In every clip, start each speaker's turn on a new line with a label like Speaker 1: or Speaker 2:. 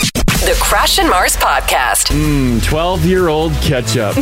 Speaker 1: The Crash and Mars Podcast.
Speaker 2: 12 year old Hmm, ketchup.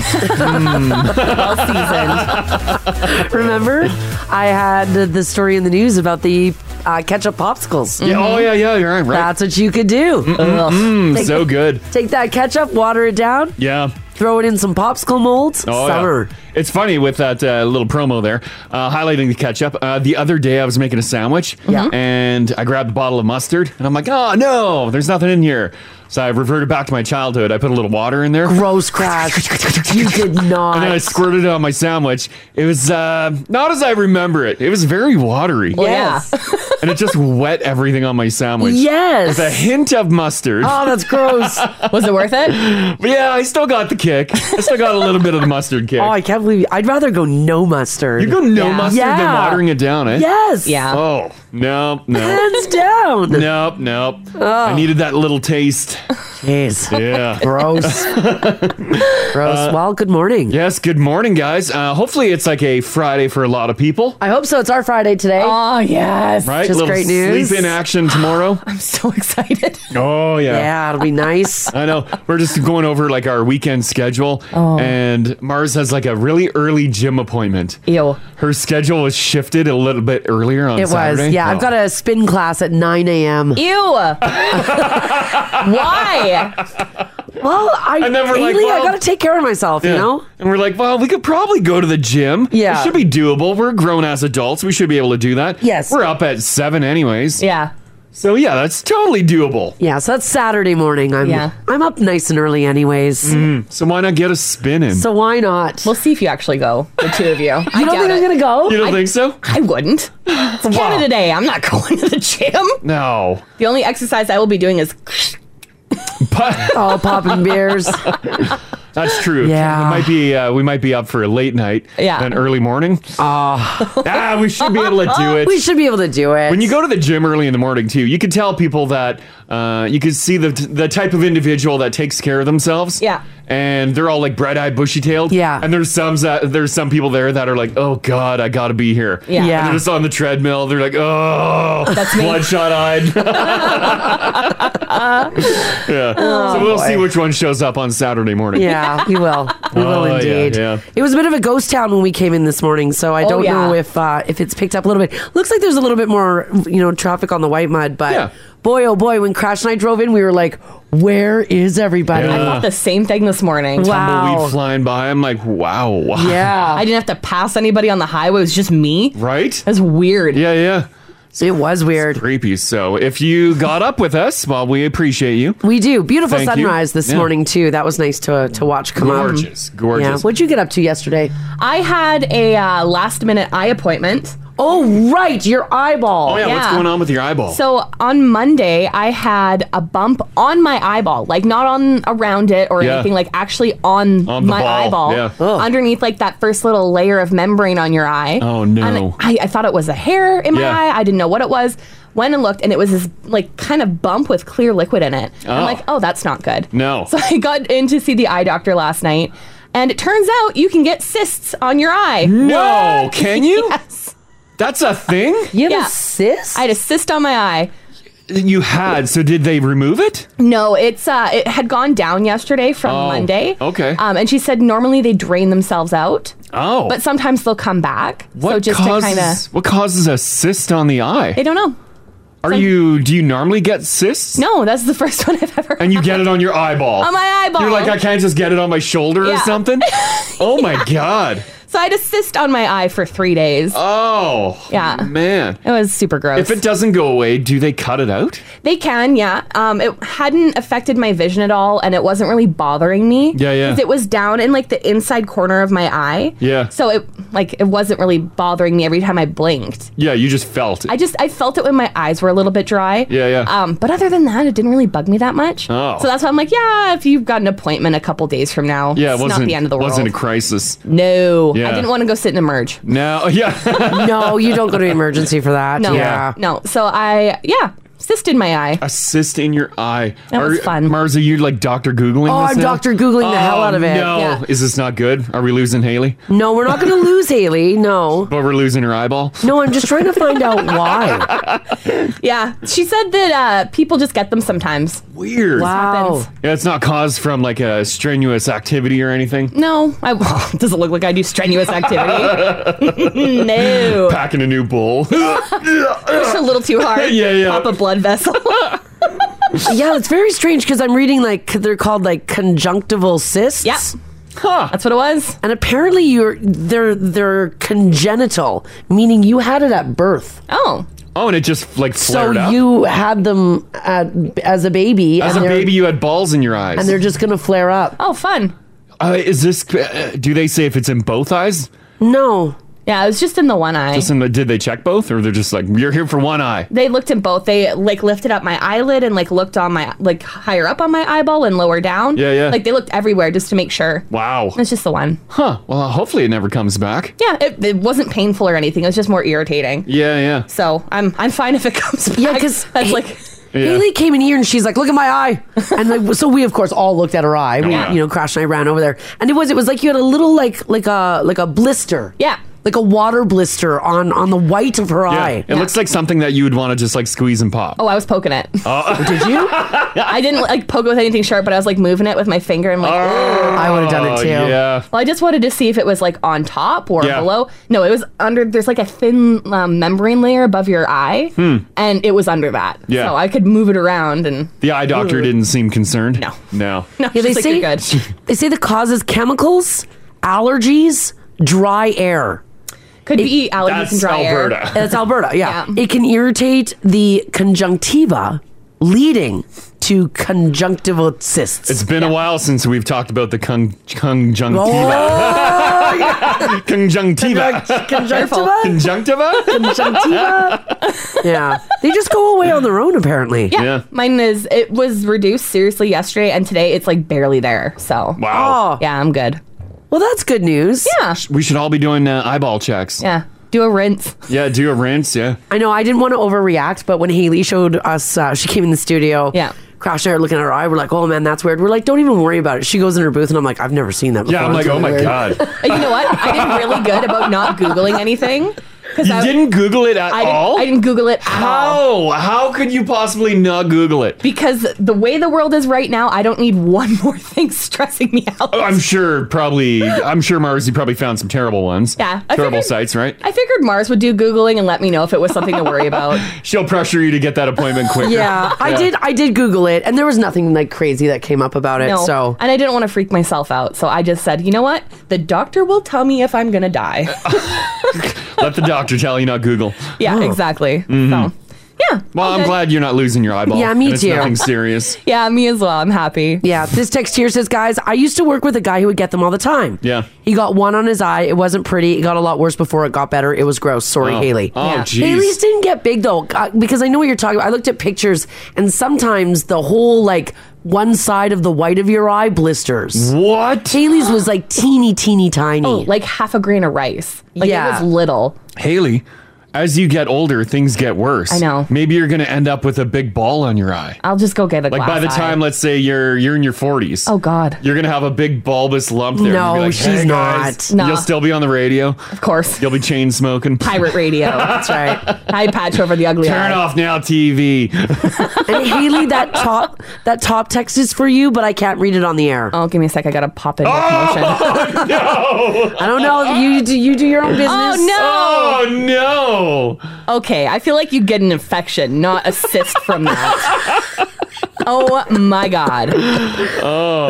Speaker 3: Remember, I had the- the story in the news about the uh, ketchup popsicles.
Speaker 2: Yeah, oh, yeah, yeah, you're right, right.
Speaker 3: That's what you could do. Ugh.
Speaker 2: Mm,
Speaker 3: Take-
Speaker 2: so good.
Speaker 3: Take that ketchup, water it down,
Speaker 2: Yeah.
Speaker 3: throw it in some popsicle molds.
Speaker 2: Oh, yeah.
Speaker 3: summer.
Speaker 2: It's funny with that uh, little promo there, uh, highlighting the ketchup. Uh, the other day I was making a sandwich
Speaker 3: Yeah.
Speaker 2: and I grabbed a bottle of mustard and I'm like, oh no, there's nothing in here. So I reverted back to my childhood. I put a little water in there.
Speaker 3: Gross crash. you did not.
Speaker 2: And then I squirted it on my sandwich. It was uh, not as I remember it. It was very watery.
Speaker 3: Yes.
Speaker 2: and it just wet everything on my sandwich.
Speaker 3: Yes.
Speaker 2: With a hint of mustard.
Speaker 3: Oh, that's gross.
Speaker 4: Was it worth it?
Speaker 2: But yeah, I still got the kick. I still got a little bit of the mustard kick.
Speaker 3: Oh, I can't believe you. I'd rather go no mustard.
Speaker 2: You go no mustard than
Speaker 3: Yeah.
Speaker 2: watering it down, eh?
Speaker 3: Yes.
Speaker 4: Yeah.
Speaker 2: Oh, no, no.
Speaker 3: Hands down. Oh.
Speaker 2: Nope, nope. I needed that little taste.
Speaker 3: Jeez.
Speaker 2: Yeah. Uh,
Speaker 3: Gross. Gross. well, good morning.
Speaker 2: Yes, good morning, guys. Uh, hopefully, it's like a Friday for a lot of people,
Speaker 3: I hope so. It's our Friday today.
Speaker 4: Oh, yes.
Speaker 2: right?
Speaker 3: Just
Speaker 2: little
Speaker 3: great news.
Speaker 2: Sleep in action tomorrow.
Speaker 4: I'm so excited.
Speaker 2: oh, yeah.
Speaker 3: yeah, it'll be nice.
Speaker 2: I know. We're just going over like our weekend schedule,
Speaker 3: Oh.
Speaker 2: and Mars has like a really early gym appointment.
Speaker 4: Ew.
Speaker 2: Her schedule was shifted a little bit earlier on
Speaker 3: It
Speaker 2: Saturday.
Speaker 3: was. Yeah,
Speaker 2: Oh.
Speaker 3: I've got a spin class at 9 a.m.
Speaker 4: Ew. Why?
Speaker 3: Well, I,
Speaker 2: And then we're like,
Speaker 3: Haley,
Speaker 2: well-
Speaker 3: I got to take care of myself, you
Speaker 2: Oh. Yeah.
Speaker 3: know?
Speaker 2: And we're like, well, we could probably go to the gym.
Speaker 3: Yeah.
Speaker 2: It should be doable. We're grown ass adults. We should be able to do that.
Speaker 3: Yes.
Speaker 2: We're up at seven, anyways.
Speaker 4: Yeah.
Speaker 2: So, yeah, that's totally doable.
Speaker 3: Yeah, so that's Saturday morning. I'm
Speaker 4: Yeah.
Speaker 3: I'm up nice and early anyways.
Speaker 2: Mm. So, why not get a spin in?
Speaker 3: So why not?
Speaker 4: We'll see if you actually go, the two of you. I
Speaker 3: you don't
Speaker 4: doubt
Speaker 3: think I'm
Speaker 4: it.
Speaker 3: going to go?
Speaker 2: you don't think so?
Speaker 4: I wouldn't. It's Canada Day. I'm not going to the gym.
Speaker 2: No.
Speaker 4: The only exercise I will be doing is
Speaker 2: But
Speaker 3: All Oh, popping beers.
Speaker 2: that's true.
Speaker 3: Yeah.
Speaker 2: It might be, uh, we might be up for a late night.
Speaker 4: Yeah.
Speaker 2: Then early morning. ah, we should be able to do it.
Speaker 3: Oh, we should be able to do it.
Speaker 2: when you go to the gym early in the morning, too, you can tell people that uh, you can see the the type of individual that takes care of themselves.
Speaker 4: Yeah.
Speaker 2: and they're all like bright eyed, bushy tailed.
Speaker 3: Yeah.
Speaker 2: and there's some that there's some people there that are like, oh god, I gotta be here.
Speaker 4: Yeah.
Speaker 2: And
Speaker 3: Yeah.
Speaker 2: they're just on the treadmill. They're like, oh,
Speaker 4: That's me.
Speaker 2: bloodshot eyed. Uh, yeah. so we'll see which one shows up on Saturday morning.
Speaker 3: Yeah, we will. We will
Speaker 2: Oh, yeah,
Speaker 3: indeed.
Speaker 2: yeah.
Speaker 3: It was a bit of a ghost town when we came in this morning, so I
Speaker 4: Oh,
Speaker 3: don't
Speaker 4: yeah.
Speaker 3: know if uh, if it's picked up a little bit. Looks like there's a little bit more, you know, traffic on the white mud, but
Speaker 2: Yeah.
Speaker 3: boy, oh boy, when Crash and I drove in, we were like, "Where is everybody?"
Speaker 2: Yeah.
Speaker 4: the same thing this morning.
Speaker 2: Tumbleweed
Speaker 3: Wow.
Speaker 2: flying by. I'm like, wow.
Speaker 3: Yeah,
Speaker 4: I didn't have to pass anybody on the highway. It was just me.
Speaker 2: Right?
Speaker 4: That's weird.
Speaker 2: Yeah, yeah.
Speaker 3: it was weird.
Speaker 2: creepy. So if you got up with us, well, we appreciate you.
Speaker 3: We do beautiful
Speaker 2: Thank you.
Speaker 3: sunrise this
Speaker 2: Yeah.
Speaker 3: morning too. That was nice to to watch come up.
Speaker 2: Gorgeous, gorgeous.
Speaker 3: Yeah. What'd you get up to yesterday?
Speaker 4: I had a uh, last minute eye appointment.
Speaker 3: Oh right, your eyeball.
Speaker 2: oh yeah, what's
Speaker 4: Yeah.
Speaker 2: going on with your eyeball?
Speaker 4: So on Monday, I had a bump on my eyeball, like not on around it or
Speaker 2: Yeah.
Speaker 4: anything, like actually on,
Speaker 2: On the
Speaker 4: my
Speaker 2: ball,
Speaker 4: eyeball,
Speaker 2: yeah.
Speaker 3: Ugh.
Speaker 4: underneath like that first little layer of membrane on your
Speaker 3: eh?
Speaker 4: eye.
Speaker 2: Oh, no.
Speaker 4: And I, I thought it was a hair in my
Speaker 2: Yeah.
Speaker 4: eye. I didn't know what it was. Went and looked, and it was this like kind of bump with clear liquid in it.
Speaker 2: Oh.
Speaker 4: I'm like, oh, that's not good.
Speaker 2: No.
Speaker 4: So I got in to see the eye doctor last night, and it turns out you can get cysts on your eye.
Speaker 2: no, can you?
Speaker 4: Yes.
Speaker 2: That's a thing
Speaker 3: You have
Speaker 4: Yeah.
Speaker 3: a cyst?
Speaker 4: I had a cyst on my eye.
Speaker 2: you had. So did they remove it?
Speaker 4: No, it's uh, it had gone down yesterday from
Speaker 2: Oh,
Speaker 4: Monday.
Speaker 2: okay.
Speaker 4: Um, and she said normally they drain themselves out,
Speaker 2: Oh,
Speaker 4: but sometimes they'll come back.
Speaker 2: what
Speaker 4: so just
Speaker 2: causes
Speaker 4: to kind of,
Speaker 2: what causes a cyst on the eye?
Speaker 4: I don't know.
Speaker 2: Are you do you normally get cysts?
Speaker 4: No, that's the first one I've ever.
Speaker 2: And you get it on your eyeball.
Speaker 4: On my eyeball.
Speaker 2: You're like I can't just get it on my shoulder or
Speaker 4: Yeah.
Speaker 2: something. Oh my god.
Speaker 4: so I had a cyst on my eye for three days.
Speaker 2: Oh.
Speaker 4: Yeah.
Speaker 2: Man.
Speaker 4: it was super gross.
Speaker 2: If it doesn't go away, do they cut it out?
Speaker 4: They can, yeah. Um, it hadn't affected my vision at all, and it wasn't really bothering me.
Speaker 2: Yeah, yeah.
Speaker 4: 'Cause it was down in like the inside corner of my eye.
Speaker 2: Yeah.
Speaker 4: So it like it wasn't really bothering me every time I blinked.
Speaker 2: Yeah, you just felt it.
Speaker 4: I just I felt it when my eyes were a little bit dry.
Speaker 2: Yeah, yeah.
Speaker 4: Um, but other than that, it didn't really bug me that much.
Speaker 2: Oh.
Speaker 4: So that's why I'm like, yeah, if you've got an appointment a couple days from now,
Speaker 2: yeah, it
Speaker 4: oh, it's
Speaker 2: wasn't
Speaker 4: not the end of the world.
Speaker 2: wasn't a crisis.
Speaker 4: no,
Speaker 2: Yeah.
Speaker 4: I didn't want to go sit and emerge.
Speaker 2: No, yeah.
Speaker 3: no, you don't go to emergency for that.
Speaker 4: No,
Speaker 3: Yeah.
Speaker 4: no. So I yeah. cyst in my eye.
Speaker 2: A cyst in your eye.
Speaker 4: That was fun.
Speaker 2: Mars, are you like Dr. Googling
Speaker 4: Oh,
Speaker 2: this
Speaker 4: I'm
Speaker 2: now?
Speaker 4: Dr. Googling the hell
Speaker 2: Oh,
Speaker 4: out of it.
Speaker 2: No.
Speaker 4: Yeah.
Speaker 2: Is this not good? Are we losing Haley?
Speaker 3: No, we're not going to lose Haley. No.
Speaker 2: But we're losing her eyeball?
Speaker 3: No, I'm just trying to find out why.
Speaker 4: Yeah, she said that uh, people just get them sometimes.
Speaker 2: Weird.
Speaker 4: This happens.
Speaker 2: Yeah, it's not caused from like a strenuous activity or anything.
Speaker 4: No, I doesn't look like I do strenuous activity. no,
Speaker 2: Packing a new bowl. Oh,
Speaker 4: push a little too hard.
Speaker 2: Yeah, yeah.
Speaker 4: Pop a blood vessel.
Speaker 3: yeah, it's very strange because I'm reading like they're called like conjunctival cysts. Yeah.
Speaker 2: Huh.
Speaker 3: That's
Speaker 4: what it was.
Speaker 3: And apparently you're they're they're congenital, meaning you had it at birth.
Speaker 4: Oh.
Speaker 2: Oh, and it just like
Speaker 3: So
Speaker 2: flared up.
Speaker 3: you had them at, as a baby.
Speaker 2: As a
Speaker 3: and they're-
Speaker 2: baby, you had balls in your eyes.
Speaker 3: And they're just going to flare up.
Speaker 4: Oh, fun.
Speaker 2: Uh, is this? Uh, do they say if it's in both eyes?
Speaker 3: No.
Speaker 4: Yeah, it was just in the one eye.
Speaker 2: Just in the, did they check both, or they're just like you're here for one eye?
Speaker 4: They looked in both. They like lifted up my eyelid and like looked on my like higher up on my eyeball and lower down.
Speaker 2: Yeah, yeah.
Speaker 4: Like they looked everywhere just to make sure.
Speaker 2: Wow.
Speaker 4: It's just the one.
Speaker 2: Huh. Well, uh, hopefully it never comes back.
Speaker 4: Yeah, it, it wasn't painful or anything. It was just more irritating.
Speaker 2: Yeah, yeah.
Speaker 4: So I'm I'm fine if it comes back. Yeah, because that's like
Speaker 2: Yeah.
Speaker 3: Haley came in here and she's like, "Look at my eye," and like, so we of course all looked at her eye. We,
Speaker 4: Yeah.
Speaker 3: you know, Crash and I ran over there, and it was it was like you had a little like like a like a blister,
Speaker 4: yeah,
Speaker 3: like a water blister on on the white of her
Speaker 2: Yeah.
Speaker 3: eye.
Speaker 2: It looks like something that you would want to just like squeeze and pop.
Speaker 4: Oh, I was poking it.
Speaker 2: Oh.
Speaker 3: Did you?
Speaker 4: I didn't like poke it with anything sharp, but I was like moving it with my finger and like.
Speaker 3: I would've done it, too.
Speaker 2: Oh, Yeah.
Speaker 4: Well, I just wanted to see if it was like on top or
Speaker 2: Yeah.
Speaker 4: below. No, it was under. There's like a thin um, membrane layer above your eye,
Speaker 2: Hmm.
Speaker 4: and it was under that.
Speaker 2: Yeah.
Speaker 4: So I could move it around and.
Speaker 2: The eye doctor
Speaker 4: Ooh.
Speaker 2: didn't seem concerned. No. No.
Speaker 4: No,
Speaker 3: Yeah,
Speaker 4: she's
Speaker 3: they
Speaker 4: like,
Speaker 3: say
Speaker 4: "You're good.
Speaker 3: they say the cause is chemicals, allergies, dry air.
Speaker 4: Could be allergies That's and dry air. Alberta.
Speaker 3: That's Alberta. Yeah. it can irritate the conjunctiva, leading to conjunctival cysts.
Speaker 2: It's been a while since we've talked about the con- conjunctiva.
Speaker 3: Oh, yeah.
Speaker 2: conjunctiva.
Speaker 3: Conjunctiva?
Speaker 2: Conjunctiva?
Speaker 3: yeah. They just go away on their own, apparently.
Speaker 4: Yeah. Mine is. It was reduced seriously yesterday, and today it's like barely there. So.
Speaker 2: Wow.
Speaker 4: Yeah, I'm good.
Speaker 3: Well, that's good news.
Speaker 4: Yeah.
Speaker 2: We should all be doing uh, eyeball checks.
Speaker 4: Yeah. Do a rinse.
Speaker 2: Yeah, do a rinse. Yeah.
Speaker 3: I know I didn't want to overreact, but when Haley showed us, uh, she came in the studio. Yeah. Crash and I are looking at her eye. We're like, oh man, that's weird. We're like, don't even worry about it. She goes in her booth and I'm like, I've never seen that before.
Speaker 2: Yeah, I'm like,
Speaker 3: It's
Speaker 2: oh my
Speaker 3: really weird.
Speaker 2: God.
Speaker 4: You know what? I did really good about not googling anything. Because
Speaker 2: You didn't Google it at
Speaker 4: I didn't,
Speaker 2: all?
Speaker 4: I didn't Google it. At all.
Speaker 2: How? How could you possibly not Google it?
Speaker 4: Because the way the world is right now, I don't need one more thing stressing me out.
Speaker 2: Oh, I'm sure probably, I'm sure Mars, you probably found some terrible ones.
Speaker 4: Yeah, I
Speaker 2: Terrible
Speaker 4: figured-
Speaker 2: sites, right?
Speaker 4: I figured Mars would do Googling and let me know if it was something to worry about.
Speaker 2: She'll pressure you to get that appointment quicker.
Speaker 3: Yeah, I did. I did Google it, and there was nothing like crazy that came up about it.
Speaker 4: No.
Speaker 3: So
Speaker 4: And I didn't want to freak myself out. So I just said, you know what? The doctor will tell me if I'm going to die.
Speaker 2: Let the doctor tell you, not Google. Mm-hmm.
Speaker 4: yeah, exactly. Mhm. Yeah.
Speaker 2: Well, I'm glad you're not losing your eyeball.
Speaker 3: Yeah, me
Speaker 2: and it's
Speaker 3: too.
Speaker 2: Nothing serious.
Speaker 4: Yeah, me as well. I'm happy.
Speaker 3: Yeah, this text here says, guys, I used to work with a guy who would get them all the time.
Speaker 2: Yeah.
Speaker 3: He got one on his eye. It wasn't pretty. It got a lot worse before it got better. It was gross. Sorry,
Speaker 2: Oh.
Speaker 3: Haley.
Speaker 2: Oh, Yeah. jeez.
Speaker 3: Haley's didn't get big though, uh, because I know what you're talking about. I looked at pictures, and sometimes the whole like one side of the white of your eye blisters.
Speaker 2: What?
Speaker 3: Haley's was like teeny, teeny, tiny.
Speaker 4: Oh, like half a grain of rice. Like
Speaker 3: Yeah.
Speaker 4: it was little.
Speaker 2: Haley, as you get older, things get worse.
Speaker 4: I know.
Speaker 2: Maybe you're going to end up with a big ball on your eye.
Speaker 4: I'll just go get a
Speaker 2: Like
Speaker 4: glass
Speaker 2: by the
Speaker 4: eye.
Speaker 2: time, let's say you're you're in your 40s.
Speaker 4: Oh, God.
Speaker 2: You're gonna have a big bulbous lump there.
Speaker 4: No,
Speaker 2: You'll be like,
Speaker 4: she's
Speaker 2: "Hey, guys."
Speaker 4: not. Nah.
Speaker 2: You'll still be on the radio. Of
Speaker 4: course.
Speaker 2: You'll be chain smoking.
Speaker 4: Pirate radio. That's right. I patch over the ugly
Speaker 2: Turn
Speaker 4: eye.
Speaker 2: off now, TV.
Speaker 3: and Haley, that top that top text is for you, but I can't read it on the air.
Speaker 4: Oh, give me a sec. I gotta pop it.
Speaker 2: Oh, no.
Speaker 3: I don't know. You do you do your own business.
Speaker 4: Oh,
Speaker 2: no.
Speaker 4: Oh no. Okay, I feel like you get an infection, not a cyst from that. oh my god.
Speaker 2: Oh,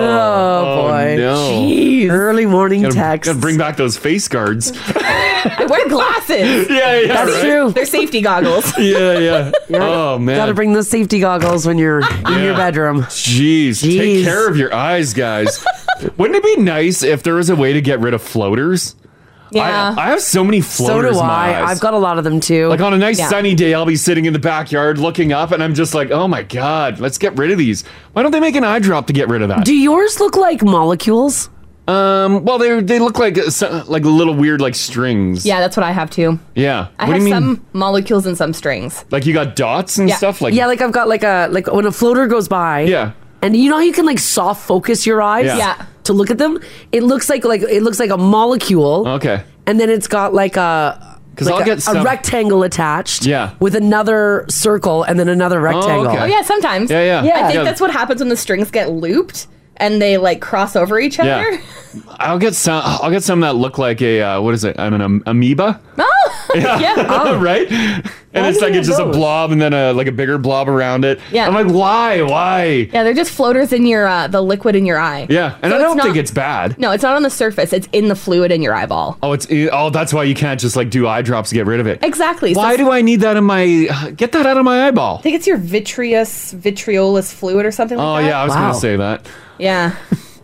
Speaker 2: oh
Speaker 3: boy.
Speaker 2: no.
Speaker 3: Jeez. Early morning
Speaker 2: Gotta-
Speaker 3: texts.
Speaker 2: Gotta bring back those face guards.
Speaker 4: I wear glasses.
Speaker 2: Yeah, yeah, That's right. true.
Speaker 4: They're safety goggles.
Speaker 2: yeah, yeah. Oh man.
Speaker 3: Got to bring those safety goggles when you're in your bedroom.
Speaker 2: Jeez, take care of your eyes, guys. Wouldn't it be nice if there was a way to get rid of floaters?
Speaker 3: Yeah.
Speaker 2: I, I have so many floaters.
Speaker 3: so do
Speaker 2: in my
Speaker 3: I.
Speaker 2: eyes.
Speaker 3: I've got a lot of them too.
Speaker 2: Like on a nice
Speaker 3: Yeah.
Speaker 2: sunny day, I'll be sitting in the backyard looking up, and I'm just like, oh my god, let's get rid of these. Why don't they make an eye drop to get rid of that?
Speaker 3: Do yours look like molecules?
Speaker 2: Um. Well, they they look like uh, so- like little weird like strings.
Speaker 4: Yeah, that's what I have too.
Speaker 2: Yeah.
Speaker 4: I
Speaker 2: what
Speaker 4: have
Speaker 2: do you mean?
Speaker 4: some molecules and some strings.
Speaker 2: Like you got dots and stuff like
Speaker 3: yeah, like I've got like a like when a floater goes by.
Speaker 2: Yeah.
Speaker 3: And you know how you can like soft focus your eyes
Speaker 2: Yeah. Yeah.
Speaker 3: to look at them? It looks like like it looks like a molecule.
Speaker 2: Okay.
Speaker 3: And then it's got like a
Speaker 2: Uh-huh. 'Cause
Speaker 3: like
Speaker 2: I'll
Speaker 3: a,
Speaker 2: get
Speaker 3: a
Speaker 2: some-
Speaker 3: rectangle attached.
Speaker 2: Yeah.
Speaker 3: With another circle and then another rectangle.
Speaker 4: Oh yeah, sometimes.
Speaker 3: Yeah, yeah.
Speaker 4: I think
Speaker 3: Yeah.
Speaker 4: that's what happens when the strings get looped and they like cross over each other.
Speaker 2: Yeah. I'll get some. I'll get some that look like a uh, what is it? I don't know. Amoeba.
Speaker 4: Oh, yeah.
Speaker 2: right. And it's
Speaker 4: do
Speaker 2: like
Speaker 4: you
Speaker 2: it's
Speaker 4: have
Speaker 2: just a
Speaker 4: those?
Speaker 2: blob and then a like a bigger blob around it.
Speaker 4: Yeah.
Speaker 2: I'm like, why? Why?
Speaker 4: Yeah, they're just floaters in your uh, the liquid in your eye.
Speaker 2: Yeah. And
Speaker 4: So
Speaker 2: I don't
Speaker 4: not-
Speaker 2: think it's bad.
Speaker 4: No, it's not on the surface. It's in the fluid in your eyeball.
Speaker 2: Oh, it's oh, that's why you can't just like do eye drops to get rid of it.
Speaker 4: Exactly.
Speaker 2: Why do I need that in my? Get that out of my eyeball.
Speaker 4: I think it's your vitreous vitreolus fluid or something
Speaker 2: Oh
Speaker 4: like that.
Speaker 2: yeah, I was gonna say that.
Speaker 4: Yeah.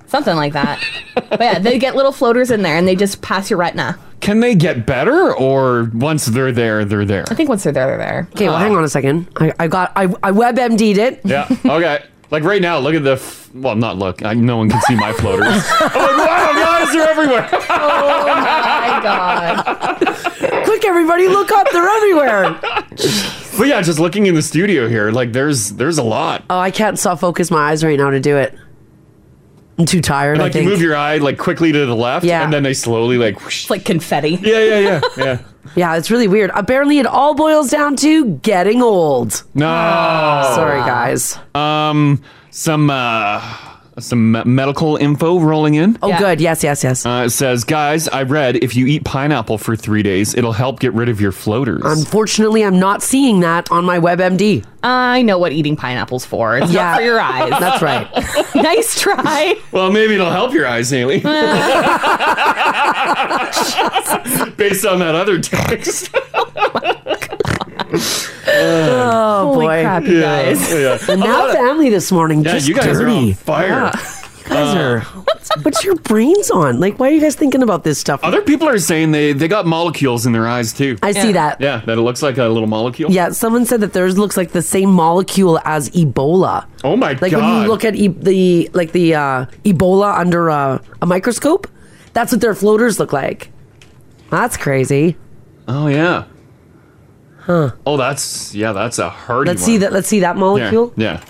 Speaker 4: Something like that. but yeah, they get little floaters in there and they just pass your retina.
Speaker 2: Can they get better, or once they're there, they're there?
Speaker 4: I think once they're there, they're there.
Speaker 3: Okay,
Speaker 2: Ah.
Speaker 3: well hang on a second. I, I got I I WebMD'd it.
Speaker 2: Yeah. Okay. Like right now, look at the. F- well, not look. I, no one can see my floaters. I'm like, wow, guys, they're everywhere.
Speaker 4: oh my god.
Speaker 3: Quick everybody, look up, they're everywhere.
Speaker 2: But yeah, just looking in the studio here, like there's there's a lot.
Speaker 3: Oh, I can't soft focus my eyes right now to do it. I'm too tired,
Speaker 2: And,
Speaker 3: I
Speaker 2: like you
Speaker 3: think.
Speaker 2: move your eye like quickly to the left,
Speaker 3: Yeah.
Speaker 2: and then they slowly like. Whoosh.
Speaker 4: It's like confetti.
Speaker 2: Yeah, yeah, yeah, yeah.
Speaker 3: yeah, it's really weird. Apparently it all boils down to getting old. Ah,
Speaker 2: No.
Speaker 3: Sorry, guys.
Speaker 2: Um, some uh, some me- medical info rolling in.
Speaker 3: Oh, Yeah. good. Yes, yes, yes.
Speaker 2: Uh, it says, guys, I read if you eat pineapple for three days, it'll help get rid of your floaters.
Speaker 3: Unfortunately, I'm not seeing that on my WebMD.
Speaker 4: I know what eating pineapple's for. It's not for your eyes.
Speaker 3: That's right.
Speaker 4: nice try.
Speaker 2: well, maybe it'll help your eyes, Haley. Based on that other text.
Speaker 3: Oh,
Speaker 4: Holy
Speaker 3: boy.
Speaker 4: crap, you guys.
Speaker 3: And
Speaker 2: A
Speaker 3: now
Speaker 2: lot of-
Speaker 3: family this morning.
Speaker 2: Yeah,
Speaker 3: just
Speaker 2: you guys are
Speaker 3: dirty.
Speaker 2: on fire.
Speaker 3: You guys are- what's, what's your brains on? Like, why are you guys thinking about this stuff?
Speaker 2: Other people are saying they, they got molecules in their eyes too.
Speaker 3: I see Yeah. that.
Speaker 2: Yeah, that it looks like a little molecule.
Speaker 3: Yeah, someone said that theirs looks like the same molecule as Ebola.
Speaker 2: Oh my
Speaker 3: like Like when
Speaker 2: God.
Speaker 3: you look at e- the like the uh, Ebola under a, a microscope, that's what their floaters look like. That's crazy.
Speaker 2: Oh yeah. Huh. Oh, that's yeah, that's a hard.
Speaker 3: Let's see that. Let's see that molecule.
Speaker 2: Yeah.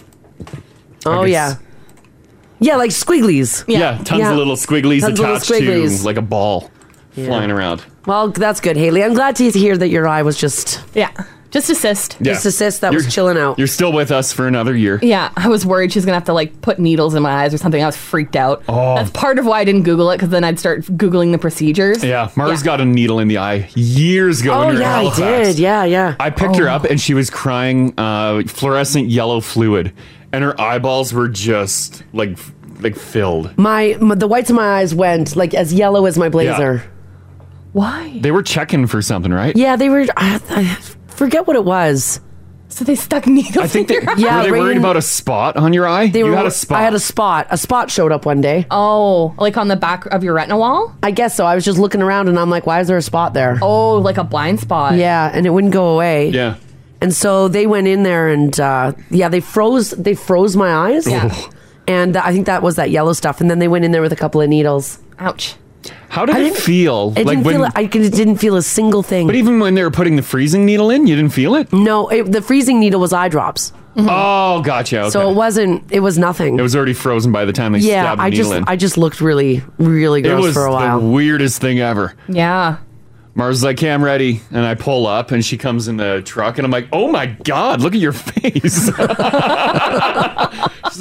Speaker 2: I
Speaker 3: Oh
Speaker 2: guess-
Speaker 3: yeah, yeah, like squigglies.
Speaker 2: Yeah, tons of little squigglies
Speaker 3: Tons of little
Speaker 2: attached
Speaker 3: squigglies.
Speaker 2: to like a ball flying around.
Speaker 3: Well, that's good, Haley. I'm glad to hear that your eye was just
Speaker 4: yeah, just assist.
Speaker 2: Yeah.
Speaker 3: just assist that
Speaker 2: You're-
Speaker 3: was chilling out.
Speaker 2: You're still with us for another year.
Speaker 4: Yeah, I was worried she was gonna have to like put needles in my eyes or something. I was freaked out.
Speaker 2: Oh.
Speaker 4: That's part of why I didn't Google it because then I'd start googling the procedures.
Speaker 2: Yeah, Mars got a needle in the eye years ago.
Speaker 4: Oh,
Speaker 2: when we were in
Speaker 4: yeah, I
Speaker 2: Halifax.
Speaker 3: did. Yeah, yeah. Oh.
Speaker 2: I picked her up and she was crying uh, fluorescent yellow fluid, and her eyeballs were just like f- like filled.
Speaker 3: My, my the whites of my eyes went like as yellow as my blazer.
Speaker 4: Why?
Speaker 2: They were checking for something, right?
Speaker 3: Yeah, they were. I, I forget what it was.
Speaker 4: So they stuck needles.
Speaker 2: I think they
Speaker 3: your eye.
Speaker 2: were they
Speaker 3: Yeah,
Speaker 2: worried
Speaker 3: Raiden-
Speaker 2: about a spot on your eye.
Speaker 3: They
Speaker 2: you
Speaker 3: were.
Speaker 2: had a spot.
Speaker 3: I had a spot. A spot showed up one day.
Speaker 4: Oh, like on the back of your retina wall?
Speaker 3: I guess so. I was just looking around and I'm like, why is there a spot there?
Speaker 4: Oh, like a blind spot.
Speaker 3: Yeah, and it wouldn't go away.
Speaker 2: Yeah.
Speaker 3: And so they went in there and uh, yeah, they froze. They froze my eyes.
Speaker 2: Yeah.
Speaker 3: And I think that was that yellow stuff. And then they went in there with a couple of needles.
Speaker 4: Ouch.
Speaker 2: How did
Speaker 3: I
Speaker 2: it
Speaker 3: didn't-
Speaker 2: feel?
Speaker 3: I didn't feel it. I could- didn't feel a single thing.
Speaker 2: but even when they were putting the freezing needle in, you didn't feel it.
Speaker 3: no, Oh, it, the freezing needle was eye drops.
Speaker 2: Oh, gotcha. Okay.
Speaker 3: So it wasn't. It was nothing.
Speaker 2: it was already frozen by the time they
Speaker 3: yeah,
Speaker 2: stabbed the
Speaker 3: I
Speaker 2: needle
Speaker 3: just
Speaker 2: in.
Speaker 3: I just looked really really
Speaker 2: it
Speaker 3: gross
Speaker 2: was
Speaker 3: for a while.
Speaker 2: the weirdest thing ever.
Speaker 4: Yeah.
Speaker 2: Mars is like, "Okay, I'm ready," and I pull up, and she comes in the truck, and I'm like, "Oh my god, look at your face!" She's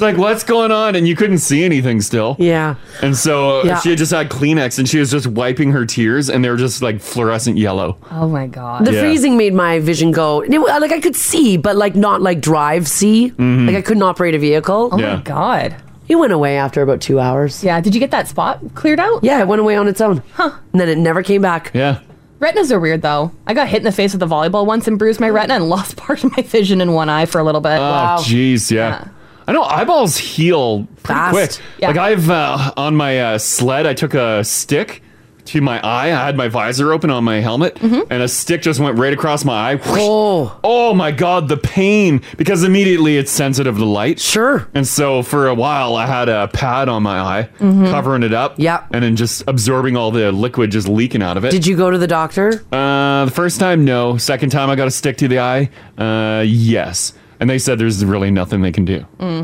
Speaker 2: like, "What's going on?" And you couldn't see anything still.
Speaker 3: Yeah.
Speaker 2: And so uh,
Speaker 3: Yeah.
Speaker 2: she had just had Kleenex, and she was just wiping her tears, and they were just like fluorescent yellow.
Speaker 4: Oh my god.
Speaker 3: The freezing made my vision go. it- Like I could see, but like not like drive see.
Speaker 2: Mhm.
Speaker 3: Like I couldn't operate a vehicle.
Speaker 2: Oh my Yeah.
Speaker 4: god.
Speaker 3: It went away after about two hours.
Speaker 4: Yeah. Did you get that spot cleared out?
Speaker 3: Yeah, it went away on its own. Huh. And then it never came back.
Speaker 2: Yeah.
Speaker 4: Retinas are weird though. I got hit in the face with a volleyball once and bruised my retina and lost part of my vision in one eye for a little bit.
Speaker 2: Oh, jeez, yeah. I know eyeballs heal pretty
Speaker 4: Fast.
Speaker 2: quick.
Speaker 4: Yeah.
Speaker 2: Like I've uh, on my uh, sled, I took a stick to my eye. I had my visor open on my helmet, and a stick just went right across my eye.
Speaker 3: Mm-hmm. Oh,
Speaker 2: oh my god, the pain! Because immediately it's sensitive to light. Sure. And so for a while, I had a pad on my eye,
Speaker 3: Mhm.
Speaker 2: covering it up. Yep. And then just absorbing all the liquid just leaking out of it.
Speaker 3: Did you go to the doctor?
Speaker 2: Uh, the first time, no. Second time, I got a stick to the eye. Uh, yes. And they said there's really nothing they can do.
Speaker 4: Mm.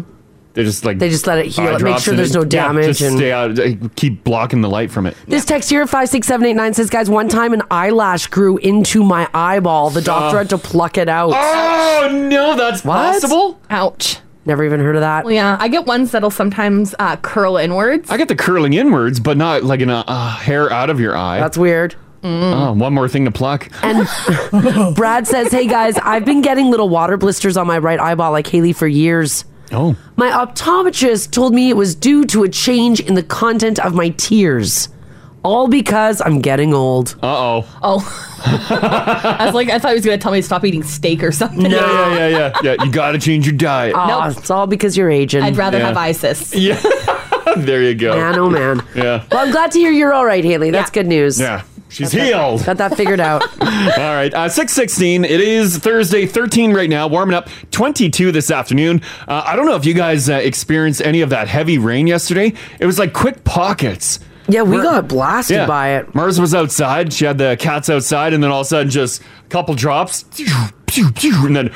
Speaker 2: They just like
Speaker 3: They just let it heal,
Speaker 2: eye
Speaker 3: make
Speaker 2: drops
Speaker 3: sure
Speaker 2: and
Speaker 3: there's
Speaker 2: it-
Speaker 3: no
Speaker 2: yeah,
Speaker 3: damage
Speaker 2: just
Speaker 3: and-
Speaker 2: stay out, uh, keep blocking the light from it.
Speaker 3: This text here, 56789, says, guys, one time an eyelash grew into my eyeball. The doctor
Speaker 2: Uh.
Speaker 3: had to pluck it out.
Speaker 2: Oh no, that's possible.
Speaker 4: Ouch.
Speaker 3: Never even heard of that.
Speaker 4: Well, yeah, I get ones that'll sometimes uh, curl inwards.
Speaker 2: I get the curling inwards, but not like an uh, hair out of your eye. That's
Speaker 3: weird.
Speaker 4: Mm.
Speaker 2: Oh, one more thing to pluck.
Speaker 3: And Brad says, Hey guys, I've been getting little water blisters on my right eyeball like Haley for years.
Speaker 2: Oh.
Speaker 3: My optometrist told me it was due to a change in the content of my tears. All because I'm getting old.
Speaker 2: Uh oh.
Speaker 4: Oh. I was like, I thought he was going to tell me to stop eating steak or something.
Speaker 2: Yeah, yeah, yeah, yeah, yeah. You got to change your diet.
Speaker 4: Aw,
Speaker 3: It's all because you're aging.
Speaker 4: I'd rather
Speaker 2: Yeah.
Speaker 4: have ISIS.
Speaker 2: Yeah. there you go.
Speaker 3: Man, oh man.
Speaker 2: Yeah.
Speaker 3: Well, I'm glad to hear you're all right, Haley. That's good news.
Speaker 2: Yeah. She's healed.
Speaker 3: Got that figured out.
Speaker 2: All right, uh, six sixteen. It is Thursday, thirteen right now. Warming up, twenty two this afternoon. Uh, I don't know if you guys uh, experienced any of that heavy rain yesterday. It was like quick pockets.
Speaker 3: Yeah, we got blasted
Speaker 2: yeah.
Speaker 3: by it.
Speaker 2: Mars was outside. She had the cats outside, and then all of a sudden, just a couple drops, and then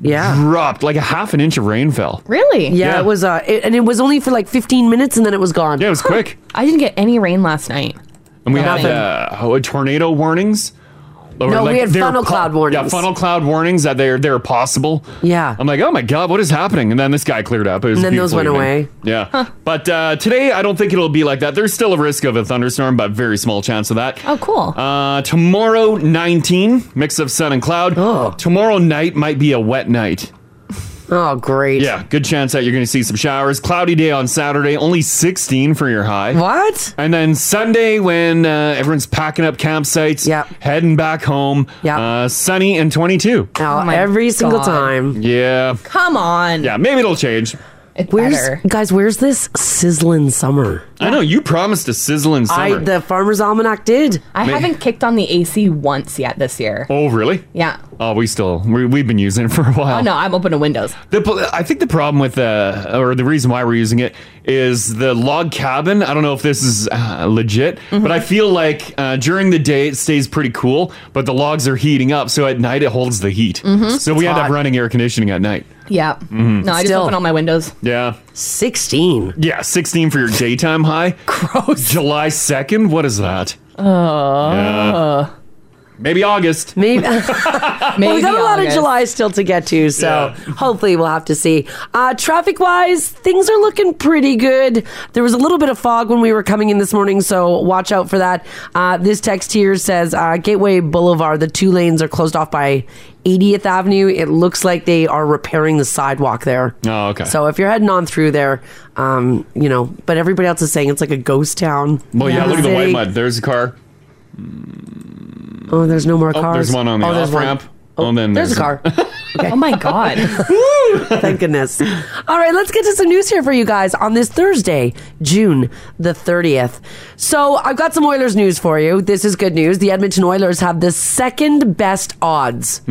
Speaker 3: yeah,
Speaker 2: dropped like a half an inch of rain fell.
Speaker 4: Really?
Speaker 3: Yeah, it was. Uh, it, and it was only for like 15 minutes, and then it was gone. Yeah,
Speaker 2: it was quick.
Speaker 4: I didn't get any rain last night.
Speaker 2: And we had
Speaker 4: Nothing.
Speaker 2: uh, oh, tornado warnings. Or,
Speaker 4: No, we had
Speaker 2: they're
Speaker 4: funnel cloud warnings.
Speaker 2: Yeah, funnel cloud warnings that they're they're possible.
Speaker 3: Yeah.
Speaker 2: I'm like, oh my god, what is happening? And then this guy cleared up. It was
Speaker 3: And
Speaker 2: a
Speaker 3: then those
Speaker 2: beautiful
Speaker 3: went
Speaker 2: evening. Yeah, but uh, today I don't think it'll be like that. There's still a risk of a thunderstorm, but very small chance of that.
Speaker 4: Oh, cool.
Speaker 2: Uh, tomorrow 19, mix of sun and cloud. Oh. Tomorrow night might be a wet night.
Speaker 3: Oh, great.
Speaker 2: Yeah, good chance that you're going to see some showers. Cloudy day on Saturday, only 16 for your high.
Speaker 3: What?
Speaker 2: And then Sunday, when uh, everyone's packing up campsites, yeah, heading back home, yeah, uh, sunny and 22.
Speaker 3: Oh, every single time.
Speaker 2: Yeah.
Speaker 4: Come on.
Speaker 2: Yeah, maybe it'll change.
Speaker 3: Where's
Speaker 2: better.
Speaker 3: guys? Where's this sizzling summer?
Speaker 2: I know you promised a sizzling summer.
Speaker 3: I the Farmer's Almanac did.
Speaker 4: I
Speaker 2: Ma-
Speaker 4: haven't kicked on the AC once yet this year.
Speaker 2: oh, really?
Speaker 4: Yeah.
Speaker 2: Oh, we still we, we've been using it for a while.
Speaker 4: Oh, no, I'm open to windows.
Speaker 2: The, pl- I think the problem with uh, or the reason why we're using it is the log cabin. I don't know if this is uh, legit, but I feel like uh, during the day it stays pretty cool, but the logs are heating up, so at night it holds the heat.
Speaker 4: Mhm.
Speaker 2: So we
Speaker 4: It's
Speaker 2: end up
Speaker 4: hot.
Speaker 2: running air conditioning at night.
Speaker 4: Yeah.
Speaker 2: Mhm.
Speaker 4: No, I just
Speaker 2: Still.
Speaker 4: open all my windows.
Speaker 2: Yeah,
Speaker 3: sixteen.
Speaker 2: Yeah, sixteen for your daytime high.
Speaker 4: Gross.
Speaker 2: July second. What is that?
Speaker 4: Oh.
Speaker 2: Yeah. Maybe August.
Speaker 3: Maybe. well, we got a lot of July still to get to, so hopefully we'll have to see. Uh, traffic wise, things are looking pretty good. There was a little bit of fog when we were coming in this morning, so watch out for that. Uh, this text here says uh, Gateway Boulevard, the two lanes are closed off by 80th Avenue. It looks like they are repairing the sidewalk there.
Speaker 2: Oh, okay.
Speaker 3: So if you're heading on through there, um, you know, but everybody else is saying it's like a ghost town.
Speaker 2: Well, yeah.
Speaker 3: in
Speaker 2: Look at the white
Speaker 3: city.
Speaker 2: mud. There's a car.
Speaker 3: Oh, there's no more
Speaker 2: Oh,
Speaker 3: cars.
Speaker 2: there's one on the
Speaker 3: Oh, there's
Speaker 2: off
Speaker 3: one.
Speaker 2: ramp. Oh, and then
Speaker 3: There's, a car. Oh my
Speaker 4: god.
Speaker 3: Thank goodness. All right, let's get to some news here for you guys on this Thursday, June the 30th. So, I've got some Oilers news for you. This is good news. The Edmonton Oilers have the second best odds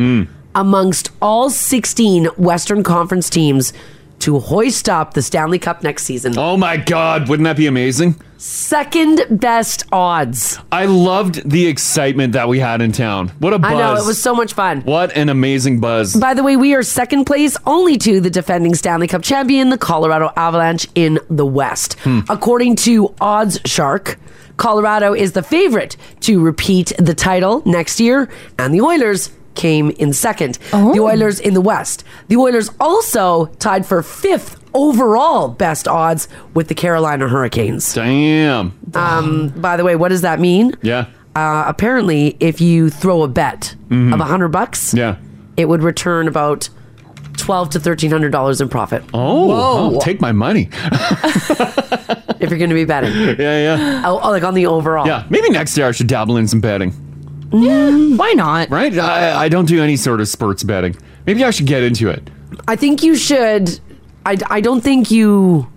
Speaker 3: amongst all 16 Western Conference teams to hoist up the Stanley Cup next season.
Speaker 2: Oh my God! Wouldn't that be amazing?
Speaker 3: Second best odds.
Speaker 2: I loved the excitement that we had in town. What a buzz!
Speaker 3: I know, it was so much fun.
Speaker 2: What an amazing buzz!
Speaker 3: By the way, we are second place only to the defending Stanley Cup champion, the Colorado Avalanche, in the West. According to Odds Shark, Colorado is the favorite to repeat the title next year, and the Oilers came in second. The Oilers in the West. The Oilers also tied for fifth overall best odds with the Carolina Hurricanes.
Speaker 2: Damn.
Speaker 3: Um, by the way, what does that mean?
Speaker 2: Yeah.
Speaker 3: Uh, apparently, if you throw a bet
Speaker 2: Mhm.
Speaker 3: of a hundred bucks,
Speaker 2: Yeah.
Speaker 3: it would return about twelve to thirteen hundred dollars in profit.
Speaker 2: Oh, I'll take my money.
Speaker 3: if you're going to be betting.
Speaker 2: Yeah, yeah.
Speaker 3: Oh, oh, like on the overall.
Speaker 2: Yeah, maybe next year I should dabble in some betting.
Speaker 4: Yeah, why not?
Speaker 2: Right? I, I don't do any sort of sports betting. Maybe I should get into it.
Speaker 3: I think you should. I, I don't think you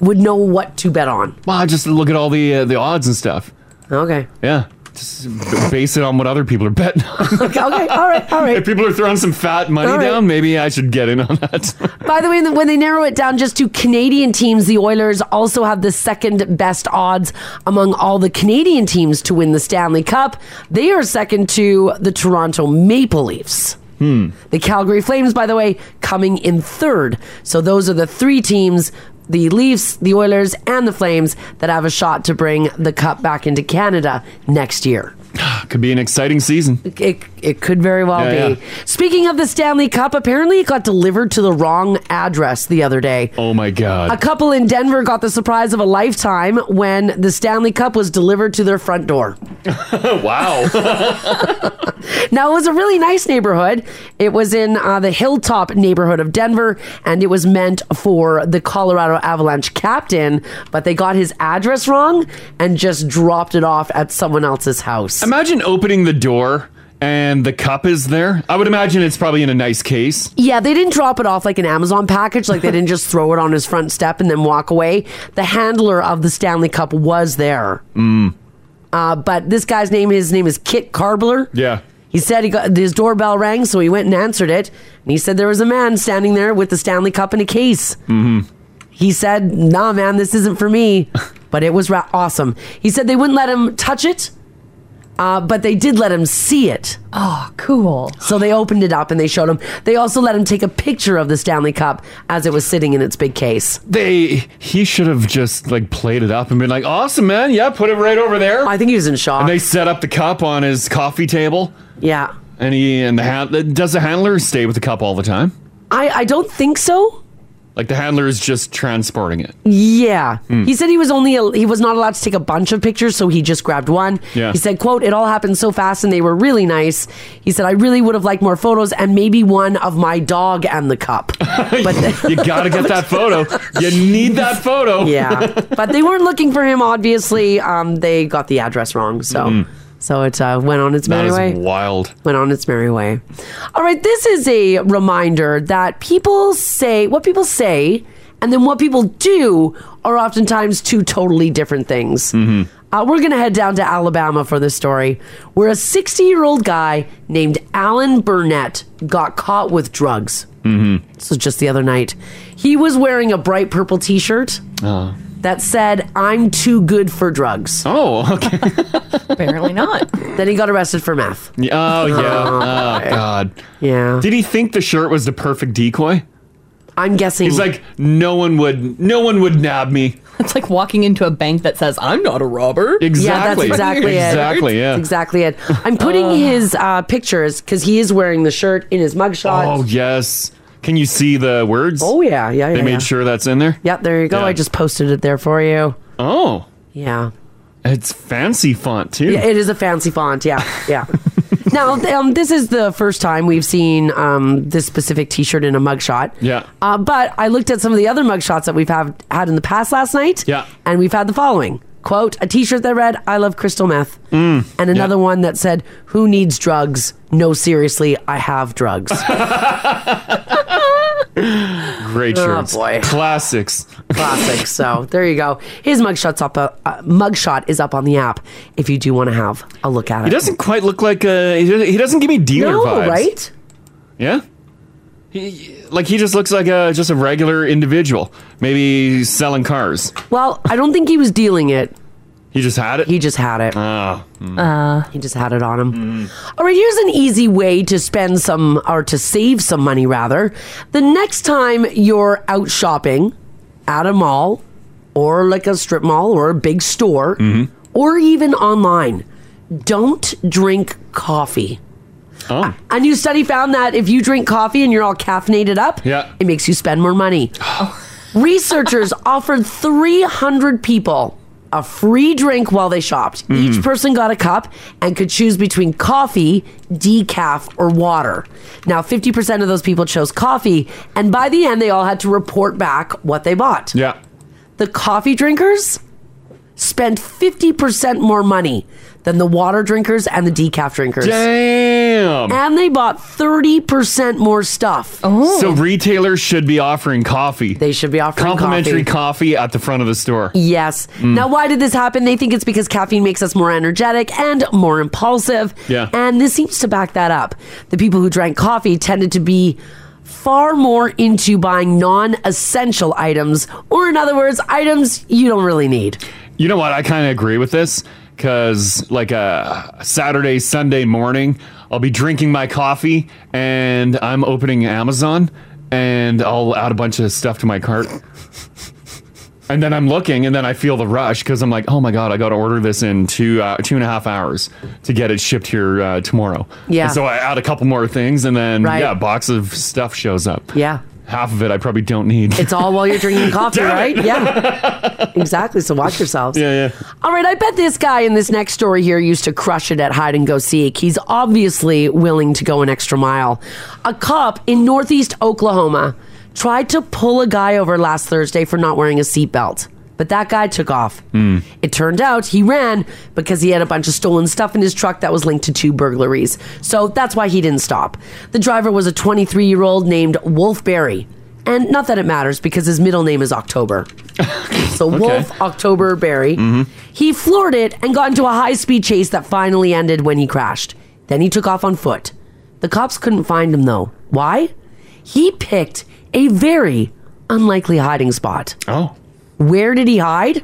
Speaker 3: would know what to bet on.
Speaker 2: Well, just look at all the uh, the odds and stuff.
Speaker 3: Okay.
Speaker 2: Yeah. Just b- base it on what other people are betting.
Speaker 3: okay, okay, all right, all right.
Speaker 2: If people are throwing some fat money
Speaker 3: All right.
Speaker 2: down, maybe I should get in on that.
Speaker 3: By the way, when they narrow it down just to Canadian teams, the Oilers also have the second best odds among all the Canadian teams to win the Stanley Cup. They are second to the Toronto Maple Leafs.
Speaker 5: Hmm.
Speaker 3: The Calgary Flames, by the way, coming in third. So those are the three teams the Leafs, the Oilers, and the Flames that have a shot to bring the cup back into Canada next year.
Speaker 2: Could be an exciting season.
Speaker 3: It, it could very well
Speaker 2: Yeah,
Speaker 3: be. Speaking of the Stanley Cup, apparently it got delivered to the wrong address the other day.
Speaker 2: Oh my God.
Speaker 3: A couple in Denver got the surprise of a lifetime when the Stanley Cup was delivered to their front door.
Speaker 2: wow.
Speaker 3: Now, it was a really nice neighborhood. It was in uh, the Hilltop neighborhood of Denver, and it was meant for the Colorado Avalanche captain, but they got his address wrong and just dropped it off at someone else's house.
Speaker 2: imagine opening the door and the cup is there. I would imagine it's probably in a nice case.
Speaker 3: Yeah, they didn't drop it off like an Amazon package. Like they didn't just throw it on his front step and then walk away. The handler of the Stanley Cup was there.
Speaker 2: Mm.
Speaker 3: Uh, but this guy's name, his name is Kit Carbler.
Speaker 2: Yeah.
Speaker 3: He said he got his doorbell rang, so he went and answered it. And he said there was a man standing there with the Stanley Cup in a case.
Speaker 5: Mm-hmm.
Speaker 3: He said, "Nah, man, this isn't for me." But it was ra- awesome. He said they wouldn't let him touch it, uh, but they did let him see it.
Speaker 4: Oh, cool!
Speaker 3: So they opened it up and they showed him. They also let him take a picture of the Stanley Cup as it was sitting in its big case.
Speaker 2: They he should have just like played it up and been like, "Awesome, man! Yeah, put it right over there." I
Speaker 3: think he was in shock.
Speaker 2: And they set up the cup on his coffee table.
Speaker 3: Yeah.
Speaker 2: And he and the hand does the handler stay with the cup all the time?
Speaker 3: I I don't think so.
Speaker 2: Like the handler is just transporting it.
Speaker 3: Yeah,
Speaker 2: Hmm.
Speaker 3: he said he was only he was not allowed to take a bunch of pictures, so he just grabbed one.
Speaker 2: Yeah.
Speaker 3: He said, "quote It all happened so fast, and they were really nice." He said, "I really would have liked more photos, and maybe one of my dog and the cup." But
Speaker 2: You gotta get that photo. You need that photo.
Speaker 3: Yeah, but they weren't looking for him. Obviously, um, they got the address wrong, so
Speaker 2: Mhm.
Speaker 3: so it uh, went on its
Speaker 2: That
Speaker 3: merry
Speaker 2: is
Speaker 3: way.
Speaker 2: wild.
Speaker 3: Went on its merry way. All right, this is a reminder that people say what people say, and then what people do are oftentimes two totally different things.
Speaker 2: Mm-hmm.
Speaker 3: Uh, we're going to head down to Alabama for this story, where a 60 year old guy named Alan Burnett got caught with drugs.
Speaker 5: Mm-hmm.
Speaker 3: This was just the other night. He was wearing a bright purple t shirt
Speaker 2: Oh.
Speaker 3: that said, I'm too good for drugs.
Speaker 2: Oh, okay.
Speaker 4: Apparently not.
Speaker 3: then he got arrested for meth.
Speaker 2: Yeah, Oh
Speaker 3: Oh,
Speaker 2: yeah. Oh god.
Speaker 3: Yeah.
Speaker 2: Did he think the shirt was the perfect decoy?
Speaker 3: I'm guessing.
Speaker 2: He's like, no one would, no one would nab me.
Speaker 4: It's like walking into a bank that says, "I'm not a robber."
Speaker 2: Exactly.
Speaker 3: Yeah, that's exactly it.
Speaker 2: Exactly, yeah.
Speaker 3: That's exactly it. I'm putting his uh, pictures because he is wearing the shirt in his mugshot.
Speaker 2: Oh yes. Can you see the words?
Speaker 3: Oh yeah, yeah, yeah,
Speaker 2: They made
Speaker 3: yeah.
Speaker 2: sure that's in there.
Speaker 3: Yep, there you go.
Speaker 2: Yeah.
Speaker 3: I just posted it there for you.
Speaker 2: Oh.
Speaker 3: Yeah.
Speaker 2: It's fancy font too.
Speaker 3: Yeah, it is a fancy font. Yeah, yeah. now, um, this is the first time we've seen um, this specific T-shirt in a mugshot.
Speaker 2: Yeah.
Speaker 3: Uh, but I looked at some of the other mugshots that we've have, had in the past last night.
Speaker 2: Yeah.
Speaker 3: And we've had the following quote: a T-shirt that read "I love crystal meth,"
Speaker 2: Mm.
Speaker 3: and another one that said "Who needs drugs? No, seriously, I have drugs."
Speaker 2: Great
Speaker 3: Oh,
Speaker 2: shirts.
Speaker 3: boy.
Speaker 2: Classics.
Speaker 3: Classic. So there you go. His mugshot's up. Uh, uh, mugshot is up on the app. If you do want to have a look at it,
Speaker 2: He doesn't quite look like a. He doesn't- he doesn't give me dealer
Speaker 3: No,
Speaker 2: vibes.
Speaker 3: right?
Speaker 2: Yeah. He, like he just looks like a just a regular individual. Maybe selling cars.
Speaker 3: Well, I don't think he was dealing it.
Speaker 2: He just had it.
Speaker 3: He just had it.
Speaker 2: Oh. mm.
Speaker 3: Uh, he just had it on him. All right, here's an easy way to spend some or to save some money, rather. The next time you're out shopping at a mall or like a strip mall or a big store or even online, don't drink coffee.
Speaker 2: Oh.
Speaker 3: A new study found that if you drink coffee and you're all caffeinated up,
Speaker 2: Yeah.
Speaker 3: it makes you spend more money. Researchers offered 300 people a free drink while they shopped. Each
Speaker 2: Mm-hmm.
Speaker 5: Mhm.
Speaker 3: person got a cup and could choose between coffee, decaf, or water. Now, 50% of those people chose coffee, and by the end, they all had to report back what they bought.
Speaker 2: Yeah.
Speaker 3: The coffee drinkers spent 50% more money than the water drinkers and the decaf drinkers.
Speaker 2: Damn.
Speaker 3: And they bought 30% more stuff. Oh.
Speaker 2: So retailers should be offering coffee. They
Speaker 3: should be offering
Speaker 2: complimentary coffee, at the front of the store.
Speaker 3: Yes.
Speaker 2: Mm.
Speaker 3: Now, why did this happen? They think it's because caffeine makes us more energetic and more impulsive.
Speaker 2: Yeah.
Speaker 3: And this seems to back that up. The people who drank coffee tended to be far more into buying non essential items, or in other words, items you don't really need.
Speaker 2: You know what? I kind of agree with this because, like, a Saturday, Sunday morning, I'll be drinking my coffee and I'm opening Amazon and I'll add a bunch of stuff to my cart. And then I'm looking, and then I feel the rush because I'm like, "Oh my god, I got to order this in two uh, two and a half hours to get it shipped here uh, tomorrow."
Speaker 3: Yeah.
Speaker 2: And so I add a couple more things, and then
Speaker 3: Right.
Speaker 2: yeah, a box of stuff shows up.
Speaker 3: Yeah.
Speaker 2: Half of it I probably don't need.
Speaker 3: It's all while you're drinking coffee,
Speaker 2: Damn it.
Speaker 3: right? Yeah. exactly. So watch yourselves.
Speaker 2: Yeah, yeah.
Speaker 3: All right, I bet this guy in this next story here used to crush it at hide and go seek. He's obviously willing to go an extra mile. A cop in northeast Oklahoma tried to pull a guy over last Thursday for not wearing a seatbelt, but that guy took off.
Speaker 2: Hmm.
Speaker 3: It turned out he ran because he had a bunch of stolen stuff in his truck that was linked to two burglaries. So that's why he didn't stop. The driver was a 23 year old named Wolf Berry. And not that it matters because his middle name is October. So Wolf October Berry.
Speaker 2: Mm-hmm.
Speaker 3: He floored it and got into a high speed chase that finally ended when he crashed. Then he took off on foot. The cops couldn't find him though. Why? He picked a very unlikely hiding spot.
Speaker 2: Oh.
Speaker 3: Where did he hide?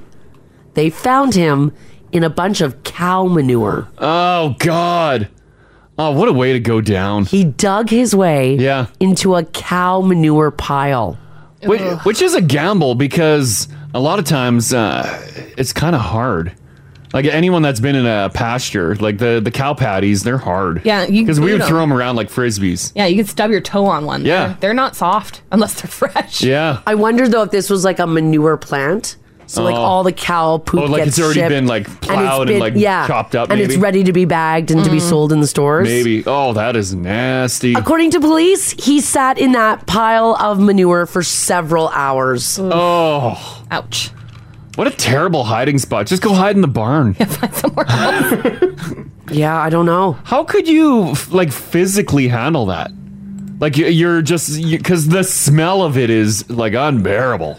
Speaker 3: They found him in a bunch of cow manure.
Speaker 2: Oh God! Oh, what a way to go down.
Speaker 3: He dug his way
Speaker 2: yeah.
Speaker 3: into a cow manure pile.
Speaker 2: Which, which is a gamble because a lot of times uh, it's kind of hard. Like anyone that's been in a pasture, like the, the cow patties, they're hard.
Speaker 4: Yeah, you
Speaker 2: because we
Speaker 4: glue
Speaker 2: would
Speaker 4: them.
Speaker 2: throw them around like frisbees.
Speaker 4: Yeah, you can stub your toe on one.
Speaker 2: Yeah.
Speaker 4: They're, they're not soft unless they're fresh.
Speaker 2: Yeah.
Speaker 3: I wonder though if this was like a manure plant. So like
Speaker 2: Oh.
Speaker 3: all the cow poop
Speaker 2: Oh, like
Speaker 3: gets
Speaker 2: it's already
Speaker 3: shipped,
Speaker 2: been, like, plowed and, like, chopped up,
Speaker 3: and it's
Speaker 2: maybe?
Speaker 3: ready to be bagged and to be
Speaker 2: Mm.
Speaker 3: sold in the stores.
Speaker 2: Maybe. Oh, that is nasty.
Speaker 3: According to police, he sat in that pile of manure for several hours.
Speaker 2: Oh.
Speaker 4: Ouch.
Speaker 2: What a terrible hiding spot. Just go hide in the barn.
Speaker 3: yeah, I don't know.
Speaker 2: How could you f- like physically handle that? Like you- you're just because the smell of it is like unbearable.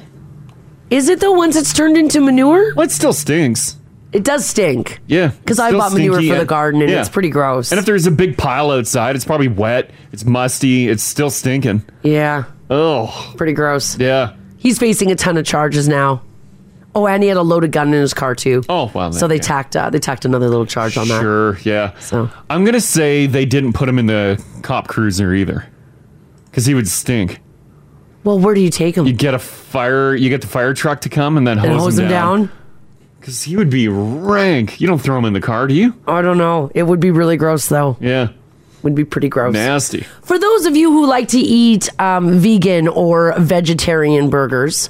Speaker 3: Is it though once it's turned into manure?
Speaker 2: Well, it still stinks.
Speaker 3: It does stink.
Speaker 2: Yeah,
Speaker 3: 'Cause I
Speaker 2: Still
Speaker 3: bought manure
Speaker 2: stinky
Speaker 3: for the garden and it's pretty gross.
Speaker 2: And if there's a big pile outside, it's probably wet. It's musty. It's still stinking.
Speaker 3: Yeah.
Speaker 2: Oh,
Speaker 3: pretty gross.
Speaker 2: Yeah.
Speaker 3: He's facing a ton of charges now. Oh, and he had a loaded gun in his car too.
Speaker 2: Oh, wow.
Speaker 3: So they tacked uh, they tacked another little charge on that.
Speaker 2: Sure. Yeah. So I'm gonna say they didn't put him in the cop cruiser either, because he would stink.
Speaker 3: Well, where do you take him?
Speaker 2: You get a fire. You get the fire truck to come and then hose,
Speaker 3: And hose him down.
Speaker 2: Because he would be rank. You don't throw him in the car, do you?
Speaker 3: I don't know. It would be really gross, though.
Speaker 2: Yeah.
Speaker 3: Would be pretty gross.
Speaker 2: Nasty.
Speaker 3: For those of you who like to eat um, vegan or vegetarian burgers,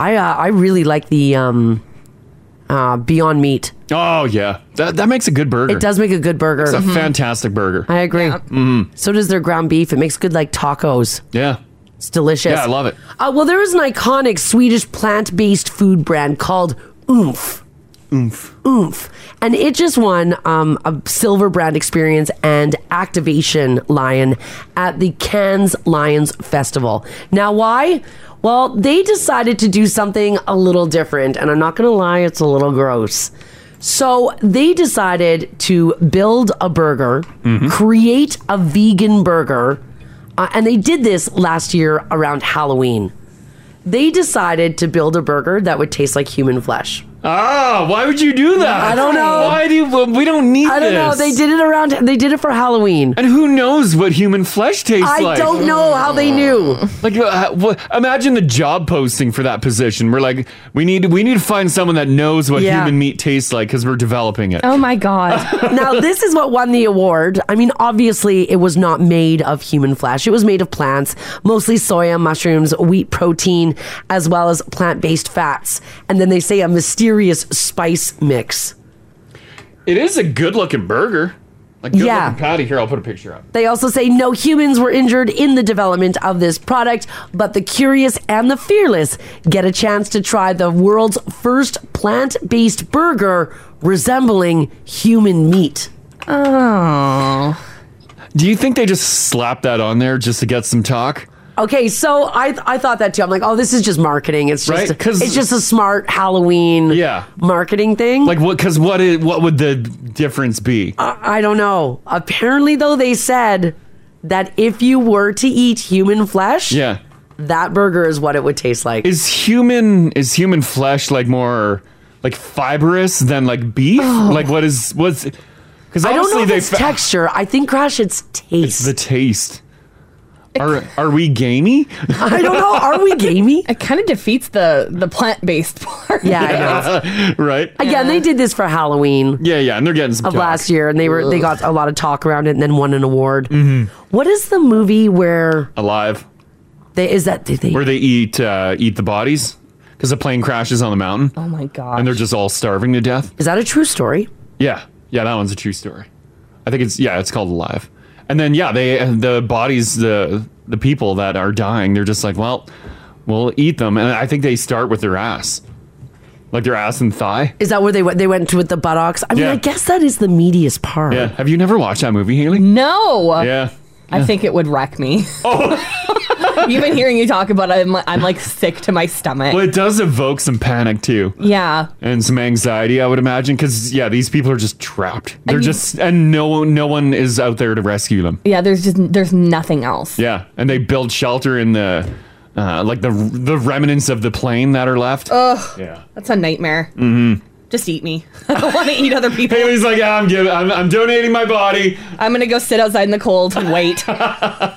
Speaker 3: I uh, I really like the um, uh, Beyond Meat.
Speaker 2: Oh yeah, that that makes a good burger.
Speaker 3: It does make a good burger. Mm-hmm.
Speaker 2: It's a fantastic burger.
Speaker 3: I agree.
Speaker 2: Mm.
Speaker 3: So does their ground beef. It makes good like tacos.
Speaker 2: Yeah.
Speaker 3: It's delicious.
Speaker 2: Yeah, I love it.
Speaker 3: Uh, well, there is an iconic Swedish plant-based food brand called Oomph.
Speaker 2: Oomph.
Speaker 3: Oomph. And it just won um, a silver brand experience and activation lion at the Cannes Lions Festival. Now, why? Well, they decided to do something a little different, and I'm not going to lie, it's a little gross. So they decided to build a burger, create a vegan burger, uh, and they did this last year around Halloween. They decided to build a burger that would taste like human flesh.
Speaker 2: Ah, why would you do that?
Speaker 3: I don't know.
Speaker 2: Why do you, well, we don't need?
Speaker 3: I don't know.
Speaker 2: this.
Speaker 3: They did it around. They did it for Halloween.
Speaker 2: And who knows what human flesh tastes
Speaker 3: I
Speaker 2: like?
Speaker 3: don't know how they knew.
Speaker 2: Like, uh, what, imagine the job posting for that position. We're like, we need we need to find someone that knows what
Speaker 3: Yeah.
Speaker 2: human meat tastes like because we're developing it.
Speaker 4: Oh my god.
Speaker 3: now this is what won the award. I mean, obviously, it was not made of human flesh. It was made of plants, mostly soya, mushrooms, wheat protein, as well as plant-based fats. And then they say a mysterious spice mix.
Speaker 2: It is a good looking burger. Like good
Speaker 3: Yeah.
Speaker 2: yeah. patty. Here, I'll put a picture up.
Speaker 3: They also say no humans were injured in the development of this product, but the curious and the fearless get a chance to try the world's first plant based burger resembling human meat.
Speaker 2: Oh. Do you think they just slapped that on there just to get some talk?
Speaker 3: Okay, so I I thought that too. I'm like, oh, this is just marketing. It's just
Speaker 2: Right? 'Cause-
Speaker 3: it's just a smart Halloween
Speaker 2: Yeah.
Speaker 3: marketing thing.
Speaker 2: Like what? Because what? Is, what would the difference be?
Speaker 3: I don't know. Apparently, though, they said that if you were to eat human flesh,
Speaker 2: yeah.
Speaker 3: that burger is what it would taste like.
Speaker 2: Is human is human flesh like more like fibrous than like beef? Like what is what's? Because
Speaker 3: Oh. I don't know
Speaker 2: obviously
Speaker 3: if
Speaker 2: they
Speaker 3: it's
Speaker 2: fa-
Speaker 3: texture. I think, Crash, it's taste.
Speaker 2: the taste. Are are we gamey?
Speaker 3: I don't know. Are we gamey?
Speaker 4: It kind of defeats the the plant based part.
Speaker 2: right.
Speaker 3: Again, they did this for Halloween
Speaker 2: Yeah, yeah, and they're getting some
Speaker 3: of
Speaker 2: talk.
Speaker 3: last year, and they were they
Speaker 2: Ugh.
Speaker 3: got a lot of talk around it, and then won an award.
Speaker 2: Mm-hmm.
Speaker 3: What is the movie where
Speaker 2: alive.
Speaker 3: they is that did they
Speaker 2: where they eat uh, eat the bodies because the plane crashes on the mountain. Oh
Speaker 4: my god!
Speaker 2: And they're just all starving to death.
Speaker 3: Is that a true story?
Speaker 2: Yeah, yeah, that one's a true story. I think it's yeah, it's called Alive. And then yeah, they the bodies the the people that are dying, they're just like, well, we'll eat them, and I think they start with their ass, like their ass and thigh.
Speaker 3: Is that where they went? They went to with the buttocks. I mean,
Speaker 2: Yeah.
Speaker 3: I guess that is the meatiest part.
Speaker 2: Yeah. Have you never watched that movie, Haley?
Speaker 4: No.
Speaker 2: Yeah.
Speaker 4: I think it would wreck me. Oh. Even hearing you talk about it, I'm, li- I'm like sick to my stomach.
Speaker 2: Well, it does evoke some panic too.
Speaker 4: Yeah.
Speaker 2: and some anxiety, I would imagine, because yeah, these people are just trapped. They're
Speaker 4: mean-
Speaker 2: just and no one, no one is out there to rescue them.
Speaker 4: Yeah, there's just there's nothing else.
Speaker 2: Yeah, and they build shelter in the uh, like the the remnants of the plane that are left.
Speaker 4: Ugh.
Speaker 2: Yeah.
Speaker 4: That's a nightmare.
Speaker 2: Mm-hmm.
Speaker 4: Just eat me. I don't want to eat other people.
Speaker 2: Haley's like, yeah, I'm giving, I'm, I'm donating my body.
Speaker 4: I'm gonna go sit outside in the cold and wait.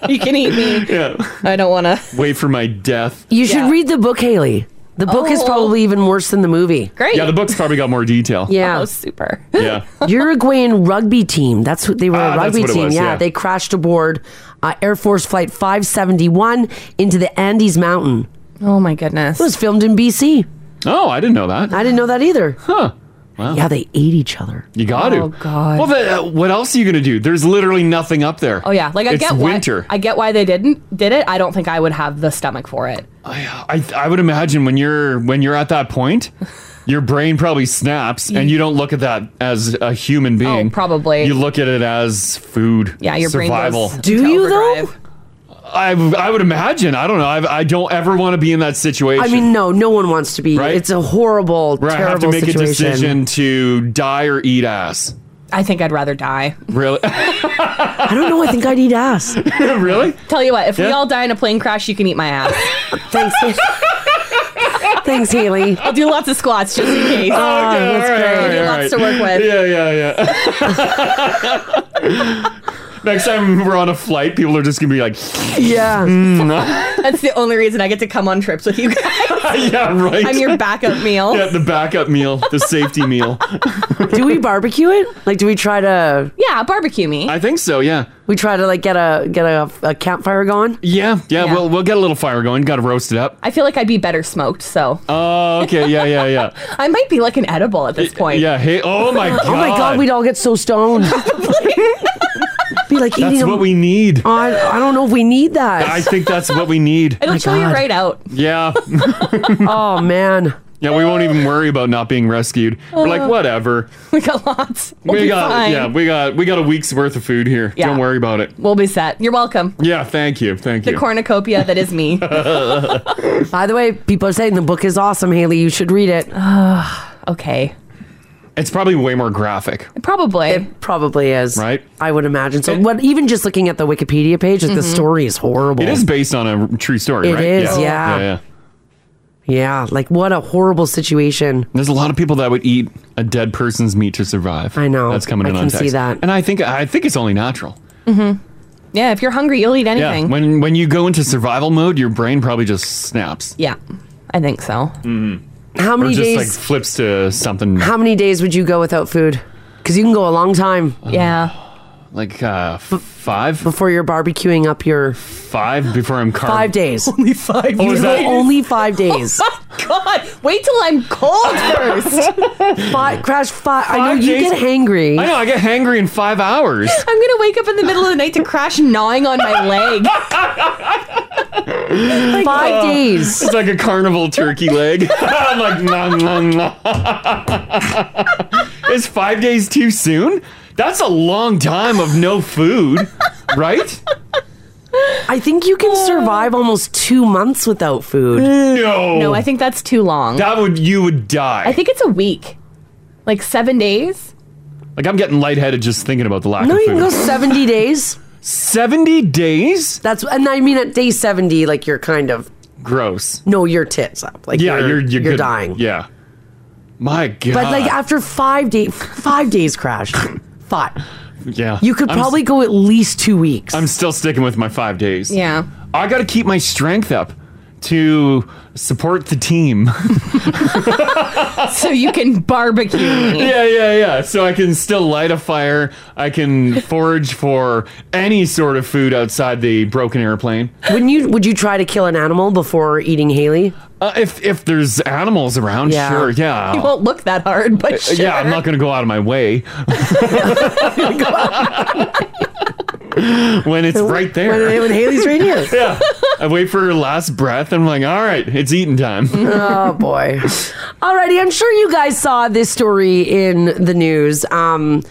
Speaker 4: you can eat me.
Speaker 2: Yeah.
Speaker 4: I don't want to.
Speaker 2: Wait for my death.
Speaker 3: You should read the book, Haley. The book is
Speaker 4: Oh.
Speaker 3: probably even worse than the movie.
Speaker 4: Great.
Speaker 2: Yeah, the book's probably got more detail.
Speaker 3: Yeah.
Speaker 4: super.
Speaker 2: Yeah.
Speaker 3: Uruguayan rugby team. That's who they were.
Speaker 2: Ah,
Speaker 3: a
Speaker 2: that's
Speaker 3: rugby
Speaker 2: what it
Speaker 3: team.
Speaker 2: was, yeah.
Speaker 3: They crashed aboard uh, Air Force Flight 571 into the Andes Mountain.
Speaker 4: Oh my goodness!
Speaker 3: It was filmed in BC.
Speaker 2: Oh, I didn't know that.
Speaker 3: I didn't know that either.
Speaker 2: Huh. Wow.
Speaker 3: Yeah, they ate each other.
Speaker 2: You got to.
Speaker 4: Oh, God.
Speaker 2: Well, the, uh, what else are you gonna do? There's literally nothing up there.
Speaker 4: Oh yeah, like I
Speaker 2: it's
Speaker 4: get why,
Speaker 2: winter.
Speaker 4: I get why they didn't did it. I don't think I would have the stomach for it.
Speaker 2: I, I would imagine when you're when you're at that point, your brain probably snaps, and you don't look at that as a human being.
Speaker 4: Oh, probably.
Speaker 2: you look at it as food.
Speaker 4: Yeah, your brain
Speaker 2: survival.
Speaker 4: goes Do into you, though? overdrive.
Speaker 2: I, I would imagine. I don't know. I, I don't ever want to be in that situation.
Speaker 3: I mean, no, no one wants to be. It's a horrible,
Speaker 2: Where I
Speaker 3: terrible
Speaker 2: have to make
Speaker 3: situation.
Speaker 2: a decision to die or eat ass.
Speaker 4: I think I'd rather die.
Speaker 2: Really?
Speaker 3: I don't know. I think I'd eat ass.
Speaker 2: really?
Speaker 4: Tell you what, if we
Speaker 2: Yeah.
Speaker 4: all die in a plane crash, you can eat my ass.
Speaker 3: Thanks. Thanks, Haley.
Speaker 4: I'll do lots of squats just in case.
Speaker 2: Oh, okay,
Speaker 4: that's
Speaker 2: all right,
Speaker 4: great.
Speaker 2: all right, all
Speaker 4: Lots to
Speaker 2: right.
Speaker 4: work with.
Speaker 2: Yeah, yeah, yeah. Next time we're on a flight, people are just gonna be like,
Speaker 3: Yeah.
Speaker 2: Mm,
Speaker 4: That's the only reason I get to come on trips with you guys.
Speaker 2: yeah, right.
Speaker 4: I'm your backup meal.
Speaker 2: Yeah, the backup meal, the safety meal.
Speaker 3: do we barbecue it? Like, do we try to?
Speaker 4: Yeah, barbecue me.
Speaker 2: I think so. Yeah.
Speaker 3: We try to like get a get a, a campfire going.
Speaker 2: Yeah, yeah,
Speaker 4: Yeah.
Speaker 2: We'll we'll get a little fire going. Got to roast it up.
Speaker 4: I feel like I'd be better smoked, so
Speaker 2: Oh, okay. Yeah, yeah, yeah.
Speaker 4: I might be like an edible at this point.
Speaker 2: Yeah. Hey. Oh my god.
Speaker 3: Oh my god, we'd all get so stoned. Be like eating
Speaker 2: That's
Speaker 3: them.
Speaker 2: what we need.
Speaker 3: I, I don't know if we need that.
Speaker 2: I think that's what we need.
Speaker 4: It'll
Speaker 3: My
Speaker 4: chill you
Speaker 3: God.
Speaker 4: right out.
Speaker 2: Yeah.
Speaker 3: oh man,
Speaker 2: Yeah. We won't even worry about not being rescued. We're
Speaker 4: Uh.
Speaker 2: like, whatever.
Speaker 4: We got lots. We'll
Speaker 2: We
Speaker 4: be
Speaker 2: got.
Speaker 4: fine.
Speaker 2: Yeah. We got. We got a week's worth of food here.
Speaker 4: Yeah.
Speaker 2: Don't worry about it.
Speaker 4: We'll be set. You're welcome.
Speaker 2: Yeah. Thank you. Thank
Speaker 4: The
Speaker 2: you.
Speaker 4: cornucopia that is me.
Speaker 3: By the way, people are saying the book is awesome, Haley. You should read it.
Speaker 4: okay.
Speaker 2: it's probably way more graphic,
Speaker 4: Probably.
Speaker 3: Probably is.
Speaker 2: right?
Speaker 3: I would imagine. So, what? Even just looking at the Wikipedia page, like, the
Speaker 4: Mm-hmm.
Speaker 3: story is horrible.
Speaker 2: It is based on a r- true story.
Speaker 3: It
Speaker 2: right?
Speaker 3: is, yeah.
Speaker 2: yeah. Yeah.
Speaker 3: Yeah, like what a horrible situation.
Speaker 2: There's a lot of people that would eat a dead person's meat to survive.
Speaker 3: I know.
Speaker 2: That's coming
Speaker 3: I
Speaker 2: in
Speaker 3: can
Speaker 2: on
Speaker 3: see
Speaker 2: text.
Speaker 3: that.
Speaker 2: And I think I think it's only natural.
Speaker 4: Mm-hmm. yeah, if you're hungry, you'll eat
Speaker 2: Yeah.
Speaker 4: anything.
Speaker 2: When when you go into survival mode, your brain probably just snaps.
Speaker 4: Yeah, I think so. Mm-hmm.
Speaker 3: How
Speaker 2: Or
Speaker 3: many
Speaker 2: just
Speaker 3: days?
Speaker 2: like flips to something.
Speaker 3: how many days would you go without food? Because you can go a long time.
Speaker 4: Yeah.
Speaker 2: like uh, f- five
Speaker 3: before you're barbecuing up your
Speaker 2: five before I'm carb.
Speaker 3: five days. Only five.
Speaker 2: Oh, is that-
Speaker 3: only five days?
Speaker 2: Oh
Speaker 4: God, wait till I'm cold first.
Speaker 3: Five, crash five. I
Speaker 2: Five
Speaker 3: know you
Speaker 2: days?
Speaker 3: get hangry.
Speaker 2: I know I get hangry in five hours.
Speaker 4: I'm gonna wake up in the middle of the night to crash gnawing on my leg.
Speaker 3: Five
Speaker 2: Uh,
Speaker 3: days.
Speaker 2: It's like a carnival turkey leg. I'm like, nom, nom, nom. Is five days too soon? That's a long time of no food, right?
Speaker 3: I think you can survive almost two months without food.
Speaker 2: No.
Speaker 4: No, I think that's too long.
Speaker 2: that would you would die.
Speaker 4: I think it's a week, like seven days.
Speaker 2: like I'm getting lightheaded just thinking about the lack
Speaker 3: No,
Speaker 2: of
Speaker 3: you
Speaker 2: food.
Speaker 3: can go seventy days.
Speaker 2: Seventy days?
Speaker 3: That's and I mean at day seventy, like you're kind of
Speaker 2: Gross.
Speaker 3: no, your tits up. Like
Speaker 2: Yeah,
Speaker 3: you're
Speaker 2: you're you're, good.
Speaker 3: dying.
Speaker 2: Yeah. My God.
Speaker 3: But like after five day, five days crash, five.
Speaker 2: yeah,
Speaker 3: You could
Speaker 2: I'm s-
Speaker 3: probably go at least two weeks.
Speaker 2: I'm still sticking with my five days.
Speaker 4: Yeah.
Speaker 2: I got to keep my strength up to support the team.
Speaker 4: So you can barbecue me.
Speaker 2: yeah, yeah, yeah. So I can still light a fire. I can forage for any sort of food outside the broken airplane.
Speaker 3: Wouldn't you? Would you try to kill an animal before eating Haley?
Speaker 2: Uh, if if there's animals around,
Speaker 3: Yeah.
Speaker 2: sure, yeah.
Speaker 4: It won't look that hard, but
Speaker 2: Uh,
Speaker 4: sure.
Speaker 2: Yeah, I'm not going to go out of my way. when it's right there.
Speaker 3: When, when Haley's right here.
Speaker 2: yeah. I wait for her last breath and I'm like, all right, it's eating time.
Speaker 3: Oh boy. Alrighty, I'm sure you guys saw this story in the news. Um,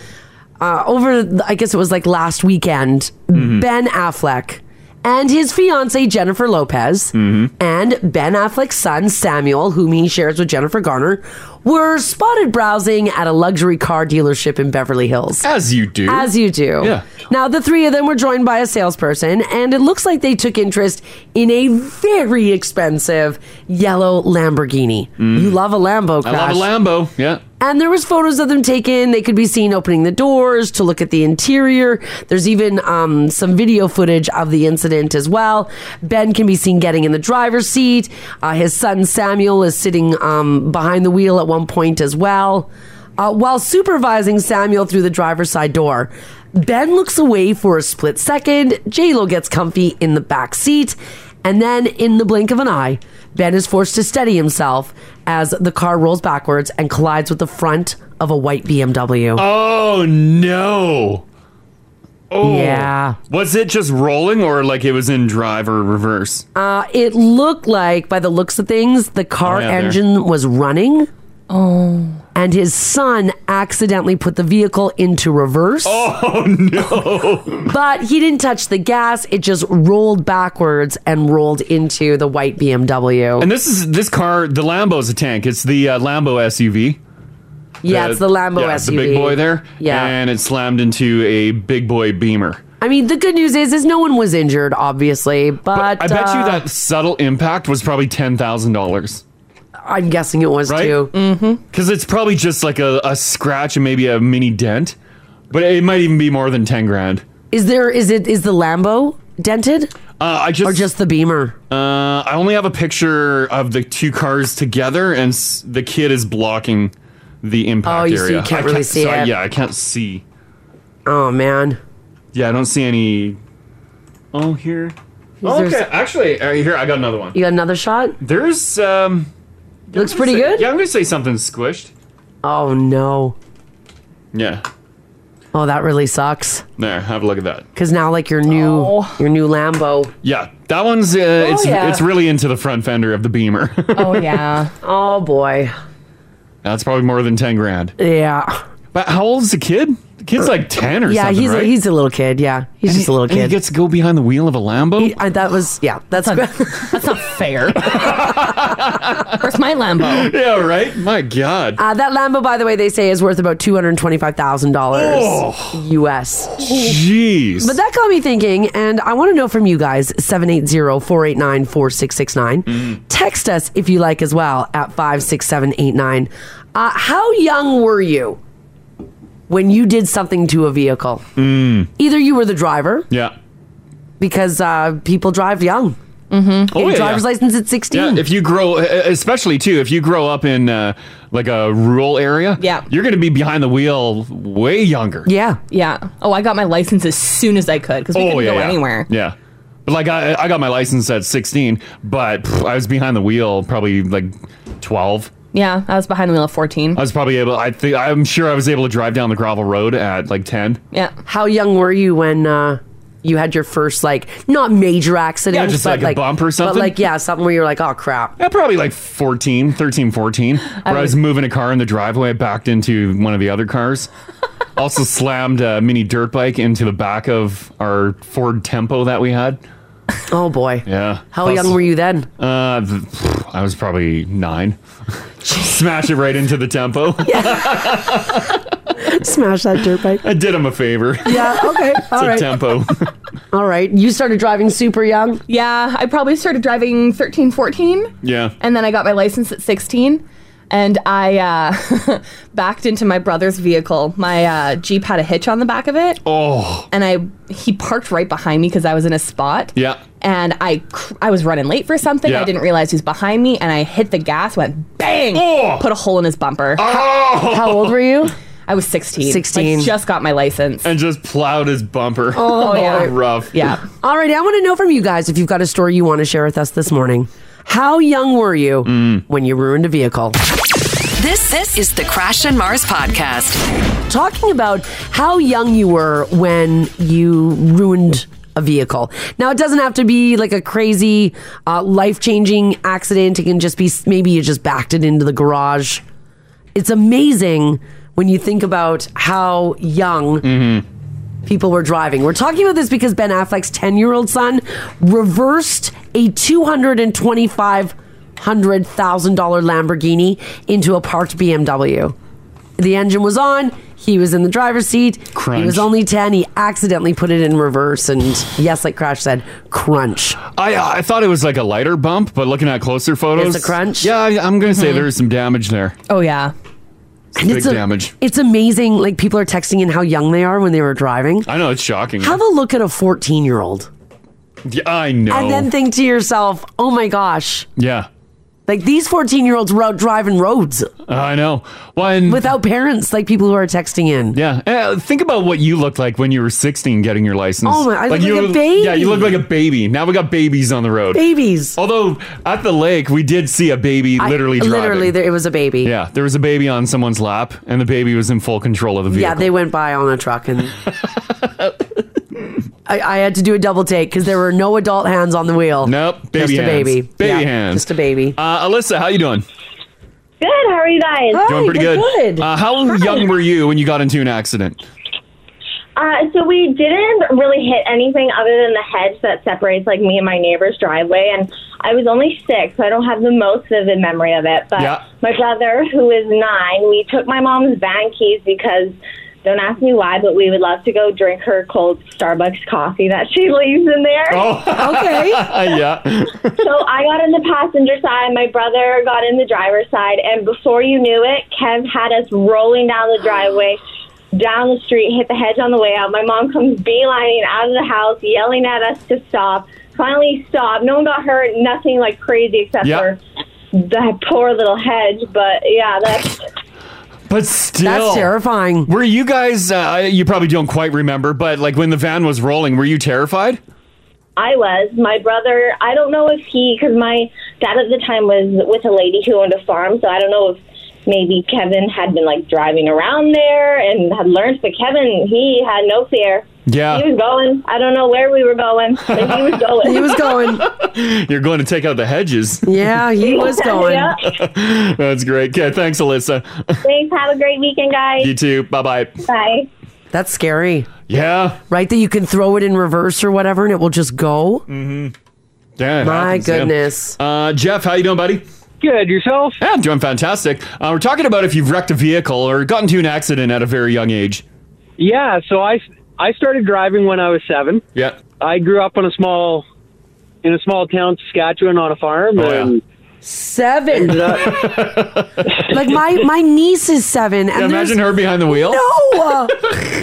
Speaker 3: uh, over, the- I guess it was like last weekend,
Speaker 2: Mm-hmm.
Speaker 3: Ben Affleck and his fiancee Jennifer Lopez
Speaker 2: Mm-hmm.
Speaker 3: and Ben Affleck's son Samuel, whom he shares with Jennifer Garner, were spotted browsing at a luxury car dealership in Beverly Hills.
Speaker 2: As you do.
Speaker 3: As you do.
Speaker 2: Yeah.
Speaker 3: Oh. Now, the three of them were joined by a salesperson, and it looks like they took interest in a very expensive yellow Lamborghini. You love a Lambo,
Speaker 2: Mm. I
Speaker 3: Crash.
Speaker 2: love a Lambo. Yeah.
Speaker 3: And there was photos of them taken. They could be seen opening the doors to look at the interior. There's even um, some video footage of the incident as well. Ben can be seen getting in the driver's seat. Uh, his son Samuel is sitting um, behind the wheel at one point as well. Uh, while supervising Samuel through the driver's side door, Ben looks away for a split second. J Lo gets comfy in the back seat, and then in the blink of an eye, Ben is forced to steady himself as the car rolls backwards and collides with the front of a white BMW.
Speaker 2: Oh no. Oh.
Speaker 3: Yeah.
Speaker 2: Was it just rolling or like it was in drive or reverse?
Speaker 3: Uh, it looked like, by the looks of things, the car
Speaker 2: Oh, yeah, there.
Speaker 3: engine was running. Oh. And his son accidentally put the vehicle into reverse.
Speaker 2: Oh no.
Speaker 3: But he didn't touch the gas. It just rolled backwards and rolled into the white BMW.
Speaker 2: And this is this car, the Lambo's a tank. It's the uh, Lambo SUV.
Speaker 3: yeah, it's the Lambo
Speaker 2: Uh, yeah,
Speaker 3: SUV.
Speaker 2: it's The big boy there.
Speaker 3: Yeah.
Speaker 2: And it slammed into a big boy Beamer.
Speaker 3: I mean, the good news is, is no one was injured, obviously. But,
Speaker 2: I bet you
Speaker 3: uh,
Speaker 2: that subtle impact was probably ten thousand dollars,
Speaker 3: I'm guessing it was
Speaker 2: right?
Speaker 3: too.
Speaker 2: Mm-hmm. Because it's probably just like a, a scratch and maybe a mini dent, but it might even be more than ten grand.
Speaker 3: Is there? Is it? Is the Lambo dented
Speaker 2: Uh, I just,
Speaker 3: or just the Beamer?
Speaker 2: uh, I only have a picture of the two cars together, and s- the kid is blocking the impact
Speaker 3: Oh, you see,
Speaker 2: area.
Speaker 3: you can't
Speaker 2: I
Speaker 3: really see
Speaker 2: so I-
Speaker 3: it.
Speaker 2: yeah, I can't see.
Speaker 3: Oh man.
Speaker 2: Yeah, I don't see any. Oh, here. Oh,
Speaker 3: there's-
Speaker 2: okay, actually, uh, here I got another one.
Speaker 3: You got another shot?
Speaker 2: There's um.
Speaker 3: Looks
Speaker 2: I'm gonna
Speaker 3: pretty
Speaker 2: say-
Speaker 3: good.
Speaker 2: Yeah, I'm gonna say something squished.
Speaker 3: Oh no.
Speaker 2: Yeah.
Speaker 3: Oh, that really sucks.
Speaker 2: There, have a look at that.
Speaker 3: Because now, like your new,
Speaker 4: Oh.
Speaker 3: your new Lambo.
Speaker 2: Yeah, that one's uh,
Speaker 3: Oh,
Speaker 2: it's
Speaker 4: yeah.
Speaker 2: it's really into the front fender of the Beamer.
Speaker 4: Oh yeah.
Speaker 3: Oh boy.
Speaker 2: That's probably more than ten grand.
Speaker 3: Yeah.
Speaker 2: But how old's the kid? The kid's like ten or
Speaker 3: Uh, Yeah.
Speaker 2: something,
Speaker 3: he's
Speaker 2: right?
Speaker 3: a, he's a little kid. Yeah. He's just a little
Speaker 2: And he
Speaker 3: kid.
Speaker 2: gets to go behind the wheel of a Lambo.
Speaker 3: I, that was yeah. That's
Speaker 4: That's not fair. Where's my Lambo?
Speaker 2: yeah, right. My God.
Speaker 3: Uh, that Lambo, by the way, they say is worth about two hundred twenty-five thousand
Speaker 2: Oh.
Speaker 3: dollars U.S.
Speaker 2: Jeez.
Speaker 3: But that got me thinking, and I want to know from you guys 780-489-4669.
Speaker 2: Mm-hmm.
Speaker 3: Text us if you like as well at five six seven eight nine. Uh, how young were you when you did something to a
Speaker 2: Mm.
Speaker 3: vehicle? Either you were the driver
Speaker 2: yeah.
Speaker 3: because uh, people drive young.
Speaker 2: Mm-hmm.
Speaker 3: Get a driver's license at 16.
Speaker 2: Yeah, if you grow, e- e- especially too, if you grow up in uh, like a rural area,
Speaker 4: Yeah.
Speaker 2: you're going to be behind the wheel way younger.
Speaker 3: Yeah.
Speaker 4: Yeah. Oh, I got my license as soon as I could because we couldn't go anywhere.
Speaker 2: Oh, Yeah. But like I, I got my license at 16, but pff, I was behind the wheel probably like 12.
Speaker 4: Yeah, I was behind the wheel at 14.
Speaker 2: I was probably able. I think I'm sure I was able to drive down the gravel road at like 10.
Speaker 4: Yeah.
Speaker 3: How young were you when uh, you had your first, like, not major accident?
Speaker 2: Yeah, just
Speaker 3: but,
Speaker 2: like a bump or
Speaker 3: But,
Speaker 2: something?
Speaker 3: like, yeah, something where you're like, oh, crap.
Speaker 2: Yeah, probably like 14, 13, 14. Where I, was
Speaker 4: would-
Speaker 2: moving a car in the driveway, I backed into one of the other cars. also slammed a mini dirt bike into the back of our Ford Tempo that we had.
Speaker 3: Oh, boy.
Speaker 2: Yeah.
Speaker 3: How young were you then?
Speaker 2: Uh, th- pff, I was probably nine. Smash it right into the Tempo.
Speaker 3: Smash that dirt bike.
Speaker 2: I did him a favor.
Speaker 3: Yeah, okay.
Speaker 2: It's
Speaker 3: All
Speaker 2: a
Speaker 3: right.
Speaker 2: tempo.
Speaker 3: All right. You started driving super young.
Speaker 4: Yeah, I probably started driving 13, 14.
Speaker 2: yeah.
Speaker 4: And then I got my license at 16. And I uh, backed into my brother's vehicle. My uh, Jeep had a hitch on the back of it.
Speaker 2: Oh.
Speaker 4: And I he parked right behind me because I was in a spot.
Speaker 2: Yeah.
Speaker 4: And I cr- I was running late for something.
Speaker 2: Yeah.
Speaker 4: I didn't realize he was behind me. And I hit the gas, went bang,
Speaker 2: Oh.
Speaker 4: put a hole in his bumper.
Speaker 2: Oh.
Speaker 3: How old were you?
Speaker 4: I was 16. Like,
Speaker 3: 16.
Speaker 4: just got my license.
Speaker 2: And just plowed his bumper.
Speaker 4: Oh, yeah.
Speaker 2: Rough.
Speaker 4: yeah.
Speaker 3: All right, I want to know from you guys if you've got a story you want to share with us this morning. How young were you
Speaker 2: Mm.
Speaker 3: when you ruined a vehicle?
Speaker 1: This this is the Crash and Mars podcast.
Speaker 3: Talking about how young you were when you ruined a vehicle. Now, it doesn't have to be like a crazy, uh, life changing accident. It can just be s- maybe you just backed it into the garage. It's amazing when you think about how young people were driving. We're talking about this because Ben Affleck's 10 year old son reversed a $225,000 Lamborghini into a parked BMW. The engine was on. He was in the driver's seat. He
Speaker 2: Crunch.
Speaker 3: was only 10. He accidentally put it in reverse. And yes, like Crash said, crunch.
Speaker 2: I I thought it was like a lighter bump, but looking at closer photos,
Speaker 3: It's a crunch? Mm-hmm.
Speaker 2: Yeah, I, I'm gonna say there is some damage there.
Speaker 4: Oh, yeah.
Speaker 2: Big
Speaker 3: a-
Speaker 2: damage.
Speaker 3: It's amazing. Like people are texting in how young they are when they were driving.
Speaker 2: I know it's shocking.
Speaker 3: Have a look at a 14 year old
Speaker 2: Yeah, I know.
Speaker 3: and then think to yourself, oh my gosh,
Speaker 2: yeah,
Speaker 3: like these 14 year olds were out driving roads.
Speaker 2: I know. When
Speaker 3: without parents, like people who are texting in.
Speaker 2: yeah, Eh, think about what you looked like when you were 16 getting your license.
Speaker 3: Oh my- I look
Speaker 2: you,
Speaker 3: like a
Speaker 2: Yeah, you look like
Speaker 3: baby.
Speaker 2: a baby. Now we got babies on the road.
Speaker 3: Babies.
Speaker 2: Although at the lake we did see a baby
Speaker 3: I-
Speaker 2: literally driving.
Speaker 3: literally, there, it was a baby.
Speaker 2: Yeah, there was a baby on someone's lap, and the baby was in full control of the vehicle.
Speaker 3: Yeah, they went by on a truck, and I, I had to do a double take because there were no adult hands on the wheel.
Speaker 2: Nope, baby
Speaker 3: just a
Speaker 2: hands.
Speaker 3: baby,
Speaker 2: Baby
Speaker 3: Yeah,
Speaker 2: hands.
Speaker 3: just a baby.
Speaker 2: Uh, Alyssa, how you doing?
Speaker 5: Good. How are you guys?
Speaker 2: Doing pretty
Speaker 3: we're
Speaker 2: good.
Speaker 3: good.
Speaker 2: Uh, how young were you when you got into an accident?
Speaker 5: Uh, so we didn't really hit anything other than the hedge that separates like me and my neighbor's driveway, and I was only six, so I don't have the most vivid memory of it. But
Speaker 2: Yeah.
Speaker 5: my brother, who is nine, we took my mom's van keys because. Don't ask me why, but we would love to go drink her cold Starbucks coffee that she leaves in there.
Speaker 2: Oh,
Speaker 3: okay.
Speaker 2: yeah.
Speaker 5: so I got in the passenger side, my brother got in the driver's side, and before you knew it, Kev had us rolling down the driveway, down the street, hit the hedge on the way out. My mom comes beelining out of the house, yelling at us to stop. Finally, stop. No one got hurt, nothing like crazy except
Speaker 2: Yeah.
Speaker 5: for that poor little hedge. But yeah, that's
Speaker 2: But still,
Speaker 3: That's terrifying.
Speaker 2: Were you guys? Uh, you probably don't quite remember, but like when the van was rolling, were you terrified?
Speaker 5: I was. My brother, I don't know if he, because my dad at the time was with a lady who owned a farm, so I don't know if maybe Kevin had been like driving around there and had learned, but Kevin, he had no fear. He
Speaker 2: Yeah,
Speaker 5: was going. I don't know where we were going, but he was going.
Speaker 3: He was going.
Speaker 2: you're going to take out the hedges.
Speaker 3: Yeah, he was going.
Speaker 5: Yeah.
Speaker 2: That's great. Okay, thanks, Alyssa.
Speaker 5: Thanks. Have a great weekend, guys.
Speaker 2: You too. Bye bye.
Speaker 5: Bye.
Speaker 3: That's scary,
Speaker 2: Yeah.
Speaker 3: right? That you can throw it in reverse or whatever, and it will just go.
Speaker 2: Mm-hmm. Yeah. it
Speaker 3: My
Speaker 2: happens, yeah.
Speaker 3: goodness.
Speaker 2: Uh, Jeff, how you doing, buddy?
Speaker 6: Good. Yourself?
Speaker 2: Yeah, I'm doing fantastic. Uh, we're talking about if you've wrecked a vehicle or gotten to an accident at a very young age.
Speaker 6: Yeah. So I I started driving when I was seven.
Speaker 2: Yeah.
Speaker 6: I grew up on a small in a small town, Saskatchewan, on a farm,
Speaker 2: Oh, yeah.
Speaker 6: and
Speaker 3: Seven. like my my niece is seven. And
Speaker 2: Yeah, imagine
Speaker 3: there's-
Speaker 2: her behind the wheel.
Speaker 3: No. uh,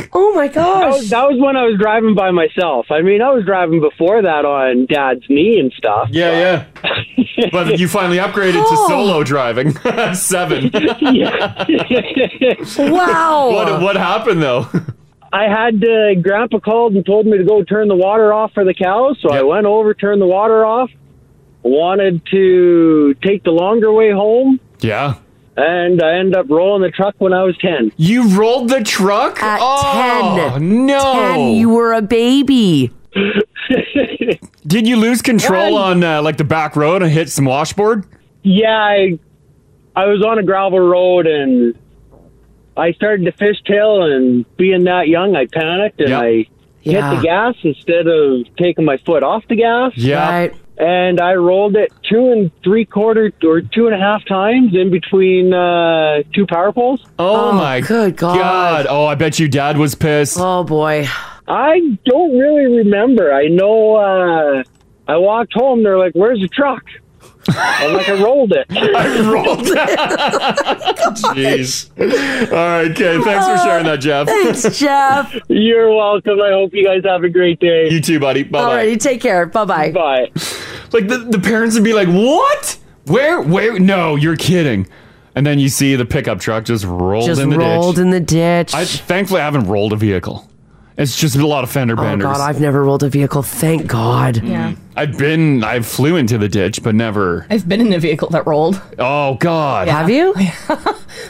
Speaker 3: oh my
Speaker 6: That
Speaker 3: gosh.
Speaker 6: was, that was when I was driving by myself. I mean, I was driving before that on Dad's knee and stuff.
Speaker 2: Yeah, yeah. but you finally upgraded to
Speaker 3: Oh.
Speaker 2: solo driving. Seven.
Speaker 3: Wow.
Speaker 2: What what happened though?
Speaker 6: I had uh, Grandpa called and told me to go turn the water off for the cows, so I
Speaker 2: Yep.
Speaker 6: went over, turned the water off. Wanted to take the longer way home,
Speaker 2: yeah.
Speaker 6: and I ended up rolling the truck when I was ten.
Speaker 2: You rolled the truck
Speaker 3: At
Speaker 2: oh,
Speaker 3: 10.
Speaker 2: No.
Speaker 3: Ten, you were a baby.
Speaker 2: Did you lose control on uh, like the back road and hit some washboard?
Speaker 6: Yeah, I, I was on a gravel road and I started to fishtail, and being that young, I panicked and
Speaker 2: Yep.
Speaker 6: I
Speaker 3: Yeah.
Speaker 6: hit the gas instead of taking my foot off the gas.
Speaker 2: Yeah.
Speaker 3: Right.
Speaker 6: And I rolled it two and three quarter or two and a half times in between uh, two power poles.
Speaker 2: Oh,
Speaker 3: Oh,
Speaker 2: my
Speaker 3: good God.
Speaker 2: Oh, I bet you dad was pissed.
Speaker 3: Oh boy.
Speaker 6: I don't really remember. I know uh, I walked home. They're like, "Where's the truck?" I'm like, "I rolled it."
Speaker 2: I rolled. Jeez. All right, okay. Thanks for sharing that, Jeff.
Speaker 3: Thanks, Jeff.
Speaker 6: You're welcome. I hope you guys have a great day.
Speaker 2: You too, buddy. Bye bye.
Speaker 3: Alrighty, take care. Bye bye.
Speaker 6: Bye.
Speaker 2: Like the, the parents would be like, "What? Where? Where? No, you're kidding." And then you see the pickup truck just rolled
Speaker 3: Just
Speaker 2: in the
Speaker 3: rolled
Speaker 2: ditch.
Speaker 3: in the ditch.
Speaker 2: I thankfully I haven't rolled a vehicle. It's just a lot of fender
Speaker 3: oh
Speaker 2: benders.
Speaker 3: God, I've never rolled a vehicle. Thank God.
Speaker 4: Yeah.
Speaker 2: I've been I flew into the ditch, but never.
Speaker 4: I've been in a vehicle that rolled.
Speaker 2: Oh God.
Speaker 3: Have you?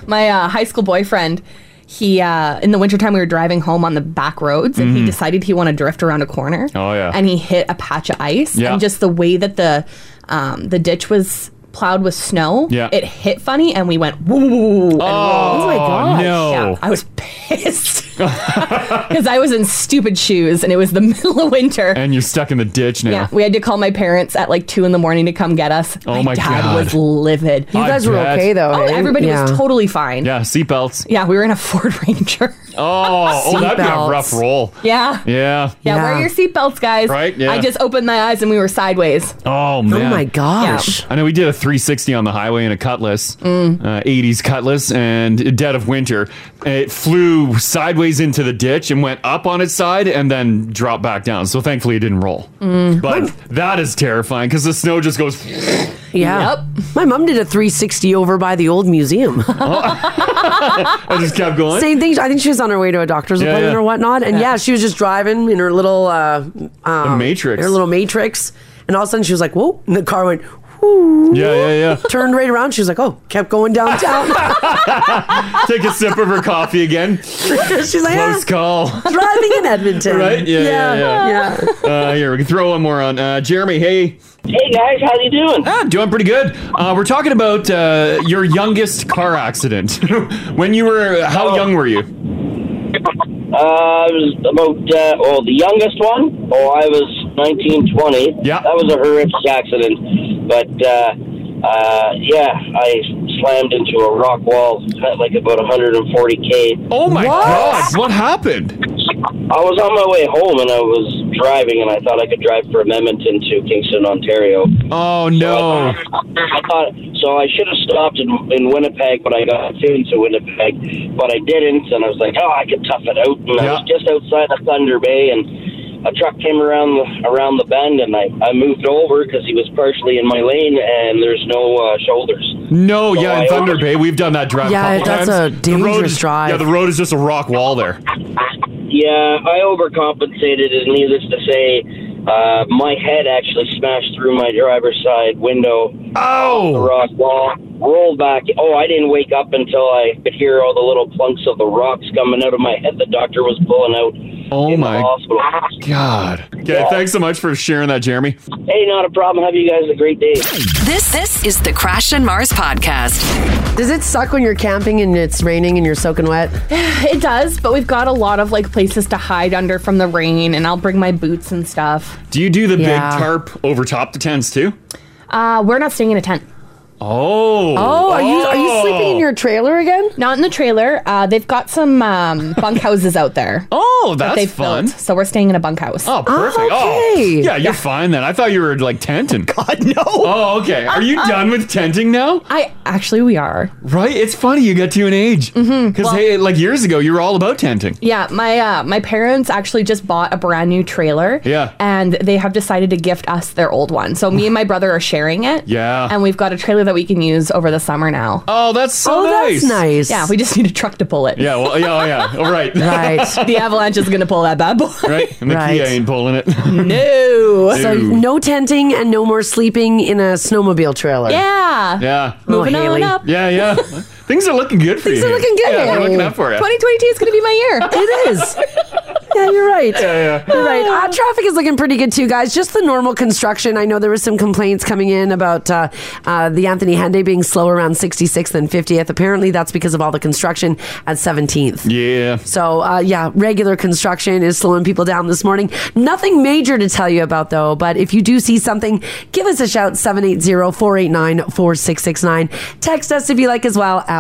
Speaker 4: my uh, high school boyfriend he uh, in the wintertime we were driving home on the back roads and he decided he wanted to drift around a corner
Speaker 2: Mm-hmm. Oh, yeah.
Speaker 4: and he hit a patch of ice
Speaker 2: Yeah.
Speaker 4: and just the way that the um, the ditch was plowed with snow
Speaker 2: Yeah.
Speaker 4: it hit funny and we went woo and
Speaker 2: Oh,
Speaker 4: rolled.
Speaker 2: gosh. no.
Speaker 4: Yeah, i was pissed because i was in stupid shoes and it was the middle of winter
Speaker 2: And you're stuck in the ditch now.
Speaker 4: yeah, we had to call my parents at like two in the morning to come get us.
Speaker 2: Oh, my
Speaker 4: dad
Speaker 2: God.
Speaker 4: was livid.
Speaker 3: You
Speaker 2: I
Speaker 3: guys were
Speaker 2: bet.
Speaker 3: okay though.
Speaker 4: Oh,
Speaker 3: hey?
Speaker 4: everybody
Speaker 3: Yeah.
Speaker 4: was totally fine.
Speaker 2: Yeah, seatbelts.
Speaker 4: Yeah, we were in a Ford Ranger.
Speaker 2: Oh, oh, that'd be a
Speaker 3: Seatbelts.
Speaker 2: rough roll.
Speaker 4: Yeah. yeah.
Speaker 2: Yeah.
Speaker 4: wear your seatbelts, guys.
Speaker 2: Right, yeah.
Speaker 4: I just opened my eyes and we were sideways.
Speaker 2: Oh man.
Speaker 3: Oh my gosh.
Speaker 2: I know we did a 360 on the highway in a Cutlass,
Speaker 4: Mm.
Speaker 2: uh, 80s Cutlass, and dead of winter. It flew sideways into the ditch and went up on its side and then dropped back down. So thankfully it didn't roll.
Speaker 4: Mm.
Speaker 3: Mm,
Speaker 2: But that is terrifying because the snow just goes.
Speaker 3: Yeah. My mom did a 360 over by the old museum.
Speaker 2: I just kept going.
Speaker 3: Same thing. I think she was on her way to a doctor's
Speaker 2: Yeah,
Speaker 3: appointment
Speaker 2: yeah.
Speaker 3: or whatnot. And yeah. she was just driving in her little uh, um,
Speaker 2: Matrix.
Speaker 3: Her little matrix. And all of a sudden she was like, whoa. And the car went,
Speaker 2: Yeah, yeah,
Speaker 3: turned right around. She was like, oh, kept going downtown.
Speaker 2: yeah. Take a sip of her coffee again.
Speaker 3: She's like, ah,
Speaker 2: Close call.
Speaker 3: driving in Edmonton.
Speaker 2: Right? Yeah, yeah, yeah.
Speaker 3: yeah.
Speaker 2: Uh, here, we can throw one more on. Uh, Jeremy, hey.
Speaker 7: Hey guys, how you doing?
Speaker 2: Ah, doing pretty good. Uh, we're talking about uh, your youngest car accident. when you were,
Speaker 7: Oh.
Speaker 2: how young were you?
Speaker 7: Uh, I was about uh, oh the youngest one. Oh, I was nineteen, twenty.
Speaker 2: Yeah.
Speaker 7: that was a horrific accident. But uh, uh, yeah, I slammed into a rock wall at like about 140k.
Speaker 2: Oh my
Speaker 3: What?
Speaker 2: god, what happened?
Speaker 7: I was on my way home and I was driving and I thought I could drive from Edmonton to Kingston, Ontario.
Speaker 2: Oh no.
Speaker 7: I thought so. I should have stopped in, in Winnipeg, but I got into Winnipeg, but I didn't, and I was like, oh, I could tough it out. And I was
Speaker 2: Yeah.
Speaker 7: just outside of Thunder Bay, and a truck came around the, around the bend, and I, I moved over because he was partially in my lane, and there's no uh, shoulders.
Speaker 2: No, yeah,
Speaker 7: Oh,
Speaker 2: in
Speaker 7: I-
Speaker 2: Thunder Bay, we've done that drive.
Speaker 3: Yeah,
Speaker 2: a couple
Speaker 3: that's
Speaker 2: times.
Speaker 3: a
Speaker 2: The road
Speaker 3: dangerous
Speaker 2: is-
Speaker 3: drive.
Speaker 2: Yeah, the road is just a rock wall there.
Speaker 7: Yeah, I overcompensated, and needless to say, uh, my head actually smashed through my driver's side window. the
Speaker 2: Oh,
Speaker 7: rock wall, rolled back. Oh, I didn't wake up until I could hear all the little plunks of the rocks coming out of my head. The doctor was pulling out
Speaker 2: oh
Speaker 7: in the
Speaker 2: my
Speaker 7: hospital.
Speaker 2: god. Okay, thanks so much for sharing that, Jeremy.
Speaker 7: Hey, not a problem. Have you guys a great day.
Speaker 1: This this is the Crash and Mars podcast.
Speaker 3: Does it suck when you're camping and it's raining and you're soaking wet?
Speaker 4: It does, but we've got a lot of like places to hide under from the rain, and I'll bring my boots and stuff.
Speaker 2: Do you do the
Speaker 3: Yeah.
Speaker 2: big tarp over top the tents too?
Speaker 4: Uh, we're not staying in a tent.
Speaker 2: Oh.
Speaker 3: Oh, are you are you sleeping in your trailer again?
Speaker 4: Not in the trailer. Uh, they've got some um, bunkhouses out there.
Speaker 2: Oh,
Speaker 4: that
Speaker 2: that's
Speaker 4: they've
Speaker 2: fun.
Speaker 4: built. So we're staying in a bunkhouse.
Speaker 2: Oh, perfect. Oh, yeah, you're fine then. I thought you were like tenting. God, no. Oh, okay. Are you done with tenting now?
Speaker 4: I actually we are.
Speaker 2: Right? It's funny you got to an age. Because
Speaker 3: Mm-hmm.
Speaker 2: hey, like years ago, you were all about tenting.
Speaker 4: Yeah, my uh, my parents actually just bought a brand new trailer.
Speaker 2: Yeah.
Speaker 4: and they have decided to gift us their old one. So me and my brother are sharing it.
Speaker 2: Yeah.
Speaker 4: and we've got a trailer that we can use over the summer now.
Speaker 2: Oh, that's so Oh, that's nice. nice.
Speaker 4: Yeah, we just need a truck to pull it.
Speaker 2: Yeah, well, yeah, oh, yeah. All right.
Speaker 4: the avalanche is gonna pull that bad boy.
Speaker 2: Right? And the
Speaker 3: Right.
Speaker 2: Kia ain't pulling it.
Speaker 4: No.
Speaker 3: So no tenting and no more sleeping in a snowmobile trailer.
Speaker 4: Yeah.
Speaker 2: Yeah.
Speaker 3: Moving Oh, on Haley. up.
Speaker 2: Yeah, yeah. Things are looking good for you.
Speaker 3: Things are
Speaker 2: here.
Speaker 3: looking good.
Speaker 2: Yeah,
Speaker 3: Haley.
Speaker 2: we're looking up for you.
Speaker 4: 2022 is going to be my
Speaker 3: year. It is. Yeah, you're right.
Speaker 2: Yeah,
Speaker 3: You're right. Uh, traffic is looking pretty good too, guys. Just the normal construction. I know there was some complaints coming in about uh, uh, the Anthony Henday being slow around 66th and 50th. Apparently, that's because of all the construction at 17th.
Speaker 2: Yeah.
Speaker 3: So, uh, yeah, regular construction is slowing people down this morning. Nothing major to tell you about, though, but if you do see something, give us a shout 780 489 4669. Text us if you like as well at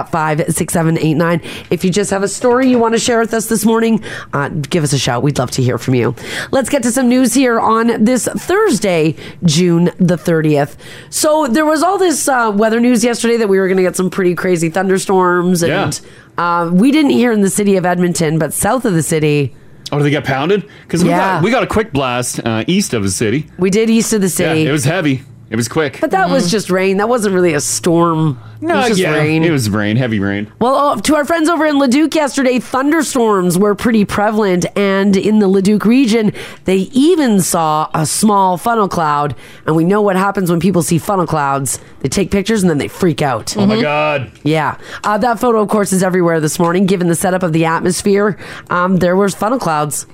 Speaker 3: 56789. If you just have a story you want to share with us this morning, uh, give us a shout. We'd love to hear from you. Let's get to some news here on this Thursday, June the 30th. So, there was all this uh, weather news yesterday that we were going to get some pretty crazy thunderstorms and.
Speaker 2: Yeah.
Speaker 3: Uh, we didn't hear in the city of Edmonton, but south of the city,
Speaker 2: Oh, did they get pounded? Because we,
Speaker 3: Yeah.
Speaker 2: got, we got a quick blast uh, east of the city.
Speaker 3: we did east of the city.
Speaker 2: Yeah, it was heavy. It was quick.
Speaker 3: but that was just rain. That wasn't really a storm.
Speaker 2: Mm-hmm. No,
Speaker 3: it was just
Speaker 2: yeah,
Speaker 3: rain.
Speaker 2: It was rain, heavy rain.
Speaker 3: well, oh, to our friends over in Leduc yesterday, thunderstorms were pretty prevalent, and in the Leduc region, they even saw a small funnel cloud. And we know what happens when people see funnel clouds. They take pictures and then they freak out. Mm-hmm.
Speaker 2: Oh my God.
Speaker 3: Yeah. Uh, that photo, of course, is everywhere this morning. Given the setup of the atmosphere, um, there was funnel clouds.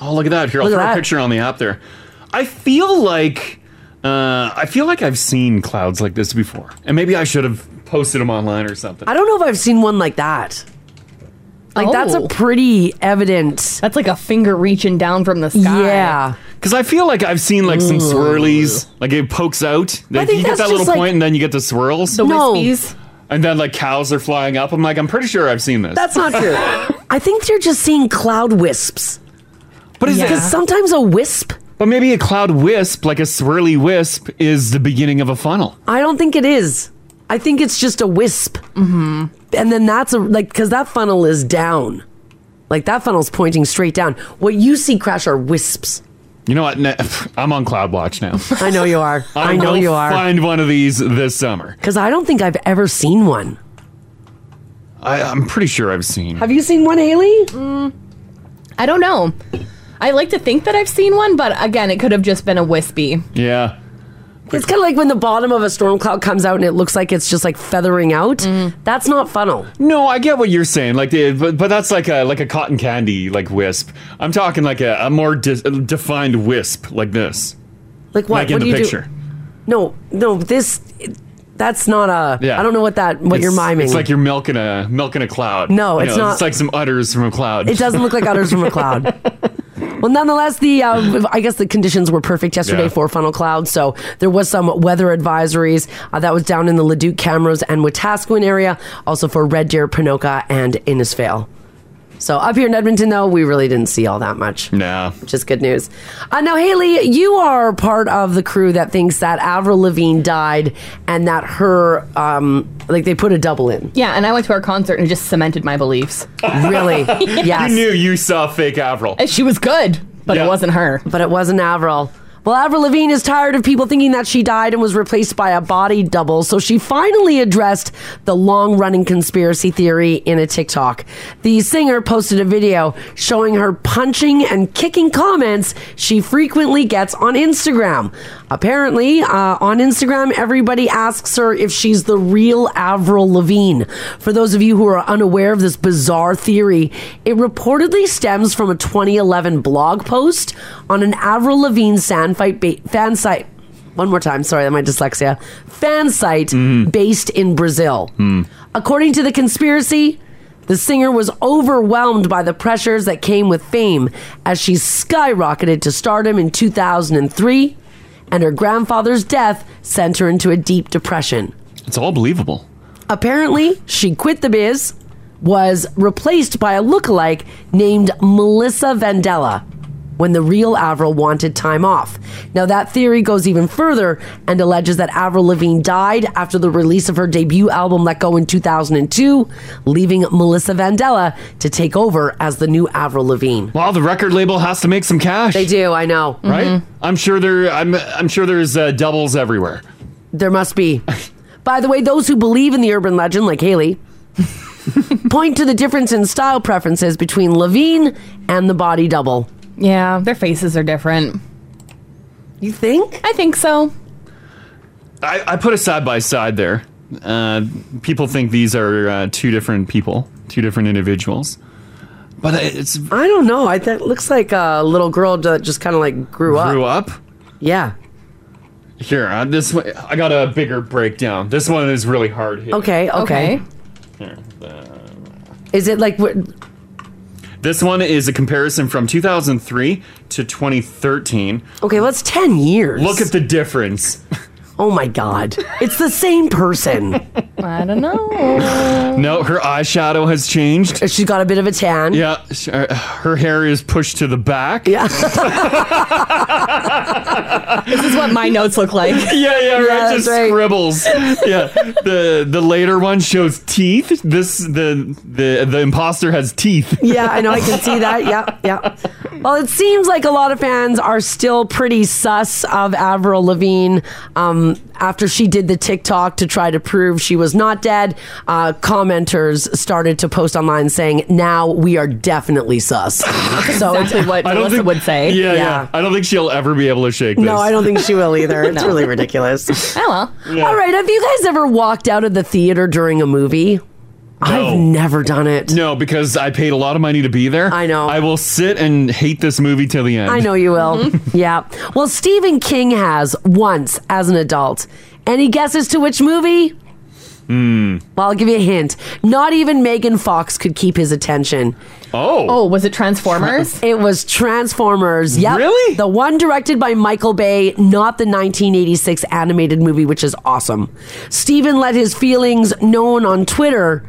Speaker 2: Oh, look at that. Here, I'll
Speaker 3: Look at
Speaker 2: throw a
Speaker 3: that.
Speaker 2: picture on the app there. I feel like uh, I feel like I've seen clouds like this before, and maybe I should have posted them online or something.
Speaker 3: I don't know if I've seen one like that. Like that's a
Speaker 2: Oh.
Speaker 3: pretty evident.
Speaker 4: That's like a finger reaching down from the sky.
Speaker 3: Yeah.
Speaker 2: Because I feel like I've seen like some
Speaker 4: Ooh.
Speaker 2: swirlies, like it pokes out. Like,
Speaker 4: think
Speaker 2: you get
Speaker 4: that's
Speaker 2: that little
Speaker 4: just, like,
Speaker 2: point and then you get the swirls.
Speaker 4: the No. wispies.
Speaker 2: And then like cows are flying up. I'm like, I'm pretty sure I've seen this.
Speaker 3: That's not true. I think you're just seeing cloud wisps.
Speaker 2: But is it-
Speaker 3: because sometimes a wisp?
Speaker 2: but maybe a cloud wisp, like a swirly wisp, is the beginning of a funnel.
Speaker 3: I don't think it is. I think it's just a wisp. Mm-hmm. And then that's a like because that funnel is down. Like that funnel's pointing straight down. What you see crash are wisps.
Speaker 2: You know what? Ne- I'm on cloud watch now.
Speaker 3: I know you are. I know
Speaker 2: will
Speaker 3: you are.
Speaker 2: Find one of these this summer.
Speaker 3: Because I don't think I've ever seen one.
Speaker 2: I, I'm pretty sure I've seen.
Speaker 3: Have you seen one, Haley?
Speaker 4: Mm, I don't know. I like to think that I've seen one, but again, it could have just been a wispy.
Speaker 2: Yeah.
Speaker 3: It's kind of like when the bottom of a storm cloud comes out and it looks like it's just like feathering out. That's not funnel.
Speaker 2: No, I get what you're saying. Like, the, but but that's like a like a cotton candy like wisp. I'm talking like a, a more de- defined wisp like this.
Speaker 3: Like what?
Speaker 2: Like in
Speaker 3: what
Speaker 2: the
Speaker 3: do you
Speaker 2: picture.
Speaker 3: do? No, no, this that's not a
Speaker 2: Yeah.
Speaker 3: I don't know what that what
Speaker 2: It's-
Speaker 3: you're miming.
Speaker 2: It's like you're milking a milking a cloud.
Speaker 3: No,
Speaker 2: You
Speaker 3: it's
Speaker 2: know,
Speaker 3: not-
Speaker 2: It's like some udders from a cloud.
Speaker 3: it doesn't look like udders from a cloud. Well, nonetheless, the uh, I guess the conditions were perfect yesterday
Speaker 2: Yeah.
Speaker 3: for funnel clouds. So there was some weather advisories uh, that was down in the Leduc, Camrose, and Wetaskiwin area, also for Red Deer, Pinoca, and Innisfail. So up here in Edmonton, though, we really didn't see all that much.
Speaker 2: No,
Speaker 3: which is good news. Uh, now, Haley, you are part of the crew that thinks that Avril Lavigne died and that her um, like they put a double in.
Speaker 4: Yeah, and I went to her concert and it just cemented my beliefs.
Speaker 3: Really?
Speaker 2: You knew you saw fake Avril.
Speaker 4: And she was good, but it wasn't her.
Speaker 3: But it wasn't Avril. Well, Avril Lavigne is tired of people thinking that she died and was replaced by a body double, so she finally addressed the long running conspiracy theory in a TikTok. The singer posted a video showing her punching and kicking comments she frequently gets on Instagram. Apparently, uh, on Instagram, everybody asks her if she's the real Avril Lavigne. For those of you who are unaware of this bizarre theory, it reportedly stems from a 2011 blog post on an Avril Lavigne fan, fight ba- fan site. One more time, sorry, my dyslexia. Fan site based in Brazil. According to the conspiracy, the singer was overwhelmed by the pressures that came with fame as she skyrocketed to stardom in 2003, and her grandfather's death sent her into a deep depression.
Speaker 2: It's all believable.
Speaker 3: Apparently, she quit the biz, was replaced by a lookalike named Melissa Vandella when the real Avril wanted time off. Now, that theory goes even further and alleges that Avril Lavigne died after the release of her debut album Let Go in 2002, leaving Melissa Vandella to take over as the new Avril Lavigne.
Speaker 2: Wow, the record label has to make some cash. They
Speaker 3: do, I know.
Speaker 2: Right?
Speaker 3: Mhm.
Speaker 2: I'm sure there I'm I'm sure there's uh, doubles everywhere.
Speaker 3: There must be. By the way, those who believe in the urban legend, like Haley, point to the difference in style preferences between Levine and the body double.
Speaker 4: Yeah, their faces are different.
Speaker 3: You think?
Speaker 4: I think so.
Speaker 2: I, I put a side by side there. Uh, people think these are uh, two different people, two different individuals. But it's
Speaker 3: I don't know. I that looks like a little girl that just kind of like grew up.
Speaker 2: Grew up?
Speaker 3: Yeah.
Speaker 2: Here, uh, this one, I got a bigger breakdown. This one is really hard. Here.
Speaker 3: Okay, okay.
Speaker 2: Here, uh,
Speaker 3: Is it like what?
Speaker 2: this one is a comparison from 2003 to 2013.
Speaker 3: Okay, well, it's ten years.
Speaker 2: Look at the difference.
Speaker 3: Oh my god, it's the same person.
Speaker 4: I don't know.
Speaker 2: No, her eyeshadow has changed.
Speaker 3: Uh, She's got a bit of a tan.
Speaker 2: Yeah, sh- uh, her hair is pushed to the back.
Speaker 3: Yeah.
Speaker 4: This is what my notes look like.
Speaker 2: yeah, yeah, right. just scribbles. yeah. The the later one shows teeth. This the the the imposter has teeth.
Speaker 3: Yeah, I know. I can see that. Yeah, yeah. Well, it seems like a lot of fans are still pretty sus of Avril Lavigne um, after she did the TikTok to try to prove she was not dead. Uh, commenters started to post online saying, "Now we are definitely sus." So
Speaker 4: Exactly what
Speaker 2: I don't
Speaker 4: Melissa
Speaker 2: think-
Speaker 4: would say.
Speaker 2: Yeah, yeah, I don't think she'll ever be able to shake this.
Speaker 3: No, I don't think she will either. It's
Speaker 4: No.
Speaker 3: really ridiculous.
Speaker 4: Oh well.
Speaker 3: All right, have you guys ever walked out of the theater during a movie? I've never done it.
Speaker 2: No, because I paid a lot of money to be there. I know. I will sit and hate this movie till the end.
Speaker 3: I know you will. Yeah. Well, Stephen King has once as an adult. Any guesses to which movie?
Speaker 2: Hmm.
Speaker 3: Well, I'll give you a hint. Not even Megan Fox could keep his attention.
Speaker 2: Oh.
Speaker 4: Oh, was it Transformers?
Speaker 3: It was Transformers. Yep. Really? The one directed by Michael Bay, not the 1986 animated movie, which is awesome. Steven let his feelings known on Twitter,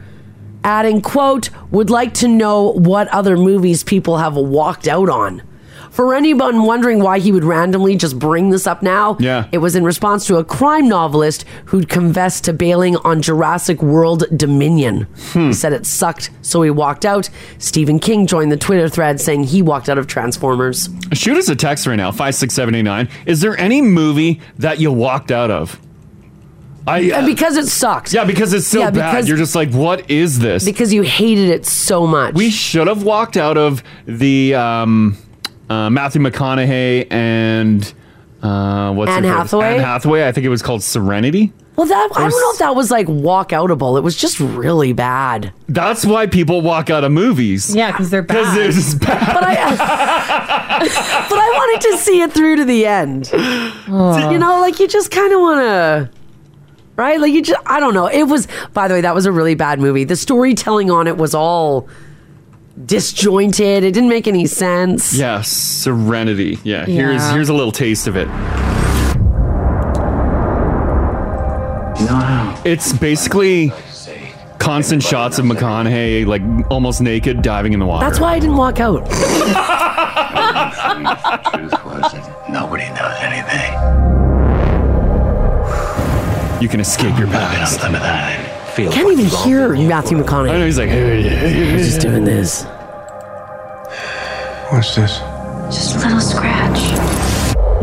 Speaker 3: adding, quote, would like to know what other movies people have walked out on. For anyone wondering why he would randomly just bring this up now,
Speaker 2: Yeah.
Speaker 3: it was in response to a crime novelist who'd confessed to bailing on Jurassic World Dominion.
Speaker 2: Hmm.
Speaker 3: He said it sucked, so he walked out. Stephen King joined the Twitter thread saying he walked out of Transformers.
Speaker 2: Shoot us a text right now, 56789. Is there any movie that you walked out of? I
Speaker 3: and because it sucked.
Speaker 2: Yeah, because it's so
Speaker 3: Yeah,
Speaker 2: bad.
Speaker 3: because-
Speaker 2: You're just like, what is this?
Speaker 3: Because you hated it so much.
Speaker 2: We should have walked out of the um, uh, Matthew McConaughey and uh, what's
Speaker 3: Anne
Speaker 2: her face?
Speaker 3: Hathaway?
Speaker 2: Anne Hathaway. I think it was called Serenity.
Speaker 3: Well, that I don't know if that was like walk outable. It was just really bad.
Speaker 2: That's why people walk out of movies.
Speaker 4: Yeah, because they're
Speaker 2: Because they're just bad.
Speaker 3: But I wanted to see it through to the end. You know, like you just kind of want to right? Like you just I don't know. It was by the way, that was a really bad movie. The storytelling on it was all disjointed. It didn't make any sense.
Speaker 2: Yeah, Serenity. Yeah, here's
Speaker 3: Yeah.
Speaker 2: here's a little taste of it. It's basically constant shots of McConaughey like almost naked diving in the water.
Speaker 3: That's why I didn't walk out.
Speaker 8: Nobody knows anything.
Speaker 2: You can escape your past.
Speaker 8: Feel
Speaker 3: Can't even hear Matthew McConaughey. I
Speaker 2: know he's like
Speaker 3: he's just doing this.
Speaker 8: What's this?
Speaker 3: Just a little scratch.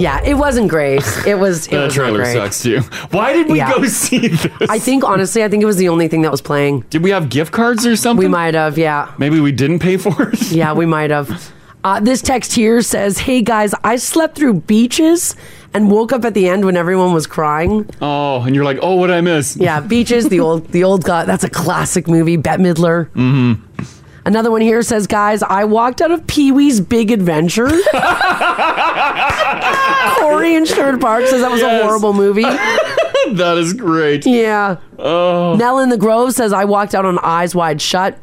Speaker 3: Yeah, it wasn't great. It was it
Speaker 2: That
Speaker 3: was not
Speaker 2: trailer
Speaker 3: great.
Speaker 2: sucks too. Why did we
Speaker 3: Yeah.
Speaker 2: go see this?
Speaker 3: I think honestly, I think it was the only thing that was playing.
Speaker 2: Did we have gift cards or something?
Speaker 3: We might have, yeah.
Speaker 2: Maybe we didn't pay for it.
Speaker 3: Yeah, we might have. Uh, this text here says, "Hey guys, I slept through beaches and woke up at the end when everyone was crying."
Speaker 2: Oh, and you're like, oh, what did I miss?
Speaker 3: Yeah, beaches. The old, the old god. That's a classic movie. Bette Midler.
Speaker 2: Mm-hmm.
Speaker 3: Another one here says, "Guys, I walked out of Pee Wee's Big Adventure." Corey in Sherwood Park says that was a horrible movie.
Speaker 2: that is great.
Speaker 3: Yeah.
Speaker 2: Oh.
Speaker 3: Nell in the Grove says I walked out on Eyes Wide Shut.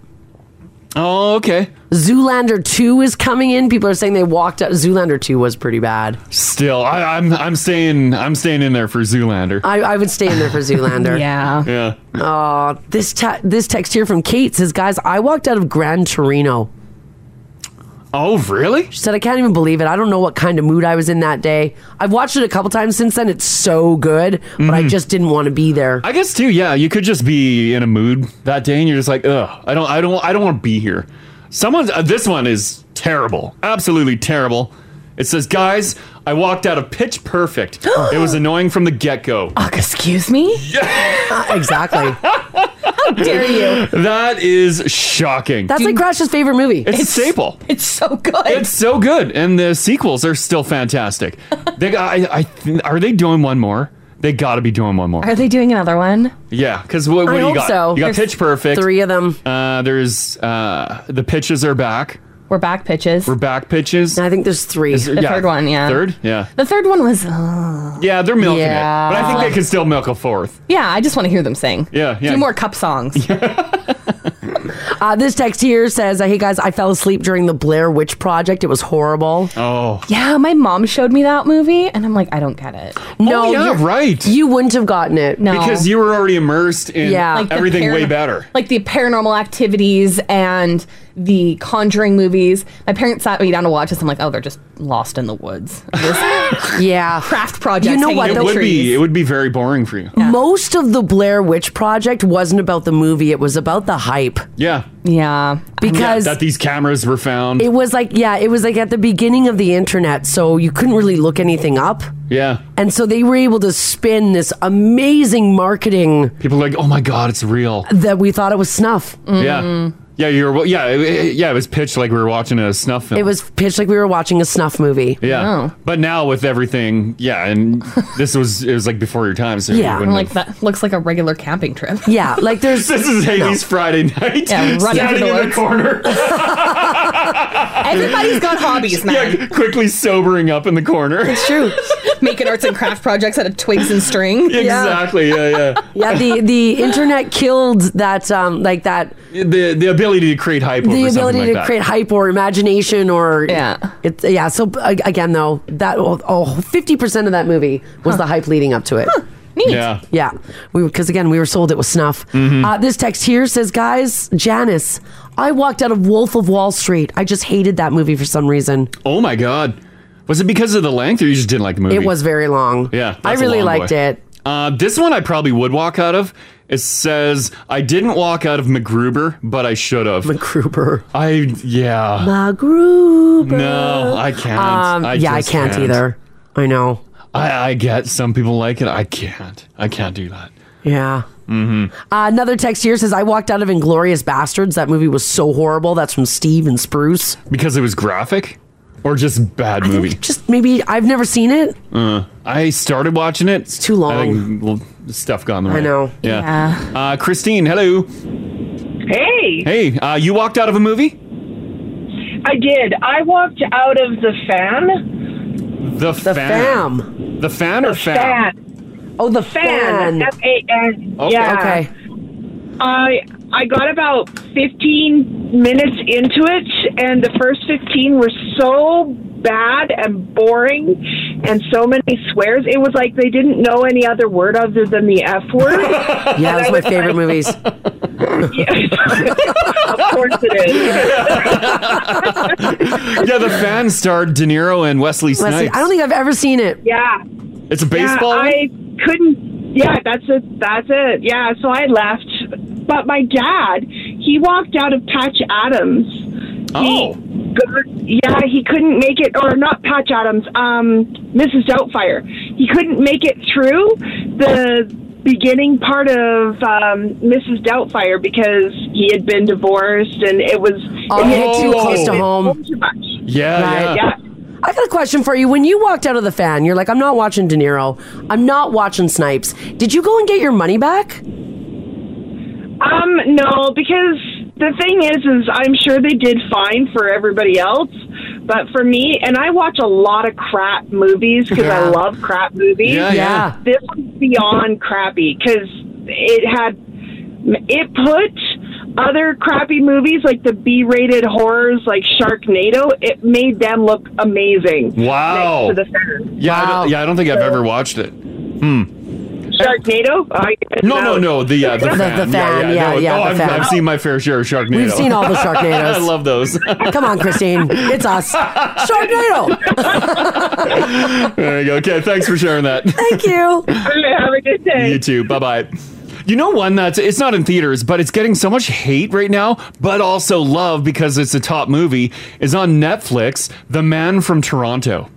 Speaker 2: Oh, okay.
Speaker 3: Zoolander 2 is coming in. People are saying they walked out. Zoolander 2 was pretty bad.
Speaker 2: Still, I, I'm I'm staying I'm staying in there for Zoolander.
Speaker 3: I, I would stay in there for Zoolander.
Speaker 2: Yeah.
Speaker 3: Oh, this te- this text here from Kate says, "Guys, I walked out of Gran Torino."
Speaker 2: Oh, really?
Speaker 3: She said, "I can't even believe it. I don't know what kind of mood I was in that day. I've watched it a couple times since then. It's so good, but I
Speaker 2: Mhm.
Speaker 3: just didn't want to be there."
Speaker 2: I guess too. Yeah, you could just be in a mood that day, and you're just like, ugh, I don't, I don't, I don't want to be here. Someone's uh, this one is terrible, absolutely terrible. It says, guys, I walked out of Pitch Perfect. it was annoying from the get go.
Speaker 4: Excuse me?
Speaker 3: Uh, exactly.
Speaker 4: How dare you?
Speaker 2: That is shocking.
Speaker 3: That's like Crash's favorite movie.
Speaker 2: It's, a staple.
Speaker 4: It's so good.
Speaker 2: It's so good, and the sequels are still fantastic. they, I, I, th- are they doing one more? They got to be doing one more.
Speaker 4: Are they doing another one?
Speaker 2: Yeah, because what, what
Speaker 4: I
Speaker 2: do you
Speaker 4: hope
Speaker 2: got?
Speaker 4: so.
Speaker 2: You got
Speaker 4: There's
Speaker 2: Pitch Perfect.
Speaker 4: three of them.
Speaker 2: Uh, there's uh, the pitches are back.
Speaker 4: We're back pitches.
Speaker 2: We're back pitches.
Speaker 3: I think there's three.
Speaker 4: The third one, yeah.
Speaker 2: Third, yeah,
Speaker 4: The third one was. Uh,
Speaker 2: yeah. They're milking
Speaker 4: Yeah.
Speaker 2: it, but I think they can still milk a fourth.
Speaker 4: yeah, I just want to hear them sing.
Speaker 2: Yeah, yeah.
Speaker 4: Do more cup songs.
Speaker 3: Uh, this text here says, "Hey guys, I fell asleep during the Blair Witch Project. It was horrible."
Speaker 2: Oh.
Speaker 4: yeah, my mom showed me that movie, and I'm like, I don't get it.
Speaker 3: No,
Speaker 4: yeah,
Speaker 3: you're-
Speaker 2: Oh, right.
Speaker 3: You wouldn't have gotten it.
Speaker 4: No.
Speaker 2: Because you were already immersed in
Speaker 4: Yeah. Like the
Speaker 2: everything way
Speaker 4: parano-
Speaker 2: better.
Speaker 4: like the paranormal activities and the conjuring movies. My parents sat me down to watch this. I'm like, oh, they're just lost in the woods.
Speaker 3: yeah.
Speaker 4: Craft projects.
Speaker 3: You know
Speaker 4: hanging
Speaker 3: what,
Speaker 4: in
Speaker 2: It
Speaker 4: the
Speaker 2: would
Speaker 4: trees.
Speaker 2: be. It would be very boring for you.
Speaker 3: Most of the Blair Witch Project wasn't about the movie, it was about the hype.
Speaker 2: Yeah.
Speaker 4: Yeah.
Speaker 3: Because-
Speaker 2: that these cameras were found.
Speaker 3: It was like, yeah, it was like at the beginning of the internet, so you couldn't really look anything up.
Speaker 2: yeah.
Speaker 3: And so they were able to spin this amazing marketing
Speaker 2: People are like, oh my god, it's real.
Speaker 3: that we thought it was snuff.
Speaker 2: Yeah. Yeah. You were. Yeah. it- it- yeah. It was pitched like we were watching a snuff film.
Speaker 3: It was pitched like we were watching a snuff movie.
Speaker 2: Yeah. But now with everything, yeah, and this was it was like before your time, so you
Speaker 4: Yeah,
Speaker 2: wouldn't
Speaker 4: like
Speaker 2: have-
Speaker 4: that looks like a regular camping trip.
Speaker 3: Yeah, like there's
Speaker 2: this is Haley's Friday night.
Speaker 4: Yeah, running through
Speaker 2: standing
Speaker 4: the
Speaker 2: in the
Speaker 4: woods.
Speaker 2: corner.
Speaker 4: Everybody's got hobbies, man.
Speaker 2: Yeah, quickly sobering up in the corner. It's
Speaker 3: true.
Speaker 4: Making arts and craft projects out of twigs and string.
Speaker 2: exactly. Yeah, yeah.
Speaker 3: Yeah, the the internet killed that um like that
Speaker 2: The the ability to create hype.
Speaker 3: the
Speaker 2: over something
Speaker 3: ability
Speaker 2: like
Speaker 3: to
Speaker 2: that.
Speaker 3: create hype or imagination or yeah it's yeah so a- again though that oh 50% of that movie was the hype leading up to it
Speaker 4: Neat.
Speaker 2: Yeah. Mm-hmm.
Speaker 3: yeah we because again we were sold it was snuff uh, this text here says guys janice i walked out of wolf of wall street i just hated that movie for some reason
Speaker 2: Oh my god, was it because of the length, or you just didn't like the movie?
Speaker 3: it was very long
Speaker 2: Yeah,
Speaker 3: i
Speaker 2: that's a
Speaker 3: really
Speaker 2: long
Speaker 3: liked
Speaker 2: boy.
Speaker 3: it
Speaker 2: Uh, this one I probably would walk out of. It says I didn't walk out of MacGruber, but I should have.
Speaker 3: MacGruber.
Speaker 2: I yeah.
Speaker 3: MacGruber.
Speaker 2: No, I can't.
Speaker 3: Um,
Speaker 2: I
Speaker 3: yeah, I
Speaker 2: just
Speaker 3: can't either. I know.
Speaker 2: I, I get some people like it. I can't. I can't do that.
Speaker 3: Yeah.
Speaker 2: Mm-hmm.
Speaker 3: Uh, another text here says, I walked out of Inglorious Bastards. That movie was so horrible. That's from Steve and Spruce.
Speaker 2: Because it was graphic, or just bad movie.
Speaker 3: Just maybe I've never seen it.
Speaker 2: Uh, I started watching it. It's
Speaker 3: too long.
Speaker 2: I think well, stuff got in the
Speaker 3: I
Speaker 2: way.
Speaker 3: know.
Speaker 2: Yeah. Uh, Christine, hello.
Speaker 9: Hey.
Speaker 2: Hey, uh, you walked out of a movie?
Speaker 9: I did. I walked out of the fan.
Speaker 2: The, fan.
Speaker 3: fam.
Speaker 2: The fan or fam?
Speaker 9: Fan.
Speaker 3: Oh, the
Speaker 9: fan.
Speaker 3: fan.
Speaker 9: F A N.
Speaker 2: Okay.
Speaker 9: Yeah.
Speaker 2: Okay.
Speaker 9: I I got about fifteen minutes into it, and the first fifteen were so bad and boring, and so many swears. It was like they didn't know any other word other than the F word.
Speaker 3: Yeah, that's my favorite movies.
Speaker 9: of course it is.
Speaker 2: yeah, the fan starred De Niro and Wesley Snipes.
Speaker 3: Leslie, I don't think I've ever seen it.
Speaker 9: Yeah.
Speaker 2: it's a baseball.
Speaker 9: Yeah,
Speaker 2: one?
Speaker 9: I couldn't. Yeah, that's it. That's it. Yeah, so I left. But my dad, he walked out of Patch Adams.
Speaker 2: Oh.
Speaker 9: Got- yeah, he couldn't make it, or not Patch Adams, um, Mrs. Doubtfire. He couldn't make it through the beginning part of um, Mrs. Doubtfire because he had been divorced and it was
Speaker 3: Oh,
Speaker 9: it hit
Speaker 3: too close to
Speaker 9: it hit
Speaker 3: home.
Speaker 9: too much.
Speaker 2: Yeah,
Speaker 3: Right.
Speaker 9: yeah.
Speaker 3: I got a question for you. When you walked out of the fan, you're like, I'm not watching De Niro. I'm not watching Snipes. Did you go and get your money back?
Speaker 9: Um, no, because the thing is, is I'm sure they did fine for everybody else, but for me, and I watch a lot of crap movies because I
Speaker 3: Yeah.
Speaker 9: love crap movies.
Speaker 3: Yeah, yeah.
Speaker 9: This was beyond crappy because it had it put other crappy movies, like the B-rated horrors, like Sharknado, it made them look amazing.
Speaker 2: Wow.
Speaker 9: Next to the fence.
Speaker 2: Yeah, I don't, yeah, I don't think I've ever watched it. Hmm.
Speaker 9: Sharknado. I-
Speaker 2: No, no, no. The uh, the,
Speaker 9: The-
Speaker 2: fan.
Speaker 9: the fan, yeah,
Speaker 2: no,
Speaker 9: yeah,
Speaker 2: no,
Speaker 9: the
Speaker 2: I've,
Speaker 9: fan.
Speaker 2: I've seen my fair share of Sharknado.
Speaker 3: We've seen all the Sharknados.
Speaker 2: I love those.
Speaker 3: Come on, Christine. It's us. Sharknado.
Speaker 2: there you go. Okay, thanks for sharing that.
Speaker 3: Thank you.
Speaker 9: Have a good day.
Speaker 2: You too. Bye bye. You know one that's it's not in theaters, but it's getting so much hate right now, but also love because it's a top movie. Is on Netflix, The Man from Toronto.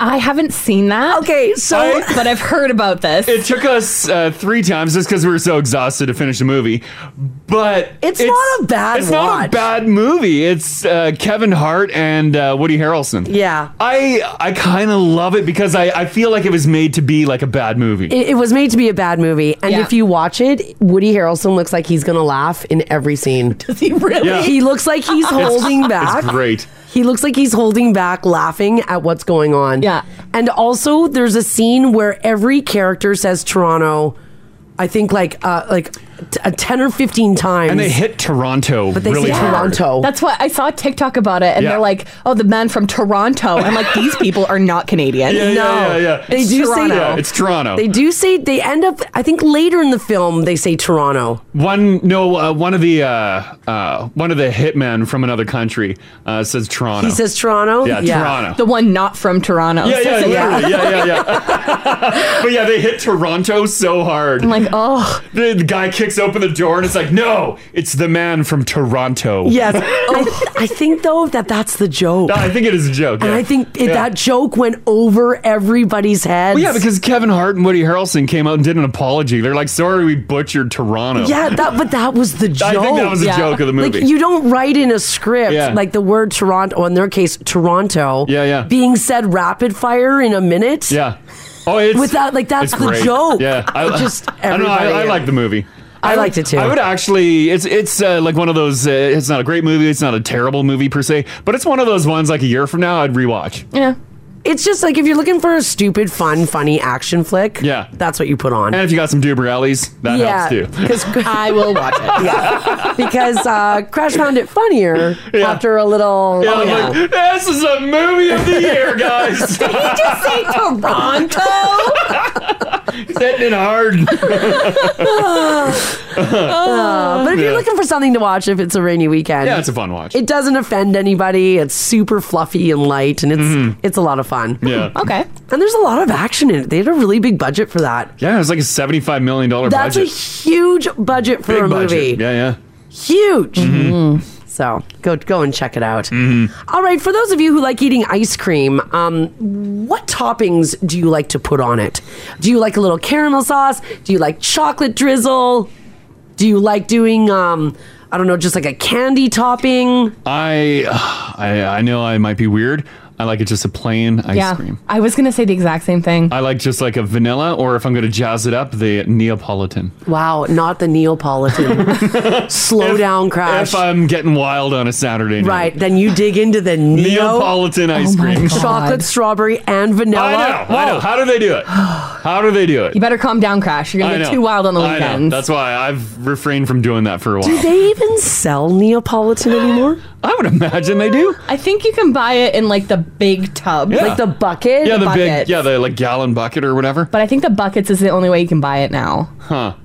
Speaker 4: I haven't seen that.
Speaker 3: Okay, so
Speaker 4: but I've heard about this.
Speaker 2: It took us uh, three times just because we were so exhausted to finish the movie, but
Speaker 3: It's not a bad
Speaker 2: It's not a
Speaker 3: watch.
Speaker 2: bad movie. It's uh, Kevin Hart and uh, Woody Harrelson.
Speaker 3: Yeah.
Speaker 2: I I kind of love it because I I feel like it was made to be like a bad movie.
Speaker 3: It, it was made to be a bad movie, and if you watch it, Woody Harrelson looks like he's gonna laugh in every scene. Does
Speaker 4: he
Speaker 2: really? Yeah.
Speaker 3: He looks like he's
Speaker 2: It's-
Speaker 3: holding
Speaker 2: it's
Speaker 3: back.
Speaker 2: great.
Speaker 3: He looks like he's holding back, laughing at what's going on. Yeah. And also, there's a scene where every character says Toronto. I think like uh, like t- uh, ten or fifteen times.
Speaker 2: and they hit Toronto
Speaker 3: But they
Speaker 2: really
Speaker 3: say
Speaker 2: hard.
Speaker 3: Toronto.
Speaker 4: That's what I saw a TikTok about it, and
Speaker 2: Yeah.
Speaker 4: they're like, "Oh, the man from Toronto." I'm like, "These people are not Canadian."
Speaker 2: Yeah, yeah, yeah, yeah.
Speaker 3: They
Speaker 4: It's
Speaker 3: do
Speaker 4: Toronto.
Speaker 3: say
Speaker 2: Yeah, it's Toronto.
Speaker 3: They do say they end up. I think later in the film they say Toronto.
Speaker 2: One no, uh, one of the uh, uh, one of the hitmen from another country uh, says Toronto.
Speaker 3: He says Toronto.
Speaker 2: Yeah, Toronto.
Speaker 4: The one not from Toronto.
Speaker 2: Yeah, yeah,
Speaker 4: So-
Speaker 2: literally. yeah, yeah, yeah. but yeah, they hit Toronto so hard.
Speaker 4: I'm like, oh.
Speaker 2: The, the guy kicks open the door and it's like, no, it's the man from Toronto.
Speaker 3: Yes. I, I think though that that's the joke.
Speaker 2: I think it is a joke.
Speaker 3: And
Speaker 2: yeah.
Speaker 3: I think it,
Speaker 2: Yeah.
Speaker 3: that joke went over everybody's heads.
Speaker 2: Well, yeah, because Kevin Hart and Woody Harrelson came out and did an apology. They're like, sorry, we butchered Toronto.
Speaker 3: Yeah, that but that was the joke.
Speaker 2: I think that was the Yeah. joke of the movie.
Speaker 3: Like you don't write in a script
Speaker 2: Yeah.
Speaker 3: like the word Toronto, or in their case Toronto, yeah, yeah. being said rapid fire in a minute.
Speaker 2: Yeah. Oh, it's
Speaker 3: Without- like, that's
Speaker 2: it's
Speaker 3: the joke.
Speaker 2: Yeah, I
Speaker 3: Just
Speaker 2: I don't know. I,
Speaker 3: everybody
Speaker 2: I
Speaker 3: in.
Speaker 2: like the movie.
Speaker 3: I
Speaker 2: would-
Speaker 3: liked it too.
Speaker 2: I would actually. It's it's uh, like one of those. Uh, it's not a great movie. It's not a terrible movie per se. But it's one of those ones like a year from now I'd rewatch.
Speaker 4: Yeah.
Speaker 3: It's just like if you're looking for a stupid, fun, funny action flick.
Speaker 2: Yeah,
Speaker 3: that's what you put on.
Speaker 2: And if you got some Dubrellis, that
Speaker 3: yeah,
Speaker 2: helps too.
Speaker 3: Because
Speaker 4: I will watch it.
Speaker 3: Yeah. because uh, Crash found it funnier after a little.
Speaker 2: Yeah,
Speaker 3: you
Speaker 2: I'm
Speaker 3: know.
Speaker 2: like, this is a movie of the year, guys.
Speaker 4: Did he just say Toronto?
Speaker 2: Setting it hard.
Speaker 6: Oh.
Speaker 3: Uh, Oh, but if you're
Speaker 2: Yeah.
Speaker 3: looking for something to watch, if it's a rainy weekend,
Speaker 2: Yeah, it's a fun watch.
Speaker 3: It doesn't offend anybody. It's super fluffy and light, and it's it's a lot of fun.
Speaker 2: Mm-hmm. Yeah.
Speaker 4: Okay.
Speaker 3: And there's a lot of action in it. They had a really big budget for that.
Speaker 2: Yeah, it was like a seventy-five million dollar
Speaker 3: That's
Speaker 2: budget.
Speaker 3: a huge budget for
Speaker 2: Big
Speaker 3: a
Speaker 2: budget.
Speaker 3: movie.
Speaker 2: Yeah, yeah.
Speaker 3: Huge.
Speaker 2: Mm-hmm.
Speaker 3: So go go and check it out. All right, for those of you who like eating ice cream, um, what toppings do you like to put on it? Do you like a little caramel sauce? Do you like chocolate drizzle? Do you like doing um, I don't know, just like a candy topping?
Speaker 2: I, I I know I might be weird. I like it just a plain ice
Speaker 4: yeah.
Speaker 2: cream.
Speaker 4: I was gonna say the exact same thing.
Speaker 2: I like just like a vanilla, or if I'm going to jazz it up, the Neapolitan.
Speaker 3: Wow, not the Neapolitan. Slow down, crash.
Speaker 2: If I'm getting wild on a Saturday night,
Speaker 3: Right, then you dig into the Neo-
Speaker 2: Neapolitan
Speaker 4: Oh
Speaker 2: ice cream.
Speaker 3: chocolate, strawberry, and vanilla.
Speaker 2: I know, I know. How do they do it? How do they do it?
Speaker 4: You better calm down, Crash. You're
Speaker 2: I
Speaker 4: gonna get
Speaker 2: know,
Speaker 4: too wild on the
Speaker 2: I know.
Speaker 4: weekends.
Speaker 2: That's why I've refrained from doing that for a while.
Speaker 3: Do they even sell Neapolitan anymore?
Speaker 2: I would imagine they do.
Speaker 4: I think you can buy it in like the big tub,
Speaker 2: Yeah. Like the
Speaker 4: bucket.
Speaker 2: yeah, the big, yeah, the like gallon bucket or whatever.
Speaker 4: But I think the buckets is the only way you can buy it now.
Speaker 2: Huh.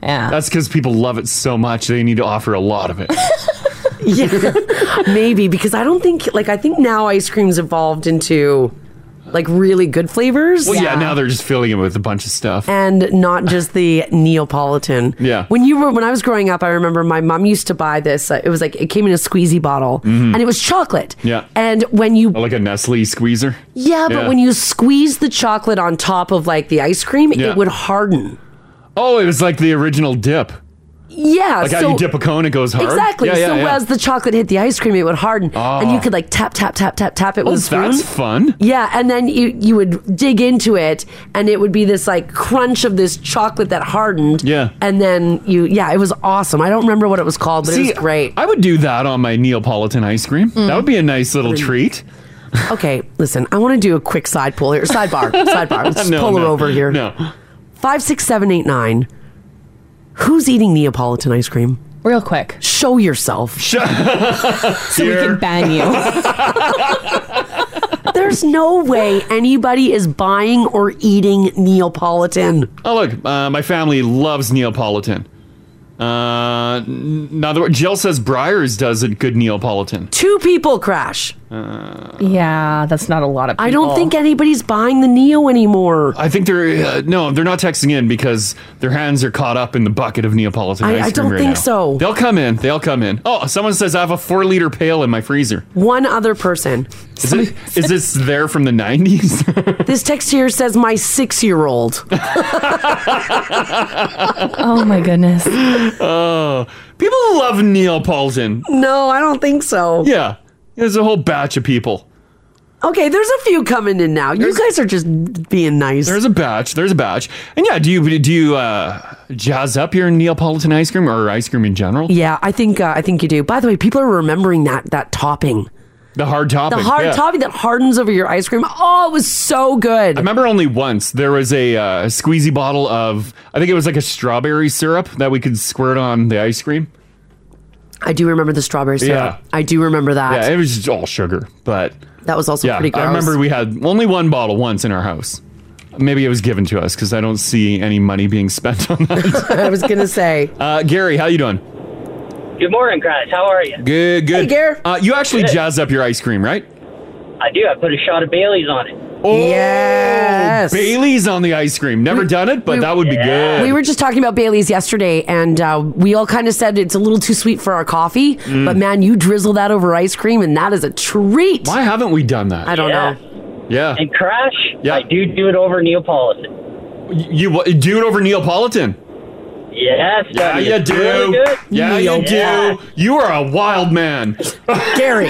Speaker 4: Yeah.
Speaker 2: That's because people love it so much. They need to offer a lot of it.
Speaker 3: yeah, maybe because I don't think like I think now ice cream's evolved into like really good flavors.
Speaker 2: Well, yeah. now they're just filling it with a bunch of stuff.
Speaker 3: and not just the Neapolitan.
Speaker 2: Yeah.
Speaker 3: When you were when I was growing up, I remember my mom used to buy this. Uh, it was like it came in a squeezy bottle,
Speaker 2: Mhm.
Speaker 3: and it was chocolate.
Speaker 2: Yeah.
Speaker 3: And when you
Speaker 2: Like a Nestle squeezer.
Speaker 3: yeah, but when you squeeze the chocolate on top of like the ice cream,
Speaker 2: Yeah.
Speaker 3: it would harden.
Speaker 2: Oh, it was like the original dip.
Speaker 3: Yeah.
Speaker 2: like
Speaker 3: so-
Speaker 2: how you dip a cone, it goes hard.
Speaker 3: Exactly.
Speaker 2: Yeah, yeah,
Speaker 3: so
Speaker 2: yeah.
Speaker 3: as the chocolate hit the ice cream, it would harden, and
Speaker 2: Oh.
Speaker 3: you could like tap, tap, tap, tap, tap it
Speaker 2: oh,
Speaker 3: with a spoon.
Speaker 2: that's fun.
Speaker 3: Yeah, and then you you would dig into it, and it would be this like crunch of this chocolate that hardened.
Speaker 2: Yeah.
Speaker 3: and then you yeah, it was awesome. I don't remember what it was called, but
Speaker 2: See,
Speaker 3: it was great.
Speaker 2: I would do that on my Neapolitan ice cream. That would be a nice little treat.
Speaker 3: Okay, listen, I want to do a quick side pull here, sidebar, sidebar. Let's
Speaker 2: No,
Speaker 3: pull her
Speaker 2: no,
Speaker 3: over here.
Speaker 2: No,
Speaker 3: five, six, seven, eight, nine. Who's eating Neapolitan ice cream?
Speaker 4: real quick.
Speaker 3: Show yourself.
Speaker 4: so we can ban you.
Speaker 3: There's no way anybody is buying or eating Neapolitan.
Speaker 2: Oh look, uh, my family loves Neapolitan. Uh, n- another one- Jill says Briars does a good Neapolitan. Uh,
Speaker 3: Two people crash.
Speaker 4: yeah, that's not a lot of.
Speaker 3: I don't
Speaker 4: people.
Speaker 3: think anybody's buying the Neo anymore.
Speaker 2: I think they're uh, no, they're not texting in because their hands are caught up in the bucket of Neapolitan
Speaker 3: I-
Speaker 2: ice
Speaker 3: I
Speaker 2: cream
Speaker 3: don't
Speaker 2: right
Speaker 3: think
Speaker 2: now.
Speaker 3: so.
Speaker 2: They'll come in. They'll come in. Oh, someone says I have a four liter pail in my freezer.
Speaker 3: One other person.
Speaker 2: Is, it, is this there from the nineties?
Speaker 3: This text here says my six year old.
Speaker 4: Oh my goodness.
Speaker 2: oh, people love Neapolitan.
Speaker 3: No, I don't think so.
Speaker 2: Yeah, there's a whole batch of people.
Speaker 3: Okay, there's a few coming in now. You guys are just being nice.
Speaker 2: There's a batch. There's a batch. And yeah, do you do you uh, jazz up your Neapolitan ice cream or ice cream in general?
Speaker 3: Yeah, I think uh, I think you do. By the way, people are remembering that that topping,
Speaker 2: The hard topping.
Speaker 3: the hard
Speaker 2: yeah.
Speaker 3: topping that hardens over your ice cream. Oh, it was so good.
Speaker 2: I remember only once there was a, uh, a squeezy bottle of I think it was like a strawberry syrup that we could squirt on the ice cream.
Speaker 3: I do remember the strawberry syrup.
Speaker 2: Yeah.
Speaker 3: I do remember that.
Speaker 2: Yeah, it was just all sugar, but
Speaker 3: that was also
Speaker 2: yeah,
Speaker 3: pretty gross.
Speaker 2: I remember we had only one bottle once in our house. Maybe it was given to us because I don't see any money being spent on that.
Speaker 3: I was gonna say.
Speaker 2: uh, Gary, how you doing?
Speaker 10: Good morning, Crash. How are you?
Speaker 2: Good, good.
Speaker 10: Hey, Gary.
Speaker 2: Uh, you actually
Speaker 10: Good.
Speaker 2: jazz up your ice cream, right?
Speaker 10: I do. I put a shot of Bailey's on it.
Speaker 2: Oh,
Speaker 3: Yes.
Speaker 2: Bailey's on the ice cream. Never done it, but that would be good.
Speaker 3: We were just talking about Bailey's yesterday, and uh, we all kind of said it's a little too sweet for our coffee.
Speaker 2: Mm.
Speaker 3: But man, you drizzle that over ice cream, and that is a treat.
Speaker 2: Why haven't we done that?
Speaker 3: I don't
Speaker 10: Yeah.
Speaker 3: know.
Speaker 2: Yeah.
Speaker 10: And Crash,
Speaker 2: Yeah.
Speaker 10: I do do it over Neapolitan.
Speaker 2: You wa- do it over Neapolitan.
Speaker 10: Yes.
Speaker 2: Yeah,
Speaker 10: buddy,
Speaker 2: you
Speaker 10: it's
Speaker 2: do.
Speaker 10: really good.
Speaker 2: Yeah, you do. You are a wild man.
Speaker 3: Gary.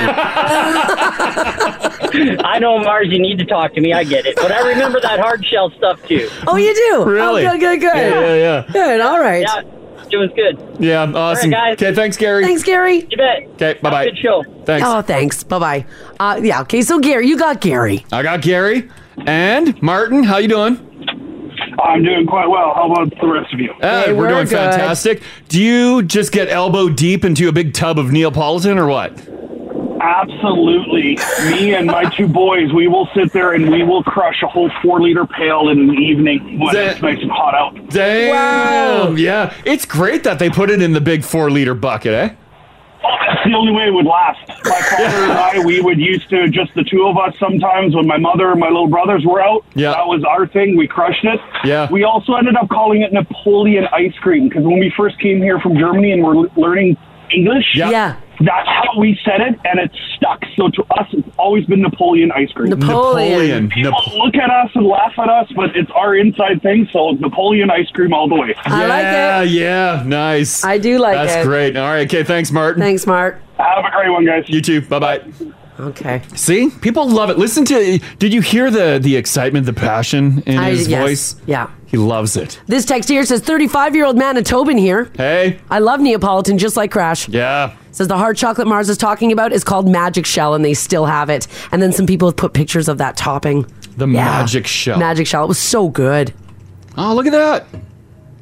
Speaker 10: I
Speaker 11: Oh,
Speaker 10: know, Mars, you need to talk to me. I get it. But I remember that hard shell stuff, too.
Speaker 3: Oh, you do?
Speaker 2: Really?
Speaker 3: Oh, good, good, good.
Speaker 2: Yeah, yeah, yeah.
Speaker 3: Good. All right.
Speaker 10: Yeah, it was good.
Speaker 2: Yeah, awesome.
Speaker 10: guys.
Speaker 2: Okay, thanks, Gary.
Speaker 3: Thanks, Gary.
Speaker 10: You bet.
Speaker 2: Okay, bye bye.
Speaker 10: Good show.
Speaker 2: Thanks.
Speaker 3: Oh, thanks. Bye bye. Uh, yeah. Okay. So Gary, you got Gary.
Speaker 2: I got Gary and Martin. How you doing?
Speaker 12: I'm doing quite well. How about the rest of you?
Speaker 2: Uh, we're,
Speaker 12: we're
Speaker 2: doing
Speaker 12: good.
Speaker 2: fantastic. Do you just get elbow deep into a big tub of Neapolitan or what?
Speaker 12: Absolutely. Me and my two boys, we will sit there and we will crush a whole four liter pail in an evening when
Speaker 2: That-
Speaker 12: it's nice and hot out.
Speaker 2: Damn. Yeah, it's great that they put it in the big four liter bucket, eh?
Speaker 12: That's the only way it would last. My father and I, we would used to just the two of us sometimes when my mother and my little brothers were out.
Speaker 2: Yeah.
Speaker 12: That was our thing. We crushed it.
Speaker 2: Yeah.
Speaker 12: We also ended up calling it Napoleon ice cream because when we first came here from Germany and we're l- learning English,
Speaker 3: Yeah. Yeah.
Speaker 12: that's how we said it and it stuck. So to us, it's always been Napoleon ice cream.
Speaker 2: Napoleon.
Speaker 12: People
Speaker 2: Nap-
Speaker 12: look at us and laugh at us, but it's our inside thing. So Napoleon ice cream all the way.
Speaker 2: yeah, Yeah, nice.
Speaker 3: I do like
Speaker 2: That's
Speaker 3: it.
Speaker 2: great. All right. Okay, thanks, Martin.
Speaker 3: Thanks, Mart.
Speaker 12: Have a great one, guys.
Speaker 2: You too. Bye bye.
Speaker 3: Okay.
Speaker 2: See, people love it. Listen to. Did you hear the the excitement, the passion in
Speaker 3: I-
Speaker 2: his
Speaker 3: yes.
Speaker 2: voice?
Speaker 3: Yeah.
Speaker 2: He loves it.
Speaker 3: This text here says 35 year old Manitoban here.
Speaker 2: Hey.
Speaker 3: I love Neapolitan just like Crash.
Speaker 2: Yeah.
Speaker 3: Says the hard chocolate Mars is talking about is called Magic Shell and they still have it. And then some people have put pictures of that topping.
Speaker 2: The magic shell.
Speaker 3: Magic Shell. It was so good.
Speaker 2: Oh, look at that.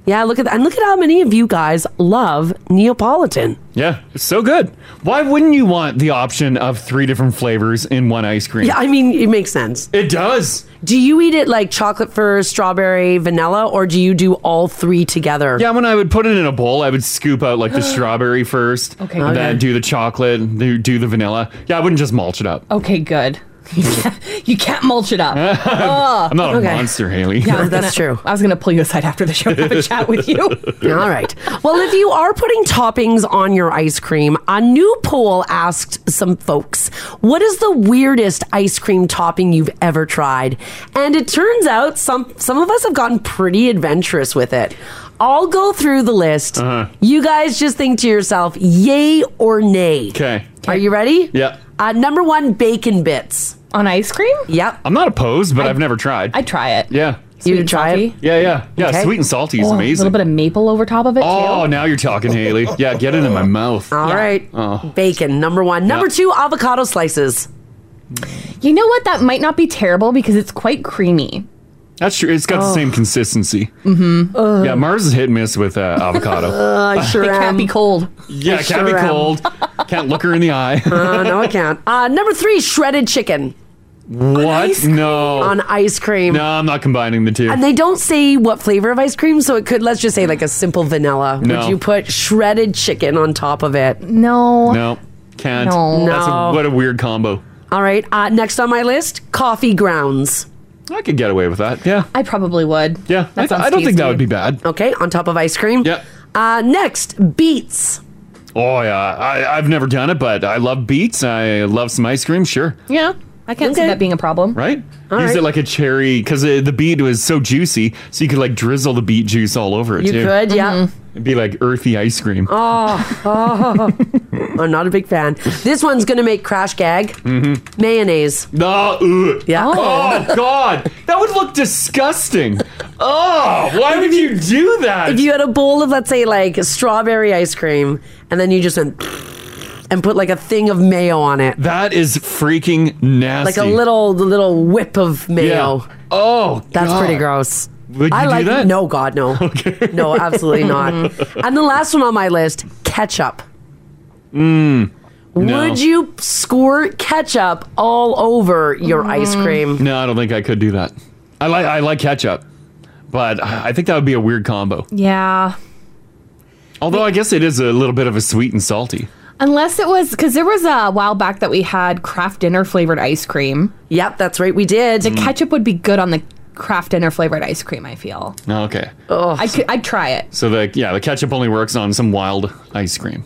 Speaker 3: Yeah, look at that. And look at how many of you guys love Neapolitan.
Speaker 2: Yeah, it's so good. Why wouldn't you want the option of three different flavors in one ice cream?
Speaker 3: Yeah, I mean, it makes sense.
Speaker 2: It does.
Speaker 3: Do you eat it like chocolate fur, strawberry, vanilla, or do you do all three together?
Speaker 2: Yeah, when I would put it in a bowl, I would scoop out like the strawberry first,
Speaker 4: Okay,
Speaker 2: and
Speaker 4: Okay.
Speaker 2: then do the chocolate, do do the vanilla. Yeah, I wouldn't just mulch it up.
Speaker 4: Okay, good. you can't mulch it up.
Speaker 3: Oh,
Speaker 4: Ugh.
Speaker 2: I'm not a
Speaker 4: Okay.
Speaker 2: monster, Haley.
Speaker 4: Yeah, I was
Speaker 3: That's
Speaker 4: gonna- I was going to pull you aside after the show and have a chat with you.
Speaker 3: All right. Well, if you are putting toppings on your ice cream, a new poll asked some folks, what is the weirdest ice cream topping you've ever tried? And it turns out some some of us have gotten pretty adventurous with it. I'll go through the list.
Speaker 2: Uh-huh.
Speaker 3: You guys just think to yourself, yay or nay.
Speaker 2: Okay.
Speaker 3: Are you ready?
Speaker 2: Yeah.
Speaker 3: Uh, number one, bacon bits.
Speaker 4: On ice cream?
Speaker 3: Yep.
Speaker 2: I'm not opposed, but I, have never tried.
Speaker 4: I'd try it.
Speaker 2: yeah.
Speaker 3: you would try it?
Speaker 2: Yeah, yeah. Yeah,
Speaker 3: Okay.
Speaker 2: sweet and salty is
Speaker 4: Oh, A
Speaker 2: amazing.
Speaker 4: little bit of maple over top of it,
Speaker 2: Oh,
Speaker 4: too.
Speaker 2: now you're talking, Haley. Yeah, get it in my mouth.
Speaker 3: All right.
Speaker 2: Oh.
Speaker 3: Bacon, number one. Number
Speaker 2: Yeah.
Speaker 3: two, avocado slices.
Speaker 4: You know what? That might not be terrible because it's quite creamy.
Speaker 2: That's true. It's got the
Speaker 3: Oh.
Speaker 2: same consistency.
Speaker 3: Mm-hmm.
Speaker 2: yeah, Mars is hit and miss with uh, avocado.
Speaker 3: Uh, I sure can't be
Speaker 4: cold.
Speaker 2: yeah, can't be cold. can't look her in the eye.
Speaker 3: uh, no, I can't. Uh, number three, shredded chicken
Speaker 2: What? No.
Speaker 3: on ice cream.
Speaker 2: Oh. No, I'm not combining the two.
Speaker 3: And they don't say what flavor of ice cream, so it could, let's just say, like a simple vanilla.
Speaker 2: No.
Speaker 3: Would you put shredded chicken on top of it?
Speaker 4: No.
Speaker 2: no, can't.
Speaker 3: No.
Speaker 2: That's a,
Speaker 3: No.
Speaker 2: what a weird combo.
Speaker 3: All right. Uh, next on my list, coffee grounds.
Speaker 2: I could get away with that. Yeah.
Speaker 4: I probably would.
Speaker 2: Yeah. I, I don't think that would be bad.
Speaker 3: Okay, on top of ice cream.
Speaker 2: Yeah.
Speaker 3: Uh, next, beets.
Speaker 2: Oh yeah, I, I've never done it, but I love beets. I love some ice cream. Sure,
Speaker 4: Yeah. I can't see that being a problem.
Speaker 2: right?
Speaker 4: All
Speaker 2: Use it
Speaker 4: right.
Speaker 2: like a cherry because the beet was so juicy, so you could like drizzle the beet juice all over it.
Speaker 3: You
Speaker 2: too.
Speaker 3: could, yeah. Mhm.
Speaker 2: It'd be like earthy ice cream.
Speaker 3: Oh, oh. I'm not a big fan. This one's going to make Crash gag.
Speaker 2: Mm-hmm.
Speaker 3: Mayonnaise.
Speaker 2: No. ugh.
Speaker 3: Yeah.
Speaker 2: Oh. God, that would look disgusting. Oh, why would you do that?
Speaker 3: If you had a bowl of, let's say, like strawberry ice cream, and then you just went and put like a thing of mayo on it,
Speaker 2: That is freaking nasty.
Speaker 3: like a little the little whip of mayo.
Speaker 2: Oh,
Speaker 3: that's
Speaker 2: God.
Speaker 3: pretty gross.
Speaker 2: Would you
Speaker 3: I
Speaker 2: do
Speaker 3: like
Speaker 2: that?
Speaker 3: no, God, no, no, absolutely not. and the last one on my list, ketchup.
Speaker 2: Mm, no.
Speaker 3: Would you squirt ketchup all over your ice cream?
Speaker 2: No, I don't think I could do that. I like I like ketchup, but I I think that would be a weird combo.
Speaker 4: Yeah.
Speaker 2: Although I guess it is a little bit of a sweet and salty.
Speaker 4: Unless it was because there was a while back that we had craft dinner flavored ice cream.
Speaker 3: Yep, that's right, we did.
Speaker 4: The
Speaker 2: Mm.
Speaker 4: ketchup would be good on the craft dinner flavored ice cream. I feel.
Speaker 2: Oh, okay.
Speaker 3: Oh,
Speaker 4: I could, I'd try it.
Speaker 2: So the yeah, the ketchup only works on some wild ice cream.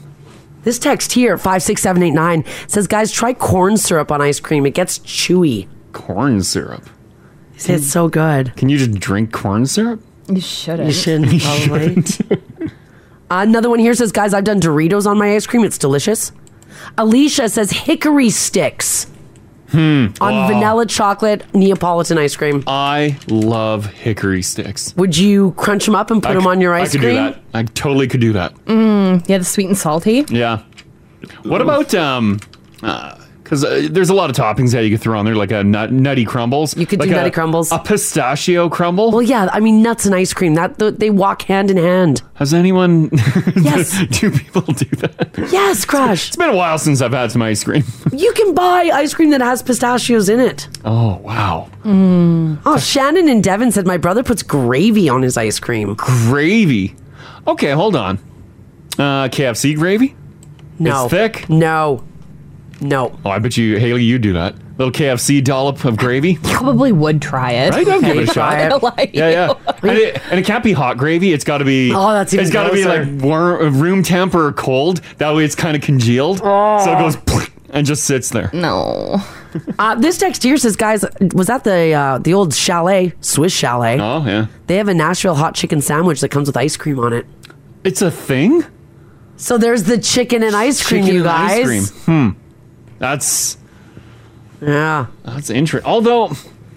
Speaker 3: This text here, 56789, says, guys, try corn syrup on ice cream. It gets chewy.
Speaker 2: Corn syrup.
Speaker 3: It's so good.
Speaker 2: Can you just drink corn syrup?
Speaker 4: You shouldn't.
Speaker 3: You shouldn't,
Speaker 2: You
Speaker 3: probably. Another one here says, guys, I've done Doritos on my ice cream. It's delicious. Alicia says, hickory sticks
Speaker 2: Hmm.
Speaker 3: on
Speaker 2: Oh,
Speaker 3: vanilla chocolate Neapolitan ice cream.
Speaker 2: I love hickory sticks.
Speaker 3: Would you crunch them up and put
Speaker 2: I
Speaker 3: them
Speaker 2: c-
Speaker 3: on your
Speaker 2: I
Speaker 3: ice
Speaker 2: could
Speaker 3: cream?
Speaker 2: do that. I totally could do that.
Speaker 4: Mm, yeah, the sweet and salty.
Speaker 2: Yeah. What about um? Because uh, there's a lot of toppings that you could throw on there, like a nut, nutty crumbles. You
Speaker 3: could do nutty crumbles.
Speaker 2: A pistachio crumble.
Speaker 3: Well, yeah, I mean, nuts and ice cream, that th- they walk hand in hand.
Speaker 2: Has anyone?
Speaker 3: Yes.
Speaker 2: do people do that?
Speaker 3: Yes, Crash.
Speaker 2: It's been a while since I've had some ice cream.
Speaker 3: you can buy ice cream that has pistachios in it.
Speaker 2: Oh wow,
Speaker 4: Hmm.
Speaker 3: Oh, Shannon and Devin said my brother puts gravy on his ice cream.
Speaker 2: gravy. Okay, hold on. Uh, KFC gravy.
Speaker 3: No.
Speaker 2: It's thick.
Speaker 3: No. No.
Speaker 2: Oh, I bet you, Haley, you do that. Little KFC dollop of gravy.
Speaker 4: Probably would try it.
Speaker 2: Right? I'd give it a shot.
Speaker 4: Like-
Speaker 2: yeah, yeah. And it, and it can't be hot gravy. It's got to be.
Speaker 4: Oh, that's even
Speaker 2: It's got to be
Speaker 4: grosser.
Speaker 2: like warm, room temp or cold. That way, it's kind of congealed.
Speaker 4: Oh.
Speaker 2: So it goes and just sits there.
Speaker 4: No.
Speaker 3: Uh, this text here says, guys, was that the uh, the old chalet, Swiss chalet?
Speaker 2: Oh, yeah.
Speaker 3: They have a Nashville hot chicken sandwich that comes with ice cream on it.
Speaker 2: It's a thing?
Speaker 3: So there's the chicken and ice cream,
Speaker 2: Chicken
Speaker 3: you
Speaker 2: and
Speaker 3: guys.
Speaker 2: Ice cream. Hmm. That's.
Speaker 3: Yeah.
Speaker 2: That's interesting. Although.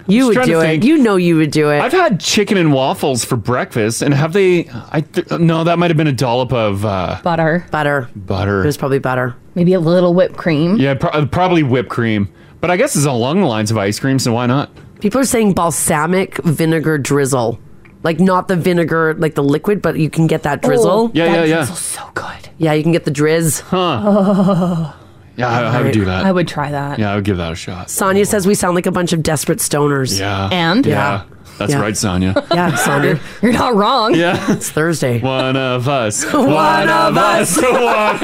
Speaker 3: You would do it. You know you would do it.
Speaker 2: I've had chicken and waffles for breakfast, and have they? I th- no, that might have been a dollop of uh,
Speaker 4: butter.
Speaker 3: Butter.
Speaker 2: Butter. It
Speaker 3: was probably butter.
Speaker 4: Maybe a little whipped cream.
Speaker 2: Yeah, pro- uh, probably whipped cream. But I guess it's along the lines of ice cream, so why not?
Speaker 3: People are saying balsamic vinegar drizzle. Like not the vinegar, like the liquid, but you can get
Speaker 4: Oh,
Speaker 3: that drizzle.
Speaker 2: yeah, yeah, yeah.
Speaker 3: Yeah, you can get the drizz.
Speaker 2: Huh. Yeah, I, I would do that.
Speaker 3: I
Speaker 4: would try that.
Speaker 2: Yeah, I would give that a shot.
Speaker 3: Sonia says we sound like a bunch of desperate stoners.
Speaker 2: Yeah.
Speaker 3: Yeah.
Speaker 2: Yeah. That's
Speaker 3: Yeah.
Speaker 2: right, Sonia.
Speaker 3: Yeah, Sonia.
Speaker 4: You're not wrong.
Speaker 2: Yeah.
Speaker 3: It's Thursday.
Speaker 2: One of us.
Speaker 3: One of us.
Speaker 2: One.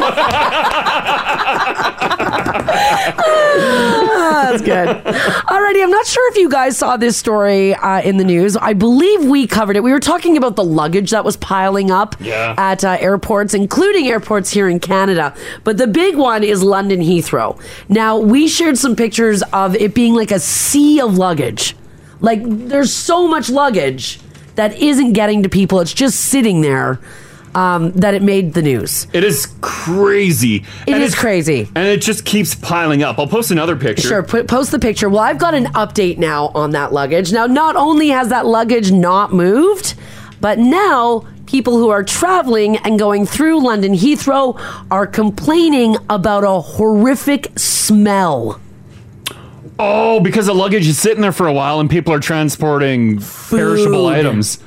Speaker 3: Ah, That's good. Alrighty, I'm not sure if you guys saw this story uh, in the news. I believe we covered it. We were talking about the luggage that was piling up
Speaker 13: Yeah.
Speaker 3: at uh, airports, including airports here in Canada. But the big one is London Heathrow. Now, we shared some pictures of it being like a sea of luggage. Like, there's so much luggage that isn't getting to people, it's just sitting there um, that it made the news.
Speaker 2: It is crazy.
Speaker 3: It
Speaker 2: and
Speaker 3: is crazy.
Speaker 2: And it just keeps piling up. I'll post another picture.
Speaker 3: Sure, put, post the picture. Well, I've got an update now on that luggage. Now, not only has that luggage not moved, but now people who are traveling and going through London Heathrow are complaining about a horrific smell.
Speaker 2: Oh, because the luggage is sitting there for a while and people are transporting perishable items.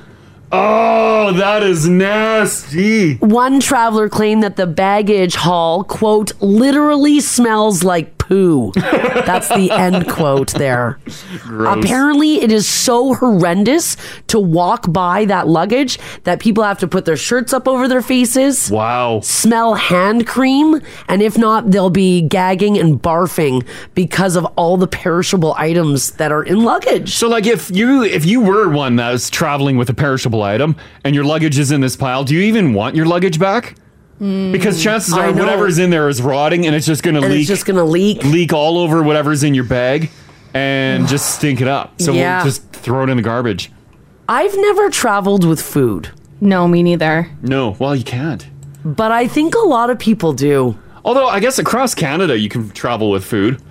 Speaker 2: Oh, that is nasty.
Speaker 3: One traveler claimed that the baggage haul, quote, literally smells like poo. That's the end quote there.
Speaker 13: Gross.
Speaker 3: Apparently, it is so horrendous to walk by that luggage that people have to put their shirts up over their faces.
Speaker 2: Wow.
Speaker 3: Smell hand cream. And if not, they'll be gagging and barfing because of all the perishable items that are in luggage.
Speaker 2: So, like, if you if you were one that was traveling with a perishable item and your luggage is in this pile, do you even want your luggage back? Because chances
Speaker 3: Hmm. I
Speaker 2: are
Speaker 3: know.
Speaker 2: whatever's in there is rotting and it's just going to
Speaker 3: And it's
Speaker 2: leak.
Speaker 3: just gonna leak,
Speaker 2: leak all over whatever's in your bag, and just stink it up. So
Speaker 3: Yeah.
Speaker 2: we'll just throw it in the garbage.
Speaker 3: I've never traveled with food.
Speaker 4: No, me neither.
Speaker 2: No, well, you can't.
Speaker 3: But I think a lot of people do.
Speaker 2: Although I guess across Canada you can travel with food.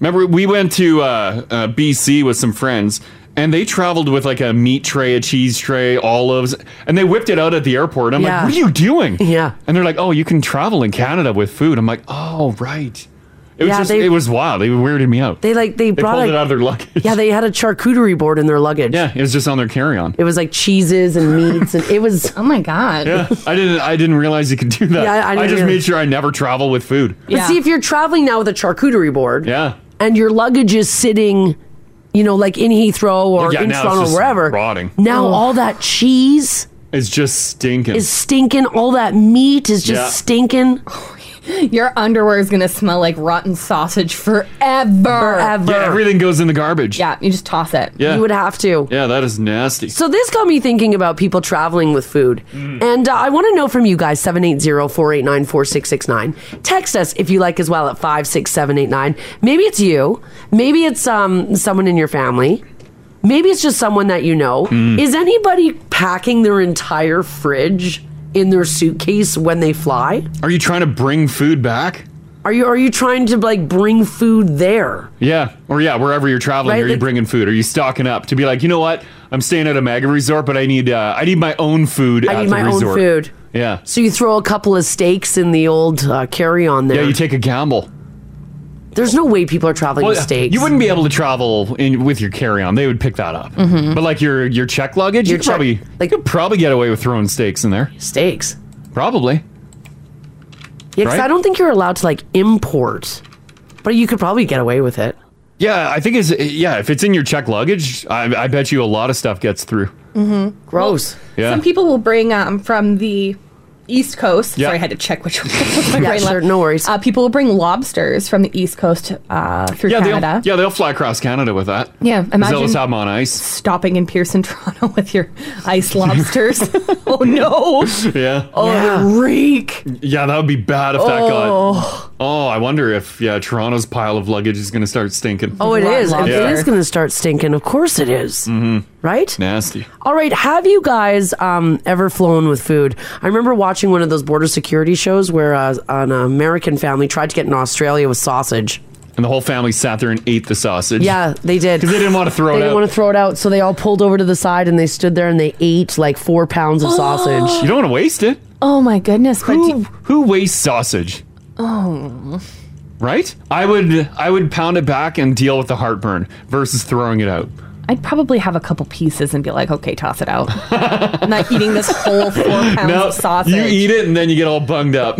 Speaker 2: Remember, we went to uh, uh, BC with some friends, and they traveled with like a meat tray, a cheese tray, olives, and they whipped it out at the airport. I'm
Speaker 3: Yeah.
Speaker 2: like, "What are you doing?"
Speaker 3: Yeah.
Speaker 2: And they're like, "Oh, you can travel in Canada with food." I'm like, "Oh, right." It was
Speaker 3: Yeah,
Speaker 2: just,
Speaker 3: they-
Speaker 2: it was wild. They weirded me out.
Speaker 3: They like they
Speaker 2: They
Speaker 3: brought
Speaker 2: pulled
Speaker 3: a-
Speaker 2: it out of their luggage.
Speaker 3: Yeah, they had a charcuterie board in their luggage.
Speaker 2: Yeah, it was just on their carry-on.
Speaker 3: It was like cheeses and meats, and it was.
Speaker 4: oh my god!
Speaker 2: Yeah, I didn't. I didn't realize you could do that.
Speaker 3: Yeah, I- I
Speaker 2: I,
Speaker 3: didn't
Speaker 2: just
Speaker 3: either.
Speaker 2: made sure I never travel with food.
Speaker 3: But see, if you're traveling now with a charcuterie board,
Speaker 2: yeah,
Speaker 3: and your luggage is sitting, you know, like in Heathrow or
Speaker 2: yeah,
Speaker 3: in
Speaker 2: now it's
Speaker 3: Toronto or
Speaker 2: just
Speaker 3: wherever,
Speaker 2: rotting.
Speaker 3: now
Speaker 4: Oh.
Speaker 2: Ugh.
Speaker 3: all that cheese
Speaker 2: it's just stinking.
Speaker 3: is stinking. All that meat is just
Speaker 2: Yeah.
Speaker 3: stinking.
Speaker 4: Your underwear is gonna smell like rotten sausage forever. Forever.
Speaker 2: yeah, everything goes in the garbage.
Speaker 4: Yeah, you just toss it.
Speaker 2: Yeah.
Speaker 3: You would have to.
Speaker 2: Yeah, that is nasty.
Speaker 3: So this got me thinking about people traveling with food.
Speaker 2: Mm.
Speaker 3: And uh, I want to know from you guys 780-489-4669. Text us if you like as well at 56789. Maybe it's you, maybe it's um someone in your family. Maybe it's just someone that you know.
Speaker 13: Mm.
Speaker 3: Is anybody packing their entire fridge in their suitcase when they fly?
Speaker 2: Are you trying to bring food back?
Speaker 3: Are you are you trying to like bring food there?
Speaker 2: Yeah, or yeah, wherever you're traveling,
Speaker 3: Right,
Speaker 2: are you
Speaker 3: like-
Speaker 2: bringing food? Are you stocking up to be like, you know what? I'm staying at a mega resort, but I need uh, I need my own food.
Speaker 3: I
Speaker 2: at
Speaker 3: need
Speaker 2: the
Speaker 3: my own
Speaker 2: resort.
Speaker 3: food.
Speaker 2: Yeah,
Speaker 3: So you throw a couple of steaks in the old uh, carry-on there.
Speaker 2: yeah, you take a gamble.
Speaker 3: There's no way people are traveling
Speaker 2: Well,
Speaker 3: with steaks.
Speaker 2: You wouldn't be able to travel in with your carry on. They would pick that up.
Speaker 3: Mhm.
Speaker 2: But like your your check luggage,
Speaker 3: Your
Speaker 2: you could
Speaker 3: check-
Speaker 2: probably like you could probably get away with throwing steaks in there.
Speaker 3: Steaks,
Speaker 2: probably.
Speaker 3: Yeah, 'cause
Speaker 2: Right?
Speaker 3: I don't think you're allowed to like import, but you could probably get away with it.
Speaker 2: Yeah, I think it's yeah. If it's in your check luggage, I, I bet you a lot of stuff gets through.
Speaker 4: Mm-hmm.
Speaker 3: Gross.
Speaker 2: Yeah.
Speaker 4: Some people will bring um, from the East Coast.
Speaker 2: Yeah.
Speaker 4: Sorry, I had to check which one. my
Speaker 2: Yeah,
Speaker 4: brain
Speaker 2: sure,
Speaker 4: left.
Speaker 3: no worries.
Speaker 4: Uh, people will bring lobsters from the East Coast uh, through
Speaker 2: yeah,
Speaker 4: Canada.
Speaker 2: they'll yeah they'll fly across Canada with that.
Speaker 4: Yeah,
Speaker 2: 'Cause
Speaker 4: imagine-
Speaker 2: they'll just have 'em on ice.
Speaker 4: Stopping in Pearson, Toronto with your ice lobsters. oh no!
Speaker 2: Yeah.
Speaker 4: Oh, the reek.
Speaker 2: Yeah, that would be bad if that
Speaker 4: Oh.
Speaker 2: got. Oh, I wonder if yeah Toronto's pile of luggage is going to start stinking.
Speaker 3: Oh, it is.
Speaker 2: Yeah.
Speaker 3: It is going to start stinking. Of course it is. Right?
Speaker 2: Mm-hmm. Nasty.
Speaker 3: All right. Have you guys um, ever flown with food? I remember watching one of those border security shows where uh, an American family tried to get in Australia with sausage.
Speaker 2: And the whole family sat there and ate the sausage.
Speaker 3: Yeah, they did.
Speaker 2: Because they didn't want to throw
Speaker 3: They
Speaker 2: it
Speaker 3: didn't
Speaker 2: out.
Speaker 3: want to throw it out, so they all pulled over to the side and they stood there and they ate like four pounds of sausage.
Speaker 2: You don't want to waste it.
Speaker 4: Oh my goodness! But
Speaker 2: Who, who wastes sausage?
Speaker 4: oh.
Speaker 2: Right? I would I would pound it back and deal with the heartburn versus throwing it out.
Speaker 4: I'd probably have a couple pieces and be like, okay, toss it out. I'm not eating this whole four pounds
Speaker 2: No,
Speaker 4: of sausage. Uh,
Speaker 2: You eat it and then you get all bunged up.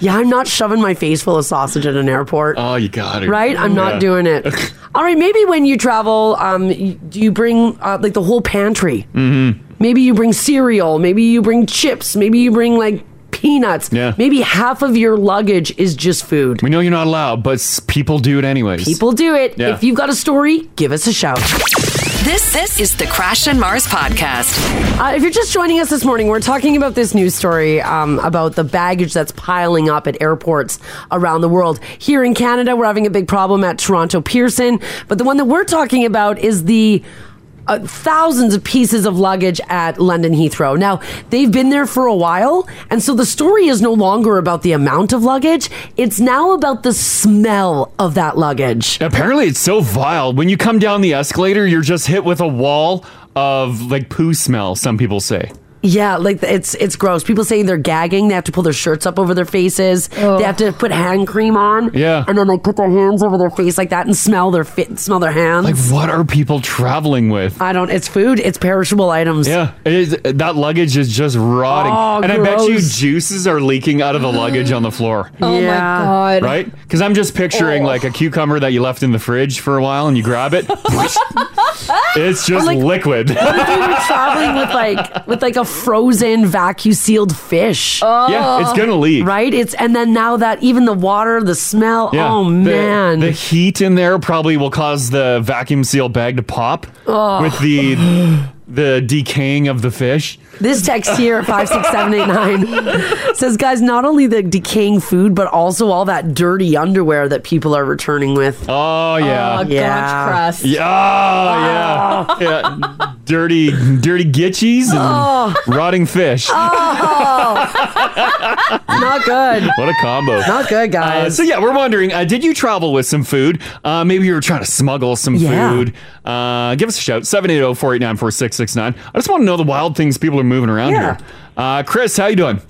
Speaker 3: Yeah, I'm not shoving my face full of sausage at an airport.
Speaker 2: Oh, you got it.
Speaker 3: Right? I'm not
Speaker 2: Yeah.
Speaker 3: doing it. All right, maybe when you travel, um, y- do you bring uh, like the whole pantry?
Speaker 2: Mm-hmm.
Speaker 3: Maybe you bring cereal. Maybe you bring chips. Maybe you bring like peanuts.
Speaker 2: Yeah.
Speaker 3: Maybe half of your luggage is just food.
Speaker 2: We know you're not allowed, but s- people do it anyways.
Speaker 3: People do it.
Speaker 2: Yeah.
Speaker 3: If you've got a story, give us a shout.
Speaker 1: This this is the Crash and Mars podcast.
Speaker 3: Uh, if you're just joining us this morning, we're talking about this news story um, about the baggage that's piling up at airports around the world. Here in Canada, we're having a big problem at Toronto Pearson, but the one that we're talking about is the uh, thousands of pieces of luggage at London Heathrow. Now, they've been there for a while, and so the story is no longer about the amount of luggage, it's now about the smell of that luggage.
Speaker 2: Apparently, it's so vile. When you come down the escalator, you're just hit with a wall of like poo smell, some people say.
Speaker 3: Yeah, like it's it's gross. People say they're gagging. They have to pull their shirts up over their faces. They have to put hand cream on.
Speaker 2: Yeah.
Speaker 3: and then they put their hands over their face like that and smell their fit, smell their hands.
Speaker 2: Like, what are people traveling with?
Speaker 3: I don't. It's food. It's perishable items.
Speaker 2: Yeah, it is, uh, that luggage is just rotting,
Speaker 3: Oh,
Speaker 2: and I bet you
Speaker 3: gross.
Speaker 2: juices are leaking out of the luggage on the floor.
Speaker 4: Oh my Yeah. God.
Speaker 2: Right? Because I'm just picturing like a cucumber that you left in the fridge for a while, and you grab it. it's just
Speaker 3: Or, like,
Speaker 2: liquid.
Speaker 3: What if you were traveling with like with like a frozen vacuum sealed fish?
Speaker 4: Oh.
Speaker 2: Yeah, it's gonna leak.
Speaker 3: right? It's and then now that even the water, the smell.
Speaker 2: Yeah,
Speaker 3: Oh
Speaker 2: the-
Speaker 3: man,
Speaker 2: the heat in there probably will cause the vacuum seal bag to pop
Speaker 3: Oh.
Speaker 2: with the the decaying of the fish.
Speaker 3: This text here, 56789, says, guys, not only the decaying food, but also all that dirty underwear that people are returning with.
Speaker 2: Oh, yeah. Yeah, oh, yeah. yeah. Dirty, dirty gitchies and
Speaker 3: Oh.
Speaker 2: rotting fish.
Speaker 3: Oh. not good.
Speaker 2: What a combo.
Speaker 3: Not good, guys.
Speaker 2: Uh, so, yeah, we're wondering uh, did you travel with some food? Uh, maybe you were trying to smuggle some
Speaker 3: Yeah.
Speaker 2: food. Uh, give us a shout 780 489 4669. I just want to know the wild things people are moving around
Speaker 13: Yeah.
Speaker 2: here. Uh, Chris, how you doing?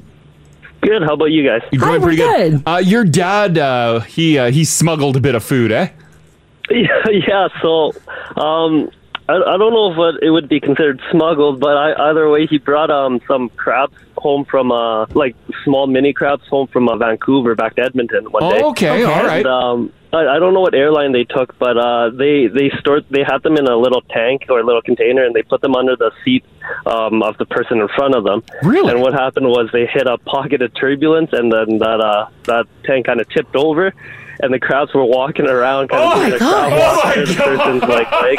Speaker 13: Good. How about you guys?
Speaker 2: You're doing pretty good. Uh, your dad, uh, he uh, he smuggled a bit of food, eh?
Speaker 13: Yeah, yeah. So, um, I, I don't know if what it would be considered smuggled, but I, either way, he brought um some crabs home from uh like small mini crabs home from uh, Vancouver back to Edmonton one
Speaker 2: Oh,
Speaker 13: day.
Speaker 2: okay, all right.
Speaker 13: And, um, I, I don't know what airline they took, but uh, they they stored they had them in a little tank or a little container, and they put them under the seat um, of the person in front of them.
Speaker 2: Really?
Speaker 13: And what happened was they hit a pocket of turbulence, and then that uh, that tank kind of tipped over. And the crabs were walking around, kind
Speaker 2: Oh
Speaker 13: of
Speaker 2: my
Speaker 13: doing their crab
Speaker 2: God.
Speaker 13: walk
Speaker 2: Oh my
Speaker 13: through the
Speaker 2: God.
Speaker 13: person's like leg.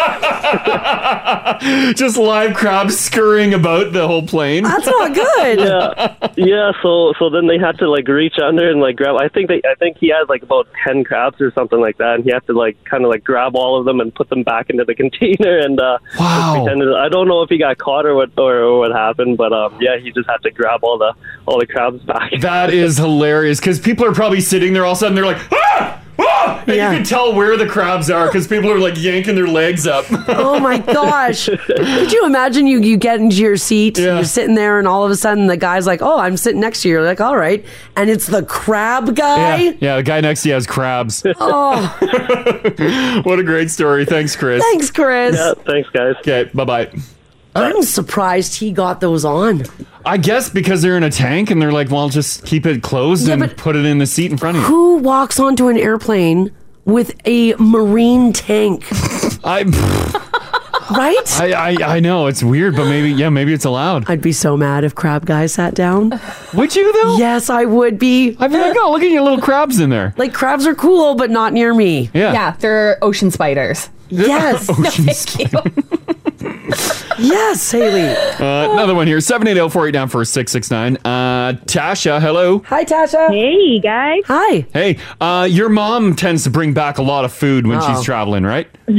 Speaker 2: Just live crabs scurrying about the whole plane.
Speaker 3: That's not good.
Speaker 13: yeah, yeah. So, so then they had to like reach under and like grab. I think they, I think he had like about ten crabs or something like that, and he had to like kind of like grab all of them and put them back into the container. And uh, wow, pretended, I don't know if he got caught or what or, or what happened, but um, yeah, he just had to grab all the all the crabs back.
Speaker 2: That is hilarious because people are probably sitting there all of a sudden they're like, ah! Ah! And you can tell where the crabs are because people are like yanking their legs up.
Speaker 3: oh my gosh. Could you imagine you, you get into your seat, you're sitting there, and all of a sudden the guy's like, oh, I'm sitting next to you. You're like, all right. And it's the crab guy.
Speaker 2: Yeah, yeah, the guy next to you has crabs.
Speaker 3: Oh.
Speaker 2: what a great story. Thanks, Chris.
Speaker 3: Thanks, Chris. Yeah,
Speaker 13: thanks, guys.
Speaker 2: Okay, bye bye.
Speaker 3: I'm surprised he got those on.
Speaker 2: I guess because they're in a tank and they're like, well, just keep it closed
Speaker 3: Yeah,
Speaker 2: and
Speaker 3: but-
Speaker 2: put it in the seat in front of you.
Speaker 3: Who walks onto an airplane with a marine tank?
Speaker 2: I,
Speaker 3: right?
Speaker 2: I, I, I know it's weird, but maybe yeah, maybe it's allowed.
Speaker 3: I'd be so mad if crab guy sat down.
Speaker 2: Would you though?
Speaker 3: Yes, I would be.
Speaker 2: I'd be like, oh, look at your little crabs in there.
Speaker 3: Like crabs are cool, but not near me.
Speaker 2: Yeah.
Speaker 4: Yeah, they're ocean spiders.
Speaker 3: Yes.
Speaker 2: Ocean
Speaker 4: no, thank you.
Speaker 3: yes, Haley.
Speaker 2: Uh, another one here 780 489 4669. Uh, Tasha, hello.
Speaker 3: Hi, Tasha.
Speaker 14: Hey, guys.
Speaker 3: Hi.
Speaker 2: Hey, uh, your mom tends to bring back a lot of food when
Speaker 14: Uh-oh.
Speaker 2: she's traveling, right?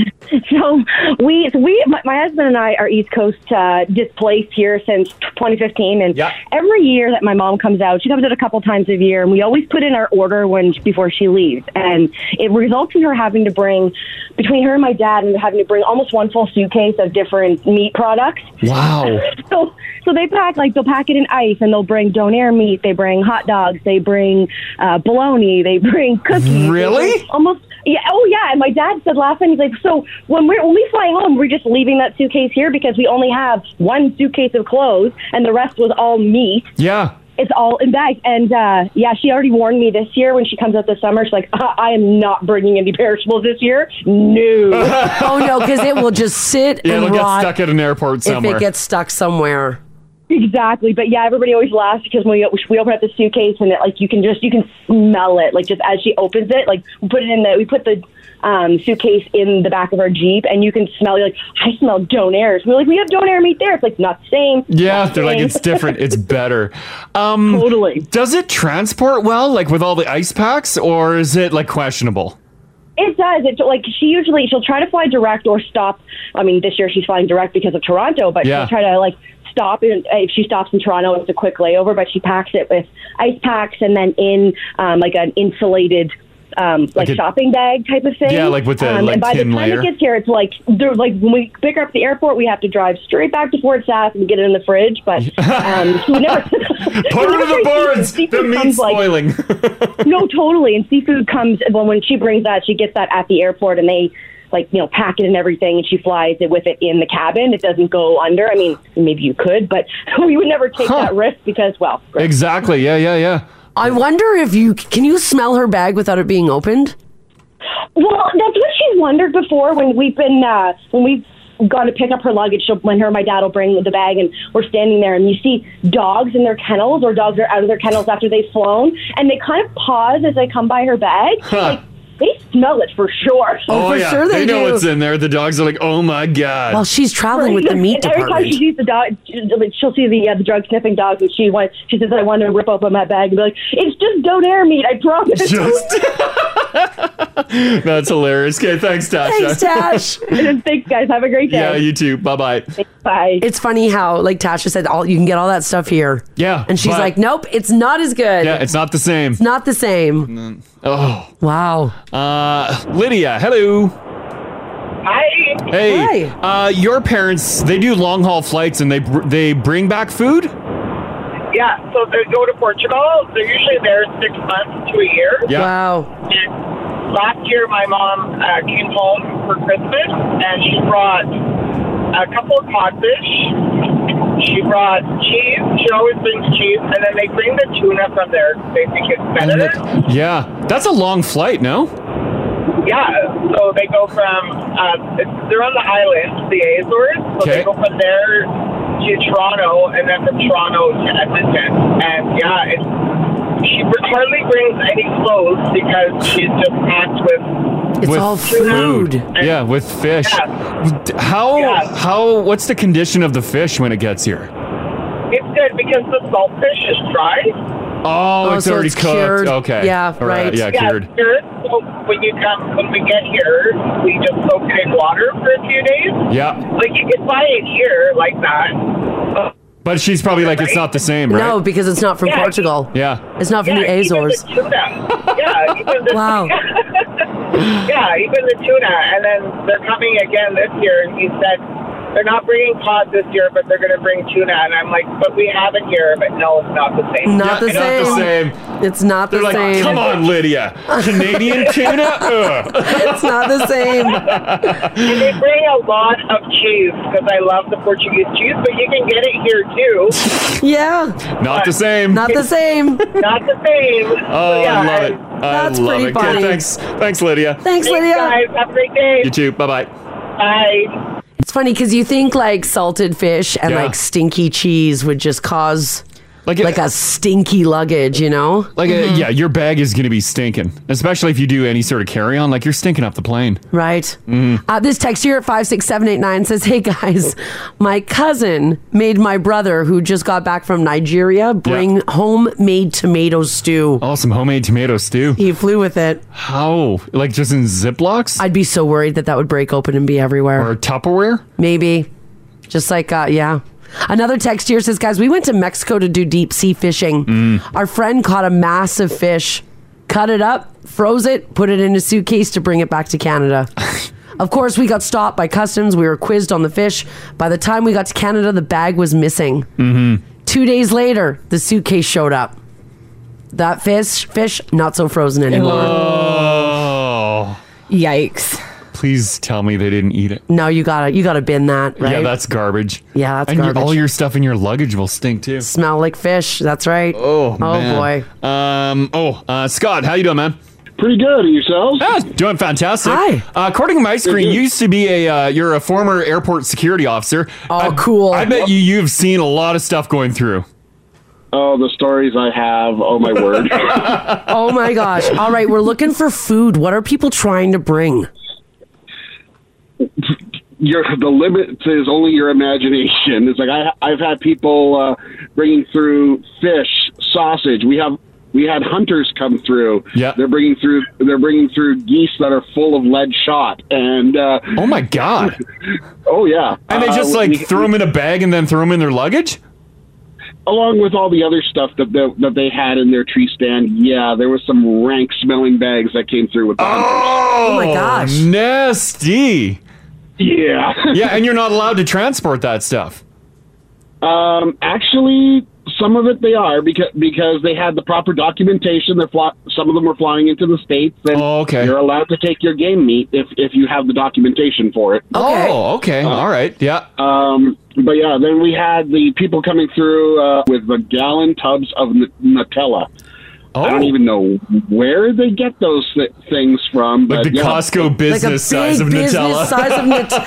Speaker 14: So we, so we, my, my husband and I are East Coast uh, displaced here since 2015, and every year that my mom comes out, she comes out a couple times a year, and we always put in our order when before she leaves, and it results in her having to bring between her and my dad, and having to bring almost one full suitcase of different meat products.
Speaker 2: Wow.
Speaker 14: so so they pack like they'll pack it in ice and they'll bring donair meat they bring hot dogs they bring uh bologna they bring cookies they
Speaker 2: Really?
Speaker 14: bring almost yeah oh yeah and my dad said last time he's like so when we're when we fly home we're just leaving that suitcase here because we only have one suitcase of clothes and the rest was all meat
Speaker 2: Yeah.
Speaker 14: it's all in bags. And uh, yeah, she already warned me this year when she comes out this summer. She's like, uh, I am not bringing any perishables this year. No.
Speaker 3: oh, no, because it will just sit
Speaker 2: Yeah,
Speaker 3: and
Speaker 2: it'll get
Speaker 3: rot
Speaker 2: stuck at an airport somewhere.
Speaker 3: If it gets stuck somewhere.
Speaker 14: Exactly, but yeah, everybody always laughs because when we, we open up the suitcase and it like you can just you can smell it like just as she opens it like we put it in the we put the um, suitcase in the back of our jeep and you can smell you're like I smell donairs. We're like we have donair meat there. It's like not the same.
Speaker 2: yeah,
Speaker 14: not the
Speaker 2: they're like,
Speaker 14: same."
Speaker 2: it's different. It's better. Um,
Speaker 14: totally.
Speaker 2: Does it transport well, like with all the ice packs, or is it like questionable?
Speaker 14: It does. It's like she usually she'll try to fly direct or stop. I mean, this year she's flying direct because of Toronto, but
Speaker 2: Yeah.
Speaker 14: she'll try to like stop in, if she stops in Toronto, it's a quick layover. But she packs it with ice packs and then in um, like an insulated um, like,
Speaker 2: Like a-
Speaker 14: shopping bag type of thing.
Speaker 2: Yeah, like with the,
Speaker 14: um,
Speaker 2: like,
Speaker 14: And by the
Speaker 2: tin
Speaker 14: time
Speaker 2: layer.
Speaker 14: it gets here, it's like they're like when we pick her up at the airport, we have to drive straight back to Fort Sask and get it in the fridge. But um, she never
Speaker 2: Put her to the boards. The
Speaker 14: Seafood
Speaker 2: meat's
Speaker 14: comes, like-
Speaker 2: spoiling.
Speaker 14: no, totally. And seafood comes well when she brings that, she gets that at the airport, and they like you know pack it and everything, and she flies it with it in the cabin. It doesn't go under. I mean, maybe you could, but we would never take that risk because well,
Speaker 2: exactly. Yeah, yeah, yeah.
Speaker 3: I wonder if you can you smell her bag without it being opened.
Speaker 14: Well, that's what she's wondered before when we've been uh, when we've gone to pick up her luggage. She'll, when her and my dad will bring the bag, and we're standing there, and you see dogs in their kennels, or dogs are out of their kennels after they've flown, and they kind of pause as they come by her bag. Like, they smell it Oh, for sure.
Speaker 2: Oh, yeah. They know what's in there. The dogs are like, oh my god.
Speaker 14: And Every time she sees the dog, she'll see the uh, the drug sniffing dogs, and she wants. She says, "I want to rip open my bag and be like, it's just donair meat. I promise."
Speaker 2: Just- That's hilarious. Okay, thanks, Tasha.
Speaker 14: Thanks, guys. Have a great day.
Speaker 2: yeah, you too. Bye bye.
Speaker 14: Bye.
Speaker 3: It's funny how, like Tasha said, all you can get all that stuff here.
Speaker 2: Yeah,
Speaker 3: and she's
Speaker 2: but-
Speaker 3: like, nope, it's not as good.
Speaker 2: Yeah, it's not the same.
Speaker 3: It's not the same.
Speaker 2: Oh.
Speaker 3: Wow.
Speaker 2: Uh, Lydia, hello. Hi. Hey. Uh, your parents, they do long haul flights and they br- they bring back food?
Speaker 15: Yeah, so they go to Portugal. They're usually there six months to a year.
Speaker 2: Yeah.
Speaker 3: Wow.
Speaker 15: And last year, my mom uh, came home for Christmas, and she brought a couple of codfish. She brought cheese. She always brings cheese, and then they bring the tuna from there. They think it's better.
Speaker 2: Yeah. That's a long flight, no?
Speaker 15: Yeah, so they go from uh, it's- they're on the island, the Azores. So
Speaker 2: Okay.
Speaker 15: they go from there to Toronto, and then from Toronto to Edmonton. And yeah, it's, she hardly brings any clothes because she's just packed with.
Speaker 2: with food. Yeah, with fish. D- How how what's the condition of the fish when it gets here?
Speaker 15: It's good because the saltfish is dried.
Speaker 2: Oh, it's already cooked. Okay. All Yeah, cured.
Speaker 15: it's cured. So when you come, when we get here, we just soak it in water for a few days.
Speaker 2: Yeah.
Speaker 15: Like you can buy it here like that.
Speaker 2: But she's probably like it's not the same, right?
Speaker 3: No, because it's not from
Speaker 15: Yeah.
Speaker 3: Portugal.
Speaker 2: Yeah.
Speaker 3: It's not from the Azores.
Speaker 15: yeah, even the,
Speaker 3: Wow.
Speaker 15: yeah, even the tuna. And then they're coming again this year. And he said they're not bringing cod this year, but they're going to bring tuna. And I'm like, but we have it here. But no, it's not the same.
Speaker 3: Not the same. It's not the
Speaker 2: They're like,
Speaker 3: same.
Speaker 2: come on, Lydia. Canadian tuna? Ugh.
Speaker 3: it's not the same.
Speaker 15: And they bring a lot of cheese because I love the Portuguese cheese, but you can get it here too.
Speaker 3: yeah.
Speaker 2: Not the same.
Speaker 3: Not the same.
Speaker 15: Not the same.
Speaker 2: Oh,
Speaker 15: Yeah,
Speaker 2: I love it.
Speaker 15: and-
Speaker 2: I
Speaker 15: That's
Speaker 2: love
Speaker 15: pretty
Speaker 2: it. Okay,
Speaker 15: funny.
Speaker 2: thanks. Thanks, Lydia.
Speaker 3: Thanks, Lydia.
Speaker 15: guys. Have a great day.
Speaker 2: You too. Bye bye.
Speaker 15: Bye.
Speaker 3: It's funny because you think like salted fish and
Speaker 2: Yeah.
Speaker 3: like stinky cheese would just cause
Speaker 2: like
Speaker 3: a, stinky luggage, you know?
Speaker 2: Like, uh, yeah, your bag is going to be stinking, especially if you do any sort of carry on. Like, you're stinking up the plane.
Speaker 3: Right.
Speaker 2: Mm.
Speaker 3: Uh, this text here at 56789 says, Hey guys, my cousin made my brother, who just got back from Nigeria, bring homemade tomato stew.
Speaker 2: Oh, some homemade tomato stew.
Speaker 3: He flew with it.
Speaker 2: How? Like, just in Ziplocs?
Speaker 3: I'd be so worried that that would break open and be everywhere.
Speaker 2: Or Tupperware?
Speaker 3: Maybe. Just like, uh, yeah. Another text here says, Guys, we went to Mexico to do deep sea fishing.
Speaker 2: Mm.
Speaker 3: Our friend caught a massive fish, cut it up, froze it, put it in a suitcase to bring it back to Canada. of course, we got stopped by customs. We were quizzed on the fish. By the time we got to Canada, the bag was missing.
Speaker 2: Mm-hmm.
Speaker 3: Two days later, the suitcase showed up. That fish, fish, not so frozen anymore.
Speaker 2: Oh.
Speaker 4: Yikes.
Speaker 2: Please tell me they didn't eat it.
Speaker 3: No, you gotta, you gotta bin that, right?
Speaker 2: Yeah, that's garbage.
Speaker 3: Yeah, that's
Speaker 2: and your-
Speaker 3: garbage.
Speaker 2: all your stuff in your luggage will stink too.
Speaker 3: Smell like fish. That's right.
Speaker 2: Oh, man.
Speaker 3: boy.
Speaker 2: Um. Oh, uh, Scott, how you doing, man? Pretty good. Yourselves? Yeah, doing fantastic. Hi. Uh, according to my screen, you used to be a uh, you're a former airport security officer. Oh,
Speaker 3: cool.
Speaker 2: I bet you you've seen a lot of stuff going through.
Speaker 16: Oh, the stories I have. Oh my word.
Speaker 3: oh my gosh. All right, we're looking for food. What are people trying to bring?
Speaker 16: your the limit is only your imagination. It's like I I've had people uh, bringing through fish, sausage. We have we had hunters come through. Yeah, they're bringing through they're bringing through geese that are full of lead shot. And uh,
Speaker 2: oh my god.
Speaker 16: oh yeah.
Speaker 2: And they
Speaker 16: Uh,
Speaker 2: just like
Speaker 16: we-
Speaker 2: throw them in a bag and then throw them in their luggage.
Speaker 16: along with all the other stuff that, that that they had in their tree stand, yeah, there was some rank smelling bags that came through with the
Speaker 2: Oh, my gosh. Nasty.
Speaker 16: Yeah.
Speaker 2: yeah, and you're not allowed to transport that stuff.
Speaker 16: Um, actually, some of it they are because because they had the proper documentation. They're fly- some of them were flying into the states. And oh, okay. You're allowed to take your game meat if if you have the documentation for it. Uh,
Speaker 2: Oh, okay. All right. Yeah.
Speaker 16: Um, but yeah, then we had the people coming through uh, with the gallon tubs of N- Nutella. I
Speaker 2: Oh.
Speaker 16: don't even know where they get those th- things from.
Speaker 2: Like
Speaker 16: But
Speaker 2: the
Speaker 16: yeah.
Speaker 2: Costco business size of Nutella.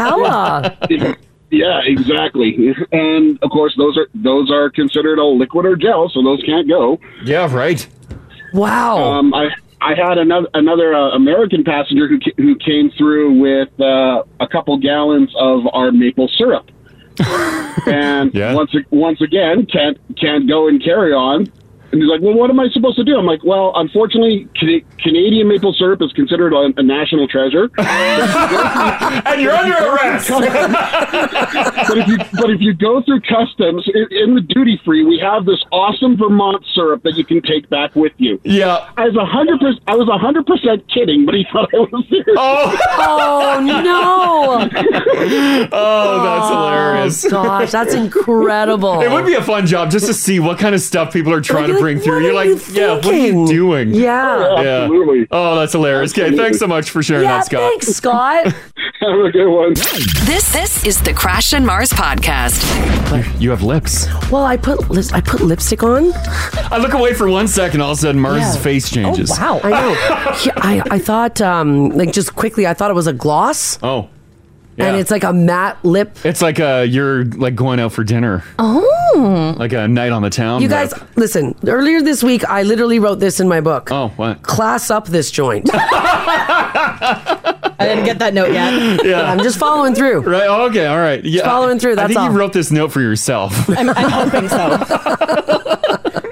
Speaker 16: Yeah, exactly. And of course, those are those are considered a liquid or gel, so those can't go.
Speaker 2: Yeah, right.
Speaker 3: Wow.
Speaker 16: Um, I I had another another uh, American passenger who ca- who came through with uh, a couple gallons of our maple syrup. and once once again, can't can't go and carry on. And he's like, "Well, what am I supposed to do?" I'm like, "Well, unfortunately, Can- Canadian maple syrup is considered a, a national treasure."
Speaker 2: and you're under arrest.
Speaker 16: but if you but if you go through customs in, in the duty free, we have this awesome Vermont syrup that you can take back with you.
Speaker 2: Yeah,
Speaker 16: I was a hundred percent. I was a hundred percent kidding, but he thought I was serious.
Speaker 2: Oh,
Speaker 3: oh no!
Speaker 2: Oh, that's hilarious.
Speaker 3: gosh, that's incredible.
Speaker 2: It would be a fun job just to see what kind of stuff people are trying to bring through. You're like, yeah, what are you doing?
Speaker 3: Yeah.
Speaker 16: Absolutely.
Speaker 2: Oh, that's hilarious. Okay,
Speaker 1: Absolutely.
Speaker 2: thanks so much for sharing
Speaker 1: Yeah,
Speaker 2: that, Scott.
Speaker 1: thanks,
Speaker 3: Scott.
Speaker 16: Have a good one.
Speaker 1: This this is the Crash and Mars podcast.
Speaker 2: You have lips.
Speaker 3: Well, I put lips, I put lipstick on.
Speaker 2: I look away for one second, all of a sudden Mars'
Speaker 3: Yeah.
Speaker 2: face changes.
Speaker 3: Oh, wow. I know. Yeah, I, I thought, um, like, just quickly, I thought it was a gloss.
Speaker 2: Oh.
Speaker 3: And it's like a matte lip.
Speaker 2: It's like uh, you're like going out for dinner,
Speaker 3: Oh.
Speaker 2: like a night on the town.
Speaker 3: You guys,
Speaker 2: rip.
Speaker 3: listen, earlier this week, I literally wrote this in my book.
Speaker 2: Oh, what?
Speaker 3: Class up this joint.
Speaker 4: I didn't get that note yet.
Speaker 2: Yeah.
Speaker 3: I'm just following through.
Speaker 2: Right. Oh, Okay. All right. Yeah.
Speaker 4: following through,
Speaker 2: I
Speaker 4: that's
Speaker 2: think
Speaker 4: all.
Speaker 2: you wrote this note for yourself.
Speaker 4: I'm, I'm hoping so.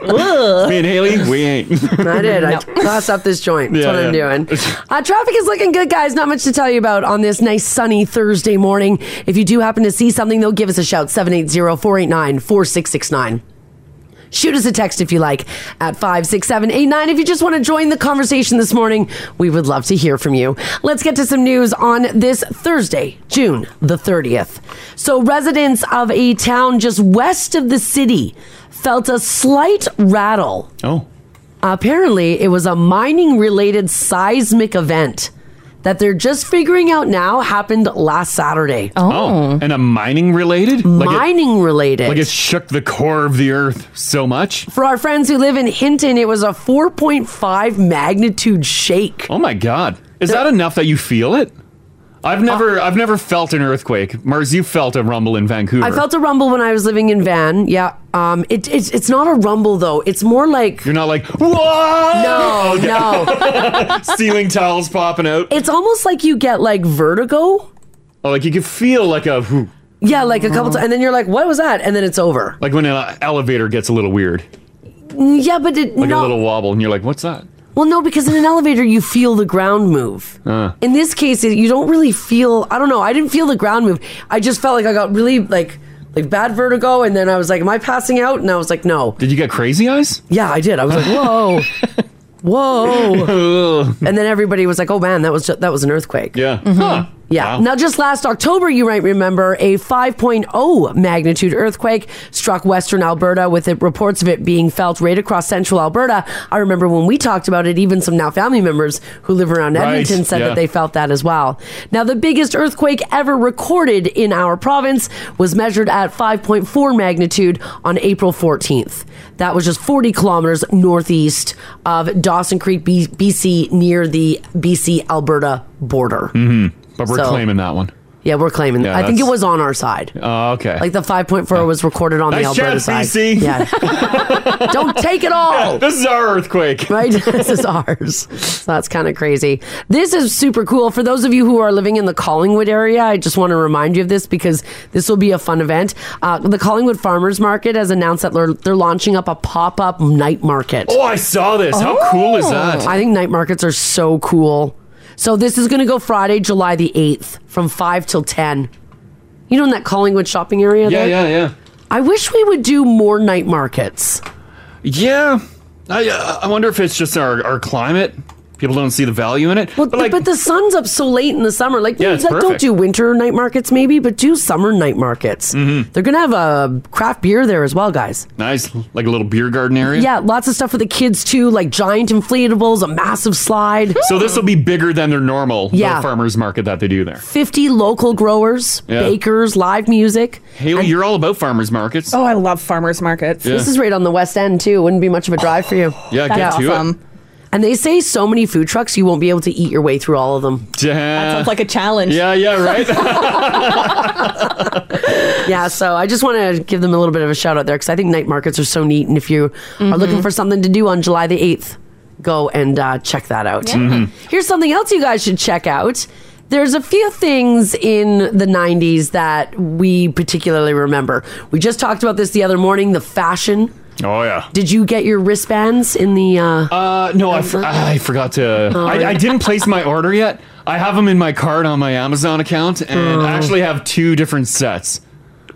Speaker 2: Me and Haley, we ain't.
Speaker 3: I did. I class up this joint. That's
Speaker 2: Yeah,
Speaker 3: what I'm
Speaker 2: yeah. oh,
Speaker 3: doing. Uh, traffic is looking good, guys. Not much to tell you about on this nice sunny Thursday morning. If you do happen to see something, though, give us a shout 780 489 4669. Shoot us a text if you like at 56789. If you just want to join the conversation this morning, we would love to hear from you. Let's get to some news on this Thursday, June the 30th. So, residents of a town just west of the city felt a slight rattle.
Speaker 2: Oh.
Speaker 3: Apparently, it was a mining related seismic event that they're just figuring out now happened last Saturday.
Speaker 2: Oh. And a mining related? Like it-
Speaker 3: Mining related.
Speaker 2: Like it shook the core of the earth so much.
Speaker 3: For our friends who live in Hinton, it was a 4.5 magnitude shake.
Speaker 2: Oh my god. Is that enough that you feel it? I've never
Speaker 3: Uh,
Speaker 2: I've never felt an earthquake. Mars, you felt a rumble in Vancouver.
Speaker 3: I felt a rumble when I was living in Van. Yeah. Um. It, it's it's not a rumble though. It's more like
Speaker 2: You're not like whoa.
Speaker 3: No, no.
Speaker 2: Ceiling towels popping out.
Speaker 3: it's almost like you get like vertigo.
Speaker 2: Oh, like you can feel like a whew,
Speaker 3: Yeah, like a couple times, and then you're like, "What was that?" And then it's over.
Speaker 2: like when an elevator gets a little weird,
Speaker 3: Yeah, but it
Speaker 2: like
Speaker 3: no.
Speaker 2: a little wobble, and you're like, "What's that?"
Speaker 3: well, no, because in an elevator you feel the ground move.
Speaker 2: Uh.
Speaker 3: In this case, it- you don't really feel. I don't know. I didn't feel the ground move. I just felt like I got really like like bad vertigo, and then I was like, "Am I passing out?" And I was like, "No."
Speaker 2: Did you get crazy eyes?
Speaker 3: Yeah, I did. I was like, "Whoa." Whoa! and then everybody was like, "Oh man, that was ju- that was an earthquake." Mm-hmm.
Speaker 2: Yeah.
Speaker 3: Yeah. Now, just last October, you might remember a 5.0 magnitude earthquake struck Western Alberta, with it, reports of it being felt right across central Alberta. I remember when we talked about it, even some now family members who live around
Speaker 11: Right,
Speaker 3: Edmonton said
Speaker 11: yeah.
Speaker 3: that they felt that as well. Now, the biggest earthquake ever recorded in our province was measured at 5.4 magnitude on April 14th. That was just 40 kilometers northeast of Dawson Creek, B- BC, near the BC Alberta border.
Speaker 2: Mm-hmm. But we're
Speaker 3: So-
Speaker 2: claiming that one.
Speaker 3: Yeah, we're claiming.
Speaker 2: Yeah,
Speaker 3: I think it
Speaker 2: that's-
Speaker 3: was on our side.
Speaker 2: Oh, okay.
Speaker 3: Like the 5.4 was recorded on the
Speaker 2: Nice
Speaker 3: Alberta
Speaker 2: chance,
Speaker 3: side.
Speaker 2: BC.
Speaker 3: Yeah. Don't take it all.
Speaker 2: this is our earthquake.
Speaker 3: Right? This is ours. So that's kind of crazy. This is super cool. For those of you who are living in the Collingwood area, I just want to remind you of this because this will be a fun event. Uh, the Collingwood Farmers Market has announced that they're, they're launching up a pop up night market.
Speaker 2: oh, I saw this. How cool is that?
Speaker 3: Oh. I think night markets are so cool. So this is going to go Friday, July the 8th from 5 till 10. You know in that Collingwood shopping area
Speaker 2: yeah,
Speaker 3: there?
Speaker 2: yeah, yeah.
Speaker 3: I wish we would do more night markets.
Speaker 2: Yeah, I uh, I wonder if it's just our, our climate. People don't see the value in it.
Speaker 3: Well, but, the sun's up so late in the summer. Like,
Speaker 2: Yeah, it's
Speaker 3: like, don't
Speaker 2: perfect.
Speaker 3: do winter night markets, maybe, but do summer night markets.
Speaker 2: Mm-hmm.
Speaker 3: They're gonna have a craft beer there as well, guys.
Speaker 2: Nice, like a little beer garden area.
Speaker 3: Yeah, lots of stuff for the kids too, like giant inflatables, a massive slide.
Speaker 2: So this will be bigger than their normal little
Speaker 3: Yeah.
Speaker 2: farmers market that they do there.
Speaker 3: 50 local growers,
Speaker 2: Yeah.
Speaker 3: bakers, live music.
Speaker 2: Haley, you're all about farmers markets.
Speaker 3: Oh, I love farmers markets.
Speaker 2: Yeah.
Speaker 3: This is right on the West End too. Wouldn't be much of a drive for you.
Speaker 2: Yeah, get That's to it. awesome.
Speaker 3: And they say so many food trucks you won't be able to eat your way through all of them.
Speaker 2: That
Speaker 4: sounds like a challenge.
Speaker 2: Yeah, yeah, right.
Speaker 3: yeah, so I just want to give them a little bit of a shout out there because I think night markets are so neat. And if you are looking for something to do on July the 8th, go and uh, check that out.
Speaker 11: Yeah. Mhm.
Speaker 3: Here's something else you guys should check out. There's a few things in the 90s that we particularly remember. We just talked about this the other morning the fashion.
Speaker 2: oh yeah.
Speaker 3: Did you get your wristbands in the. Uh,
Speaker 2: uh no, I, for- I forgot to.
Speaker 3: Oh,
Speaker 2: I,
Speaker 3: yeah.
Speaker 2: I didn't place my order yet. I have them in my card on my Amazon account, and
Speaker 3: Oh.
Speaker 2: I actually have two different sets.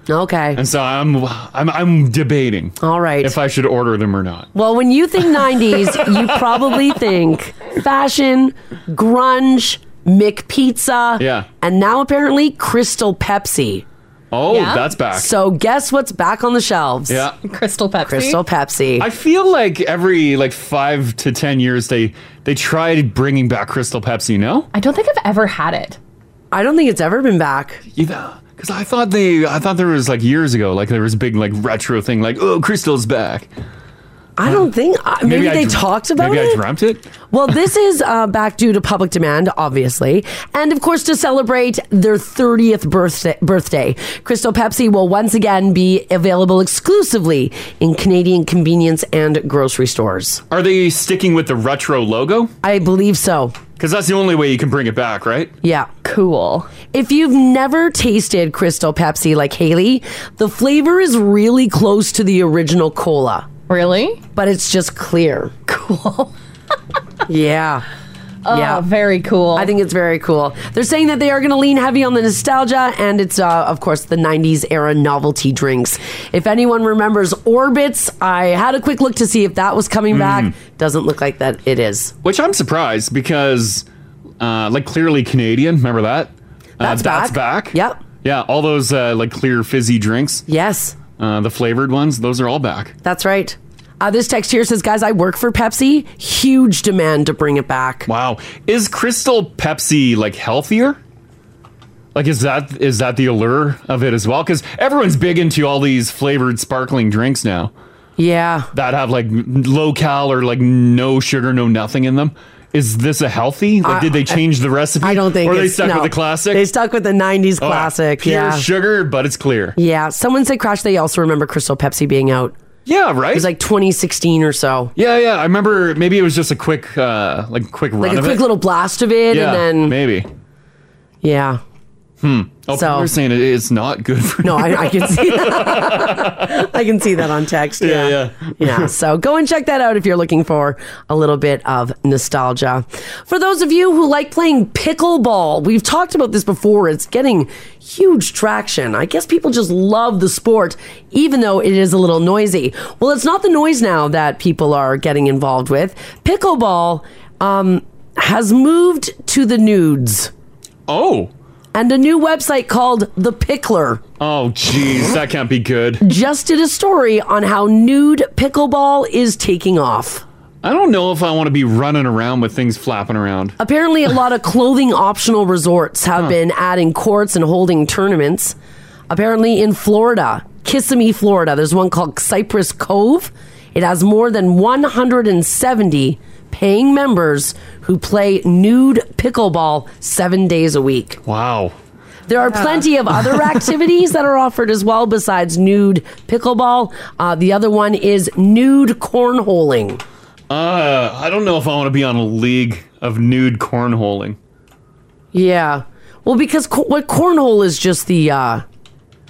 Speaker 3: Okay.
Speaker 2: And so I'm I'm I'm debating.
Speaker 3: All right.
Speaker 2: If I should order them or not.
Speaker 3: Well, when you think 90s, you probably think fashion, grunge, Mick Pizza,
Speaker 2: Yeah.
Speaker 3: and now apparently Crystal Pepsi.
Speaker 2: Oh, Yeah. that's back.
Speaker 3: So guess what's back on the shelves?
Speaker 2: Yeah.
Speaker 4: Crystal Pepsi.
Speaker 3: Crystal Pepsi.
Speaker 2: I feel like every like five to ten years they they tried bringing back Crystal Pepsi. No,
Speaker 4: I don't think I've ever had it.
Speaker 3: I don't think it's ever been back.
Speaker 2: because I thought they I thought there was like years ago like there was a big like retro thing like oh Crystal's back.
Speaker 3: I don't think. I maybe,
Speaker 2: I
Speaker 3: they
Speaker 2: dr-
Speaker 3: talked about
Speaker 2: maybe
Speaker 3: it.
Speaker 2: I dreamt it.
Speaker 3: Well, this is uh, back due to public demand, obviously, and of course to celebrate their 30th birthday. Birthday, Crystal Pepsi will once again be available exclusively in Canadian convenience and grocery stores.
Speaker 2: Are they sticking with the retro logo?
Speaker 3: I believe so.
Speaker 2: Because that's the only way you can bring it back, right?
Speaker 3: Yeah.
Speaker 4: Cool.
Speaker 3: If you've never tasted Crystal Pepsi like Haley, the flavor is really close to the original cola.
Speaker 4: Really?
Speaker 3: But it's just clear. Yeah.
Speaker 4: Oh, very cool.
Speaker 3: I think it's very cool. They're saying that they are going to lean heavy on the nostalgia, and it's, uh, of course, the 90s era novelty drinks. If anyone remembers Orbits, I had a quick look to see if that was coming back. Doesn't look like that it is.
Speaker 2: Which I'm surprised because, uh, like, clearly Canadian. Remember that?
Speaker 3: That's
Speaker 2: uh, That's back.
Speaker 3: Yep.
Speaker 2: Yeah, all those uh, like clear fizzy drinks.
Speaker 3: Yes.
Speaker 2: Uh, the flavored ones, those are all back.
Speaker 3: That's right. Uh, this text here says, guys, I work for Pepsi. Huge demand to bring it back.
Speaker 2: Wow. Is Crystal Pepsi like healthier? Like is that is that the allure of it as well? Because everyone's big into all these flavored sparkling drinks now.
Speaker 3: Yeah.
Speaker 2: That have like low cal or like no sugar, no nothing in them. Is this a healthy? Like,
Speaker 3: I-
Speaker 2: did they change the recipe?
Speaker 3: I don't think
Speaker 2: Or they
Speaker 3: it's-
Speaker 2: stuck
Speaker 3: no.
Speaker 2: with the classic?
Speaker 3: They stuck with the 90s
Speaker 2: Oh,
Speaker 3: classic.
Speaker 2: Pure
Speaker 3: yeah.
Speaker 2: sugar, but it's clear.
Speaker 3: Yeah. Someone said Crash, they also remember Crystal Pepsi being out.
Speaker 2: Yeah, right?
Speaker 3: It was like 2016 or so.
Speaker 2: Yeah, yeah. I remember maybe it was just a quick, uh like quick run
Speaker 3: Like a
Speaker 2: of
Speaker 3: quick
Speaker 2: it.
Speaker 3: little blast of it.
Speaker 2: yeah,
Speaker 3: And then,
Speaker 2: maybe.
Speaker 3: yeah.
Speaker 2: Hmm. Oh,
Speaker 3: So-
Speaker 2: people are saying it- it's not good for
Speaker 3: No,
Speaker 2: you.
Speaker 3: I, I can see that. I can see that on text. Yeah, yeah. yeah. So go and check that out if you're looking for a little bit of nostalgia. For those of you who like playing pickleball, we've talked about this before. It's getting huge traction. I guess people just love the sport, even though it is a little noisy. Well, it's not the noise now that people are getting involved with. Pickleball um, has moved to the nudes.
Speaker 2: Oh.
Speaker 3: And a new website called The Pickler
Speaker 2: Oh, jeez, that can't be good.
Speaker 3: just did a story on how nude pickleball is taking off.
Speaker 2: I don't know if I want to be running around with things flapping around.
Speaker 3: Apparently, a lot of clothing optional resorts have been adding courts and holding tournaments. Apparently, in Florida, Kissimmee, Florida, there's one called Cypress Cove. It has more than 170 paying members who play nude pickleball seven days a week.
Speaker 2: Wow.
Speaker 3: There are plenty of other activities that are offered as well besides nude pickleball. Uh, the other one is nude cornholing.
Speaker 2: Uh, I don't know if I want to be on a league of nude cornholing.
Speaker 3: Yeah. Well, because co- what cornhole is just the uh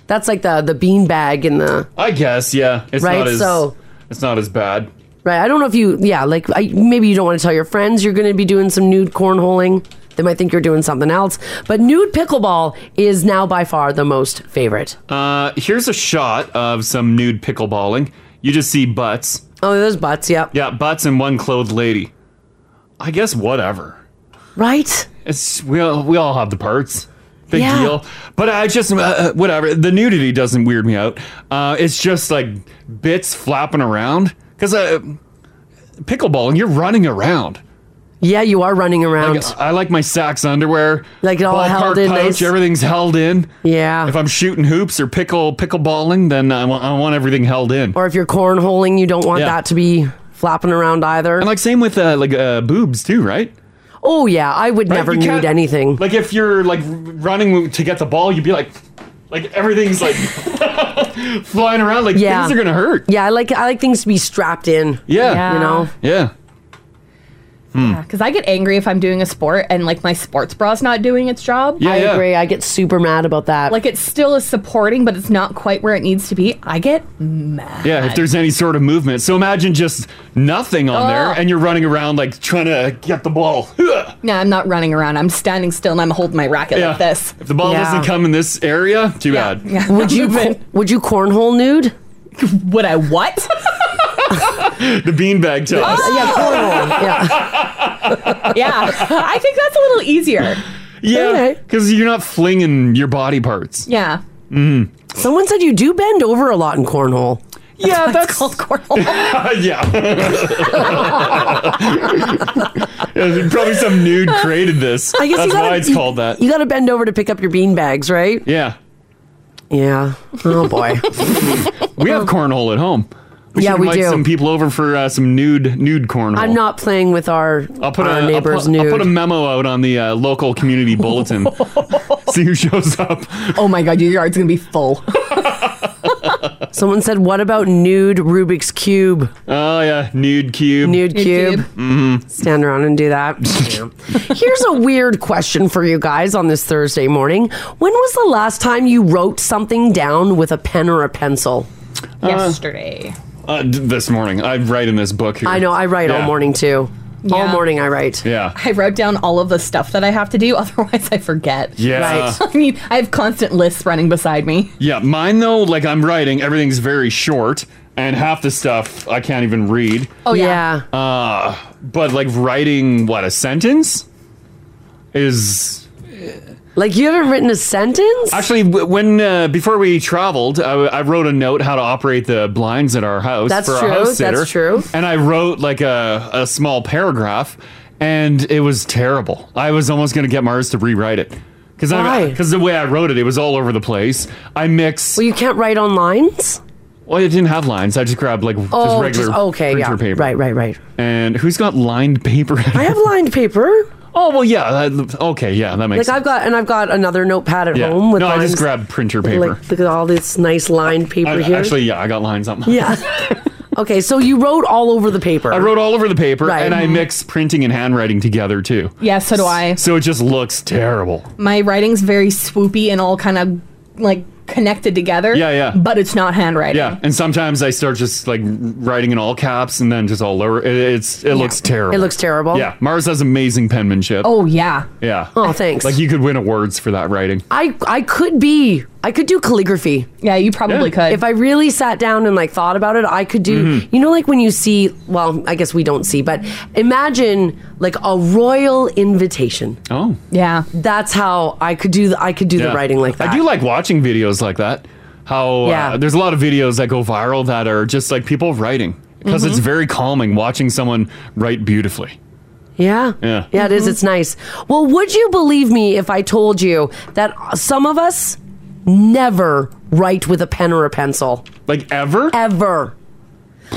Speaker 3: that's like the the bean bag and the
Speaker 2: I guess, yeah. It's
Speaker 3: Right,
Speaker 2: not as
Speaker 3: so-
Speaker 2: it's not as bad.
Speaker 3: right. I don't know if you yeah, like I, maybe you don't want to tell your friends you're going to be doing some nude cornholing. They might think you're doing something else. But nude pickleball is now by far the most favorite.
Speaker 2: Uh, here's a shot of some nude pickleballing. You just see butts.
Speaker 3: Oh, there's butts, yep.
Speaker 2: Yeah, butts and one clothed lady. I guess whatever.
Speaker 3: Right?
Speaker 2: It's we all, we all have the parts. Big
Speaker 3: Yeah.
Speaker 2: deal. But I just uh, uh, whatever. The nudity doesn't weird me out. Uh, it's just like bits flapping around because uh, pickleballing, you're running around.
Speaker 3: Yeah, you are running around.
Speaker 2: Like, I like my Saks underwear. Like
Speaker 3: it all held in
Speaker 2: pouch,
Speaker 3: nice.
Speaker 2: Everything's held in.
Speaker 3: Yeah.
Speaker 2: If I'm shooting hoops or pickle pickleballing, then I want, I want everything held in.
Speaker 3: Or if you're cornholing, you don't want that to be flapping around either.
Speaker 2: And like same with uh, like uh, boobs too, right?
Speaker 3: Oh yeah, I would
Speaker 2: Right?
Speaker 3: never
Speaker 2: You can't-
Speaker 3: nude anything.
Speaker 2: Like if you're like r- running to get the ball, you'd be like, like everything's like flying around. Like things are gonna hurt.
Speaker 3: Yeah, I like I like things to be strapped in.
Speaker 2: Yeah.
Speaker 3: you know.
Speaker 2: Yeah. Hmm.
Speaker 4: Because I get angry if I'm doing a sport and like my sports bra's not doing its job.
Speaker 3: I agree. I get super mad about that.
Speaker 4: Like it still is supporting, but it's not quite where it needs to be. I get mad.
Speaker 2: Yeah, if there's any sort of movement. So imagine just nothing on there
Speaker 4: Oh.
Speaker 2: and you're running around like trying to get the ball.
Speaker 4: No, I'm not running around. I'm standing still and I'm holding my racket
Speaker 2: Yeah.
Speaker 4: like this.
Speaker 2: If the ball
Speaker 4: Yeah.
Speaker 2: doesn't come in this area, too bad.
Speaker 3: Would you co- would you cornhole nude?
Speaker 4: would I what?
Speaker 2: the beanbag
Speaker 3: Oh!
Speaker 2: toss.
Speaker 3: Yeah, cornhole. Yeah.
Speaker 4: yeah, I think that's a little easier.
Speaker 2: Yeah, because you're not flinging your body parts.
Speaker 4: Yeah.
Speaker 2: Mm.
Speaker 3: Someone said you do bend over a lot in cornhole.
Speaker 2: Yeah, that's
Speaker 4: called cornhole.
Speaker 2: Yeah, Probably some nude created this.
Speaker 3: I guess
Speaker 2: That's
Speaker 3: you gotta,
Speaker 2: why it's
Speaker 3: you-
Speaker 2: called that.
Speaker 3: You got to bend over to pick up your bean bags, right?
Speaker 2: Yeah.
Speaker 3: Yeah. Oh boy.
Speaker 2: we have cornhole at home.
Speaker 3: Yeah,
Speaker 2: should
Speaker 3: we
Speaker 2: invite
Speaker 3: do.
Speaker 2: Some people over for uh, some nude nude cornhole.
Speaker 3: I'm not playing with our
Speaker 2: I'll put
Speaker 3: our
Speaker 2: a,
Speaker 3: neighbors
Speaker 2: I'll put,
Speaker 3: nude.
Speaker 2: I'll put a memo out on the uh, local community bulletin. See who shows up.
Speaker 4: Oh my god, your yard's gonna be full.
Speaker 3: Someone said, "What about nude Rubik's cube?"
Speaker 2: Oh yeah, nude cube.
Speaker 3: Nude cube.
Speaker 2: Mm-hmm.
Speaker 3: Stand around and do that. Here's a weird question for you guys on this Thursday morning. When was the last time you wrote something down with a pen or a pencil?
Speaker 4: Yesterday.
Speaker 2: Uh, d- this morning, I write in this book here.
Speaker 3: I know, I write all morning too.
Speaker 4: All
Speaker 3: morning I write.
Speaker 2: Yeah.
Speaker 4: I wrote down all of the stuff that I have to do, otherwise I forget.
Speaker 2: Yeah.
Speaker 4: Right. I mean, I have constant lists running beside me.
Speaker 2: Yeah, mine though, like I'm writing, everything's very short, and half the stuff I can't even read.
Speaker 4: Oh
Speaker 3: yeah.
Speaker 2: Uh, but like writing what a sentence is
Speaker 3: Like you haven't written a sentence?
Speaker 2: actually w- when uh, before we traveled, I, I wrote a note how to operate the blinds at our house.
Speaker 3: That's
Speaker 2: for
Speaker 3: true,
Speaker 2: Our
Speaker 3: that's
Speaker 2: house sitter,
Speaker 3: true.
Speaker 2: And I wrote like a a small paragraph, and it was terrible. I was almost gonna get Mars to rewrite it. Because
Speaker 3: Why?
Speaker 2: because the way I wrote it, it was all over the place. I mix. Well,
Speaker 3: you can't write on lines.
Speaker 2: Well, it didn't have lines. I just grabbed like
Speaker 3: Oh,
Speaker 2: just regular
Speaker 3: just- okay,
Speaker 2: printer
Speaker 3: yeah.
Speaker 2: paper.
Speaker 3: Right, right, right.
Speaker 2: And who's got lined paper? I
Speaker 3: have lined paper.
Speaker 2: Oh well, yeah. that- okay, yeah, that makes
Speaker 3: like I've got and I've got another notepad at
Speaker 2: Yeah.
Speaker 3: home with
Speaker 2: no, I
Speaker 3: lines,
Speaker 2: just grabbed printer paper.
Speaker 3: Like look at all this nice lined paper
Speaker 2: I-
Speaker 3: here.
Speaker 2: Actually, yeah, I got lines on. my-
Speaker 3: yeah. okay, so you wrote all over the paper.
Speaker 2: I wrote all over the paper,
Speaker 3: Right.
Speaker 2: and I
Speaker 3: Mhm.
Speaker 2: mix printing and handwriting together too.
Speaker 4: Yeah, so do I.
Speaker 2: So it just looks terrible.
Speaker 4: My writing's very swoopy and all kind of like connected together.
Speaker 2: Yeah, yeah.
Speaker 4: But it's not handwriting.
Speaker 2: Yeah, and sometimes I start just like writing in all caps, and then just all lower. It, it's it looks terrible.
Speaker 3: It looks terrible.
Speaker 2: Yeah, Mars has amazing penmanship.
Speaker 4: Oh yeah.
Speaker 2: yeah.
Speaker 3: Oh, thanks.
Speaker 2: Like you could win awards for that writing.
Speaker 3: I I could be I could do calligraphy.
Speaker 4: Yeah, you probably Yeah. could.
Speaker 3: If I really sat down and like thought about it, I could do
Speaker 2: Mm-hmm.
Speaker 4: Mhm.
Speaker 3: you know like when you see well, I guess we don't see, but imagine like a royal invitation.
Speaker 2: Oh.
Speaker 4: Yeah.
Speaker 3: That's how I could do the, I could do the
Speaker 2: Yeah.
Speaker 3: writing like that.
Speaker 2: I do like watching videos like that. How
Speaker 3: Yeah.
Speaker 2: uh, there's a lot of videos that go viral that are just like people writing because it's
Speaker 3: Mhm.
Speaker 2: very calming watching someone write beautifully.
Speaker 3: Yeah.
Speaker 2: Yeah. Mm-hmm.
Speaker 3: Yeah, it is. It's nice. Well, would you believe me if I told you that some of us never write with a pen or a pencil?
Speaker 2: Like ever?
Speaker 3: Ever.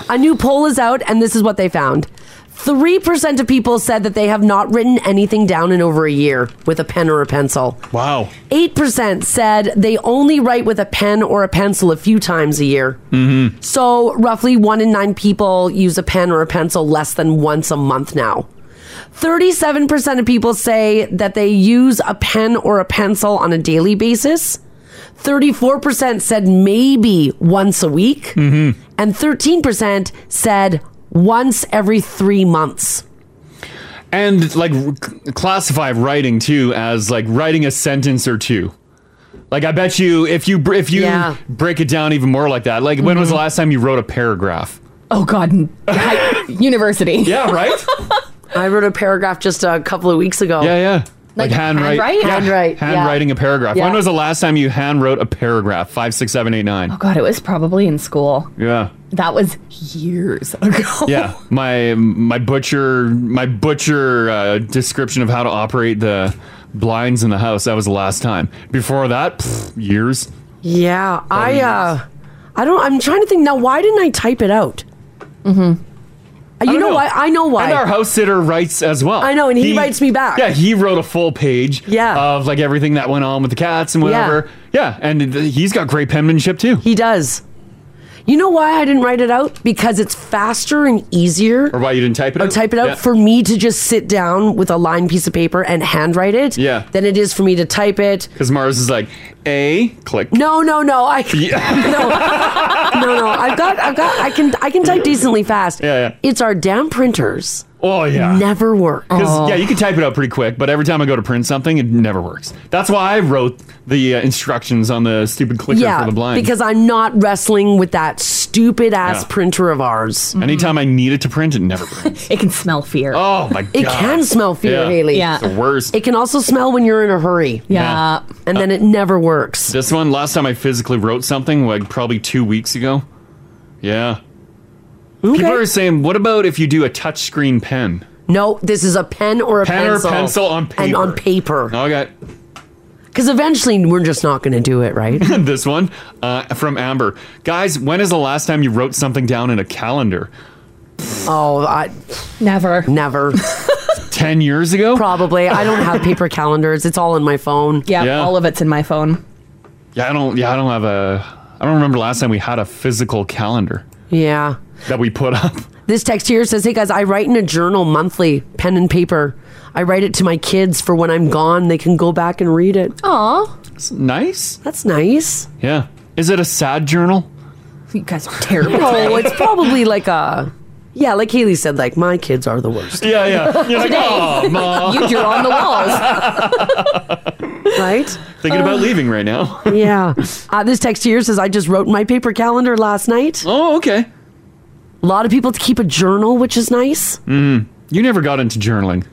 Speaker 3: A new poll is out, and this is what they found 3% of people said that they have not written anything down in over a year with a pen or a pencil.
Speaker 2: Wow.
Speaker 3: 8% said they only write with a pen or a pencil a few times a year.
Speaker 2: Mm-hmm.
Speaker 3: So, roughly one in nine people use a pen or a pencil less than once a month now. 37% of people say that they use a pen or a pencil on a daily basis. 34% said maybe once a week.
Speaker 2: Mm-hmm.
Speaker 3: And 13% said once every three months.
Speaker 2: and like r- c- classify writing too as like writing a sentence or two. Like I bet you if you br- if you
Speaker 4: Yeah.
Speaker 2: break it down even more like that. Like when was the
Speaker 4: Mhm.
Speaker 2: last time you wrote a paragraph?
Speaker 4: Oh God, n- hi- university.
Speaker 2: Yeah, right.
Speaker 3: I wrote a paragraph just a couple of weeks ago.
Speaker 2: Yeah, yeah. Like,
Speaker 3: Like
Speaker 2: handwrite,
Speaker 3: handwrite?
Speaker 2: yeah,
Speaker 3: Handwrite, yeah.
Speaker 2: handwriting a paragraph. When
Speaker 4: Yeah.
Speaker 2: was the last time you hand wrote a paragraph? Five, six, seven, eight, nine.
Speaker 4: Oh God, it was probably in school.
Speaker 2: Yeah.
Speaker 4: That was years ago.
Speaker 2: yeah my my butcher my butcher uh, description of how to operate the blinds in the house that was the last time before that pff, years
Speaker 3: Yeah, I uh, I don't. I'm trying to think now. Why didn't I type it out? Mm-hmm. You know, why? I know why.
Speaker 2: and our house sitter writes as well
Speaker 3: I know, and he writes me back.
Speaker 2: yeah he wrote a full page yeah. of like everything that went on with the cats and
Speaker 3: Yeah.
Speaker 2: whatever yeah, and th- he's got great penmanship too
Speaker 3: he does you know why I didn't write it out? Because it's faster and easier.
Speaker 2: or why you didn't type it
Speaker 3: or
Speaker 2: out
Speaker 3: type it out
Speaker 2: Yeah.
Speaker 3: for me to just sit down with a lined piece of paper and handwrite it.
Speaker 2: Yeah.
Speaker 3: Than it is for me to type it.
Speaker 2: Because Mars is like, A, click.
Speaker 3: No, no, no. I
Speaker 2: Yeah.
Speaker 3: no, no, no. I've got, I've got. I can, I can type decently fast.
Speaker 2: Yeah, yeah.
Speaker 3: It's our damn printers.
Speaker 2: Oh yeah.
Speaker 3: Never work. Oh.
Speaker 2: 'Cause, yeah, you can type it out pretty quick, but every time I go to print something, it never works. That's why I wrote the uh, instructions on the stupid clicker
Speaker 3: yeah,
Speaker 2: for the blind.
Speaker 3: because I'm not wrestling with that stupid ass
Speaker 2: Yeah.
Speaker 3: printer of ours.
Speaker 2: Anytime I need it to print, it never prints.
Speaker 4: it can smell fear.
Speaker 2: Oh my god.
Speaker 3: It can smell fear, Haley.
Speaker 2: Yeah. It's the worst.
Speaker 3: It can also smell when you're in a hurry.
Speaker 2: Yeah.
Speaker 3: And then it never works.
Speaker 2: This one, last time I physically wrote something, like probably two weeks ago. Yeah. People are saying, what about if you do a touchscreen pen?
Speaker 3: No, this is a pen or a
Speaker 2: Pen or
Speaker 3: pencil.
Speaker 2: pencil on paper.
Speaker 3: And on paper.
Speaker 2: Okay.
Speaker 3: Because eventually we're just not going to do it, right?
Speaker 2: this one uh, from Amber. Guys, when is the last time you wrote something down in a calendar?
Speaker 3: Oh, I
Speaker 4: never,
Speaker 3: never.
Speaker 2: Ten years ago,
Speaker 3: probably. I don't have paper calendars. It's all in my phone.
Speaker 4: Yeah, Yeah. all of it's in my phone.
Speaker 2: Yeah, I don't. Yeah, I don't have a. I don't remember last time we had a physical calendar
Speaker 3: Yeah.
Speaker 2: that we put up.
Speaker 3: This text here says, "Hey guys, I write in a journal monthly, pen and paper. I write it to my kids for when I'm gone. They can go back and read it.
Speaker 4: Aw,
Speaker 2: It's nice.
Speaker 3: That's nice.
Speaker 2: Yeah. Is it a sad journal?
Speaker 4: You guys are terrible.
Speaker 3: No, it's probably like a." Yeah, like Haley said, like my kids are the worst.
Speaker 2: Yeah, yeah. You're like,
Speaker 3: Today,
Speaker 2: "Aw, Mom."
Speaker 4: you drew on the walls.
Speaker 3: right?
Speaker 2: Thinking about
Speaker 3: Uh.
Speaker 2: leaving right now.
Speaker 3: yeah. Uh, this text here says, I just wrote my paper calendar last night.
Speaker 2: Oh, okay.
Speaker 3: A lot of people keep a journal, which is nice.
Speaker 2: Mm. You never got into journaling.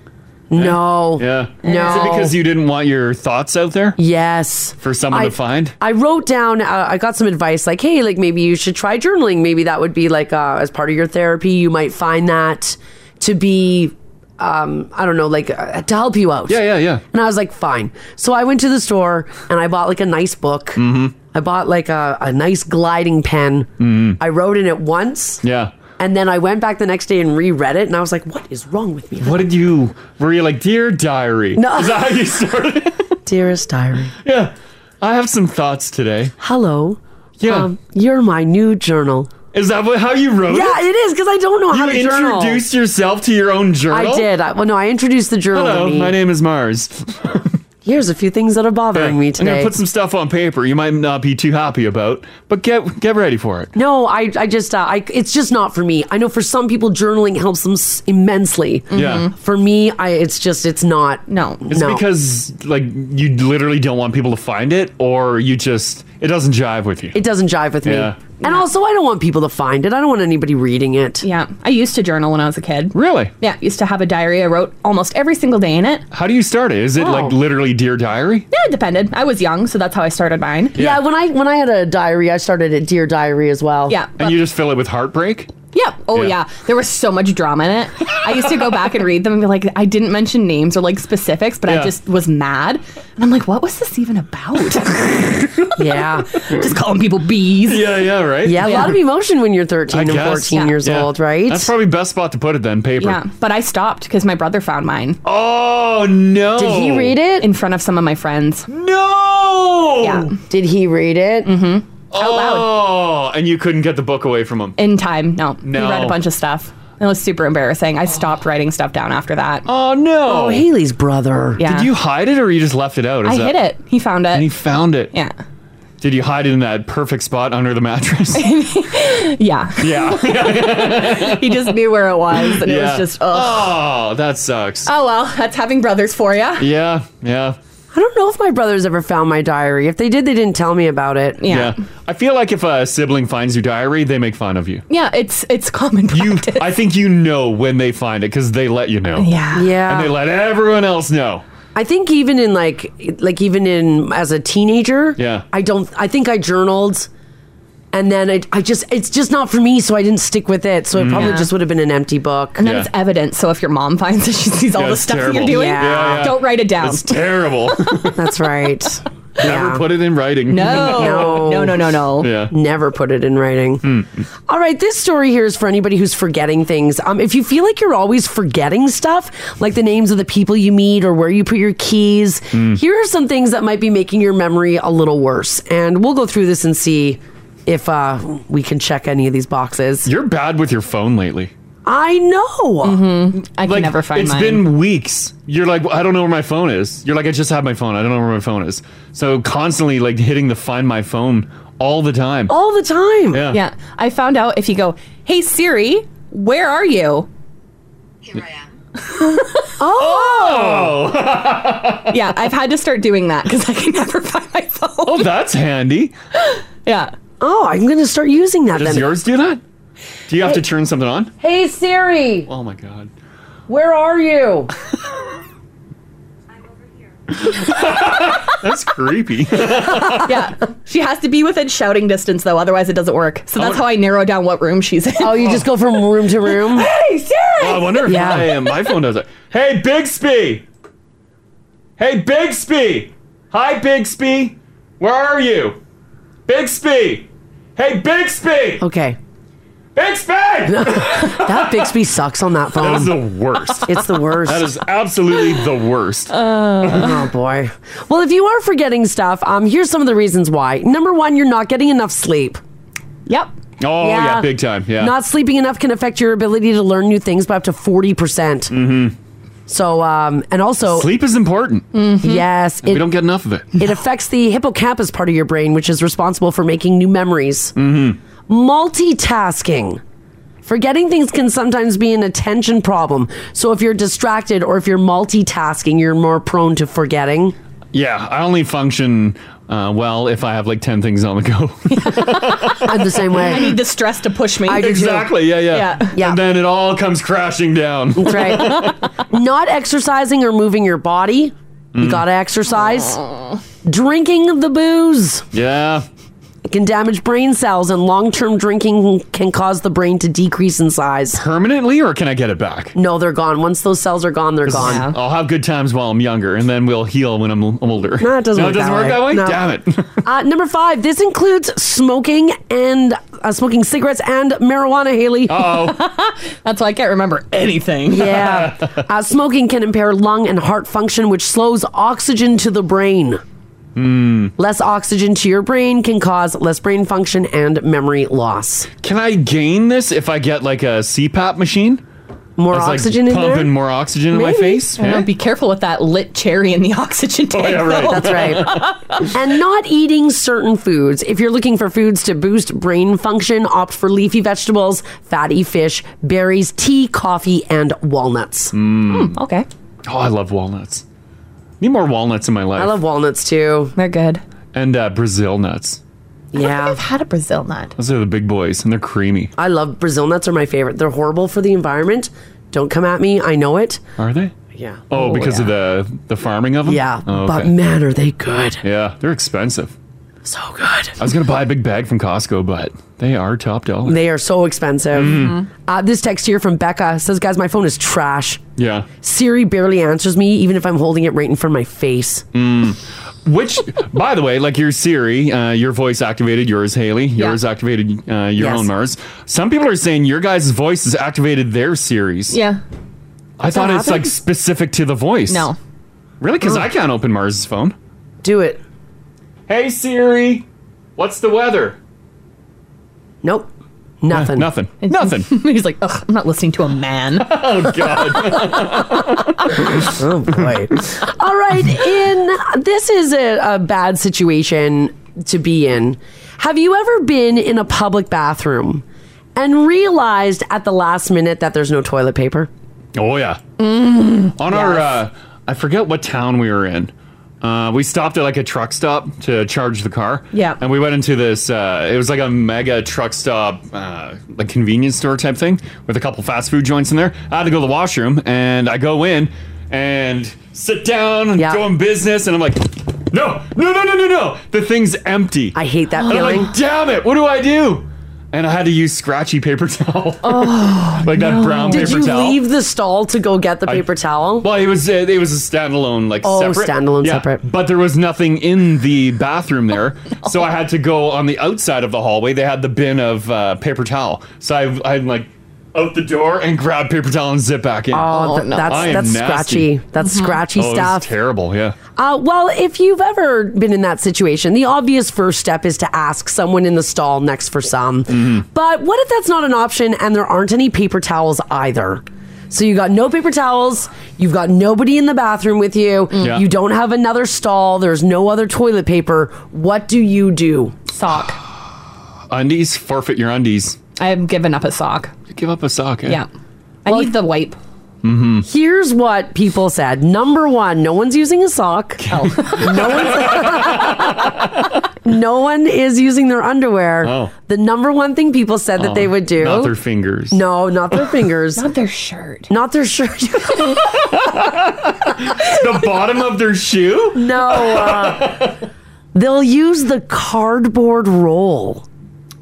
Speaker 3: No.
Speaker 2: Yeah.
Speaker 3: No.
Speaker 2: Is it because you didn't want your thoughts out there?
Speaker 3: Yes.
Speaker 2: For someone
Speaker 3: I-
Speaker 2: to find.
Speaker 3: I wrote down, uh, I got some advice like, hey, like maybe you should try journaling. Maybe that would be like uh, as part of your therapy. You might find that to be, um, I don't know, like uh, to help you out. Yeah,
Speaker 2: yeah, yeah.
Speaker 3: And I was like, fine. So I went to the store and I bought like a nice book. Mm-hmm. I bought like a, a nice gliding pen.
Speaker 2: Mm.
Speaker 3: I wrote in it once.
Speaker 2: Yeah.
Speaker 3: And then I went back the next day and reread it, and I was like, "What is wrong with me?"
Speaker 2: What did you? Were you like, dear diary?
Speaker 3: No.
Speaker 2: Is that how you started?
Speaker 3: Dearest diary.
Speaker 2: Yeah. I have some thoughts today.
Speaker 3: Hello.
Speaker 2: Yeah.
Speaker 3: Um, you're my new journal.
Speaker 2: Is that what, how you wrote
Speaker 3: yeah,
Speaker 2: it?
Speaker 3: it is because I don't know
Speaker 2: you
Speaker 3: how to journal.
Speaker 2: introduced yourself to your own journal?
Speaker 3: I did. I, well, no, I introduced the journal.
Speaker 2: Hello,
Speaker 3: to me.
Speaker 2: my name is Mars.
Speaker 3: Here's a few things that are bothering me
Speaker 2: I'm gonna
Speaker 3: today.
Speaker 2: put some stuff on paper you might not be too happy about, but get get ready for it.
Speaker 3: no, I, I just, uh, I, it's just not for me. I know for some people, journaling helps them s- immensely.
Speaker 4: Mm-hmm.
Speaker 2: Yeah.
Speaker 3: For me, I, it's just, it's not. No.
Speaker 2: Is
Speaker 3: no.
Speaker 2: it because like you literally don't want people to find it, or you just it doesn't jive with you?
Speaker 3: it doesn't jive with
Speaker 2: Yeah.
Speaker 3: me. And also, I don't want people to find it. I don't want anybody reading it.
Speaker 4: Yeah, I used to journal when I was a kid.
Speaker 2: Really?
Speaker 4: Yeah, used to have a diary. I wrote almost every single day in it.
Speaker 2: How do you start it? Is it like
Speaker 4: Oh.
Speaker 2: literally dear diary?
Speaker 4: Yeah, it depended. I was young, so that's how I started mine.
Speaker 3: Yeah. when I when I had a diary, I started at Dear Diary as well.
Speaker 4: Yeah.
Speaker 2: And you just fill it with heartbreak?
Speaker 4: Yep. Oh
Speaker 2: Yeah.
Speaker 4: yeah. There was so much drama in it. I used to go back and read them and be like, I didn't mention names or like specifics, but
Speaker 2: Yeah.
Speaker 4: I just was mad. And I'm like, what was this even about?
Speaker 3: yeah.
Speaker 4: just calling people bees.
Speaker 2: Yeah, yeah, right.
Speaker 3: Yeah, a lot of emotion when you're 13 and 14 years old, right?
Speaker 2: That's probably best spot to put it then, paper.
Speaker 4: Yeah. But I stopped because my brother found mine.
Speaker 2: Oh no.
Speaker 4: Did he read it? In front of some of my friends.
Speaker 2: No.
Speaker 4: Yeah.
Speaker 3: Did he read it?
Speaker 4: Mm-hmm.
Speaker 2: oh, and you couldn't get the book away from him.
Speaker 4: In time. No.
Speaker 2: No.
Speaker 4: He read a bunch of stuff. It was super embarrassing. I stopped writing stuff down after that.
Speaker 2: Oh no.
Speaker 3: Oh, Haley's brother.
Speaker 4: Yeah.
Speaker 2: Did you hide it or you just left it out?
Speaker 4: I hid it. He found it.
Speaker 2: And he found it.
Speaker 4: Yeah.
Speaker 2: Did you hide it in that perfect spot under the mattress?
Speaker 4: yeah.
Speaker 2: yeah.
Speaker 4: he just knew where it was, and it
Speaker 2: Yeah.
Speaker 4: was just ugh.
Speaker 2: Oh, that sucks.
Speaker 4: Oh well, that's having brothers for you.
Speaker 2: Yeah, yeah.
Speaker 3: I don't know if my brothers ever found my diary. If they did, they didn't tell me about it.
Speaker 2: I feel like if a sibling finds your diary, they make fun of you.
Speaker 4: Yeah, it's it's common
Speaker 2: practice. I think you know when they find it because they let you know.
Speaker 4: Yeah.
Speaker 3: Yeah.
Speaker 2: And they let everyone else know.
Speaker 3: I think even in like like even in as a teenager,
Speaker 2: Yeah.
Speaker 3: I don't I think I journaled and then I, I just it's just not for me, so I didn't stick with it. So it
Speaker 4: Mm.
Speaker 3: probably
Speaker 4: Yeah.
Speaker 3: just would have been an empty book.
Speaker 4: And then it's evidence. So if your mom finds it, she sees all
Speaker 3: Yeah,
Speaker 4: the
Speaker 3: it's
Speaker 4: stuff that
Speaker 3: terrible.
Speaker 4: you're doing.
Speaker 3: Yeah. Yeah, yeah.
Speaker 4: Don't write it down.
Speaker 2: It's terrible.
Speaker 3: That's right.
Speaker 2: Never put it in writing.
Speaker 4: No. No, no, no, no.
Speaker 2: Yeah. Hmm.
Speaker 3: Never put it in writing. All right, this story here is for anybody who's forgetting things. Um, if you feel like you're always forgetting stuff, like the names of the people you meet or where you put your keys, here are some things that might be making your memory a little worse. And we'll go through this and see if uh, we can check any of these boxes.
Speaker 2: You're bad with your phone lately.
Speaker 3: I know.
Speaker 4: I
Speaker 3: Mm-hmm. can never
Speaker 2: It's been weeks. You're like, I don't know where my phone is. You're like, I just have my phone. I don't know where my phone is. So constantly like hitting the find my phone all the time.
Speaker 3: All the time.
Speaker 2: Yeah.
Speaker 4: Yeah. I found out if you go, hey Siri, where are you?
Speaker 2: Oh.
Speaker 4: yeah, I've had to start doing that because I can never find my phone.
Speaker 2: Oh, that's handy.
Speaker 4: Yeah.
Speaker 3: Oh, I'm going to start using that
Speaker 2: Does
Speaker 3: then.
Speaker 2: yours do that? Do you have to turn something on?
Speaker 3: Hey, Siri,
Speaker 2: Oh my god.
Speaker 3: where are you?
Speaker 2: That's creepy.
Speaker 4: yeah. She has to be within shouting distance though, otherwise it doesn't work. So that's how I narrow down what room she's in.
Speaker 3: Oh, you just go from room to room?
Speaker 4: hey, Siri!
Speaker 2: Oh, I wonder if my, uh, my phone does it. Hey, Bigsby! Hey, Bigsby! Hi, Bigsby! Where are you? Bigsby! Hey, Bigsby!
Speaker 3: Okay.
Speaker 2: Bigsby!
Speaker 3: That Bixby sucks on that phone.
Speaker 2: That is the worst.
Speaker 3: It's the worst.
Speaker 2: That is absolutely the worst.
Speaker 3: oh boy. Well, if you are forgetting stuff, um, here's some of the reasons why. Number one, you're not getting enough sleep.
Speaker 4: Yep.
Speaker 2: Oh, yeah, big time. Yeah.
Speaker 3: Not sleeping enough can affect your ability to learn new things by up to forty percent. Mm-hmm. So, um, and also Mm-hmm.
Speaker 2: Sleep is important.
Speaker 3: Yes,
Speaker 2: And we don't get enough of it.
Speaker 3: It affects the hippocampus part of your brain, which is responsible for making new memories. Mm-hmm. Multitasking. Forgetting things can sometimes be an attention problem. So if you're distracted or if you're multitasking, you're more prone to forgetting.
Speaker 2: Yeah, I only function uh, well if I have like 10 things on the go.
Speaker 3: I'm the same way.
Speaker 4: I need the stress to push me.
Speaker 2: exactly. Yeah, yeah.
Speaker 4: Yeah.
Speaker 2: And then it all comes crashing down.
Speaker 3: That's right. Not exercising or moving your body. You
Speaker 2: Mm.
Speaker 3: gotta exercise. Drinking the booze.
Speaker 2: Yeah.
Speaker 3: It can damage brain cells, and long term drinking can cause the brain to decrease in size.
Speaker 2: Permanently, or can I get it back?
Speaker 3: No, they're gone. Once those cells are gone, they're gone.
Speaker 2: I'll have good times while I'm younger, and then we'll heal when I'm l- older.
Speaker 3: No, it doesn't
Speaker 2: No,
Speaker 3: work
Speaker 2: it doesn't
Speaker 3: that
Speaker 2: work that way.
Speaker 3: way. No.
Speaker 2: Damn it.
Speaker 3: Uh, number five, this includes smoking and uh, smoking cigarettes and marijuana, Haley.
Speaker 4: Oh. that's why I can't remember anything.
Speaker 3: yeah. Uh, smoking can impair lung and heart function, which slows oxygen to the brain.
Speaker 2: Hmm.
Speaker 3: Less oxygen to your brain can cause less brain function and memory loss.
Speaker 2: Can I gain this if I get like a CPAP machine?
Speaker 3: More
Speaker 2: That's, like,
Speaker 3: oxygen in there?
Speaker 2: Pumping more oxygen in my
Speaker 3: Maybe.
Speaker 2: face.
Speaker 3: I don't know,
Speaker 4: Be careful with that lit cherry in the oxygen tank.
Speaker 2: Oh, yeah, right.
Speaker 4: though.
Speaker 2: That's
Speaker 3: right. and not eating certain foods. If you're looking for foods to boost brain function, opt for leafy vegetables, fatty fish, berries, tea, coffee, and walnuts.
Speaker 4: Hmm, okay.
Speaker 2: Oh, I love walnuts. Need more walnuts in my life.
Speaker 3: I love walnuts too.
Speaker 4: They're good.
Speaker 2: and uh, Brazil nuts.
Speaker 3: Yeah.
Speaker 4: I've had a Brazil nut.
Speaker 2: Those are the big boys, and they're creamy.
Speaker 3: I love Brazil nuts are my favorite. They're horrible for the environment. Don't come at me. I know it.
Speaker 2: Are they?
Speaker 3: Yeah.
Speaker 2: Oh, because of the the farming of them. Yeah,
Speaker 3: but man, are they good?
Speaker 2: Yeah, they're expensive.
Speaker 3: So good. I
Speaker 2: was gonna buy a big bag from Costco, but they are top dollar.
Speaker 3: They are so expensive.
Speaker 4: Hmm.
Speaker 2: Mhm.
Speaker 3: Uh, this text here from Becca says, "Guys, my phone is trash.
Speaker 2: Yeah.
Speaker 3: Siri barely answers me, even if I'm holding it right in front of my face."
Speaker 2: Mm. Which, by the way, like your Siri, uh, your voice activated, yours Haley, yours activated, uh, your
Speaker 4: Yes.
Speaker 2: own Mars. Some people are saying your guys' voices activated their series.
Speaker 4: Yeah.
Speaker 2: I
Speaker 4: Does
Speaker 2: thought
Speaker 4: that
Speaker 2: it's like
Speaker 4: happen?
Speaker 2: specific to the voice.
Speaker 4: No.
Speaker 2: Really? Because
Speaker 4: Oh.
Speaker 2: I can't open Mars' phone.
Speaker 3: Do it.
Speaker 2: Hey Siri, what's the weather?
Speaker 3: Nope. Nothing.
Speaker 2: nothing. Nothing.
Speaker 4: He's like, ugh, I'm not listening to a man.
Speaker 2: oh
Speaker 3: oh boy. All right, in this is a, a bad situation to be in. Have you ever been in a public bathroom and realized at the last minute that there's no toilet paper?
Speaker 2: Oh yeah. On our, uh, I forget what town we were in. Uh, we stopped at like a truck stop to charge the car.
Speaker 4: Yeah.
Speaker 2: And we went into this. Uh, it was like a mega truck stop, uh, like convenience store type thing with a couple fast food joints in there. I had to go to the washroom, and I go in and sit down and go in business, and I'm like, no, no, no, no, no, no. The thing's empty. I
Speaker 3: hate that
Speaker 2: I'm
Speaker 3: feeling.
Speaker 2: like, damn it, what do I do? And I had to use scratchy paper towel.
Speaker 3: Oh,
Speaker 2: Like that brown
Speaker 3: Did
Speaker 2: paper
Speaker 3: you
Speaker 2: towel?
Speaker 3: leave the stall to go get the
Speaker 2: I-
Speaker 3: paper towel?
Speaker 2: Well, it was uh, it was a standalone like
Speaker 3: Oh,
Speaker 2: separate
Speaker 3: standalone,
Speaker 2: separate. But there was nothing in the bathroom there,
Speaker 3: Oh,
Speaker 2: so I had to go on the outside of the hallway. They had the bin of uh, paper towel, so I I like out the door and grab paper towel and zip back in.
Speaker 3: Oh, th- that's-
Speaker 2: I am
Speaker 3: that's
Speaker 2: nasty.
Speaker 3: scratchy. That's Mhm. scratchy
Speaker 2: Oh, it was
Speaker 3: stuff.
Speaker 2: terrible. Yeah.
Speaker 3: Uh, well, if you've ever been in that situation, the obvious first step is to ask someone in the stall next for some. But what if that's not an option and there aren't any paper towels either? So you got no paper towels, you've got nobody in the bathroom with you,
Speaker 4: Yeah.
Speaker 3: you don't have another stall, there's no other toilet paper. What do you do?
Speaker 4: Sock.
Speaker 2: Undies, forfeit your undies.
Speaker 4: I'm giving up a sock.
Speaker 2: You give up a sock, eh?
Speaker 4: Yeah. I need the wipe.
Speaker 2: Mm-hmm.
Speaker 3: Here's what people said. Number one, no one's using a sock. no one's. no one is using their underwear.
Speaker 2: Oh.
Speaker 3: The number one thing people said that they would do.
Speaker 2: Um, Not their fingers.
Speaker 3: No, not their fingers.
Speaker 4: not their shirt.
Speaker 3: Not their shirt.
Speaker 2: the bottom of their shoe?
Speaker 3: No. uh, they'll use the cardboard roll.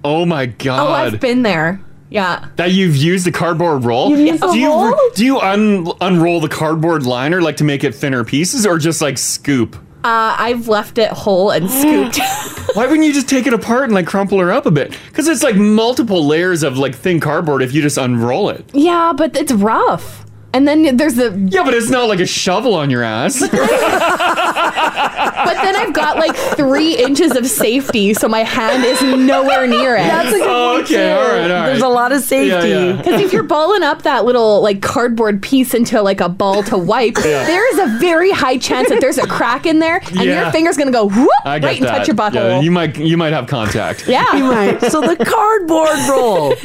Speaker 2: Oh my
Speaker 4: Oh,
Speaker 2: god.
Speaker 4: I've been there. Yeah.
Speaker 2: That you've used the cardboard roll.
Speaker 4: You've used
Speaker 2: do
Speaker 4: the
Speaker 2: you
Speaker 4: roll?
Speaker 2: do you un- unroll the cardboard liner like to make it thinner pieces, or just like scoop?
Speaker 4: Uh, I've left it whole and scooped.
Speaker 2: Why wouldn't you just take it apart and like crumple her up a bit? Because it's like multiple layers of like thin cardboard if you just unroll it.
Speaker 4: yeah, but it's rough. And then there's the
Speaker 2: Yeah, but it's not like a shovel on your ass.
Speaker 4: But then I've got like three inches of safety, so my hand is nowhere near it.
Speaker 2: That's a good
Speaker 4: one
Speaker 2: Oh, point, okay, too. all right, all There's right. a lot of safety. Yeah, yeah.
Speaker 4: Because if you're balling up that little like cardboard piece into like a ball to wipe,
Speaker 2: Yeah.
Speaker 4: there is a very high chance that there's a crack in there, and
Speaker 2: Yeah.
Speaker 4: your finger's gonna go whoop
Speaker 2: I
Speaker 4: right
Speaker 2: get
Speaker 4: and
Speaker 2: that.
Speaker 4: touch your
Speaker 2: Yeah,
Speaker 4: butthole.
Speaker 2: you might you might have contact.
Speaker 4: Yeah.
Speaker 3: You might. So the cardboard roll.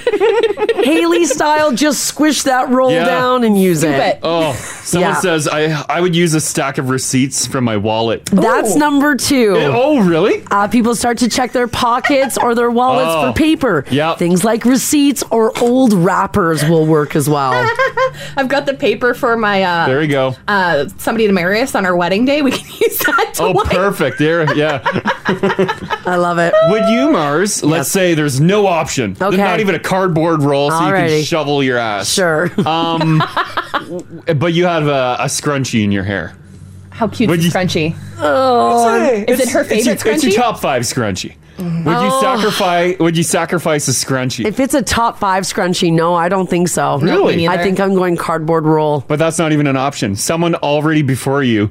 Speaker 3: Haley style, just squish that roll
Speaker 2: Yeah.
Speaker 3: down and use it.
Speaker 2: Oh, someone
Speaker 3: Yeah.
Speaker 2: says I I would use a stack of receipts from my wallet.
Speaker 3: That's number two.
Speaker 2: oh, really?
Speaker 3: Uh, people start to check their pockets or their wallets
Speaker 2: Oh.
Speaker 3: for paper. Yeah. Things like receipts or old wrappers will work as well.
Speaker 4: I've got the paper for my uh,
Speaker 2: There you go.
Speaker 4: Uh, somebody to marry us on our wedding day. We can use that to
Speaker 2: Oh,
Speaker 4: wipe.
Speaker 2: perfect. There, yeah.
Speaker 3: I love it.
Speaker 2: Would you, Mars? Let's say there's no option. There's
Speaker 3: Okay.
Speaker 2: Not even a cardboard roll, so you can
Speaker 3: Alrighty.
Speaker 2: shovel your ass.
Speaker 3: Sure.
Speaker 2: Um, but you have a, a scrunchie in your hair.
Speaker 4: How cute
Speaker 2: Would
Speaker 4: is
Speaker 2: you-
Speaker 4: scrunchy? Oh, is it
Speaker 2: It's-
Speaker 4: her
Speaker 2: it's your-
Speaker 4: favorite
Speaker 2: It's your
Speaker 4: scrunchie?
Speaker 2: top five scrunchie. Would you
Speaker 3: Oh.
Speaker 2: sacrifice? Would you sacrifice a scrunchie?
Speaker 3: If it's a top five scrunchie, no, I don't think so.
Speaker 2: Really? Me neither.
Speaker 3: I think I'm going cardboard roll.
Speaker 2: but that's not even an option. Someone already before you.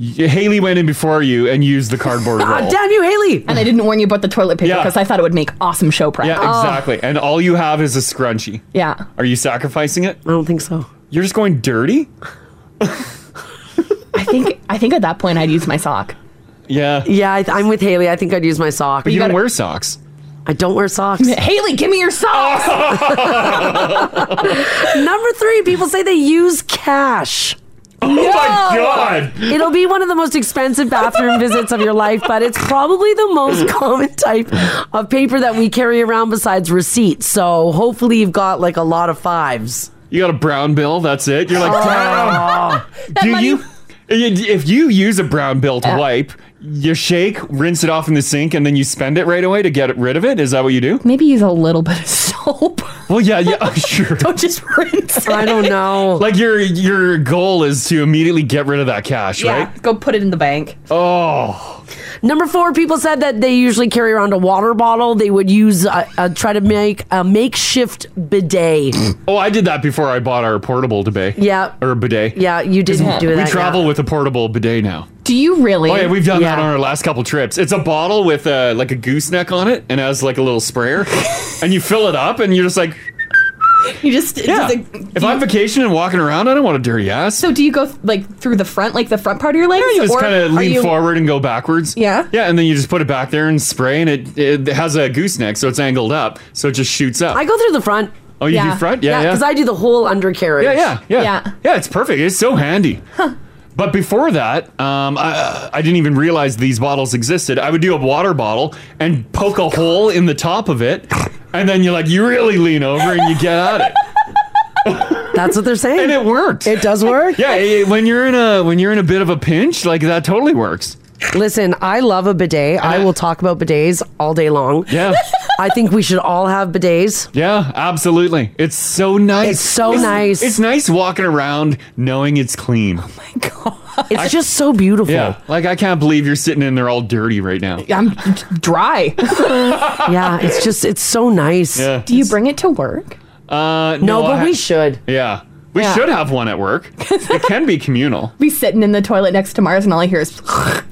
Speaker 2: Y- Haley went in before you and used the cardboard
Speaker 3: Ah,
Speaker 2: roll.
Speaker 3: you, Haley!
Speaker 4: And I didn't warn you about the toilet paper
Speaker 2: Yeah.
Speaker 4: because I thought it would make awesome show prep. Oh.
Speaker 2: Yeah, exactly.
Speaker 3: Oh.
Speaker 2: And all you have is a scrunchie.
Speaker 4: Yeah.
Speaker 2: Are you sacrificing it? I
Speaker 3: don't think so.
Speaker 2: You're just going dirty?
Speaker 4: I think I think at that point I'd use my sock.
Speaker 2: Yeah.
Speaker 3: Yeah, I th- I'm with Haley. I think I'd use my sock.
Speaker 4: But you You don't gotta-
Speaker 2: wear socks.
Speaker 3: I don't wear socks.
Speaker 4: Haley, give me your socks.
Speaker 3: Number three, people say they use cash.
Speaker 2: Oh my God.
Speaker 3: It'll be one of the most expensive bathroom visits of your life, but it's probably the most common type of paper that we carry around besides receipts. So hopefully you've got like a lot of fives.
Speaker 2: You got a brown bill. That's it. You're
Speaker 3: Oh.
Speaker 2: like, damn. Do you? If you use a brown bill to wipe, you shake, rinse it off in the sink, and then you spend it right away to get rid of it. Is that what you do?
Speaker 4: Maybe use a little bit of soap.
Speaker 2: Well, yeah, yeah, uh, sure.
Speaker 4: Don't just rinse.
Speaker 3: I don't know.
Speaker 2: Like your your goal is to immediately get rid of that cash,
Speaker 4: Yeah,
Speaker 2: right?
Speaker 4: go put it in the bank.
Speaker 2: Oh,
Speaker 3: Number four, people said that they usually carry around a water bottle. They would use a, a, try to make a makeshift bidet.
Speaker 2: oh, I did that before I bought our portable bidet.
Speaker 3: Yeah.
Speaker 2: or bidet.
Speaker 3: Yeah, you did do that.
Speaker 2: We
Speaker 3: yeah.
Speaker 2: travel with a portable bidet now.
Speaker 4: Do you really?
Speaker 2: Oh yeah, we've done that on our last couple trips. It's a bottle with uh, like a gooseneck on it, and has like a little sprayer, and you fill it up, and you're just like,
Speaker 4: You just
Speaker 2: Yeah.
Speaker 4: does it-
Speaker 2: if I'm vacationing and walking around, I don't want a dirty ass.
Speaker 4: so do you go like through the front, like the front part of your legs?
Speaker 2: Yeah, you just
Speaker 4: or
Speaker 2: kind of
Speaker 4: are
Speaker 2: lean
Speaker 4: you-
Speaker 2: forward and go backwards.
Speaker 4: Yeah?
Speaker 2: Yeah, and then you just put it back there and spray, and it, it has a gooseneck, so it's angled up, so it just shoots up.
Speaker 3: I go through the front.
Speaker 2: Oh, you do front? Yeah, yeah.
Speaker 3: Because I do the whole undercarriage.
Speaker 2: Yeah, yeah, yeah, yeah. it's perfect. It's so handy. But before that, um, I, I didn't even realize these bottles existed. I would do a water bottle and poke a hole in the top of it, and then you're like, you really lean over and you get at it.
Speaker 3: That's what they're saying,
Speaker 2: and it worked.
Speaker 3: It does work.
Speaker 2: Yeah, it- when you're in a when you're in a bit of a pinch, like that totally works.
Speaker 3: Listen, I love a bidet. I will talk about bidets all day long.
Speaker 2: Yeah.
Speaker 3: I think we should all have bidets.
Speaker 2: Yeah, absolutely. It's so nice. It's
Speaker 3: so nice.
Speaker 2: It's nice walking around knowing it's clean. Oh my god.
Speaker 3: It's just so beautiful.
Speaker 2: Yeah. Like I can't believe you're sitting in there all dirty right now.
Speaker 4: I'm dry.
Speaker 3: yeah, it's just it's so nice.
Speaker 2: Yeah.
Speaker 4: Do you bring it to work?
Speaker 2: Uh,
Speaker 4: No, but
Speaker 2: I-
Speaker 4: we should.
Speaker 2: Yeah. We
Speaker 4: Yeah.
Speaker 2: should have one at work. It can be communal.
Speaker 4: Be sitting in the toilet next to Mars, and all I hear is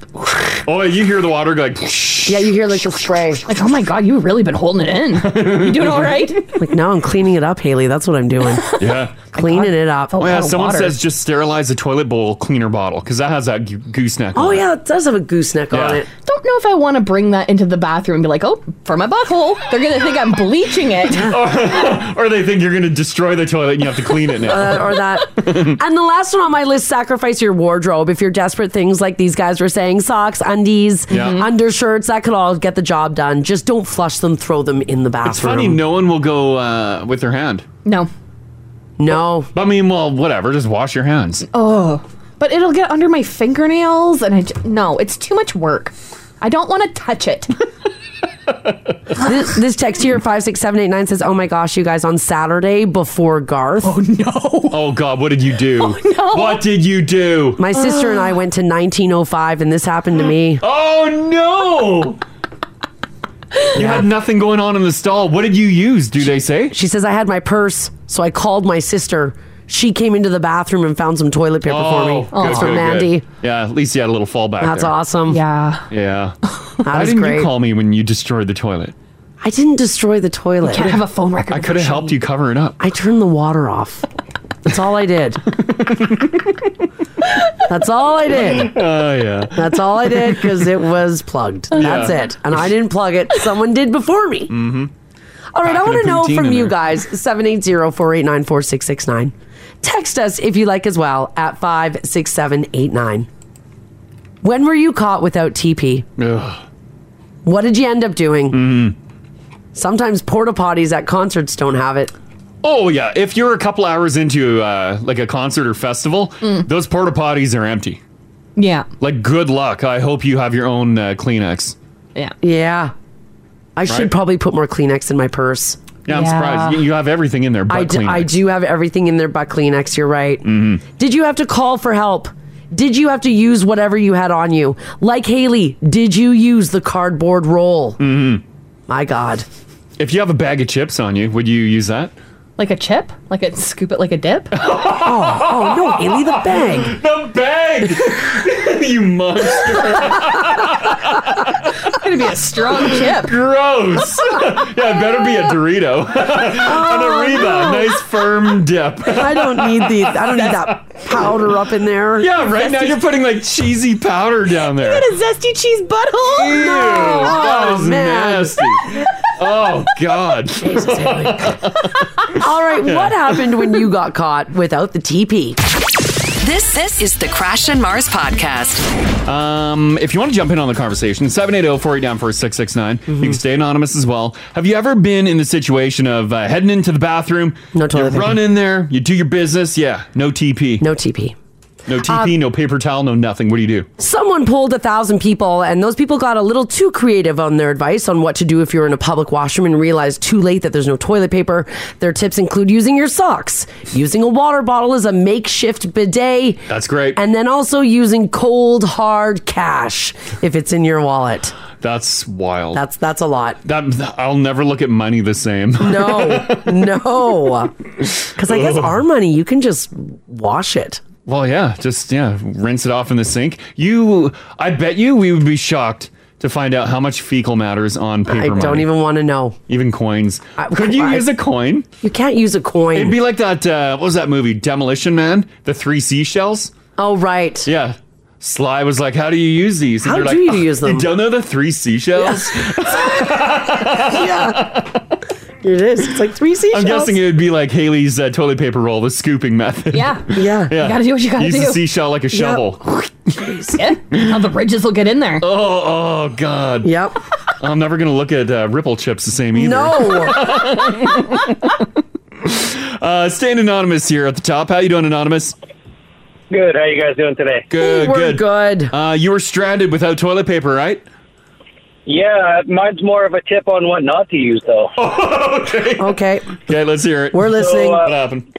Speaker 2: Oh, you hear the water go like
Speaker 3: Yeah, you hear like the spray.
Speaker 4: Like, oh my god, you've really been holding it in. You doing all right?
Speaker 3: Like now I'm cleaning it up, Haley. That's what I'm doing.
Speaker 2: Yeah.
Speaker 3: Cleaning it up.
Speaker 2: Oh, yeah, someone says just sterilize the toilet bowl cleaner bottle because that has that gu- gooseneck.
Speaker 3: Oh
Speaker 2: on it.
Speaker 3: yeah, it does have a gooseneck on
Speaker 2: Yeah.
Speaker 3: it.
Speaker 4: Don't know if I want to bring that into the bathroom and be like, oh, for my butthole. They're gonna think I'm bleaching it.
Speaker 2: or they think you're going to destroy the toilet and you have to clean it now.
Speaker 3: Uh, or that. and the last one on my list: sacrifice your wardrobe if you're desperate. Things like these guys were saying: socks, undies,
Speaker 2: Yeah. Mhm.
Speaker 3: undershirts. That could all get the job done. Just don't flush them. Throw them in the bathroom.
Speaker 2: It's funny, no one will go uh, with their hand.
Speaker 4: No.
Speaker 3: No.
Speaker 2: But, I mean, well, whatever. Just wash your hands.
Speaker 4: Oh, but it'll get under my fingernails, and I j- no, it's too much work. I don't want to touch it.
Speaker 3: this, this text here five six seven eight nine says, "Oh my gosh, you guys on Saturday before Garth." Oh
Speaker 4: no!
Speaker 2: Oh God, what did you do? What did you do?
Speaker 3: My sister and I went to 1905, and this happened to me.
Speaker 2: Oh no! You had nothing going on in the stall. What did you use? Do they say?
Speaker 3: She says I had my purse, so I called my sister. She came into the bathroom and found some toilet paper for me.
Speaker 2: Oh, good,
Speaker 3: It's from
Speaker 2: good,
Speaker 3: Mandy.
Speaker 2: good. Yeah, at least you had a little fallback.
Speaker 3: That's
Speaker 2: there.
Speaker 3: awesome. Yeah.
Speaker 2: Yeah. Why
Speaker 3: is
Speaker 2: didn't
Speaker 3: great.
Speaker 2: you call me when you destroyed the toilet?
Speaker 3: I didn't destroy the toilet.
Speaker 2: can't have
Speaker 4: a phone record.
Speaker 2: I could have helped you cover it up.
Speaker 3: I turned the water off. That's all I did. That's all I did.
Speaker 2: Oh yeah.
Speaker 3: That's all I did because it was plugged. That's
Speaker 2: Yeah.
Speaker 3: it. And I didn't plug it. Someone did before me.
Speaker 2: Mm-hmm.
Speaker 3: All right, I
Speaker 2: Packing
Speaker 3: want
Speaker 2: a
Speaker 3: to know
Speaker 2: poutine
Speaker 3: from
Speaker 2: in
Speaker 3: you
Speaker 2: there.
Speaker 3: guys 780-489-4669. Text us if you like as well at 56789. When were you caught without TP? What did you end up doing?
Speaker 2: Mm-hmm.
Speaker 3: Sometimes porta potties at concerts don't have it.
Speaker 2: Oh yeah. If you're a couple hours into uh, like a concert or festival,
Speaker 3: Mm.
Speaker 2: those porta potties are empty.
Speaker 4: Yeah.
Speaker 2: Like good luck. I hope you have your own uh, Kleenex.
Speaker 4: Yeah.
Speaker 3: Yeah. I should
Speaker 2: Right?
Speaker 3: probably put more Kleenex in my purse.
Speaker 2: Yeah, I'm surprised. You- You have everything in there but
Speaker 3: I d-
Speaker 2: Kleenex. Mm-hmm.
Speaker 3: I do have everything in there but Kleenex. You're right. Did you have to call for help? Did you have to use whatever you had on you? Like Haley, did you use the cardboard roll?
Speaker 2: Mm-hmm.
Speaker 3: My God.
Speaker 2: If you have a bag of chips on you, would you use that?
Speaker 4: Like a chip? Like a scoop it like a dip?
Speaker 3: oh, oh no, Haley, the bag.
Speaker 2: The bag. you monster.
Speaker 4: gonna be a strong chip.
Speaker 2: Gross. yeah, it better be a Dorito. An Ariba.
Speaker 3: no.
Speaker 2: Nice firm dip.
Speaker 3: Oh. I don't need the. I don't need that powder up in there.
Speaker 2: Yeah, right now you're putting like cheesy powder down there.
Speaker 4: a zesty cheese butthole.
Speaker 2: Ew, that is nasty. Oh God.
Speaker 3: All right,
Speaker 2: Yeah.
Speaker 3: what happened when you got caught without the TP?
Speaker 1: This this is the Crash and Mars podcast.
Speaker 2: Um, if you want to jump in on the conversation, oh, 780-489-4669.
Speaker 3: Mm-hmm.
Speaker 2: You can stay anonymous as well. Have you ever been in the situation of uh, heading into the bathroom? No You
Speaker 3: toilet
Speaker 2: run
Speaker 3: paper.
Speaker 2: in there, you do your business. Yeah, no TP.
Speaker 3: No Um, TP.
Speaker 2: No TP, no paper towel, no nothing. What do you do?
Speaker 3: Someone polled a thousand people, and those people got a little too creative on their advice on what to do if you're in a public washroom and realized too late that there's no toilet paper. Their tips include using your socks, using a water bottle as a makeshift bidet.
Speaker 2: That's great.
Speaker 3: And then also using cold hard cash if it's in your wallet.
Speaker 2: That's wild.
Speaker 3: That's that's a lot.
Speaker 2: That I'll never look at money the same.
Speaker 3: No, no. Because I guess our money, you can just wash it.
Speaker 2: Well, yeah, just yeah, rinse it off in the sink. You, I bet you, we would be shocked to find out how much fecal matter is on paper
Speaker 3: I
Speaker 2: money.
Speaker 3: don't even want to know.
Speaker 2: Even coins. Could you
Speaker 3: I-
Speaker 2: use a coin?
Speaker 3: You can't use a coin.
Speaker 2: It'd be like that. Uh, what was that movie? Demolition Man. The three seashells.
Speaker 3: Oh right.
Speaker 2: Yeah. Sly was like, "How do you use these?"
Speaker 3: How
Speaker 2: they're
Speaker 3: do
Speaker 2: like,
Speaker 3: you use them?"
Speaker 2: You don't know the three seashells.
Speaker 3: Here it is. It's like three seashells.
Speaker 2: I'm guessing it would be like Haley's uh, toilet paper roll, the scooping method.
Speaker 4: Yeah.
Speaker 3: Yeah.
Speaker 4: You gotta do what you gotta
Speaker 2: Use
Speaker 4: do.
Speaker 2: the seashell like a
Speaker 4: Yep.
Speaker 2: shovel.
Speaker 4: Yeah. How the bridges will get in there.
Speaker 2: Oh, oh God.
Speaker 3: Yep.
Speaker 2: I'm never gonna look at uh, Ripple chips the same either. Uh, staying anonymous here at the top. How you doing, anonymous?
Speaker 11: Good. How you guys doing today?
Speaker 2: Good.
Speaker 11: We're
Speaker 2: good. Good. Uh, you were stranded without toilet paper, right?
Speaker 11: Yeah, mine's more of a tip on what not to use, though.
Speaker 2: Oh, okay.
Speaker 3: Okay.
Speaker 2: Okay, let's hear it.
Speaker 11: We're listening. So, uh,
Speaker 2: what happened?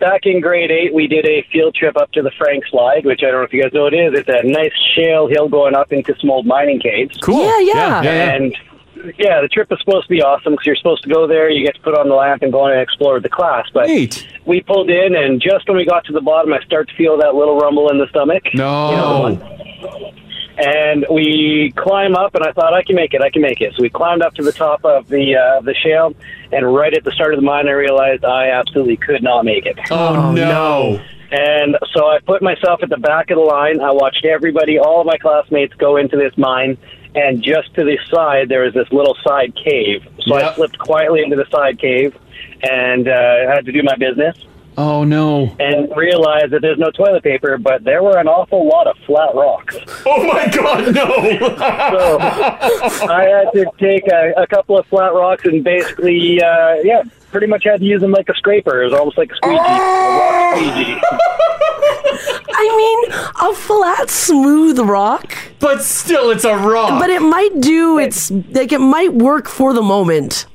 Speaker 11: Back in grade eight, we did a field trip up to the Frank Slide, which I don't know if you guys know what it is. It's a nice shale hill going up into some old mining caves.
Speaker 2: Cool. Yeah, yeah. Yeah, yeah, yeah.
Speaker 11: And yeah, the trip is supposed to be awesome because you're supposed to go there, you get to put on the lamp and go on and explore with the class. But we pulled in, and just when we got to the bottom, I start to feel that little rumble in the stomach.
Speaker 2: No.
Speaker 11: and we climb up and i thought i can make it i can make it so we climbed up to the top of the uh, the shale and right at the start of the mine i realized i absolutely could not make it
Speaker 2: oh, no.
Speaker 11: and so i put myself at the back of the line i watched everybody all of my classmates go into this mine and just to the side there was this little side cave so i slipped quietly into the side cave and uh, had to do my business
Speaker 2: Oh no.
Speaker 11: and realized that there's no toilet paper, but there were an awful lot of flat rocks.
Speaker 2: Oh my God, no!
Speaker 11: so I had to take a, a couple of flat rocks and basically, uh, yeah, pretty much had to use them like a scraper. It was almost like a squeegee, a rock squeegee.
Speaker 3: I mean, a flat, smooth rock.
Speaker 2: But still, it's a rock.
Speaker 3: But it might do. It's like it might work for the moment.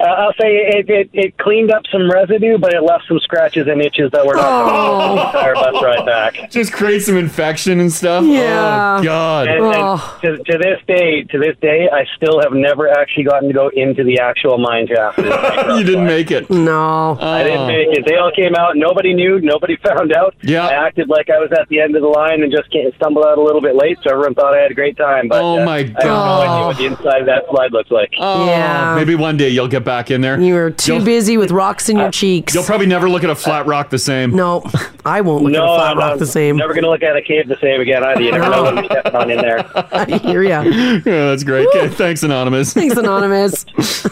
Speaker 11: Uh, I'll say it, it, it cleaned up some residue, but it left some scratches and itches that were not
Speaker 2: Oh.
Speaker 11: the entire bus ride back.
Speaker 2: Just create some infection and stuff. Oh God.
Speaker 11: And, and to, to this day, to this day, I still have never actually gotten to go into the actual mine shaft.
Speaker 2: you didn't make it. Uh,
Speaker 3: No.
Speaker 11: I didn't make it. They all came out. Nobody knew. Nobody found out.
Speaker 2: Yeah.
Speaker 11: I acted like I was at the end of the line and just came, stumbled out a little bit late, so everyone thought I had a great time. But uh,
Speaker 2: Oh, my Oh,
Speaker 11: I have no idea what the inside of that slide looks like.
Speaker 3: Yeah.
Speaker 2: Maybe one day you'll get back in there. You were
Speaker 3: Too busy with rocks in your cheeks. Uh,
Speaker 2: You'll probably never look at a flat rock the same.
Speaker 3: No, I won't look at a flat rock the same.
Speaker 11: Never gonna look at a cave the same again either. You never know what you're stepping on in there.
Speaker 3: I hear ya.
Speaker 2: yeah, that's great. Okay, thanks, anonymous.
Speaker 3: Thanks, anonymous.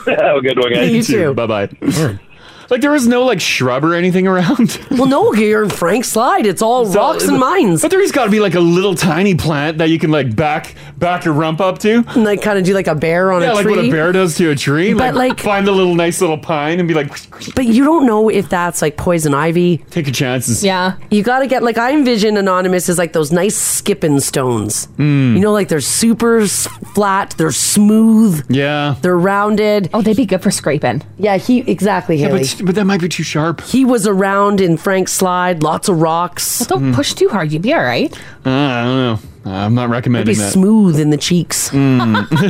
Speaker 11: Have a good one, guys.
Speaker 3: You too.
Speaker 2: Bye bye. Like there was no like shrub or anything around.
Speaker 3: well, no, you're in Frank Slide. It's all rocks and mines.
Speaker 2: But there's got to be like a little tiny plant that you can like back back your rump up to.
Speaker 3: And like kind of do like a bear on a
Speaker 2: yeah, like
Speaker 3: tree.
Speaker 2: what a bear does to a tree.
Speaker 3: But, like-
Speaker 2: find a little nice little pine and be like,
Speaker 3: But you don't know if that's like poison ivy.
Speaker 2: take your chances.
Speaker 3: Yeah. You got to get, like, I envision Anonymous as like those nice skipping stones.
Speaker 2: Hmm.
Speaker 3: You know, like they're super s- flat, they're smooth.
Speaker 2: Yeah.
Speaker 3: They're rounded.
Speaker 4: Oh, they'd be good for scraping.
Speaker 3: Yeah, he, exactly,
Speaker 4: Yeah,
Speaker 3: Haley.
Speaker 4: but-
Speaker 2: But, that might be too sharp.
Speaker 3: He was around in Frank's slide, lots of rocks.
Speaker 4: Well,
Speaker 2: Hmm.
Speaker 4: don't push too hard. You'd be all right.
Speaker 2: Uh, I don't know. I'm not
Speaker 3: It'd
Speaker 2: recommending
Speaker 3: be
Speaker 2: that.
Speaker 3: smooth in the cheeks.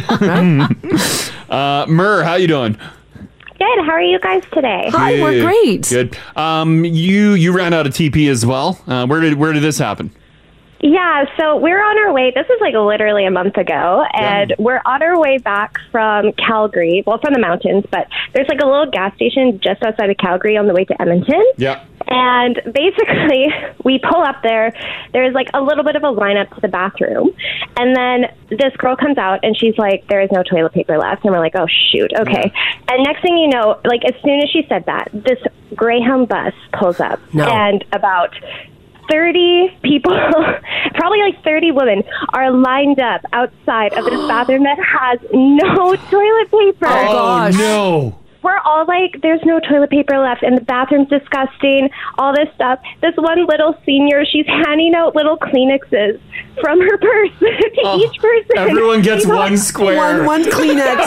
Speaker 2: Mm. uh, Myrrh, how you doing?
Speaker 17: Good. How are you guys today?
Speaker 2: Good, Good. Um, you you ran out of TP as well. Uh, where did where did this happen?
Speaker 17: Yeah, so we're on our way. This is like literally a month ago, and we're on our way back from Calgary, well, from the mountains, but there's like a little gas station just outside of Calgary on the way to Edmonton.
Speaker 2: Yeah.
Speaker 17: And basically, we pull up there. There's like a little bit of a lineup to the bathroom. And then this girl comes out and she's like, There is no toilet paper left. And we're like, Oh, shoot. Okay. And next thing you know, like as soon as she said that, this Greyhound bus pulls up.
Speaker 18: No.
Speaker 17: And about 30 people, probably like 30 women, are lined up outside of this bathroom that has no toilet paper.
Speaker 2: Oh, no.
Speaker 17: We're all like, there's no toilet paper left, and the bathroom's disgusting, all this stuff. This one little senior, she's handing out little Kleenexes from her purse to each person.
Speaker 2: Oh, Everyone gets
Speaker 17: She got-
Speaker 2: one square. One- one Kleenex.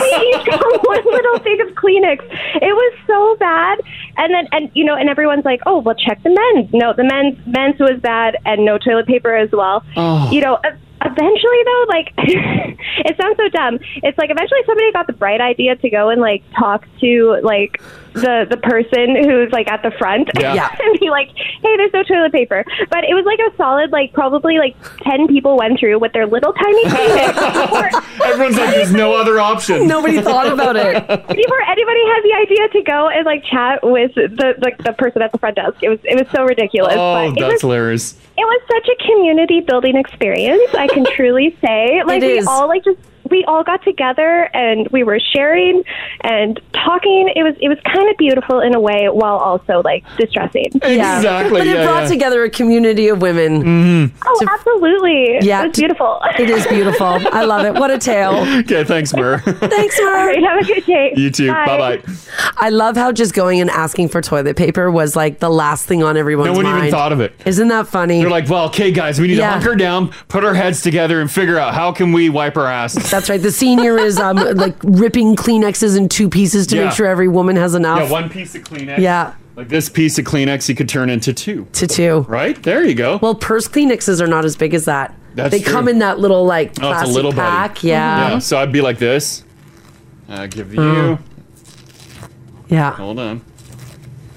Speaker 17: We each got one little thing of Kleenex. It was so bad. And then, and you know, and everyone's like, oh, well, check the men's. No, the men's, men's was bad, and no toilet paper as well.
Speaker 2: Oh.
Speaker 17: You know, e- eventually though like it sounds so dumb it's like eventually somebody got the bright idea to go and like talk to like the the person who's like at the front
Speaker 18: Yeah. Yeah.
Speaker 17: and be like hey there's no toilet paper but it was like a solid like probably like 10 people went through with their little tiny paper
Speaker 2: Everyone's like, there's no other option.
Speaker 17: before anybody had the idea to go and like chat with the like the person at the front desk it was it was so ridiculous
Speaker 2: Oh,
Speaker 17: but it
Speaker 2: that's
Speaker 17: was
Speaker 2: hilarious.
Speaker 17: it was such a community building experience. I can truly say, like
Speaker 18: It
Speaker 17: we
Speaker 18: is.
Speaker 17: all like just we all got together and we were sharing and talking. It was it was kind of beautiful in a way, while also like distressing.
Speaker 3: Yeah. But it brought together a community of women.
Speaker 2: Mm-hmm.
Speaker 17: Oh, absolutely.
Speaker 3: Yeah.
Speaker 17: it was beautiful.
Speaker 3: It is beautiful. I love it. What a tale.
Speaker 2: Okay, thanks, Mer.
Speaker 3: Thanks, Mar.
Speaker 17: have a good day.
Speaker 2: You too. Bye. Bye-bye.
Speaker 3: I love how just going and asking for toilet paper was like the last thing on everyone's
Speaker 2: No
Speaker 3: mind.
Speaker 2: one even thought of it.
Speaker 3: Isn't that funny?
Speaker 2: They're like, well, okay, guys, we need
Speaker 3: Yeah.
Speaker 2: to hunker down, put our heads together, and figure out how can we wipe our ass.
Speaker 3: That's right. The senior is um like ripping Kleenexes in two pieces to
Speaker 2: Yeah.
Speaker 3: make sure every woman has enough.
Speaker 2: Yeah, one piece of Kleenex.
Speaker 3: Yeah.
Speaker 2: Like this piece of Kleenex, you could turn into two.
Speaker 3: To two.
Speaker 2: Right? There you go.
Speaker 3: Well, purse Kleenexes are not as big as that.
Speaker 2: That's
Speaker 3: they
Speaker 2: true.
Speaker 3: come in that little like
Speaker 2: Oh,
Speaker 3: plastic
Speaker 2: it's a little
Speaker 3: pack.
Speaker 2: buddy.
Speaker 3: Yeah.
Speaker 2: Yeah. So I'd be like this. I give you.
Speaker 3: Mm. Yeah.
Speaker 2: Hold on.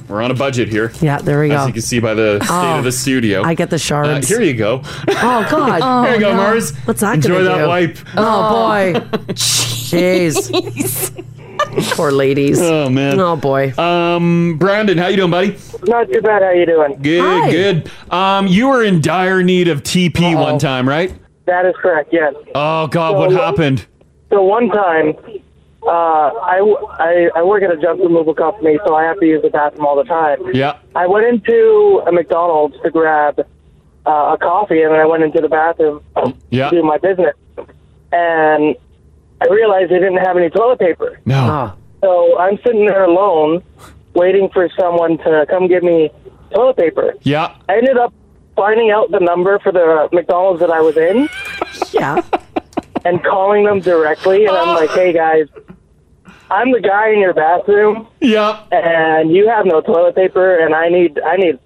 Speaker 2: We're on a budget here.
Speaker 3: Yeah, there we
Speaker 2: As
Speaker 3: go.
Speaker 2: you can see by the state
Speaker 3: Oh,
Speaker 2: of the studio. Uh,
Speaker 3: I get the shards.
Speaker 2: here you go.
Speaker 3: Oh God.
Speaker 2: Oh, There you go, no. Mars.
Speaker 3: What's that
Speaker 2: Enjoy
Speaker 3: gonna
Speaker 2: that
Speaker 3: do?
Speaker 2: wipe.
Speaker 3: Oh, boy. Jeez. Poor ladies.
Speaker 2: Oh man.
Speaker 3: Oh boy.
Speaker 2: Um, Brandon, how you doing, buddy?
Speaker 19: Not too bad. How you doing?
Speaker 2: Good,
Speaker 19: Hi.
Speaker 2: good. Um, you were in dire need of TP one time, right?
Speaker 19: That is correct. Yes.
Speaker 2: Oh God, what
Speaker 19: So-
Speaker 2: happened?
Speaker 19: So one time, uh, I, w- I I work at a junk removal company, so I have to use the bathroom all the time.
Speaker 2: Yeah.
Speaker 19: I went into a McDonald's to grab uh, a coffee, and then I went into the bathroom
Speaker 2: Yeah.
Speaker 19: to do my business, and I realized they didn't have any toilet paper.
Speaker 2: No.
Speaker 19: So I'm sitting there alone, waiting for someone to come give me toilet paper.
Speaker 2: Yeah.
Speaker 19: I ended up finding out the number for the McDonald's that I was in.
Speaker 3: Yeah.
Speaker 19: And calling them directly, and I'm like, hey guys, I'm the guy in your bathroom.
Speaker 2: Yeah.
Speaker 19: And you have no toilet paper, and I need, I need,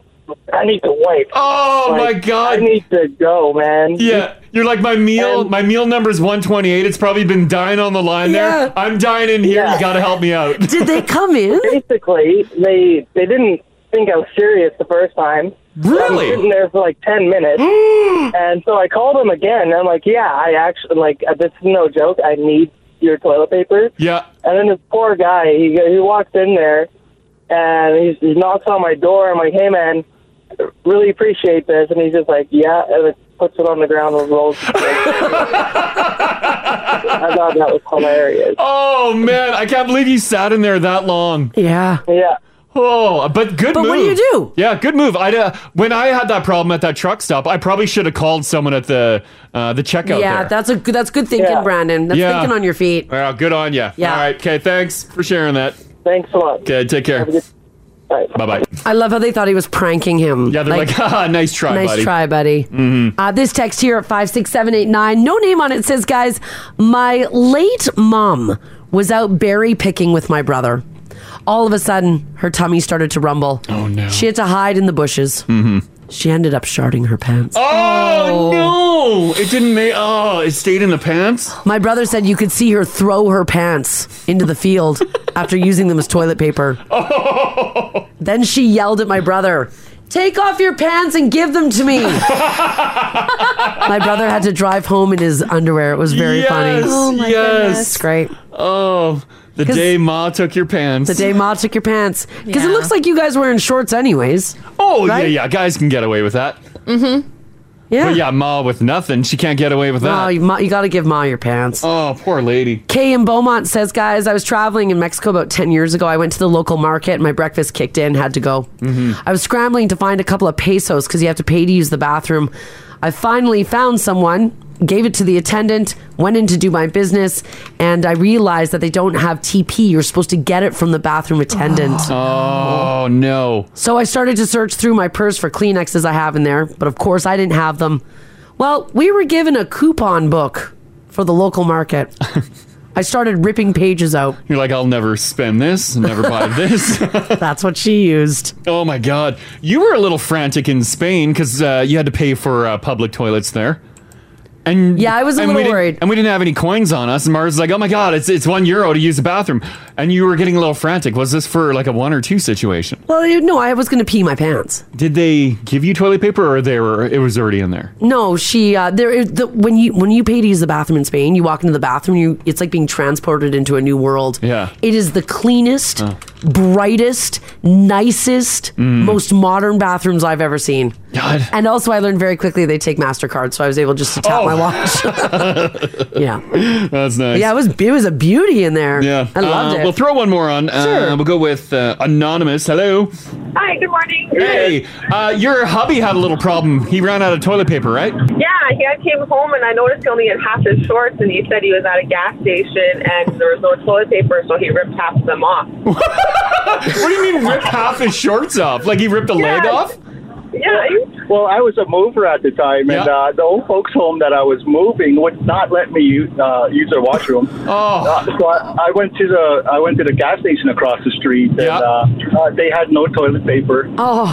Speaker 19: I need to wipe.
Speaker 2: Oh my God.
Speaker 19: I need to go, man.
Speaker 2: Yeah. You're like my
Speaker 19: Um,
Speaker 2: meal. my meal number is 128. It's probably been dying on the line
Speaker 19: Yeah.
Speaker 2: there. I'm dying in here.
Speaker 19: Yeah.
Speaker 2: You got to help me out.
Speaker 3: Did they come in?
Speaker 19: Basically, they they didn't think I was serious the first time.
Speaker 2: Really?
Speaker 19: I'm sitting there for like ten minutes,
Speaker 3: Mm.
Speaker 19: and so I called them again. And I'm like, "Yeah, I actually like uh, this is no joke. I need your toilet paper."
Speaker 2: Yeah.
Speaker 19: And then this poor guy, he he walks in there, and he's, he knocks on my door. I'm like, "Hey, man, really appreciate this." And he's just like, "Yeah," and it puts it on the ground and rolls. I thought that was hilarious.
Speaker 2: Oh man, I can't believe you sat in there that long.
Speaker 3: Yeah.
Speaker 19: Yeah.
Speaker 2: Oh, but good
Speaker 3: But
Speaker 2: move.
Speaker 3: what do you do?
Speaker 2: Yeah, good move. I uh, when I had that problem at that truck stop, I probably should have called someone at the uh, the checkout.
Speaker 3: yeah,
Speaker 2: there.
Speaker 3: that's a good that's good thinking, Brandon. That's
Speaker 2: Yeah.
Speaker 3: thinking on your feet.
Speaker 2: Well, good on you.
Speaker 3: Yeah.
Speaker 2: All right. Okay. Thanks for sharing that.
Speaker 19: Thanks a lot.
Speaker 2: Okay. Take care. Bye bye.
Speaker 3: I love how they thought he was pranking him. Yeah,
Speaker 2: They're like, haha, nice try,
Speaker 3: nice
Speaker 2: buddy.
Speaker 3: try, buddy. Mm-hmm. Uh, this text here at 56789, no name on it, says, guys, my late mom was out berry picking with my brother. All of a sudden, her tummy started to rumble. Oh, no. She had to hide in the bushes. Mm-hmm. She ended up sharding her pants.
Speaker 2: Oh, no! It didn't make. Oh, it stayed in the pants?
Speaker 3: My brother said you could see her throw her pants into the field after using them as toilet paper.
Speaker 2: Oh.
Speaker 3: Then she yelled at my brother, Take off your pants and give them to me. my brother had to drive home in his underwear. It was very
Speaker 2: Yes,
Speaker 3: funny.
Speaker 2: Oh my yes. goodness.
Speaker 3: It's great.
Speaker 2: Oh, the
Speaker 3: 'Cause-
Speaker 2: day Ma took your pants.
Speaker 3: The day Ma took your pants. Because it looks like you guys were in shorts, anyways.
Speaker 2: Oh,
Speaker 3: right?
Speaker 2: yeah, yeah. Guys can get away with that. Mm-hmm.
Speaker 3: Mm hmm. Yeah.
Speaker 2: But yeah, Ma with nothing. She can't get away with that.
Speaker 3: Oh, you, you got to give Ma your pants.
Speaker 2: Oh, poor lady.
Speaker 3: Kay in Beaumont says, guys, I was traveling in Mexico about 10 years ago. I went to the local market and my breakfast kicked in, had to go. I was scrambling to find a couple of pesos because you have to pay to use the bathroom. I finally found someone, gave it to the attendant, went in to do my business, and I realized that they don't have TP. You're supposed to get it from the bathroom attendant.
Speaker 2: Oh, no.
Speaker 3: So I started to search through my purse for Kleenexes I have in there, but of course I didn't have them. Well, we were given a coupon book for the local market. I started ripping pages out.
Speaker 2: You're like, I'll never spend this, never buy this.
Speaker 3: That's what she used.
Speaker 2: Oh my God. You were a little frantic in Spain because uh, you had to pay for uh, public toilets there. And
Speaker 3: Yeah, I was a
Speaker 2: and
Speaker 3: little
Speaker 2: we didn't-
Speaker 3: worried.
Speaker 2: And we didn't have any coins on us. And Mars was like, "Oh my god, it's it's one euro to use the bathroom." And you were getting a little frantic. Was this for like a one or two situation?
Speaker 3: Well, you no, I was going to pee my pants.
Speaker 2: Did they give you toilet paper, or they were it was already in there?
Speaker 3: No, she uh, there is the, when you when you pay to use the bathroom in Spain, you walk into the bathroom, you it's like being transported into a new world.
Speaker 2: Yeah.
Speaker 3: It is the cleanest,
Speaker 2: Oh.
Speaker 3: brightest, nicest,
Speaker 2: Mm.
Speaker 3: most modern bathrooms I've ever seen.
Speaker 2: God.
Speaker 3: And also I learned very quickly they take Mastercard, so I was able just to tap my watch. yeah.
Speaker 2: That's nice.
Speaker 3: Yeah, it was it was a beauty in there.
Speaker 2: Yeah,
Speaker 3: I loved
Speaker 2: Uh,
Speaker 3: it.
Speaker 2: We'll throw one more on. Uh,
Speaker 3: Sure.
Speaker 2: we'll go with uh, anonymous. Hello.
Speaker 9: Hi, good morning.
Speaker 2: Hey, uh, your hubby had a little problem. He ran out of toilet paper, right?
Speaker 18: Yeah, he I came home and I noticed he only had half his shorts, and he said he was at a gas station and there was no toilet paper, so he ripped half of them off.
Speaker 2: what do you mean ripped half his shorts off? Like he ripped a leg off?
Speaker 18: Yeah.
Speaker 11: Well, I was a mover at the time, and
Speaker 2: Yeah.
Speaker 11: uh, the old folks' home that I was moving would not let me use, uh, use their washroom. Uh,
Speaker 2: oh.
Speaker 11: so I, I went to the I went to the gas station across the street, and uh, uh, they had no toilet paper.
Speaker 3: Oh,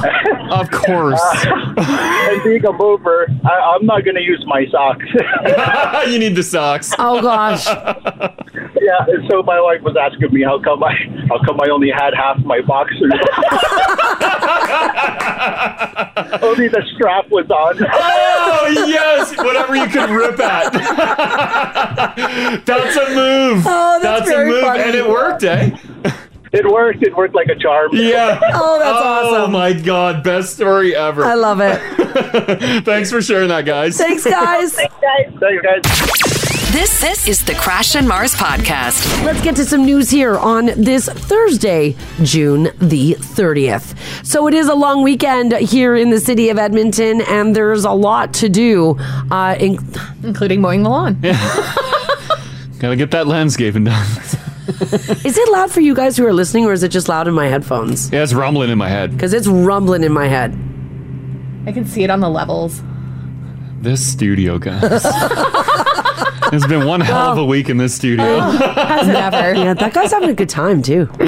Speaker 2: of course.
Speaker 11: and being a mover, I, I'm not going to use my socks.
Speaker 2: you need the socks.
Speaker 3: Oh gosh.
Speaker 11: yeah. So my wife was asking me how come I how come I only had half my boxers. only the strap was on.
Speaker 2: Oh yes, whatever you could rip at. that's a move.
Speaker 11: Oh, that's
Speaker 2: a
Speaker 11: very
Speaker 2: move,
Speaker 11: funny.
Speaker 2: and it worked, eh?
Speaker 11: It worked. It worked like a charm.
Speaker 2: Yeah.
Speaker 3: Oh, that's
Speaker 2: awesome. Oh my god, best story ever.
Speaker 3: I love it.
Speaker 2: Thanks for sharing that, guys.
Speaker 3: Thanks, guys. Thanks,
Speaker 18: guys.
Speaker 11: Thanks, guys.
Speaker 1: This this is the Crash and Mars podcast.
Speaker 3: Let's get to some news here on this Thursday, June the 30th. So it is a long weekend here in the city of Edmonton, and there's a lot to do, uh, including mowing the lawn.
Speaker 2: Gotta get that landscaping done.
Speaker 3: is it loud for you guys who are listening, or is it just loud in my headphones?
Speaker 2: Yeah, it's rumbling in my head.
Speaker 3: Because it's rumbling in my head.
Speaker 4: I can see it on the levels.
Speaker 2: This studio, guys. it's been one hell
Speaker 3: Oh.
Speaker 2: of a week in this studio.
Speaker 4: Has never.
Speaker 3: Yeah, that guy's having a good time too.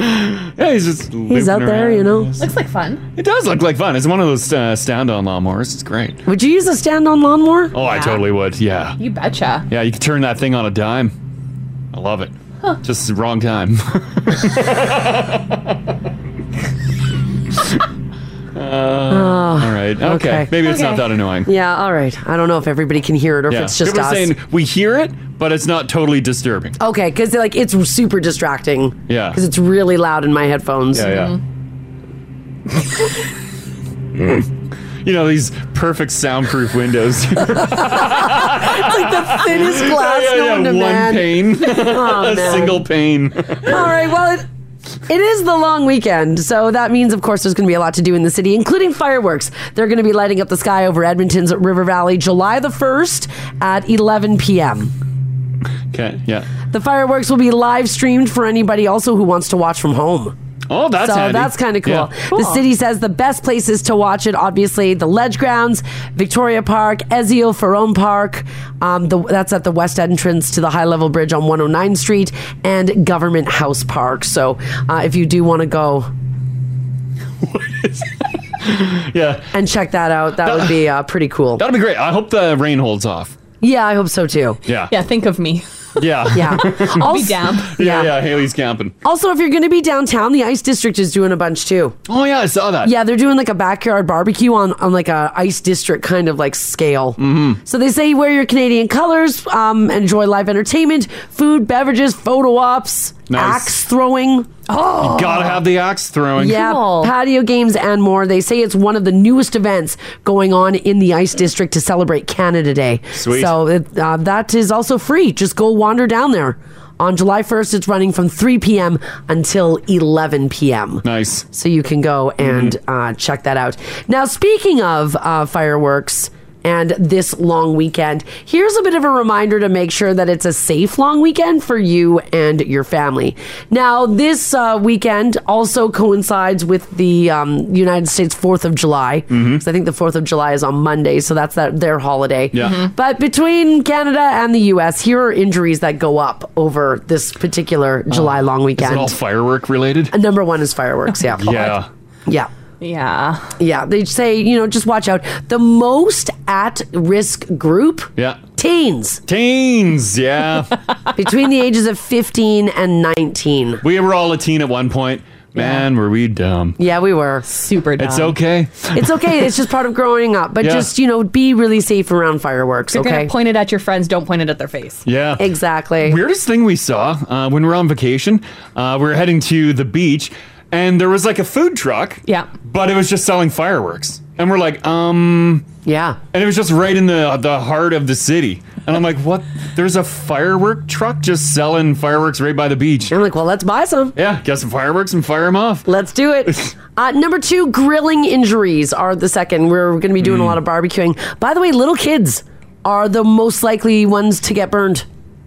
Speaker 2: Yeah, he's just
Speaker 3: He's out there, you know.
Speaker 4: Looks like fun.
Speaker 2: It does look like fun. It's one of those uh, stand-on lawnmowers. It's great.
Speaker 3: Would you use a stand-on lawnmower?
Speaker 2: Oh, I totally would. Yeah.
Speaker 4: You betcha.
Speaker 2: Yeah, you can turn that thing on a dime. I love it.
Speaker 4: Huh.
Speaker 2: Just the wrong time. Uh,
Speaker 3: Ah,
Speaker 2: all right. Okay. Maybe it's not that annoying.
Speaker 3: Yeah, all right. I don't know if everybody can hear it or
Speaker 2: Yeah.
Speaker 3: if it's just
Speaker 2: People are
Speaker 3: us.
Speaker 2: saying we hear it, but it's not totally disturbing.
Speaker 3: Okay, because like it's super distracting.
Speaker 2: Yeah.
Speaker 3: because it's really loud in my headphones.
Speaker 2: Yeah, yeah. You know these perfect soundproof windows.
Speaker 3: it's like the thinnest glass
Speaker 2: Yeah, yeah, yeah,
Speaker 3: known to
Speaker 2: one
Speaker 3: man.
Speaker 2: pane,
Speaker 3: Oh,
Speaker 2: a
Speaker 3: man.
Speaker 2: single pane.
Speaker 3: All right, well, it, it is the long weekend, so that means, of course, there's going to be a lot to do in the city, including fireworks. They're going to be lighting up the sky over Edmonton's River Valley July the 1st at 11 p.m.
Speaker 2: Okay. Yeah.
Speaker 3: The fireworks will be live streamed for anybody also who wants to watch from home.
Speaker 2: Oh, that's
Speaker 3: so.
Speaker 2: handy.
Speaker 3: That's kind of cool.
Speaker 2: Yeah.
Speaker 3: The
Speaker 2: Cool.
Speaker 3: city says the best places to watch it, obviously, the Ledge Grounds, Victoria Park, Ezio Ferron Park. Um, the, that's at the west entrance to the High Level Bridge on 109 Street and Government House Park. So, uh, if you do want to go,
Speaker 2: yeah,
Speaker 3: and check that out, that would be uh, pretty cool.
Speaker 2: That'll be great. I hope the rain holds off.
Speaker 3: Yeah, I hope so too.
Speaker 2: Yeah.
Speaker 4: Yeah, think of me.
Speaker 2: Yeah.
Speaker 3: Yeah.
Speaker 4: I'll be down.
Speaker 2: Yeah. Yeah. Haley's camping.
Speaker 3: Also, if you're going to be downtown, the Ice District is doing a bunch too.
Speaker 2: Oh yeah, I saw that.
Speaker 3: Yeah, they're doing like a backyard barbecue on on like a Ice District kind of like scale. Mm-hmm. So they say wear your Canadian colors, um, enjoy live entertainment, food, beverages, photo ops,
Speaker 2: Nice.
Speaker 3: axe throwing. Oh,
Speaker 2: You gotta have the axe throwing.
Speaker 3: Yeah, patio games and more. They say it's one of the newest events going on in the Ice District to celebrate Canada Day.
Speaker 2: Sweet.
Speaker 3: So it, uh, that is also free. Just go wander down there. On July 1st, it's running from 3 p.m. until 11 p.m.
Speaker 2: Nice. Mm-hmm.
Speaker 3: So you can go and uh, check that out. Now, speaking of uh, fireworks and this long weekend, here's a bit of a reminder to make sure that it's a safe long weekend for you and your family. Now, this uh, weekend also coincides with the um, United States 4th of July.
Speaker 2: Mm-hmm.
Speaker 3: 'Cause I think the 4th of July is on Monday, so that's that, their holiday.
Speaker 2: Yeah. Mhm.
Speaker 3: But between Canada and the U.S., here are injuries that go up over this particular July long weekend.
Speaker 2: Oh.
Speaker 3: Uh,
Speaker 2: Is it all firework related?
Speaker 3: Number one is fireworks, yeah.
Speaker 2: yeah.
Speaker 3: Yeah.
Speaker 4: Yeah.
Speaker 3: Yeah. They say, you know, just watch out. The most at risk group
Speaker 2: Yeah.
Speaker 3: Teens.
Speaker 2: Teens, yeah.
Speaker 3: Between the ages of 15 and 19.
Speaker 2: We were all a teen at one point. Man, were we dumb.
Speaker 3: Yeah, we were. Super
Speaker 2: It's okay.
Speaker 3: It's okay. It's just part of growing up. But
Speaker 2: Yeah.
Speaker 3: just, you know, be really safe around fireworks,
Speaker 4: If you're
Speaker 3: okay?
Speaker 4: gonna point it at your friends, don't point it at their face.
Speaker 2: Yeah.
Speaker 3: Exactly.
Speaker 2: Weirdest thing we saw uh, when we were on vacation, uh, we were heading to the beach and there was like a food truck.
Speaker 4: Yeah.
Speaker 2: But it was just selling fireworks. And we're like, um.
Speaker 3: Yeah.
Speaker 2: And it was just right in the the heart of the city. And I'm like, what? There's a firework truck just selling fireworks right by the beach.
Speaker 3: I'm like, well, let's buy some.
Speaker 2: Yeah, get some fireworks and fire them off.
Speaker 3: Let's do it. Uh, number two, grilling injuries are the second. We're going to be doing
Speaker 2: Mm.
Speaker 3: a lot of barbecuing. By the way, little kids are the most likely ones to get burned.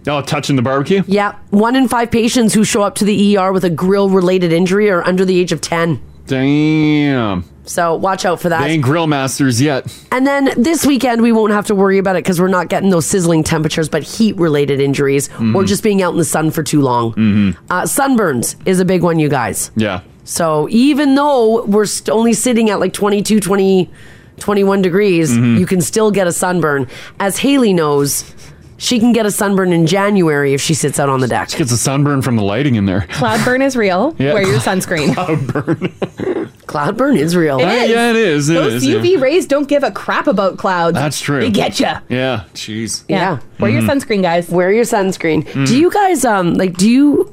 Speaker 2: Oh, touching the barbecue?
Speaker 3: Yeah. One in five patients who show up to the ER with a grill related injury are under the age of 10.
Speaker 2: Damn.
Speaker 3: So watch out for that.
Speaker 2: They ain't grill masters yet.
Speaker 3: And then this weekend, we won't have to worry about it because we're not getting those sizzling temperatures, but heat related injuries or
Speaker 2: Mhm.
Speaker 3: just being out in the sun for too long.
Speaker 2: Mm-hmm.
Speaker 3: Uh, sunburns is a big one, you guys.
Speaker 2: Yeah.
Speaker 3: So even though we're st- only sitting at like 22, 20, 21 degrees,
Speaker 2: Mhm.
Speaker 3: you can still get a sunburn. As Haley knows, she can get a sunburn in January if she sits out on the deck. She
Speaker 2: gets a sunburn from the lighting in there.
Speaker 4: Cloudburn is real.
Speaker 2: Yeah.
Speaker 4: Wear your sunscreen.
Speaker 3: Cloudburn is real.
Speaker 4: It
Speaker 2: Uh,
Speaker 4: is.
Speaker 2: yeah, it is, it
Speaker 4: Those
Speaker 2: is, yeah.
Speaker 4: UV rays don't give a crap about clouds.
Speaker 2: That's true.
Speaker 4: Oh, They get you. Yeah.
Speaker 2: Yeah. Jeez.
Speaker 4: Wear your
Speaker 2: Mhm.
Speaker 4: sunscreen, guys.
Speaker 3: Wear your sunscreen.
Speaker 2: Mm.
Speaker 3: Do you guys um like do you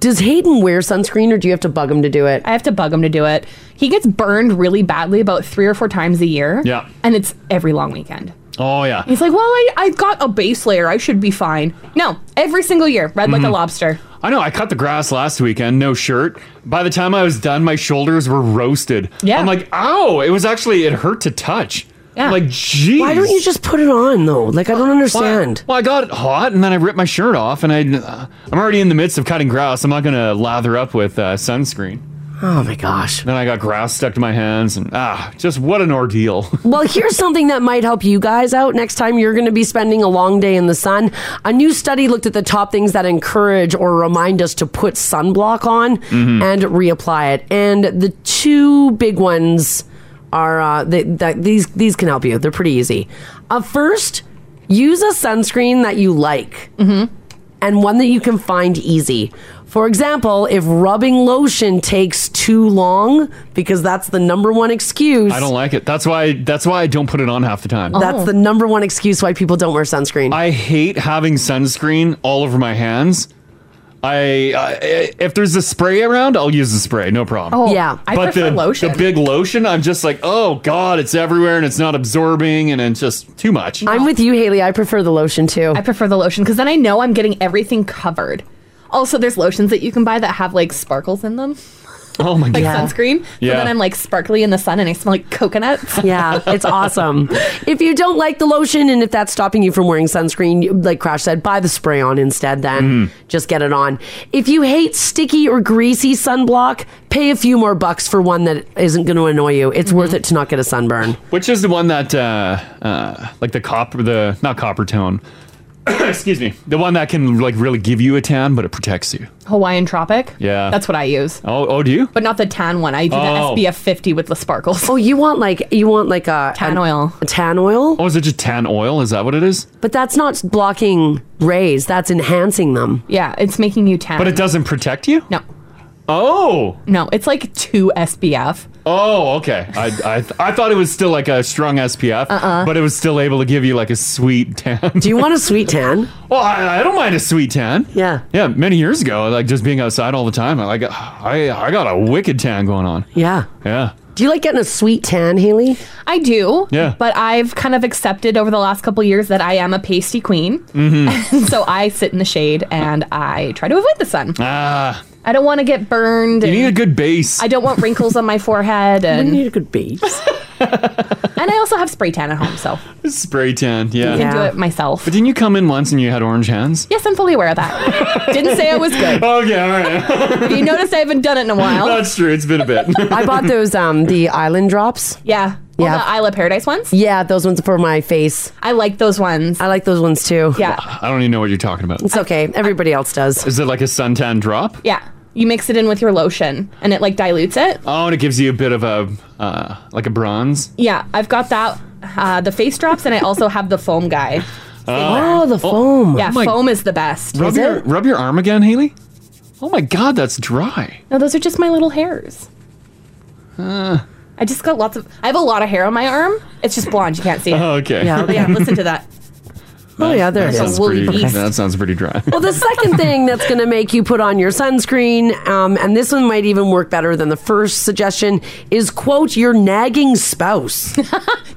Speaker 3: does Hayden wear sunscreen or do you have to bug him to do it?
Speaker 4: I have to bug him to do it. He gets burned really badly about three or four times a year.
Speaker 2: Yeah.
Speaker 4: And it's every long weekend.
Speaker 2: Oh yeah.
Speaker 4: He's like, well, I, I got a base layer. I should be fine. No, every single year, red like a
Speaker 2: Mhm.
Speaker 4: lobster.
Speaker 2: I know. I cut the grass last weekend, no shirt. By the time I was done, my shoulders were roasted. Yeah. I'm like, ow! It was actually it hurt to touch. I'm like, jeez.
Speaker 3: Why don't you just put it on though? Like I don't understand.
Speaker 2: Well, I got it hot, and then I ripped my shirt off, and I uh, I'm already in the midst of cutting grass. I'm not gonna lather up with uh, sunscreen.
Speaker 3: Oh my gosh.
Speaker 2: Then I got grass stuck to my hands, and ah, just what an ordeal.
Speaker 3: Well, here's something that might help you guys out next time you're going to be spending a long day in the sun. A new study looked at the top things that encourage or remind us to put sunblock on
Speaker 20: Mhm.
Speaker 3: and reapply it. And the two big ones are uh, that that these these can help you. They're pretty easy. Uh, first, use a sunscreen that you like and one that you can find easy. For example, if rubbing lotion takes too long, because that's the number one excuse.
Speaker 2: I don't like it. That's why. That's why I don't put it on half the time.
Speaker 3: That's
Speaker 4: Oh.
Speaker 3: the number one excuse why people don't wear sunscreen.
Speaker 2: I hate having sunscreen all over my hands. I, I if there's a spray around, I'll use the spray, no problem.
Speaker 3: Oh, Yeah. I
Speaker 2: but
Speaker 3: prefer
Speaker 2: the
Speaker 3: lotion.
Speaker 2: the big lotion, I'm just like, oh god, it's everywhere and it's not absorbing and it's just too much.
Speaker 3: I'm with you, Haley. I prefer the lotion too.
Speaker 4: I prefer the lotion because then I know I'm getting everything covered. Also, there's lotions that you can buy that have like sparkles in them,
Speaker 2: oh my
Speaker 4: like
Speaker 2: god,
Speaker 4: sunscreen. So
Speaker 2: Yeah.
Speaker 4: then I'm like sparkly in the sun and I smell like coconuts.
Speaker 3: Yeah, it's awesome. if you don't like the lotion and if that's stopping you from wearing sunscreen, you- like Crash said, buy the spray on instead then.
Speaker 2: Mm-hmm.
Speaker 3: Just get it on. If you hate sticky or greasy sunblock, pay a few more bucks for one that isn't going to annoy you. It's worth it to not get a sunburn.
Speaker 2: Which is the one that uh, uh, like the copper, the not copper tone. Excuse me, the one that can like really give you a tan, but it protects you.
Speaker 4: Hawaiian Tropic.
Speaker 2: Yeah,
Speaker 4: That's what I use.
Speaker 2: Oh, oh, do you?
Speaker 4: But not the tan one. I do
Speaker 2: Oh.
Speaker 4: the SPF 50 with the sparkles.
Speaker 3: Oh, you want like you want like a
Speaker 4: tan oil.
Speaker 3: A tan oil?
Speaker 2: Oh, is it just tan oil? Is that what it is?
Speaker 3: But that's not blocking rays, that's enhancing them.
Speaker 4: Yeah, it's making you tan.
Speaker 2: But it doesn't protect you.
Speaker 4: No.
Speaker 2: Oh.
Speaker 4: No, it's like two SPF.
Speaker 2: Oh, okay. I I, th- I thought it was still like a strong SPF,
Speaker 4: Uh-uh.
Speaker 2: but it was still able to give you like a sweet tan.
Speaker 3: Do you want a sweet tan?
Speaker 2: well, I, I don't mind a sweet tan.
Speaker 3: Yeah.
Speaker 2: Yeah. Many years ago, like just being outside all the time, I like I I got a wicked tan going on.
Speaker 3: Yeah.
Speaker 2: Yeah.
Speaker 3: Do you like getting a sweet tan, Haley?
Speaker 4: I do.
Speaker 2: Yeah.
Speaker 4: But I've kind of accepted over the last couple years that I am a pasty queen.
Speaker 2: Mm-hmm.
Speaker 4: so I sit in the shade and I try to avoid the sun.
Speaker 2: Ah.
Speaker 4: I don't want to get burned.
Speaker 2: You
Speaker 4: and
Speaker 2: need a good base.
Speaker 4: I don't want wrinkles on my forehead. And
Speaker 3: need a good base.
Speaker 4: and I also have spray tan at home, so
Speaker 2: Spray tan. Yeah.
Speaker 4: I can do it myself.
Speaker 2: But didn't you come in once and you had orange hands?
Speaker 4: Yes, I'm fully aware of that. Didn't say I was good.
Speaker 2: Okay. All right.
Speaker 4: If you noticed, I haven't done it in a while.
Speaker 2: That's true. It's been a bit.
Speaker 3: I bought those um the island drops.
Speaker 4: Yeah. Well,
Speaker 3: Yeah.
Speaker 4: The Isla Paradise ones.
Speaker 3: Yeah, those ones for my face.
Speaker 4: I like those ones.
Speaker 3: I like those ones too.
Speaker 4: Yeah.
Speaker 2: I don't even know what you're talking about.
Speaker 3: It's okay. Everybody else does.
Speaker 2: Is it like a suntan drop?
Speaker 4: Yeah. You mix it in with your lotion and it like dilutes it.
Speaker 2: Oh, and it gives you a bit of a uh, like a bronze.
Speaker 4: Yeah. I've got that, uh, the face drops, and I also have the foam guy.
Speaker 3: Oh, the foam.
Speaker 4: Yeah,
Speaker 2: Ah. my-
Speaker 4: foam is the best.
Speaker 2: Rub your rub your arm again, Haley. Oh my God, that's dry.
Speaker 4: No, those are just my little hairs.
Speaker 2: Ah.
Speaker 4: I just got lots of. I have a lot of hair on my arm. It's just blonde. You can't see it.
Speaker 2: Oh, okay.
Speaker 4: Yeah, but yeah. Listen to that.
Speaker 3: Oh yeah, there
Speaker 2: that
Speaker 3: it
Speaker 2: sounds
Speaker 3: is.
Speaker 2: Pretty, that sounds pretty dry.
Speaker 3: Well, the second thing that's going to make you put on your sunscreen, um, and this one might even work better than the first suggestion, is quote your nagging spouse.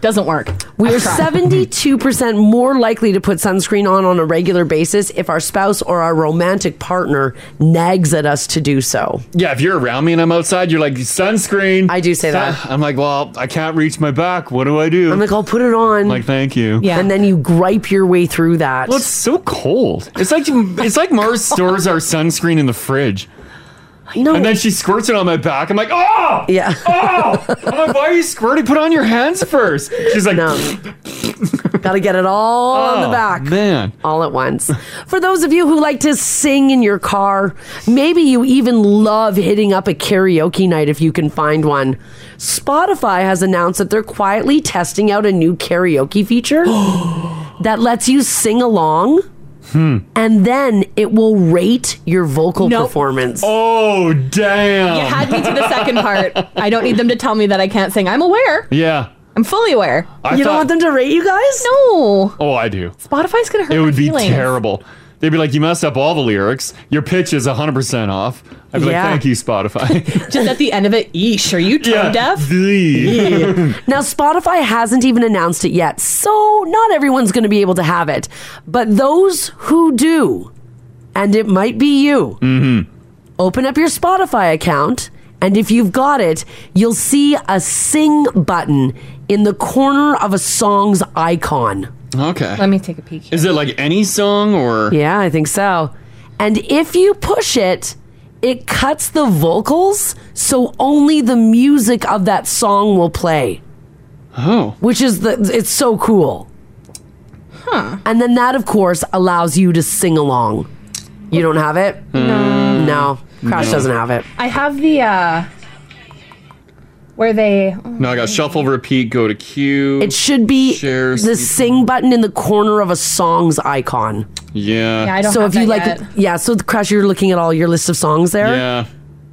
Speaker 4: Doesn't work.
Speaker 3: We are
Speaker 4: I've tried.
Speaker 3: seventy-two percent more likely to put sunscreen on on a regular basis if our spouse or our romantic partner nags at us to do so.
Speaker 2: Yeah, if you're around me and I'm outside, you're like sunscreen. I do
Speaker 3: say that.
Speaker 2: I'm like, well, I can't reach my back. What do I do? I'm
Speaker 3: like, I'll put it on.
Speaker 2: Like, thank you.
Speaker 3: and then you gripe your way through that.
Speaker 2: Well, it's so cold. It's like it's like Mars stores our sunscreen in the fridge.
Speaker 3: I know.
Speaker 2: And then she squirts it on my back. I'm like, oh,
Speaker 3: yeah.
Speaker 2: Oh, I'm like, why are you squirting? Put on your hands first. She's like,
Speaker 3: Got to get it all on the
Speaker 2: Oh,
Speaker 3: back.
Speaker 2: man.
Speaker 3: All at once. For those of you who like to sing in your car, maybe you even love hitting up a karaoke night if you can find one. Spotify has announced that they're quietly testing out a new karaoke feature that lets you sing along.
Speaker 2: Hmm.
Speaker 3: And then it will rate your vocal performance.
Speaker 2: Oh, damn.
Speaker 4: You had me to the second part. I don't need them to tell me that I can't sing. I'm aware.
Speaker 2: yeah.
Speaker 4: I'm fully aware.
Speaker 2: I You don't thought- want
Speaker 3: them to rate you guys?
Speaker 4: No.
Speaker 2: Oh, I do.
Speaker 4: Spotify's gonna hurt.
Speaker 2: It
Speaker 4: my
Speaker 2: would be
Speaker 4: feelings.
Speaker 2: terrible. They'd be like, you messed up all the lyrics. Your pitch is 100% off. I'd be
Speaker 3: Yeah.
Speaker 2: like, thank you, Spotify.
Speaker 4: Just at the end of it, eesh, are you tone deaf?
Speaker 2: Yeah.
Speaker 3: now, Spotify hasn't even announced it yet, so not everyone's going to be able to have it. But those who do, and it might be you, open up your Spotify account, and if you've got it, you'll see a sing button in the corner of a song's icon.
Speaker 2: okay.
Speaker 4: Let me take a peek.
Speaker 2: Is it like any song or?
Speaker 3: Yeah, I think so. And if you push it, it cuts the vocals, so only the music of that song will play.
Speaker 2: Oh.
Speaker 3: Which is the it's so cool. Huh. And then that of course allows you to sing along. You don't have it? No. No. Crash
Speaker 2: Hmm. No.
Speaker 3: doesn't have it.
Speaker 4: I have the uh where they
Speaker 2: No, I got shuffle, repeat, go to queue.
Speaker 3: It should be
Speaker 2: Share,
Speaker 3: the
Speaker 2: sleep-
Speaker 3: sing button in the corner of a song's icon.
Speaker 2: Yeah.
Speaker 3: so if you like yeah, so Crash you're looking at all your list of songs there.
Speaker 2: Yeah.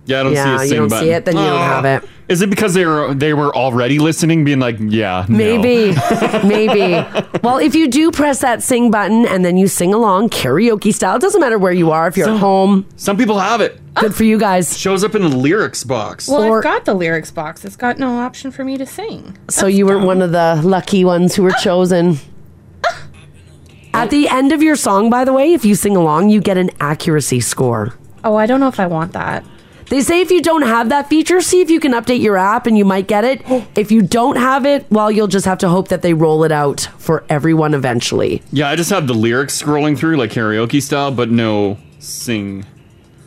Speaker 2: Yeah, I don't
Speaker 3: Yeah,
Speaker 2: see a
Speaker 3: you
Speaker 2: sing
Speaker 3: don't see
Speaker 2: button. Ah.
Speaker 3: it, then you don't have it.
Speaker 2: Is it because they were they were already listening, being like, yeah, no.
Speaker 3: Maybe, maybe. Well, if you do press that sing button and then you sing along karaoke style, it doesn't matter where you are, if you're at home.
Speaker 2: Some people have it.
Speaker 3: Good for you guys.
Speaker 2: Shows up in the lyrics box.
Speaker 4: Well, I've got the lyrics box. It's got no option for me to sing.
Speaker 3: So you were one of the lucky ones who were chosen. At the end of your song, by the way, if you sing along, you get an accuracy score.
Speaker 4: Oh, I don't know if I want that.
Speaker 3: They say if you don't have that feature, see if you can update your app and you might get it. If you don't have it, well, you'll just have to hope that they roll it out for everyone eventually.
Speaker 2: yeah, I just have the lyrics scrolling through like karaoke style, but no sing.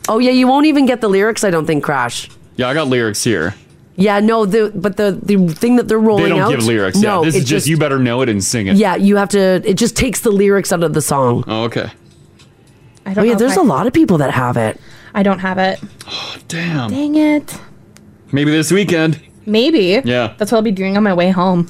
Speaker 3: Oh, yeah, you won't even get the lyrics, I don't think, Crash.
Speaker 2: Yeah, I got lyrics here.
Speaker 3: Yeah, no, the but the the thing that they're rolling
Speaker 2: They don't
Speaker 3: out.
Speaker 2: give lyrics.
Speaker 3: No,
Speaker 2: yeah, this
Speaker 3: it
Speaker 2: is just, you better know it and sing it.
Speaker 3: Yeah, you have to. It just takes the lyrics out of the song.
Speaker 2: Oh,
Speaker 4: I
Speaker 2: okay.
Speaker 3: oh
Speaker 4: don't
Speaker 3: yeah,
Speaker 4: know if
Speaker 3: there's
Speaker 4: I-
Speaker 3: a lot of people that have it.
Speaker 4: I don't have it.
Speaker 2: Damn.
Speaker 4: Dang it.
Speaker 2: Maybe this weekend.
Speaker 4: Maybe.
Speaker 2: Yeah.
Speaker 4: That's what I'll be doing on my way home.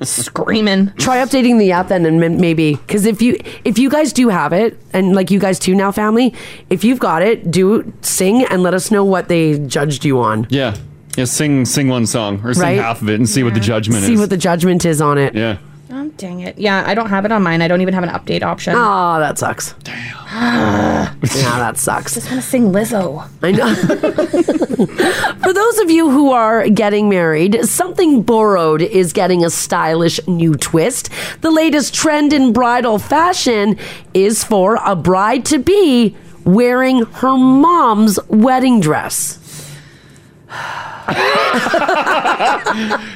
Speaker 4: Screaming.
Speaker 3: Try updating the app then, and m- maybe because if you if you guys do have it, and like you guys too now, family, if you've got it, do sing and let us know what they judged you on.
Speaker 2: Yeah. Yeah, sing sing one song or sing
Speaker 3: Right?
Speaker 2: half of it and see what the judgment
Speaker 3: See
Speaker 2: is.
Speaker 3: what the judgment is on it.
Speaker 2: yeah.
Speaker 4: Oh, dang it. Yeah, I don't have it on mine. I don't even have an update option.
Speaker 3: Oh, that sucks. yeah, that sucks.
Speaker 4: just want to sing Lizzo.
Speaker 3: I know. For those of you who are getting married, something borrowed is getting a stylish new twist. The latest trend in bridal fashion is for a bride to be wearing her mom's wedding dress.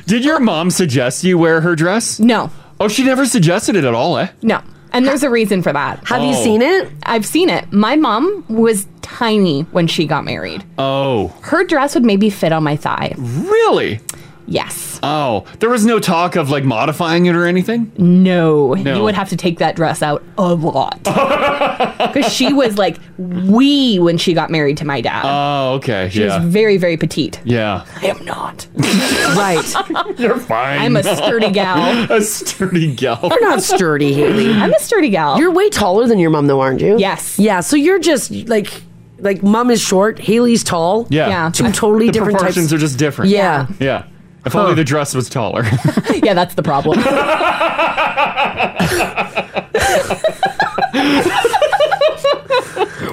Speaker 2: Did your mom suggest you wear her dress?
Speaker 4: No.
Speaker 2: Oh, she never suggested it at all, eh?
Speaker 4: No. And there's a reason for that.
Speaker 2: Have you Oh. seen
Speaker 3: it?
Speaker 4: I've seen it. My mom was tiny when she got married.
Speaker 2: Oh.
Speaker 4: Her dress would maybe fit on my thigh.
Speaker 2: Really?
Speaker 4: Yes.
Speaker 2: Oh, there was no talk of like modifying it or anything?
Speaker 4: No.
Speaker 2: No.
Speaker 4: You would have to take that dress out a lot. because she was like wee when she got married to my dad.
Speaker 2: Oh, okay.
Speaker 4: She
Speaker 2: yeah.
Speaker 4: was very, very petite.
Speaker 2: yeah.
Speaker 4: I am not.
Speaker 3: right.
Speaker 2: You're fine.
Speaker 4: I'm a sturdy gal.
Speaker 2: a sturdy gal.
Speaker 3: You're not sturdy, Haley.
Speaker 4: I'm a sturdy gal.
Speaker 3: You're way taller than your mom, though, aren't you?
Speaker 4: Yes.
Speaker 3: Yeah. So you're just like, like mom is short, Haley's tall.
Speaker 2: Yeah. Yeah.
Speaker 3: Two totally
Speaker 2: the
Speaker 3: different
Speaker 2: proportions
Speaker 3: types.
Speaker 2: are just different.
Speaker 3: Yeah.
Speaker 2: Yeah. If only the dress was taller.
Speaker 4: yeah, that's the problem.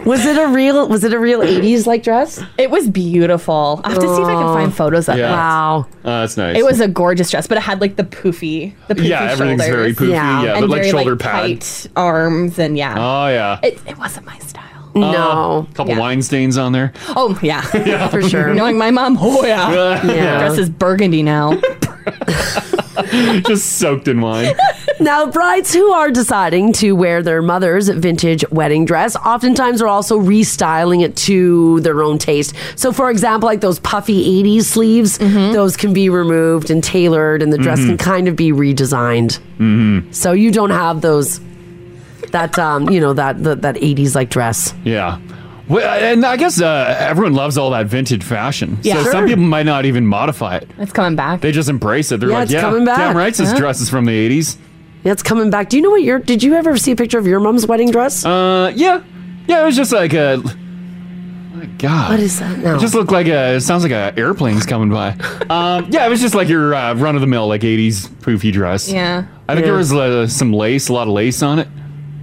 Speaker 3: was it a real? Was it a real '80s like dress? Oh.
Speaker 4: It was beautiful. I have to see if I can find photos of it.
Speaker 2: Oh. Wow. Uh, that's nice.
Speaker 4: It was a gorgeous dress, but it had like the poofy, the poofy
Speaker 2: Yeah, everything's
Speaker 4: shoulders.
Speaker 2: very poofy, Yeah. yeah,
Speaker 4: and
Speaker 2: but, like,
Speaker 4: very,
Speaker 2: shoulder
Speaker 4: like,
Speaker 2: pad.
Speaker 4: tight arms, and yeah.
Speaker 2: Oh yeah.
Speaker 4: It, it wasn't my style.
Speaker 2: A Oh, couple wine stains on there.
Speaker 4: Oh yeah,
Speaker 2: Yeah. For sure.
Speaker 4: Knowing my mom, oh yeah,
Speaker 2: Yeah. Yeah.
Speaker 4: dress is burgundy now.
Speaker 2: just soaked in wine.
Speaker 3: Now, brides who are deciding to wear their mother's vintage wedding dress oftentimes are also restyling it to their own taste. So, for example, like those puffy 80s sleeves,
Speaker 4: Mm-hmm.
Speaker 3: those can be removed and tailored, and the dress
Speaker 1: Mhm.
Speaker 3: can kind of be redesigned.
Speaker 1: Mm-hmm.
Speaker 3: So you don't have those, that, um, you know, that, that, that 80s like dress.
Speaker 2: Yeah. Well, and I guess uh, everyone loves all that vintage fashion.
Speaker 4: Yeah.
Speaker 2: so
Speaker 4: Sure.
Speaker 2: some people might not even modify it.
Speaker 4: It's coming back.
Speaker 2: They just embrace it. They're
Speaker 3: Yeah,
Speaker 2: like,
Speaker 3: it's
Speaker 2: yeah,
Speaker 3: coming back."
Speaker 2: damn right, this
Speaker 3: Yeah.
Speaker 2: dress is from the 80s.
Speaker 3: Yeah, it's coming back. Do you know what your, did you ever see a picture of your mom's wedding dress?
Speaker 2: Uh, yeah. Yeah, it was just like a. my God.
Speaker 3: What is that now?
Speaker 2: It just looked like a. It sounds like a airplane's coming by. um, yeah, it was just like your uh, run of the mill, like 80s poofy dress.
Speaker 3: Yeah.
Speaker 2: I think
Speaker 3: Yeah.
Speaker 2: there was uh, some lace, a lot of lace on it.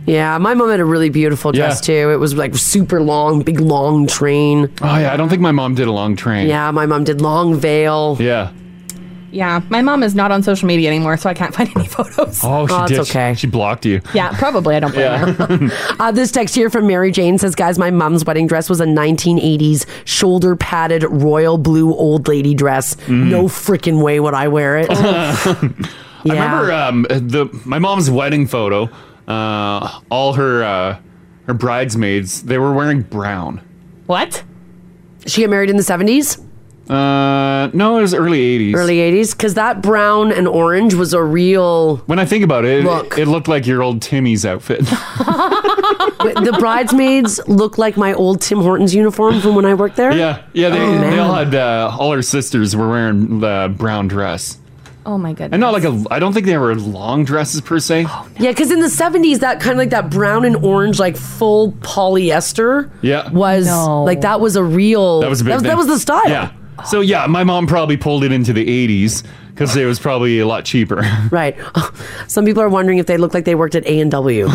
Speaker 3: Yeah, my mom had a really beautiful dress too. It was like super long, big long train.
Speaker 2: Oh yeah, I don't think my mom did a long train.
Speaker 3: Yeah, my mom did long veil.
Speaker 2: Yeah.
Speaker 4: yeah, my mom is not on social media anymore, so I can't find any photos.
Speaker 2: Oh, she did. okay. She blocked you.
Speaker 4: Yeah, Uh, probably. I don't blame
Speaker 2: Yeah.
Speaker 4: her.
Speaker 3: Uh, this text here from Mary Jane says, "Guys, my mom's wedding dress was a 1980s shoulder padded royal blue old lady dress.
Speaker 2: Mm.
Speaker 3: No freaking way would I wear it."
Speaker 2: I remember um, the my mom's wedding photo. Uh, all her uh, her bridesmaids they were wearing brown.
Speaker 4: What?
Speaker 3: She got married in the 70s,
Speaker 2: Uh, no, it was early eighties.
Speaker 3: early 80s, because that brown and orange was a real.
Speaker 2: When I think about it,
Speaker 3: Look.
Speaker 2: it, it looked like your old Timmy's outfit.
Speaker 3: the bridesmaids look like my old Tim Hortons uniform from when I worked there.
Speaker 2: yeah, yeah. They,
Speaker 3: Oh,
Speaker 2: they all
Speaker 3: man.
Speaker 2: had uh, all her sisters were wearing the brown dress,
Speaker 4: Oh my goodness.
Speaker 2: and not like a. I don't think they were long dresses per se.
Speaker 3: Yeah, because in the 70s, that kind of like that brown and orange, like full polyester
Speaker 2: Yeah.
Speaker 3: was like that was a real.
Speaker 2: That was a big
Speaker 3: that was,
Speaker 2: thing.
Speaker 3: that was the style.
Speaker 2: Yeah. So yeah, my mom probably pulled it into the 80s because it was probably a lot cheaper.
Speaker 3: Right. Some people are wondering if they look like they worked at A&W.
Speaker 4: oh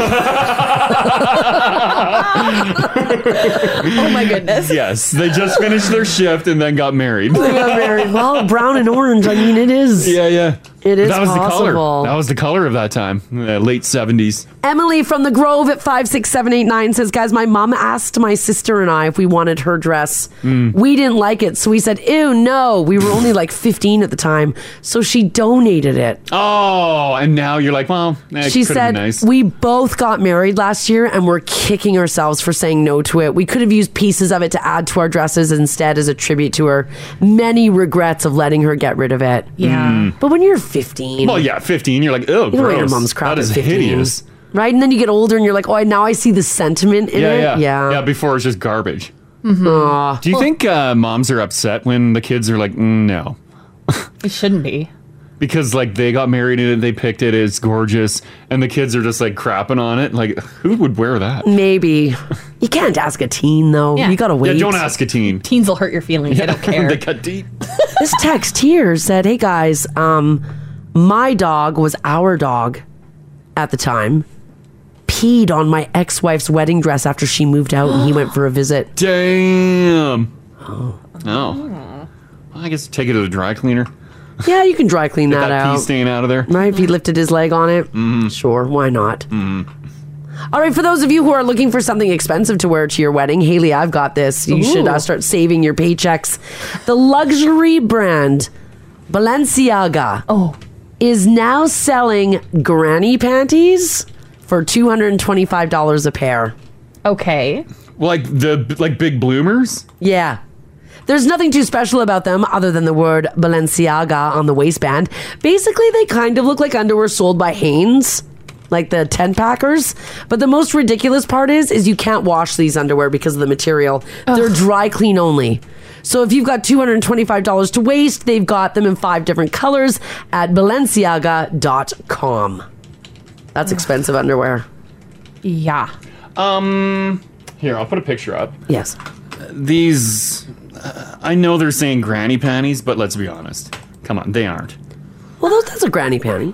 Speaker 4: my goodness.
Speaker 2: yes, they just finished their shift and then got married.
Speaker 3: They got married. Well, brown and orange. I mean, it is.
Speaker 2: Yeah, yeah.
Speaker 3: It is
Speaker 2: that was the
Speaker 3: possible.
Speaker 2: color. That was the color of that time, uh, late 70s.
Speaker 3: Emily from the Grove at 56789 says, Guys, my mom asked my sister and I if we wanted her dress.
Speaker 1: Mm.
Speaker 3: We didn't like it. So we said, Ew, no. We were only like 15 at the time. So she donated it.
Speaker 2: Oh, and now you're like, well, eh,
Speaker 3: she
Speaker 2: it could have
Speaker 3: said,
Speaker 2: been nice.
Speaker 3: We both got married last year and we're kicking ourselves for saying no to it. We could have used pieces of it to add to our dresses instead as a tribute to her. Many regrets of letting her get rid of it.
Speaker 2: Yeah. Mm.
Speaker 3: But when you're 15,
Speaker 2: well, yeah, 15. You're like, oh,
Speaker 3: you don't wear your
Speaker 2: gross.
Speaker 3: mom's crap
Speaker 2: That
Speaker 3: at
Speaker 2: is
Speaker 3: 15.
Speaker 2: hideous.
Speaker 3: Right? And then you get older and you're like, oh, I- now I see the sentiment in
Speaker 2: Yeah,
Speaker 3: it. Mm-hmm.
Speaker 2: yeah, yeah. before it's just garbage.
Speaker 3: Aw.
Speaker 2: Do you think uh, moms are upset when the kids are like, mm, no?
Speaker 4: It shouldn't be.
Speaker 2: Because like they got married in it, they picked it, it's gorgeous, and the kids are just like crapping on it. Like, who would wear that?
Speaker 3: Maybe. You can't ask a teen, though. You got to wait.
Speaker 2: Yeah, don't ask a teen.
Speaker 4: Teens will hurt your feelings. I don't care.
Speaker 2: they cut deep.
Speaker 3: this text here said, "Hey guys, um, my dog was our dog at the time. Peed on my ex-wife's wedding dress after she moved out, and he went for a visit.
Speaker 2: Damn. Oh. Well, I guess take it to the dry cleaner.
Speaker 3: Yeah, you can dry clean
Speaker 2: Get
Speaker 3: that,
Speaker 2: that pee
Speaker 3: out.
Speaker 2: stain out of there. Mm-hmm.
Speaker 3: Right? If he lifted his leg on it, sure, why not? All right, for those of you who are looking for something expensive to wear to your wedding, Haley, I've got this. You should uh,
Speaker 1: Ooh.
Speaker 3: start saving your paychecks. The luxury brand Balenciaga oh. is now selling granny panties for $225 a pair.
Speaker 4: Okay.
Speaker 2: Like the like big bloomers.
Speaker 3: Yeah. There's nothing too special about them other than the word Balenciaga on the waistband. Basically, they kind of look like underwear sold by Hanes. like the 10 packers. But the most ridiculous part is is you can't wash these underwear because of the material. They're dry clean only. So if you've got $225 to waste, they've got them in five different colors at balenciaga.com. That's expensive underwear.
Speaker 4: Yeah.
Speaker 2: Um, here I'll put a picture up.
Speaker 3: Yes.
Speaker 2: These, uh, I know they're saying granny panties, but let's be honest. Come on, they aren't.
Speaker 3: Well, those, that's a granny panty.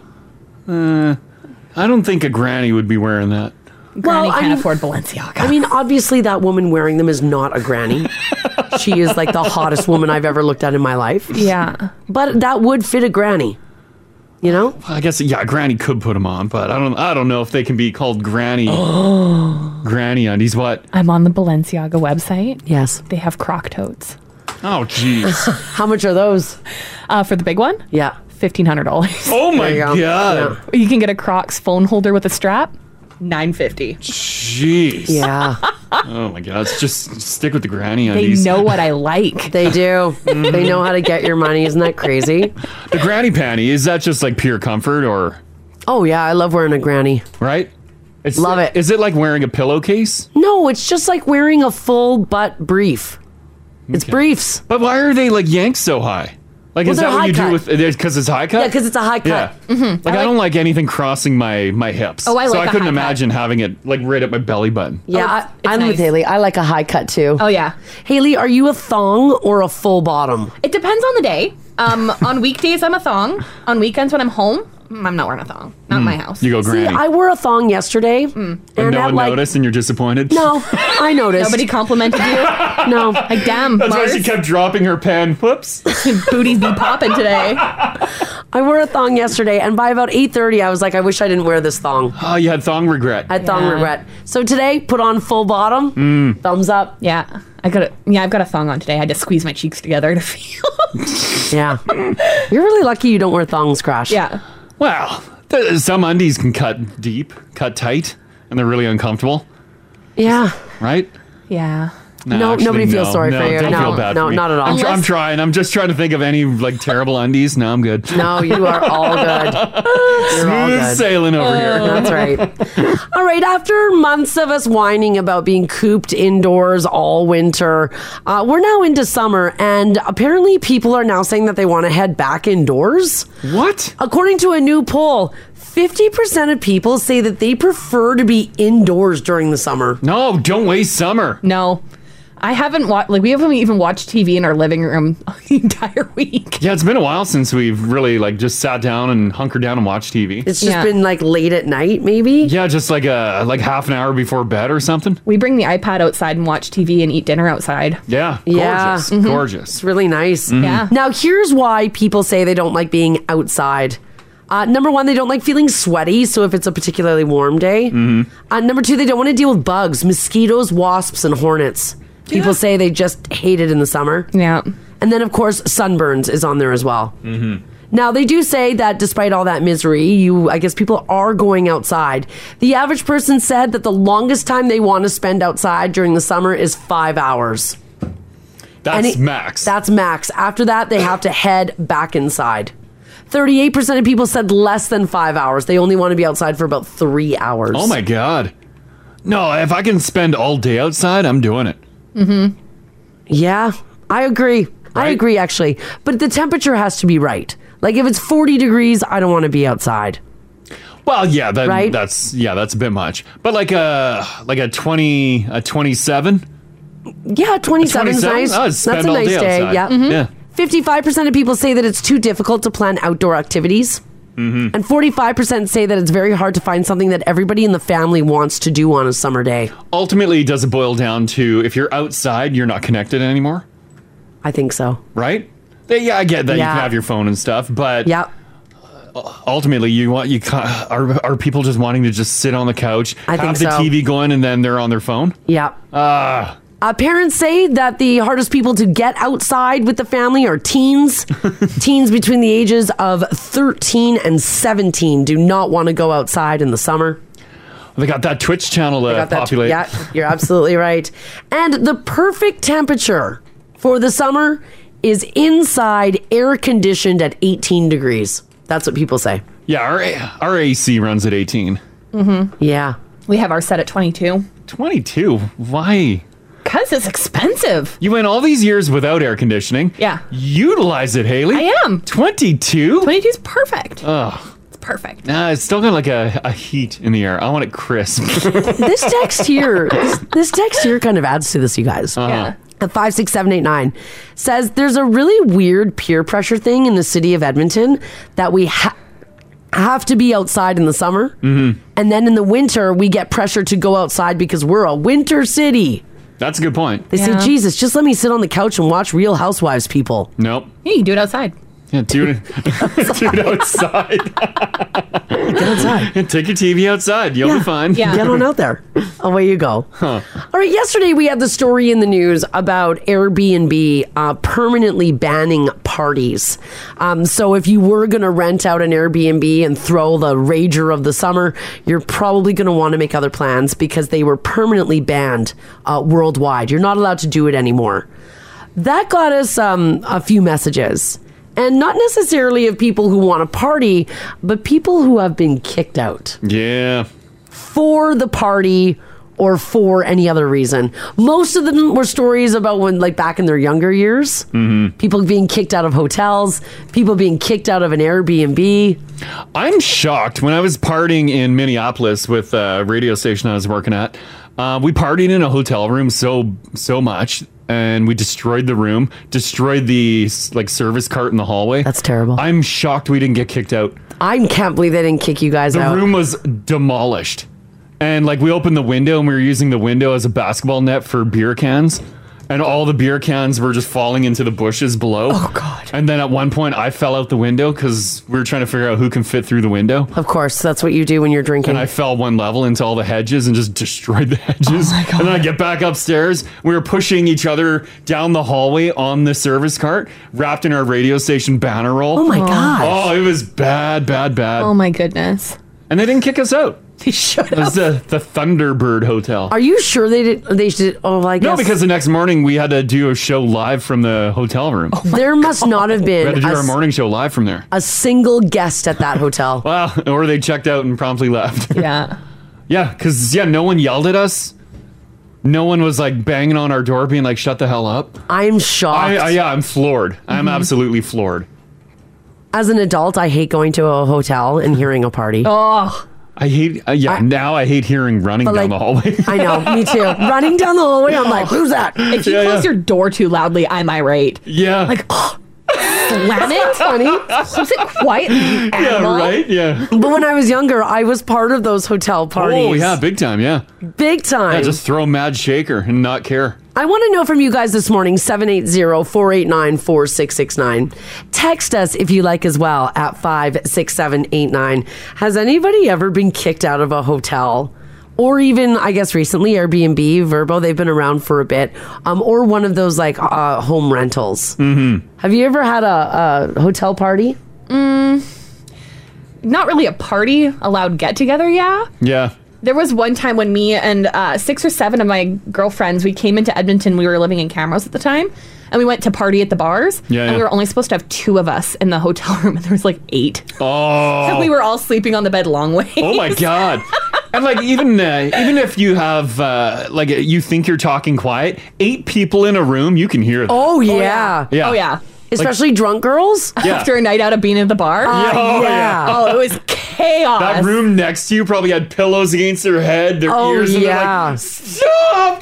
Speaker 2: Uh, I don't think a granny would be wearing that.
Speaker 3: Granny can't afford
Speaker 4: Balenciaga.
Speaker 3: I mean, obviously, that woman wearing them is not a granny. she is like the hottest woman I've ever looked at in my life.
Speaker 4: Yeah.
Speaker 3: But that would fit a granny. You know?
Speaker 2: I guess yeah, granny could put them on, but I don't. I don't know if they can be called granny. granny undies. What?
Speaker 4: I'm on the Balenciaga website.
Speaker 3: Yes.
Speaker 4: They have croc totes.
Speaker 2: Oh, jeez.
Speaker 3: How much are those?
Speaker 4: Uh, for the big one?
Speaker 3: Yeah.
Speaker 4: $1,500.
Speaker 2: Oh my There you go. God.
Speaker 4: You can get a Crocs phone holder with a strap. 950.
Speaker 2: Jeez.
Speaker 3: Yeah.
Speaker 2: oh my god. It's just stick with the granny
Speaker 4: They
Speaker 2: undies.
Speaker 4: know what I like.
Speaker 3: They do. they know how to get your money. Isn't that crazy?
Speaker 2: The granny panty is that just like pure comfort or
Speaker 3: Oh, yeah. I love wearing a granny.
Speaker 2: right? It's, Love it. Is it like wearing a pillowcase?
Speaker 3: No, it's just like wearing a full butt brief. It's briefs.
Speaker 2: But why are they like yanked so high? Like
Speaker 3: Well,
Speaker 2: is
Speaker 3: they're
Speaker 2: that what you
Speaker 3: high
Speaker 2: do with because it's high cut?
Speaker 3: Yeah, 'cause it's a high cut.
Speaker 2: Yeah.
Speaker 3: Mhm.
Speaker 2: Like
Speaker 3: I
Speaker 2: I, don't like anything crossing my my hips.
Speaker 3: Oh, I
Speaker 2: so
Speaker 3: like
Speaker 2: I
Speaker 3: a
Speaker 2: couldn't
Speaker 3: high cut.
Speaker 2: imagine having it like right at my belly button.
Speaker 3: Yeah, I, Oh, I'm with Haley. I like a high cut too. Oh
Speaker 4: yeah,
Speaker 3: Haley, are you a thong or a full bottom?
Speaker 4: It depends on the day. Um, on weekdays, I'm a thong. On weekends, when I'm home, mm, I'm not wearing a thong. Not in my house.
Speaker 2: Mm.
Speaker 4: Mm.
Speaker 2: You go granny.
Speaker 3: See, I wore a thong yesterday,
Speaker 2: and no
Speaker 3: that,
Speaker 2: one
Speaker 3: like-
Speaker 2: noticed, and you're disappointed.
Speaker 3: No, I noticed.
Speaker 4: Nobody complimented you.
Speaker 3: no,
Speaker 4: like damn.
Speaker 2: That's
Speaker 4: Mars.
Speaker 2: why she kept dropping her pen. Whoops.
Speaker 4: Booties be popping today.
Speaker 3: I wore a thong yesterday, and by about eight thirty, I was like, I wish I didn't wear this thong.
Speaker 2: Oh, you had thong regret.
Speaker 3: I had thong
Speaker 4: Yeah.
Speaker 3: regret. So today, put on full bottom.
Speaker 2: Mm.
Speaker 3: Thumbs up.
Speaker 4: Yeah, I got a, yeah, I've got a thong on today. I had to squeeze my cheeks together to feel.
Speaker 3: Yeah, you're really lucky you don't wear thongs, Crash.
Speaker 4: Yeah.
Speaker 2: Wow. Th- Some undies can cut deep, cut tight, and they're really uncomfortable,
Speaker 3: Yeah.
Speaker 2: right?
Speaker 4: Yeah.
Speaker 3: No, nobody feels sorry for you.
Speaker 2: Don't
Speaker 3: No,
Speaker 2: feel bad
Speaker 3: no,
Speaker 2: for me.
Speaker 3: not at all.
Speaker 2: I'm, tr- I'm
Speaker 3: Unless-
Speaker 2: trying. I'm just trying to think of any like terrible undies. No, I'm good.
Speaker 3: No, you are all good. You're all
Speaker 2: Smooth
Speaker 3: good. Oh.
Speaker 2: sailing over here.
Speaker 3: That's right. All right. After months of us whining about being cooped indoors all winter, uh, we're now into summer, and apparently people are now saying that they want to head back indoors.
Speaker 2: What?
Speaker 3: According to a new poll, 50% of people say that they prefer to be indoors during the summer.
Speaker 2: No, don't waste summer.
Speaker 4: No, I haven't watched. Like we haven't even watched TV in our living room. Yeah,
Speaker 2: it's been a while since we've really like just sat down and hunkered down and watched TV.
Speaker 3: It's just been like late at night, maybe.
Speaker 2: Yeah, just like a like half an hour before bed or something.
Speaker 4: We bring the iPad outside and watch TV and eat dinner outside.
Speaker 2: Yeah,
Speaker 3: Yeah.
Speaker 2: gorgeous,
Speaker 3: Mhm.
Speaker 2: gorgeous.
Speaker 3: It's really nice.
Speaker 2: Mhm. Yeah.
Speaker 3: Now, here's why people say they don't like being outside. Uh, number one, they don't like feeling sweaty. So if it's a particularly warm day.
Speaker 2: Mm-hmm.
Speaker 3: Uh, number two, they don't want to deal with bugs, mosquitoes, wasps, and hornets. People say they just hate it in the summer.
Speaker 4: Yeah.
Speaker 3: And then, of course, sunburns is on there as well.
Speaker 20: Mm-hmm.
Speaker 3: Now, they do say that despite all that misery, you, I guess people are going outside. The average person said that the longest time they want to spend outside during the summer is five hours.
Speaker 2: That's
Speaker 3: Any-
Speaker 2: max.
Speaker 3: That's max. After that, they have to head back inside. 38% of people said less than five hours. They only want to be outside for about three hours.
Speaker 2: Oh my god. No, if I can spend all day outside, I'm doing it.
Speaker 3: Mm-hmm. Yeah, I agree. I agree, actually. But the temperature has to be right. Like if it's 40 degrees, I don't want to be outside.
Speaker 2: Well, yeah, that, that's yeah, that's a bit much. But like a like a twenty a twenty seven.
Speaker 3: Yeah, 27 is
Speaker 2: 27?
Speaker 3: nice.
Speaker 2: Oh,
Speaker 3: That's
Speaker 2: spend
Speaker 3: a
Speaker 2: all
Speaker 3: nice
Speaker 2: day
Speaker 3: day.
Speaker 2: outside.
Speaker 3: Yeah.
Speaker 2: Yeah.
Speaker 3: 55% of people say that it's too difficult to plan outdoor activities.
Speaker 2: Mm-hmm.
Speaker 3: And 45% say that it's very hard to find something that everybody in the family wants to do on a summer day.
Speaker 2: Ultimately, does it boil down to if you're outside, you're not connected anymore?
Speaker 3: I think so.
Speaker 2: Right? They- Yeah, I get that you
Speaker 3: Yeah.
Speaker 2: can have your phone and stuff, but
Speaker 3: yeah.
Speaker 2: Ultimately, you want you ca- are are people just wanting to just sit on the couch,
Speaker 3: I
Speaker 2: have
Speaker 3: think
Speaker 2: the
Speaker 3: so.
Speaker 2: TV going, and then they're on their phone.
Speaker 3: Yeah.
Speaker 2: Ah,
Speaker 3: Uh, parents say that the hardest people to get outside with the family are teens. teens between the ages of 13 and 17 do not want to go outside in the summer.
Speaker 2: they got that Twitch channel to
Speaker 3: Got that-
Speaker 2: Uh, populate.
Speaker 3: yeah, you're absolutely right. And the perfect temperature for the summer is inside, air conditioned at 18 degrees. That's what people say.
Speaker 2: Yeah, our, our AC runs at 18.
Speaker 4: Mm-hmm.
Speaker 3: Yeah.
Speaker 4: We have our set at 22
Speaker 2: 22. Why?
Speaker 4: because it's expensive.
Speaker 2: You went all these years without air conditioning.
Speaker 4: Yeah.
Speaker 2: Utilize it, Haley. I am. 22?
Speaker 4: 22 is perfect.
Speaker 2: Ugh.
Speaker 4: It's perfect.
Speaker 2: Nah, it's still got like a, a heat in the air. I want it crisp.
Speaker 3: this text here, this, this text here kind of adds to this, you guys.
Speaker 2: Yeah.
Speaker 3: The 56789 says there's a really weird peer pressure thing in the city of Edmonton that we ha- have to be outside in the summer.
Speaker 2: Mm-hmm.
Speaker 3: And then in the winter, we get pressure to go outside because we're a winter city.
Speaker 2: That's a good point.
Speaker 3: They say, Jesus, just let me sit on the couch and watch Real Housewives, people.
Speaker 2: Nope.
Speaker 4: Yeah, you can do it outside.
Speaker 2: Yeah, dude, dude outside. Get
Speaker 3: outside.
Speaker 2: Take your TV outside. You'll be fine.
Speaker 3: Get on out there. Away you go.
Speaker 2: Huh.
Speaker 3: All right, yesterday we had the story in the news about Airbnb uh, permanently banning parties. Um, so if you were going to rent out an Airbnb and throw the rager of the summer, you're probably going to want to make other plans because they were permanently banned uh, worldwide. You're not allowed to do it anymore. That got us um, a few messages. And not necessarily of people who want to party, but people who have been kicked out
Speaker 2: Yeah.
Speaker 3: for the party or for any other reason. Most of them were stories about when, like, back in their younger years,
Speaker 2: Mm-hmm. Mm.
Speaker 3: people being kicked out of hotels, people being kicked out of an Airbnb.
Speaker 2: I'm shocked. When I was partying in Minneapolis with a radio station I was working at, uh, we partied in a hotel room so so much, and we destroyed the room, destroyed the like service cart in the hallway. That's
Speaker 3: terrible.
Speaker 2: I'm shocked we didn't get kicked out.
Speaker 3: I can't believe they didn't kick you guys
Speaker 2: the
Speaker 3: out.
Speaker 2: room was demolished and like we opened the window and we were using the window as a basketball net for beer cans and all the beer cans were just falling into the bushes below oh god and then at one point i fell out the window because we were trying to figure out who can fit through the window
Speaker 3: Of course, that's what you do when you're drinking.
Speaker 2: and I fell one level into all the hedges and just destroyed the hedges. And then I get back upstairs. We were pushing each other down the hallway on the service cart, wrapped in our radio station banner roll.
Speaker 4: Oh my gosh.
Speaker 2: Oh, it was bad, bad, bad.
Speaker 4: Oh my goodness.
Speaker 2: And they didn't kick us out.
Speaker 3: They shut
Speaker 2: It was the, the Thunderbird Hotel.
Speaker 3: Are you sure they did? They did. Oh, I
Speaker 2: no,
Speaker 3: guess
Speaker 2: because the next morning we had to do a show live from the hotel room.
Speaker 3: there must not have
Speaker 2: we
Speaker 3: been
Speaker 2: had to do
Speaker 3: a,
Speaker 2: our
Speaker 3: s-
Speaker 2: morning show live from there.
Speaker 3: a single guest at that hotel.
Speaker 2: Wow. Or they checked out and promptly left.
Speaker 4: Yeah.
Speaker 2: yeah, because, yeah, no one yelled at us. No one was like banging on our door being like, shut the hell up.
Speaker 3: I'm shocked. Mm-hmm.
Speaker 2: I, I, yeah, I'm floored. I'm absolutely floored.
Speaker 3: As an adult, I hate going to a hotel and hearing a party.
Speaker 4: Oh.
Speaker 2: I hate, uh, yeah, now I hate hearing running down the hallway.
Speaker 3: I know, me too. Running down the hallway, I'm like, who's that?
Speaker 4: If you
Speaker 2: Yeah,
Speaker 4: close
Speaker 2: yeah.
Speaker 4: your door too loudly, I'm irate.
Speaker 2: Yeah.
Speaker 4: Like, slam it.
Speaker 3: funny.
Speaker 4: Was it quiet? animal.
Speaker 2: Yeah.
Speaker 3: But when I was younger, I was part of those hotel parties.
Speaker 2: Oh, yeah, big time, yeah.
Speaker 3: Big time.
Speaker 2: Yeah, just throw mad shaker and not care.
Speaker 3: I want to know from you guys this morning 780-489-4669. Text us if you like as well at 56789. Has anybody ever been kicked out of a hotel? Or even, I guess, recently Airbnb, Verbo, they've been around for a bit. Um, or one of those like uh, home rentals. Mm-hmm. Have you ever had a, a hotel party?
Speaker 4: Mm, not really a party, a loud get together, yeah.
Speaker 2: Yeah.
Speaker 4: There was one time when me and uh, six or seven of my girlfriends, we came into Edmonton. We were living in Camrose at the time, and we went to party at the bars.
Speaker 2: Yeah,
Speaker 4: and
Speaker 2: yeah.
Speaker 4: we were only supposed to have two of us in the hotel room, and there was like eight.
Speaker 2: Oh.
Speaker 4: And we were all sleeping on the bed long ways.
Speaker 2: Oh my god. And like even uh, even if you have uh, like you think you're talking quiet, eight people in a room, you can hear. Them.
Speaker 3: Oh, yeah.
Speaker 2: Yeah.
Speaker 4: Oh yeah.
Speaker 3: Especially drunk girls
Speaker 2: Yeah.
Speaker 4: after a night out of being at the bar.
Speaker 2: Yeah. Oh, yeah.
Speaker 4: Oh, it was chaos.
Speaker 2: That room next to you probably had pillows against their head, their
Speaker 4: Oh,
Speaker 2: ears, and they're
Speaker 4: yeah.
Speaker 2: like, "Stop!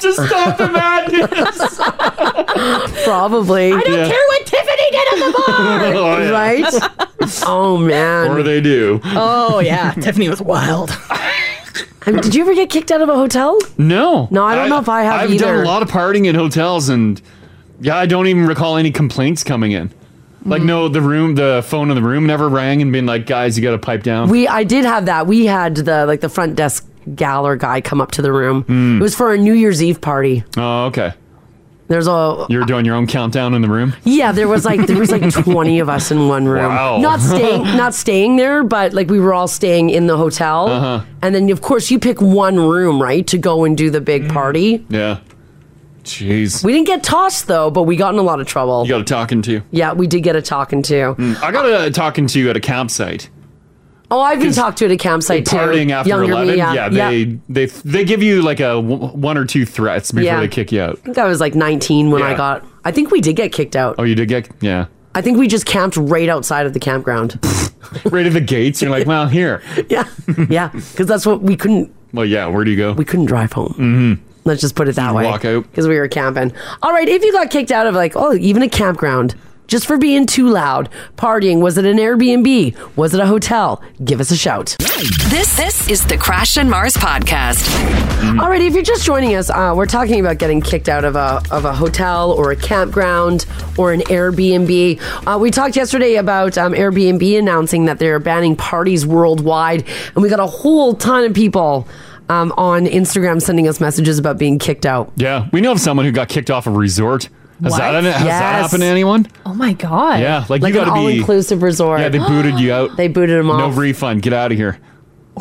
Speaker 2: Just stop the madness."
Speaker 3: Probably.
Speaker 4: I don't
Speaker 2: Yeah.
Speaker 4: care what Tiffany did at the bar.
Speaker 2: Oh, yeah.
Speaker 3: Right? oh, man.
Speaker 2: or they do.
Speaker 4: Oh yeah, Tiffany was wild.
Speaker 3: I mean, did you ever get kicked out of a hotel?
Speaker 2: No.
Speaker 3: No, I don't know if I have
Speaker 2: I've done
Speaker 3: either.
Speaker 2: a lot of partying in hotels, and yeah, I don't even recall any complaints coming in. Like,
Speaker 3: Mm.
Speaker 2: no, the room, the phone in the room never rang and been like, "Guys, you got to pipe down."
Speaker 3: We I did have that. We had the like the front desk gal or guy come up to the room. It was for a New Year's Eve party.
Speaker 2: Hmm. oh, okay.
Speaker 3: There's a
Speaker 2: You're doing your own countdown in the room.
Speaker 3: yeah, there was like there was like 20 of us in one room.
Speaker 2: Wow.
Speaker 3: Not staying not staying there, but like we were all staying in the hotel.
Speaker 2: Uh-huh.
Speaker 3: And then of course you pick one room, right, to go and do the
Speaker 4: Hmm.
Speaker 3: big party.
Speaker 2: Yeah. Jeez.
Speaker 3: We didn't get tossed though, but we got in a lot of trouble.
Speaker 2: You got a talking to. Mm,
Speaker 3: Yeah, we did get a talking to.
Speaker 2: I got a talking to at a campsite.
Speaker 3: Oh, I've been talked to at a campsite too.
Speaker 2: Partying after
Speaker 3: Younger me,
Speaker 2: eleven, yeah, they
Speaker 3: I
Speaker 2: they they give you like a w- one or two threats before
Speaker 3: Yeah.
Speaker 2: they kick you out.
Speaker 3: think I was like 19 when I
Speaker 2: Yeah.
Speaker 3: got. I think we did get kicked out.
Speaker 2: Oh, you did get yeah,
Speaker 3: I think we just camped right outside of the campground.
Speaker 2: right at the gates. You're like, well, here,
Speaker 3: yeah, yeah, because that's what we couldn't.
Speaker 2: Well, yeah. Where do you go? We
Speaker 3: couldn't drive home.
Speaker 2: Mm-hmm.
Speaker 3: Let's just put it that way.
Speaker 2: Walk out.
Speaker 3: because we were camping. All right, if you got kicked out of like, oh, even a campground just for being too loud, partying, was it an Airbnb? Was it a hotel? Give us a shout.
Speaker 1: This this is the Crash and Mars podcast.
Speaker 3: All right, if you're just joining us, uh, we're talking about getting kicked out of a of a hotel or a campground or an Airbnb. Uh, we talked yesterday about um, Airbnb announcing that they're banning parties worldwide, and we got a whole ton of people um, on Instagram sending us messages about being kicked out.
Speaker 2: yeah. We know of someone who got kicked off a resort. Has
Speaker 3: What?
Speaker 2: that has that
Speaker 3: Yes.
Speaker 2: happened to anyone?
Speaker 4: Oh my god.
Speaker 2: Yeah, like, you
Speaker 3: an
Speaker 2: gotta
Speaker 3: all
Speaker 2: be
Speaker 3: inclusive resort.
Speaker 2: Yeah, they booted you out.
Speaker 3: They booted him
Speaker 2: No
Speaker 3: off.
Speaker 2: refund. Get out of here.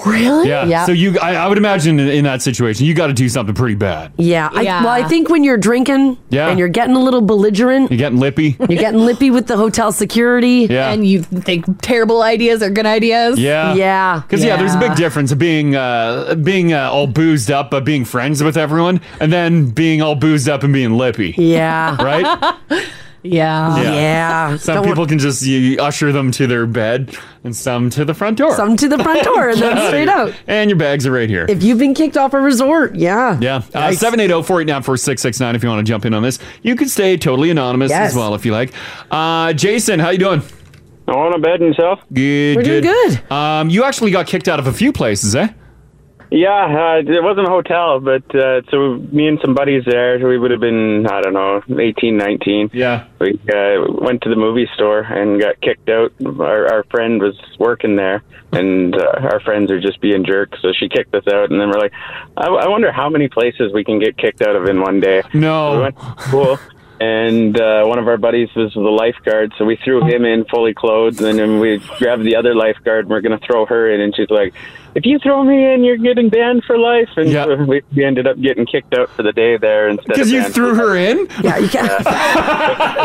Speaker 3: really?
Speaker 2: Yeah. So you, I, I would imagine in, in that situation, you got to do something pretty bad.
Speaker 3: Yeah. I,
Speaker 2: Yeah.
Speaker 3: well, I think when you're drinking
Speaker 2: Yeah.
Speaker 3: and you're getting a little belligerent,
Speaker 2: You're getting lippy.
Speaker 3: you're getting lippy with the hotel security.
Speaker 2: Yeah.
Speaker 4: And you think terrible ideas are good ideas.
Speaker 2: Yeah. Because yeah. there's a big difference of being uh, being uh, all boozed up, but being friends with everyone, and then being all boozed up and being lippy.
Speaker 3: Yeah.
Speaker 2: Right.
Speaker 4: yeah.
Speaker 2: Some
Speaker 3: Oh, Don't
Speaker 2: people can just you usher them to their bed, and some to the front door.
Speaker 3: Some to the front door and then
Speaker 2: Get outta
Speaker 3: straight
Speaker 2: here.
Speaker 3: out.
Speaker 2: And your bags are right here.
Speaker 3: If you've been kicked off a resort, yeah.
Speaker 2: Yeah. Uh, 780-489-4669 if you want to jump in on this. You can stay totally anonymous
Speaker 3: Yes.
Speaker 2: as well if you like. Uh, Jason, how you doing?
Speaker 20: On a bed himself.
Speaker 2: Good.
Speaker 20: We're doing
Speaker 3: good.
Speaker 2: Um, you actually got kicked out of a few places, eh?
Speaker 20: Yeah, uh, it wasn't a hotel, but uh, so me and some buddies there, we would have been, I don't know, eighteen, nineteen.
Speaker 2: Yeah.
Speaker 20: We uh, went to the movie store and got kicked out. Our, our friend was working there, and uh, our friends are just being jerks, so she kicked us out. And then we're like, I, I wonder how many places we can get kicked out of in one day.
Speaker 2: No.
Speaker 20: So we went to school. And uh, one of our buddies was the lifeguard, so we threw him in fully clothed, and then we grabbed the other lifeguard, and we're going to throw her in. And she's like, If you throw me in, you're getting banned for life. And so we, we ended up getting kicked out for the day there instead of
Speaker 2: Because you
Speaker 20: banned
Speaker 2: threw
Speaker 20: for life.
Speaker 2: her in?
Speaker 3: Yeah, you can't.
Speaker 20: It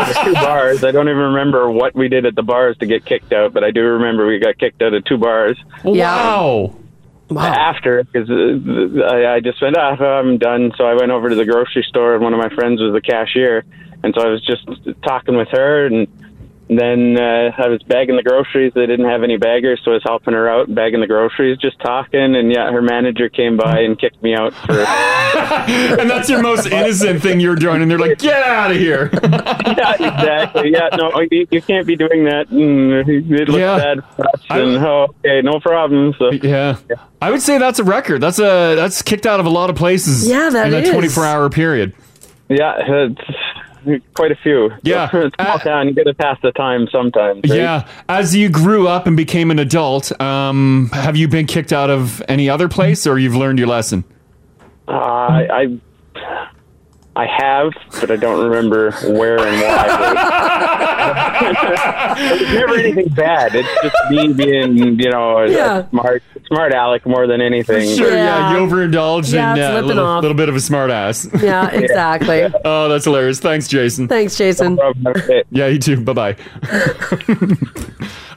Speaker 20: was two bars. I don't even remember what we did at the bars to get kicked out, but I do remember we got kicked out of two bars.
Speaker 2: Wow.
Speaker 20: After, because I, I just went, ah, I'm done. So I went over to the grocery store, and one of my friends was the cashier. And so I was just talking with her, and then uh, I was bagging the groceries. They didn't have any baggers, so I was helping her out, bagging the groceries, just talking. And yeah, her manager came by and kicked me out for.
Speaker 2: and that's your most innocent thing you're doing, and they're like, get out of here.
Speaker 20: yeah, exactly. Yeah, no, you, you can't be doing that. Mm, it looks bad for us. And, oh, okay, no problem. So
Speaker 2: yeah. I would say that's a record. That's a that's kicked out of a lot of places.
Speaker 20: Yeah, that
Speaker 2: in
Speaker 20: is.
Speaker 2: a 24 hour period.
Speaker 20: yeah, it's quite a few. Yeah, small town. You got to pass the time sometimes. right?
Speaker 2: Uh, Yeah. As you grew up and became an adult, um, have you been kicked out of any other place, or you've learned your lesson?
Speaker 20: Uh, I, I I have, but I don't remember where and why. it's never anything bad. It's just me being, you know, a- a
Speaker 2: Yeah.
Speaker 20: smart, smart Alec more than anything.
Speaker 2: Sure, yeah, you overindulged
Speaker 3: Yeah,
Speaker 2: and
Speaker 3: it's
Speaker 2: uh, a
Speaker 3: slipping
Speaker 2: little,
Speaker 3: off.
Speaker 2: little bit of a smartass.
Speaker 3: Yeah, exactly.
Speaker 2: oh, that's hilarious. Thanks, Jason.
Speaker 3: Thanks, Jason.
Speaker 2: yeah, you too. Bye bye.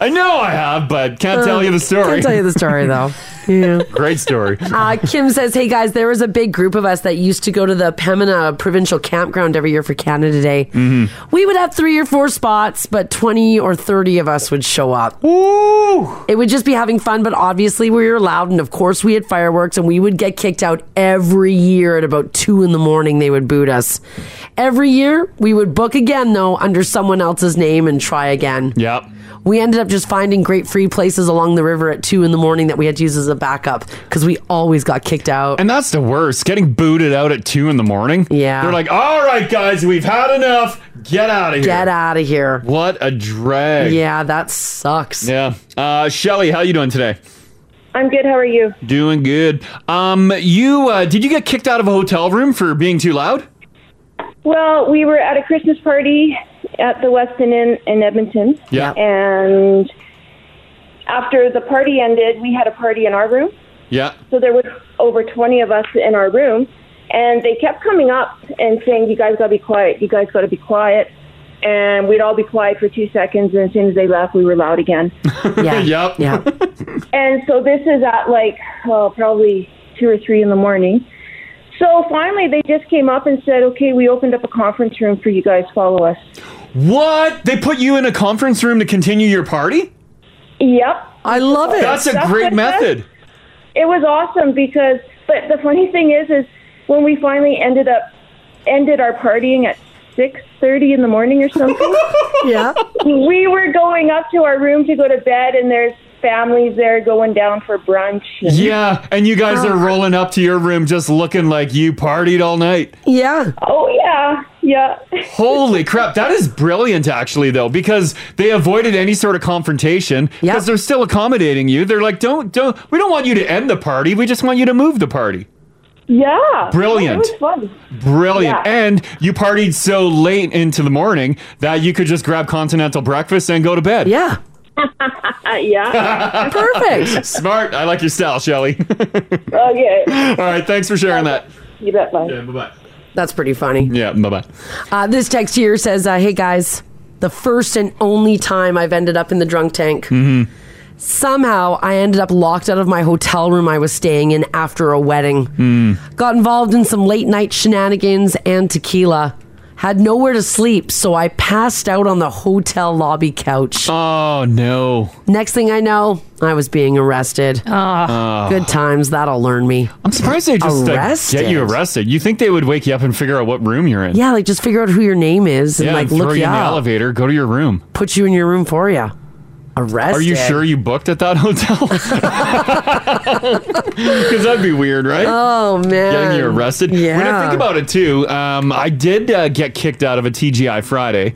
Speaker 2: I know I have, but can't
Speaker 3: Uh,
Speaker 2: tell you the story.
Speaker 3: can't tell you the story, though. Yeah.
Speaker 2: Great story.
Speaker 3: Uh, Kim says, "Hey guys, there was a big group of us that used to go to the Pemina Provincial Campground every year for Canada Day. We would have three or four spots, but twenty or thirty of us would show up. It would just be having fun, but obviously we were loud, and of course we had fireworks, and we would get kicked out every year at about two in the morning. They would boot us every year. We would book again though under someone else's name and try again.
Speaker 2: Yep."
Speaker 3: We ended up just finding great free places along the river at two in the morning that we had to use as a backup because we always got kicked out.
Speaker 2: And that's the worst. Getting booted out at two in the morning. Yeah. They're like, all right, guys, we've had enough. Get out of here.
Speaker 3: Get out of here.
Speaker 2: What a drag.
Speaker 3: Yeah, that sucks.
Speaker 2: Yeah. Uh, Shelly, how you doing today?
Speaker 18: I'm good. How are you?
Speaker 2: Doing good. Um, you uh, did you get kicked out of a hotel room for being too loud?
Speaker 18: Well, we were at a Christmas party at the Westin Inn in Edmonton.
Speaker 2: Yeah.
Speaker 18: And after the party ended, we had a party in our room.
Speaker 2: Yeah.
Speaker 18: So there was over 20 of us in our room. And they kept coming up and saying, You guys got to be quiet. You guys got to be quiet.
Speaker 9: and we'd all be quiet for two seconds, and as soon as they left, we were loud again.
Speaker 3: Yeah. yep. Yeah.
Speaker 9: And so this is at like oh, probably two or three in the morning. So finally, they just came up and said, "Okay, we opened up a conference room for you guys. Follow us."
Speaker 2: What? They put you in a conference room to continue your party?
Speaker 9: Yep.
Speaker 3: I love
Speaker 9: it.
Speaker 2: That's a
Speaker 9: That's
Speaker 2: great
Speaker 9: what it
Speaker 2: method.
Speaker 9: It was awesome because, but the funny thing is, is when we finally ended up ended our partying at six thirty in the morning or something.
Speaker 3: yeah.
Speaker 9: We were going up to our room to go to bed, and there's families there going down for brunch.
Speaker 2: Yeah, and you guys
Speaker 3: Uh-huh.
Speaker 2: are rolling up to your room just looking like you partied all night.
Speaker 3: Yeah.
Speaker 9: Oh yeah, yeah.
Speaker 2: Holy crap, that is brilliant actually though because they avoided any sort of confrontation because they're still accommodating you. They're like, "Don't don't we don't want you to end the party. We just want you to move the party."
Speaker 9: Yeah.
Speaker 2: Brilliant.
Speaker 9: It was fun.
Speaker 2: Brilliant.
Speaker 9: Yeah.
Speaker 2: And you partied so late into the morning that you could just grab continental breakfast and go to bed.
Speaker 3: Yeah.
Speaker 9: yeah.
Speaker 2: Smart. I like your style, Shelly.
Speaker 9: okay.
Speaker 2: All right, thanks for sharing that.
Speaker 9: You bet. Bye.
Speaker 2: Yeah, bye-bye.
Speaker 3: That's pretty funny.
Speaker 2: Yeah, bye-bye.
Speaker 3: Uh, this text here says, uh, "Hey guys, the first and only time I've ended up in the drunk tank. Somehow I ended up locked out of my hotel room I was staying in after a wedding. Got involved in some late night shenanigans and tequila. Had nowhere to sleep, so I passed out on the hotel lobby couch.
Speaker 2: Oh no!
Speaker 3: Next thing I know, I was being arrested.
Speaker 2: Ah.
Speaker 3: Good times. That'll learn me.
Speaker 2: I'm surprised they just uh, get you arrested. You think they would wake you up and figure out what room you're in?
Speaker 3: Yeah, like just figure out who your name is and
Speaker 2: yeah,
Speaker 3: like
Speaker 2: and throw
Speaker 3: look
Speaker 2: you
Speaker 3: you
Speaker 2: in the
Speaker 3: up.
Speaker 2: elevator. Go to your room.
Speaker 3: Put you in your room for you. Arrested.
Speaker 2: Are you sure you booked at that hotel? Because that'd be weird, right?
Speaker 3: Oh man,
Speaker 2: Getting you arrested. When I
Speaker 3: Yeah.
Speaker 2: think about it too, um, I did uh, get kicked out of a TGI Friday.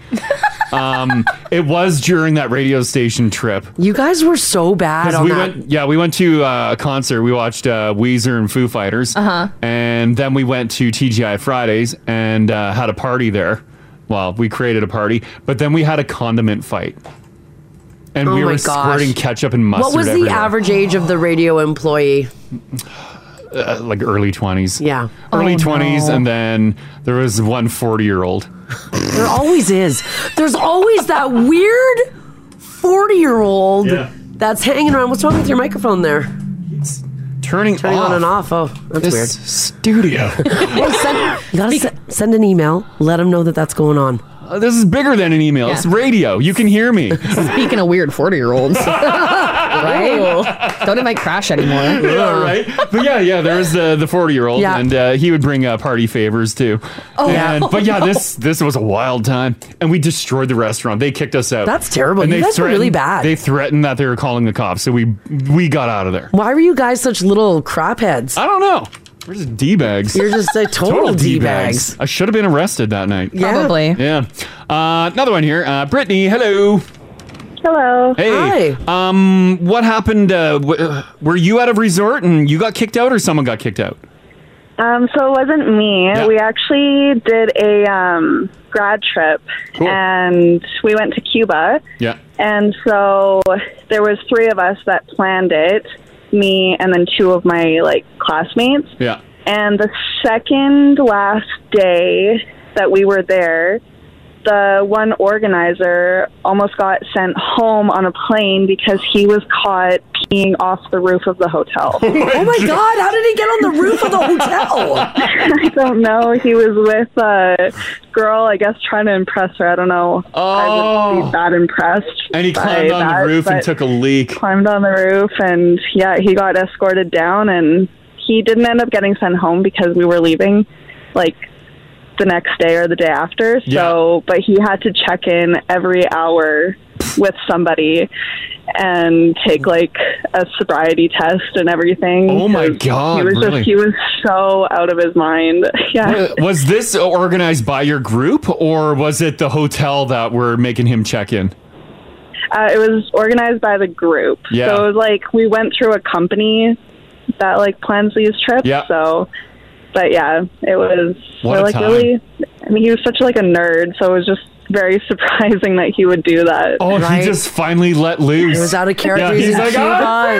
Speaker 2: um, it was during that radio station trip.
Speaker 3: You guys were so bad
Speaker 2: Because
Speaker 3: on
Speaker 2: we
Speaker 3: that.
Speaker 2: went, yeah, we went to uh, a concert. We watched uh, Weezer and Foo Fighters,
Speaker 3: Uh-huh.
Speaker 2: and then we went to TGI Fridays and uh, had a party there. Well, we created a party, but then we had a condiment fight, and
Speaker 3: Oh
Speaker 2: we
Speaker 3: my
Speaker 2: were
Speaker 3: gosh.
Speaker 2: squirting ketchup and mustard.
Speaker 3: what was the
Speaker 2: everywhere.
Speaker 3: average age of the radio employee?
Speaker 2: Uh, like early twenties.
Speaker 3: Yeah,
Speaker 2: early
Speaker 3: Oh,
Speaker 2: twenties,
Speaker 3: no.
Speaker 2: and then there was one 40 year old.
Speaker 3: There always is. There's always that weird forty-year-old
Speaker 2: Yeah.
Speaker 3: that's hanging around. What's wrong with your microphone there?
Speaker 2: Turning,
Speaker 3: turning on and off. Oh, that's
Speaker 2: This
Speaker 3: weird.
Speaker 2: Studio.
Speaker 3: Well, send, you gotta se- send an email. Let them know that that's going on.
Speaker 2: Uh, this is bigger than an email. It's
Speaker 3: Yeah.
Speaker 2: radio. You can hear me.
Speaker 3: Speaking of weird forty-year-olds,
Speaker 2: Right?
Speaker 21: Don't invite Crash anymore.
Speaker 2: yeah, right. But yeah, yeah, there was the the forty year old,
Speaker 21: Yeah.
Speaker 2: and uh, he would bring uh, party favors too.
Speaker 21: Oh,
Speaker 2: and,
Speaker 21: yeah.
Speaker 2: But yeah,
Speaker 21: Oh, no.
Speaker 2: this this was a wild time, and we destroyed the restaurant. They kicked us out.
Speaker 3: That's terrible. You guys were
Speaker 2: threatened-
Speaker 3: really bad.
Speaker 2: They threatened that they were calling the cops, so we we got out of there.
Speaker 3: why were you guys such little crop heads?
Speaker 2: I don't know. We're just d bags.
Speaker 3: You're just a total D-bags.
Speaker 2: I should have been arrested that night.
Speaker 3: Yeah. Probably.
Speaker 2: Yeah. Uh, another one here. Uh, Brittany. Hello.
Speaker 22: Hello.
Speaker 2: Hey. Hi. Um, what happened? Uh, w- uh, were you at a resort and you got kicked out, or someone got kicked out?
Speaker 22: Um, so it wasn't me. We actually did a um, grad trip, and we went to Cuba.
Speaker 2: Yeah.
Speaker 22: And so there was three of us that planned it, me and then two of my like classmates.
Speaker 2: Yeah.
Speaker 22: And the second last day that we were there, the one organizer almost got sent home on a plane because he was caught peeing off the roof of the hotel.
Speaker 3: Oh my god, how did he get on the roof of the hotel?
Speaker 22: I don't know. He was with a girl, I guess, trying to impress her. I don't know. I would be that impressed.
Speaker 2: Oh. And he
Speaker 22: by
Speaker 2: climbed on
Speaker 22: that,
Speaker 2: the roof and
Speaker 22: but
Speaker 2: took a leak.
Speaker 22: climbed on the roof, and yeah, he got escorted down, and he didn't end up getting sent home because we were leaving, like the next day or the day after. So, but he had to check in every hour with somebody and take like a sobriety test and everything.
Speaker 2: Oh my
Speaker 22: 'cause
Speaker 2: God,
Speaker 22: He was
Speaker 2: really?
Speaker 22: just he was so out of his mind. Yeah.
Speaker 2: Wa- Was this organized by your group, or was it the hotel that were making him check in?
Speaker 22: Uh, it was organized by the group.
Speaker 2: Yeah.
Speaker 22: So it was like we went through a company that like plans these trips.
Speaker 2: Yeah.
Speaker 22: So but yeah, it was
Speaker 2: What
Speaker 22: we're
Speaker 2: a
Speaker 22: like
Speaker 2: time.
Speaker 22: really I mean he was such like a nerd, so it was just very surprising that he would do that.
Speaker 2: Oh, he just finally let loose.
Speaker 22: He was out of
Speaker 2: Yeah,
Speaker 22: character,
Speaker 2: he's
Speaker 22: he's in
Speaker 2: like,
Speaker 22: Cuba
Speaker 2: "Ah!"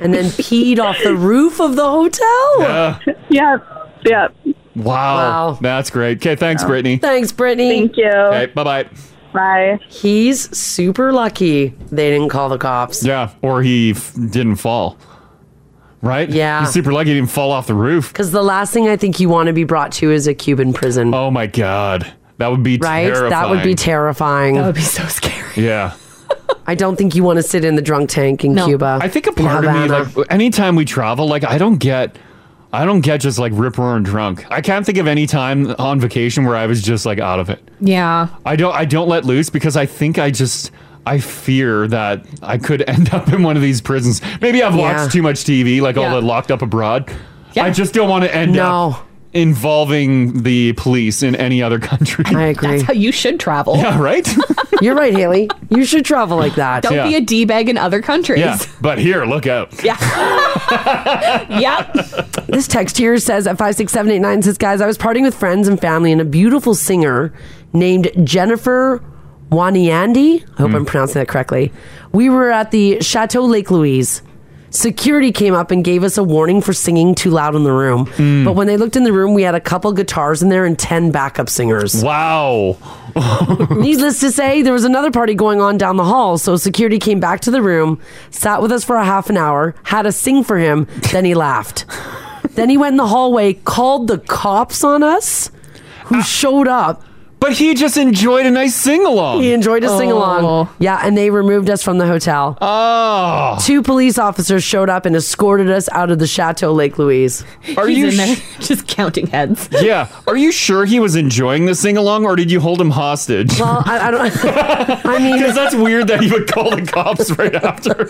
Speaker 3: and then peed off the roof of the hotel.
Speaker 22: Yeah. Yeah.
Speaker 2: Wow.
Speaker 3: Wow.
Speaker 2: That's great. Okay, thanks, Brittany.
Speaker 3: Thanks, Brittany. Thank you.
Speaker 2: Okay, bye bye.
Speaker 3: Bye. He's super lucky they didn't call the cops.
Speaker 2: Yeah, or he f- didn't fall. Right?
Speaker 3: Yeah.
Speaker 2: He's super lucky he didn't fall off the roof.
Speaker 3: Because the last thing I think you want to be brought to is a Cuban prison.
Speaker 2: Oh my God. That would be
Speaker 3: Right?
Speaker 2: terrifying.
Speaker 3: That would be terrifying.
Speaker 2: That would
Speaker 3: be so scary.
Speaker 2: Yeah.
Speaker 3: I don't think you want to sit in the drunk tank in Cuba.
Speaker 2: I think a part of me, like anytime we travel, like I don't get, I don't get just like rip roaring drunk. I can't think of any time on vacation where I was just like out of it.
Speaker 4: Yeah.
Speaker 2: I don't, I don't let loose because I think I just, I fear that I could end up in one of these prisons. Maybe I've
Speaker 3: Yeah.
Speaker 2: watched too much TV, like all
Speaker 3: Yeah.
Speaker 2: the locked up abroad. I just don't want to end up involving the police in any other country. I
Speaker 4: That's how you should travel.
Speaker 2: Yeah, right?
Speaker 3: You're right, Haley. You should travel like that.
Speaker 4: Don't be a D bag in other countries.
Speaker 2: Yeah, but here, look out.
Speaker 4: yep.
Speaker 3: This text here says at 56789 says, guys, I was partying with friends and family and a beautiful singer named Jennifer Waniandi. I hope I'm pronouncing that correctly. We were at the Chateau Lake Louise. Security came up and gave us a warning for singing too loud in the room. But when they looked in the room, we had a couple guitars in there and 10 backup singers.
Speaker 2: Wow.
Speaker 3: Needless to say, there was another party going on down the hall, so security came back to the room, sat with us for a half an hour, had us sing for him, then he laughed. then he went in the hallway, called the cops on us, who showed up.
Speaker 2: Ah. But he just enjoyed a nice Oh. sing along.
Speaker 3: He enjoyed a sing along. Yeah, and they removed us from the hotel.
Speaker 2: Oh.
Speaker 3: Two police officers showed up and escorted us out of the Chateau Lake Louise.
Speaker 2: Are He's you in there
Speaker 4: just counting heads?
Speaker 2: yeah. Are you sure he was enjoying the sing along or did you hold him hostage?
Speaker 3: Well, I, I don't. I mean,
Speaker 2: because that's weird that he would call the cops right after.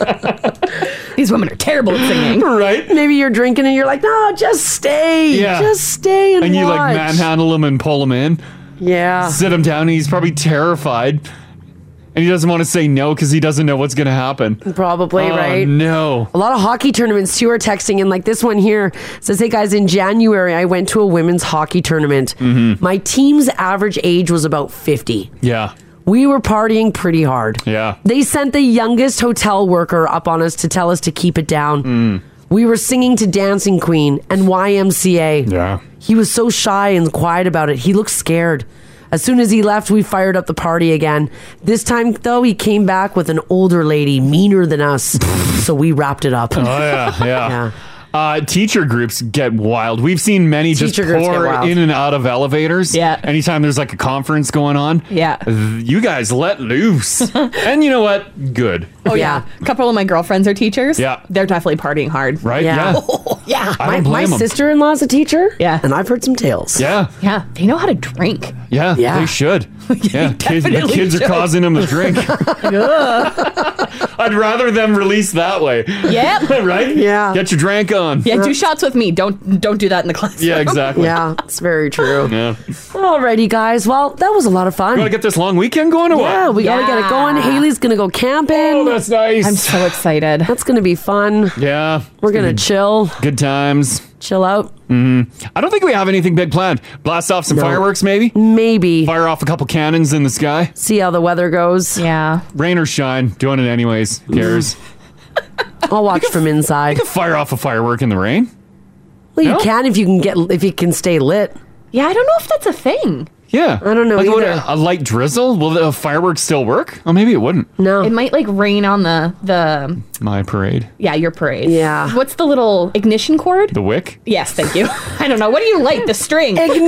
Speaker 4: These women are terrible at singing.
Speaker 2: right?
Speaker 3: Maybe you're drinking and you're like, no, just stay.
Speaker 2: Yeah.
Speaker 3: Just stay and,
Speaker 2: and you like
Speaker 3: watch."
Speaker 2: manhandle him and pull him in,
Speaker 3: Yeah.
Speaker 2: sit him down. And he's probably terrified. And he doesn't want to say no because he doesn't know what's going to happen.
Speaker 3: Probably,
Speaker 2: Oh,
Speaker 3: right?
Speaker 2: No.
Speaker 3: A lot of hockey tournaments too are texting, and like this one here says, "Hey guys, in January I went to a women's hockey tournament. My team's average age was about fifty.
Speaker 2: Mm-hmm. Yeah.
Speaker 3: We were partying pretty hard.
Speaker 2: Yeah.
Speaker 3: They sent the youngest hotel worker up on us to tell us to keep it down.
Speaker 2: Mm.
Speaker 3: We were singing to Dancing Queen and YMCA.
Speaker 2: Yeah.
Speaker 3: He was so shy and quiet about it. He looked scared." As soon as he left, we fired up the party again. This time, though, he came back with an older lady, meaner than us. so we wrapped it up.
Speaker 2: Oh yeah, yeah. Uh, teacher groups get wild. We've seen many
Speaker 3: Teacher
Speaker 2: just
Speaker 3: groups get
Speaker 2: pour
Speaker 3: wild.
Speaker 2: in and out of elevators. Yeah. Anytime there's like a conference going on.
Speaker 4: Yeah.
Speaker 2: th- You guys let loose. and you know what? Good.
Speaker 4: Oh yeah. A couple of my girlfriends are teachers.
Speaker 2: Yeah.
Speaker 4: They're definitely partying hard.
Speaker 2: Right? Yeah. Yeah.
Speaker 4: yeah.
Speaker 2: I don't My- blame my 'em.
Speaker 3: sister-in-law's a teacher.
Speaker 4: Yeah.
Speaker 3: And I've heard some tales.
Speaker 2: Yeah.
Speaker 4: Yeah. They know how to drink.
Speaker 2: Yeah,
Speaker 4: Yeah.
Speaker 2: they should. Yeah, kids, the
Speaker 4: definitely
Speaker 2: kids
Speaker 4: should.
Speaker 2: are causing them to drink.
Speaker 4: Ugh.
Speaker 2: I'd rather them release that way.
Speaker 4: Yep.
Speaker 2: right?
Speaker 4: Yeah.
Speaker 2: Get your drank on.
Speaker 4: yeah. Do shots with me. Don't don't do that in the classroom.
Speaker 2: Yeah, exactly.
Speaker 3: Yeah, it's very true.
Speaker 2: Yeah.
Speaker 3: Alrighty, guys. Well, that was a lot of fun.
Speaker 2: You want to get this long weekend going or what?
Speaker 3: yeah, we gotta get it going. Haley's gonna go camping. Oh,
Speaker 2: that's nice.
Speaker 3: I'm
Speaker 4: so excited.
Speaker 3: That's gonna be fun.
Speaker 2: Yeah.
Speaker 3: We're gonna chill.
Speaker 2: Good times.
Speaker 3: Chill out.
Speaker 2: hmm I don't think we have anything big planned. Blast off some fireworks, maybe?
Speaker 3: Maybe.
Speaker 2: Fire off a couple cannons in the sky.
Speaker 3: See how the weather goes.
Speaker 4: Yeah.
Speaker 2: Rain or shine, doing it anyways. Who cares?
Speaker 3: I'll watch from inside.
Speaker 2: You can fire off a firework in the rain.
Speaker 3: Well, you can if you can get if you can stay lit.
Speaker 4: Yeah, I don't know if that's a thing.
Speaker 2: Yeah. I don't
Speaker 3: know
Speaker 2: like, would
Speaker 3: either.
Speaker 2: A, a light drizzle? Will the fireworks still work? Oh, maybe it wouldn't.
Speaker 3: No.
Speaker 4: It might like rain on the the
Speaker 2: My parade.
Speaker 4: yeah your parade.
Speaker 3: Yeah.
Speaker 4: What's the little ignition cord?
Speaker 2: The wick?
Speaker 4: Yes, thank you. I don't know. What do you like? The string.
Speaker 3: Ignition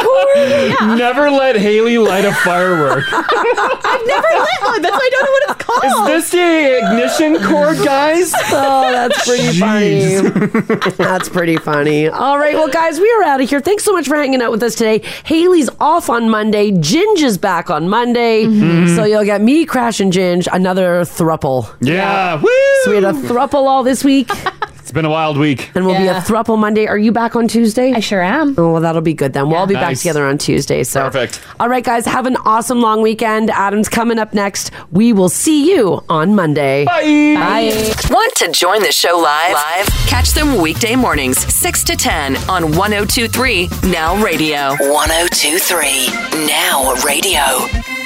Speaker 3: cord.
Speaker 4: yeah.
Speaker 2: Never let Haley light a firework.
Speaker 4: I've never lit one. That's why I don't know what it's called.
Speaker 2: Is this the ignition cord, guys?
Speaker 3: Oh, that's pretty funny. That's pretty funny. All right, well, guys, we are out of here. Thanks so much for hanging out with us today. Haley's off on Monday. Ginge is back on Monday.
Speaker 2: Mhm.
Speaker 3: So you'll get me, Crash, and Ginge, another thruple.
Speaker 2: Yeah. Woo!
Speaker 3: So we had a thruple all this week,
Speaker 2: It's been a wild week.
Speaker 3: and we'll be a thruple Monday. Are you back on Tuesday? I
Speaker 4: sure am.
Speaker 3: Oh, well, that'll be good then. We'll all be back
Speaker 2: Nice.
Speaker 3: together on Tuesday. So
Speaker 2: Perfect.
Speaker 3: All right, guys, have an awesome long weekend. Adam's coming up next. We will see you on Monday.
Speaker 2: Bye.
Speaker 3: Bye.
Speaker 1: Want to join the show live? Live? Catch them weekday mornings, 6 to 10 on 1023 Now Radio. 1023 Now Radio.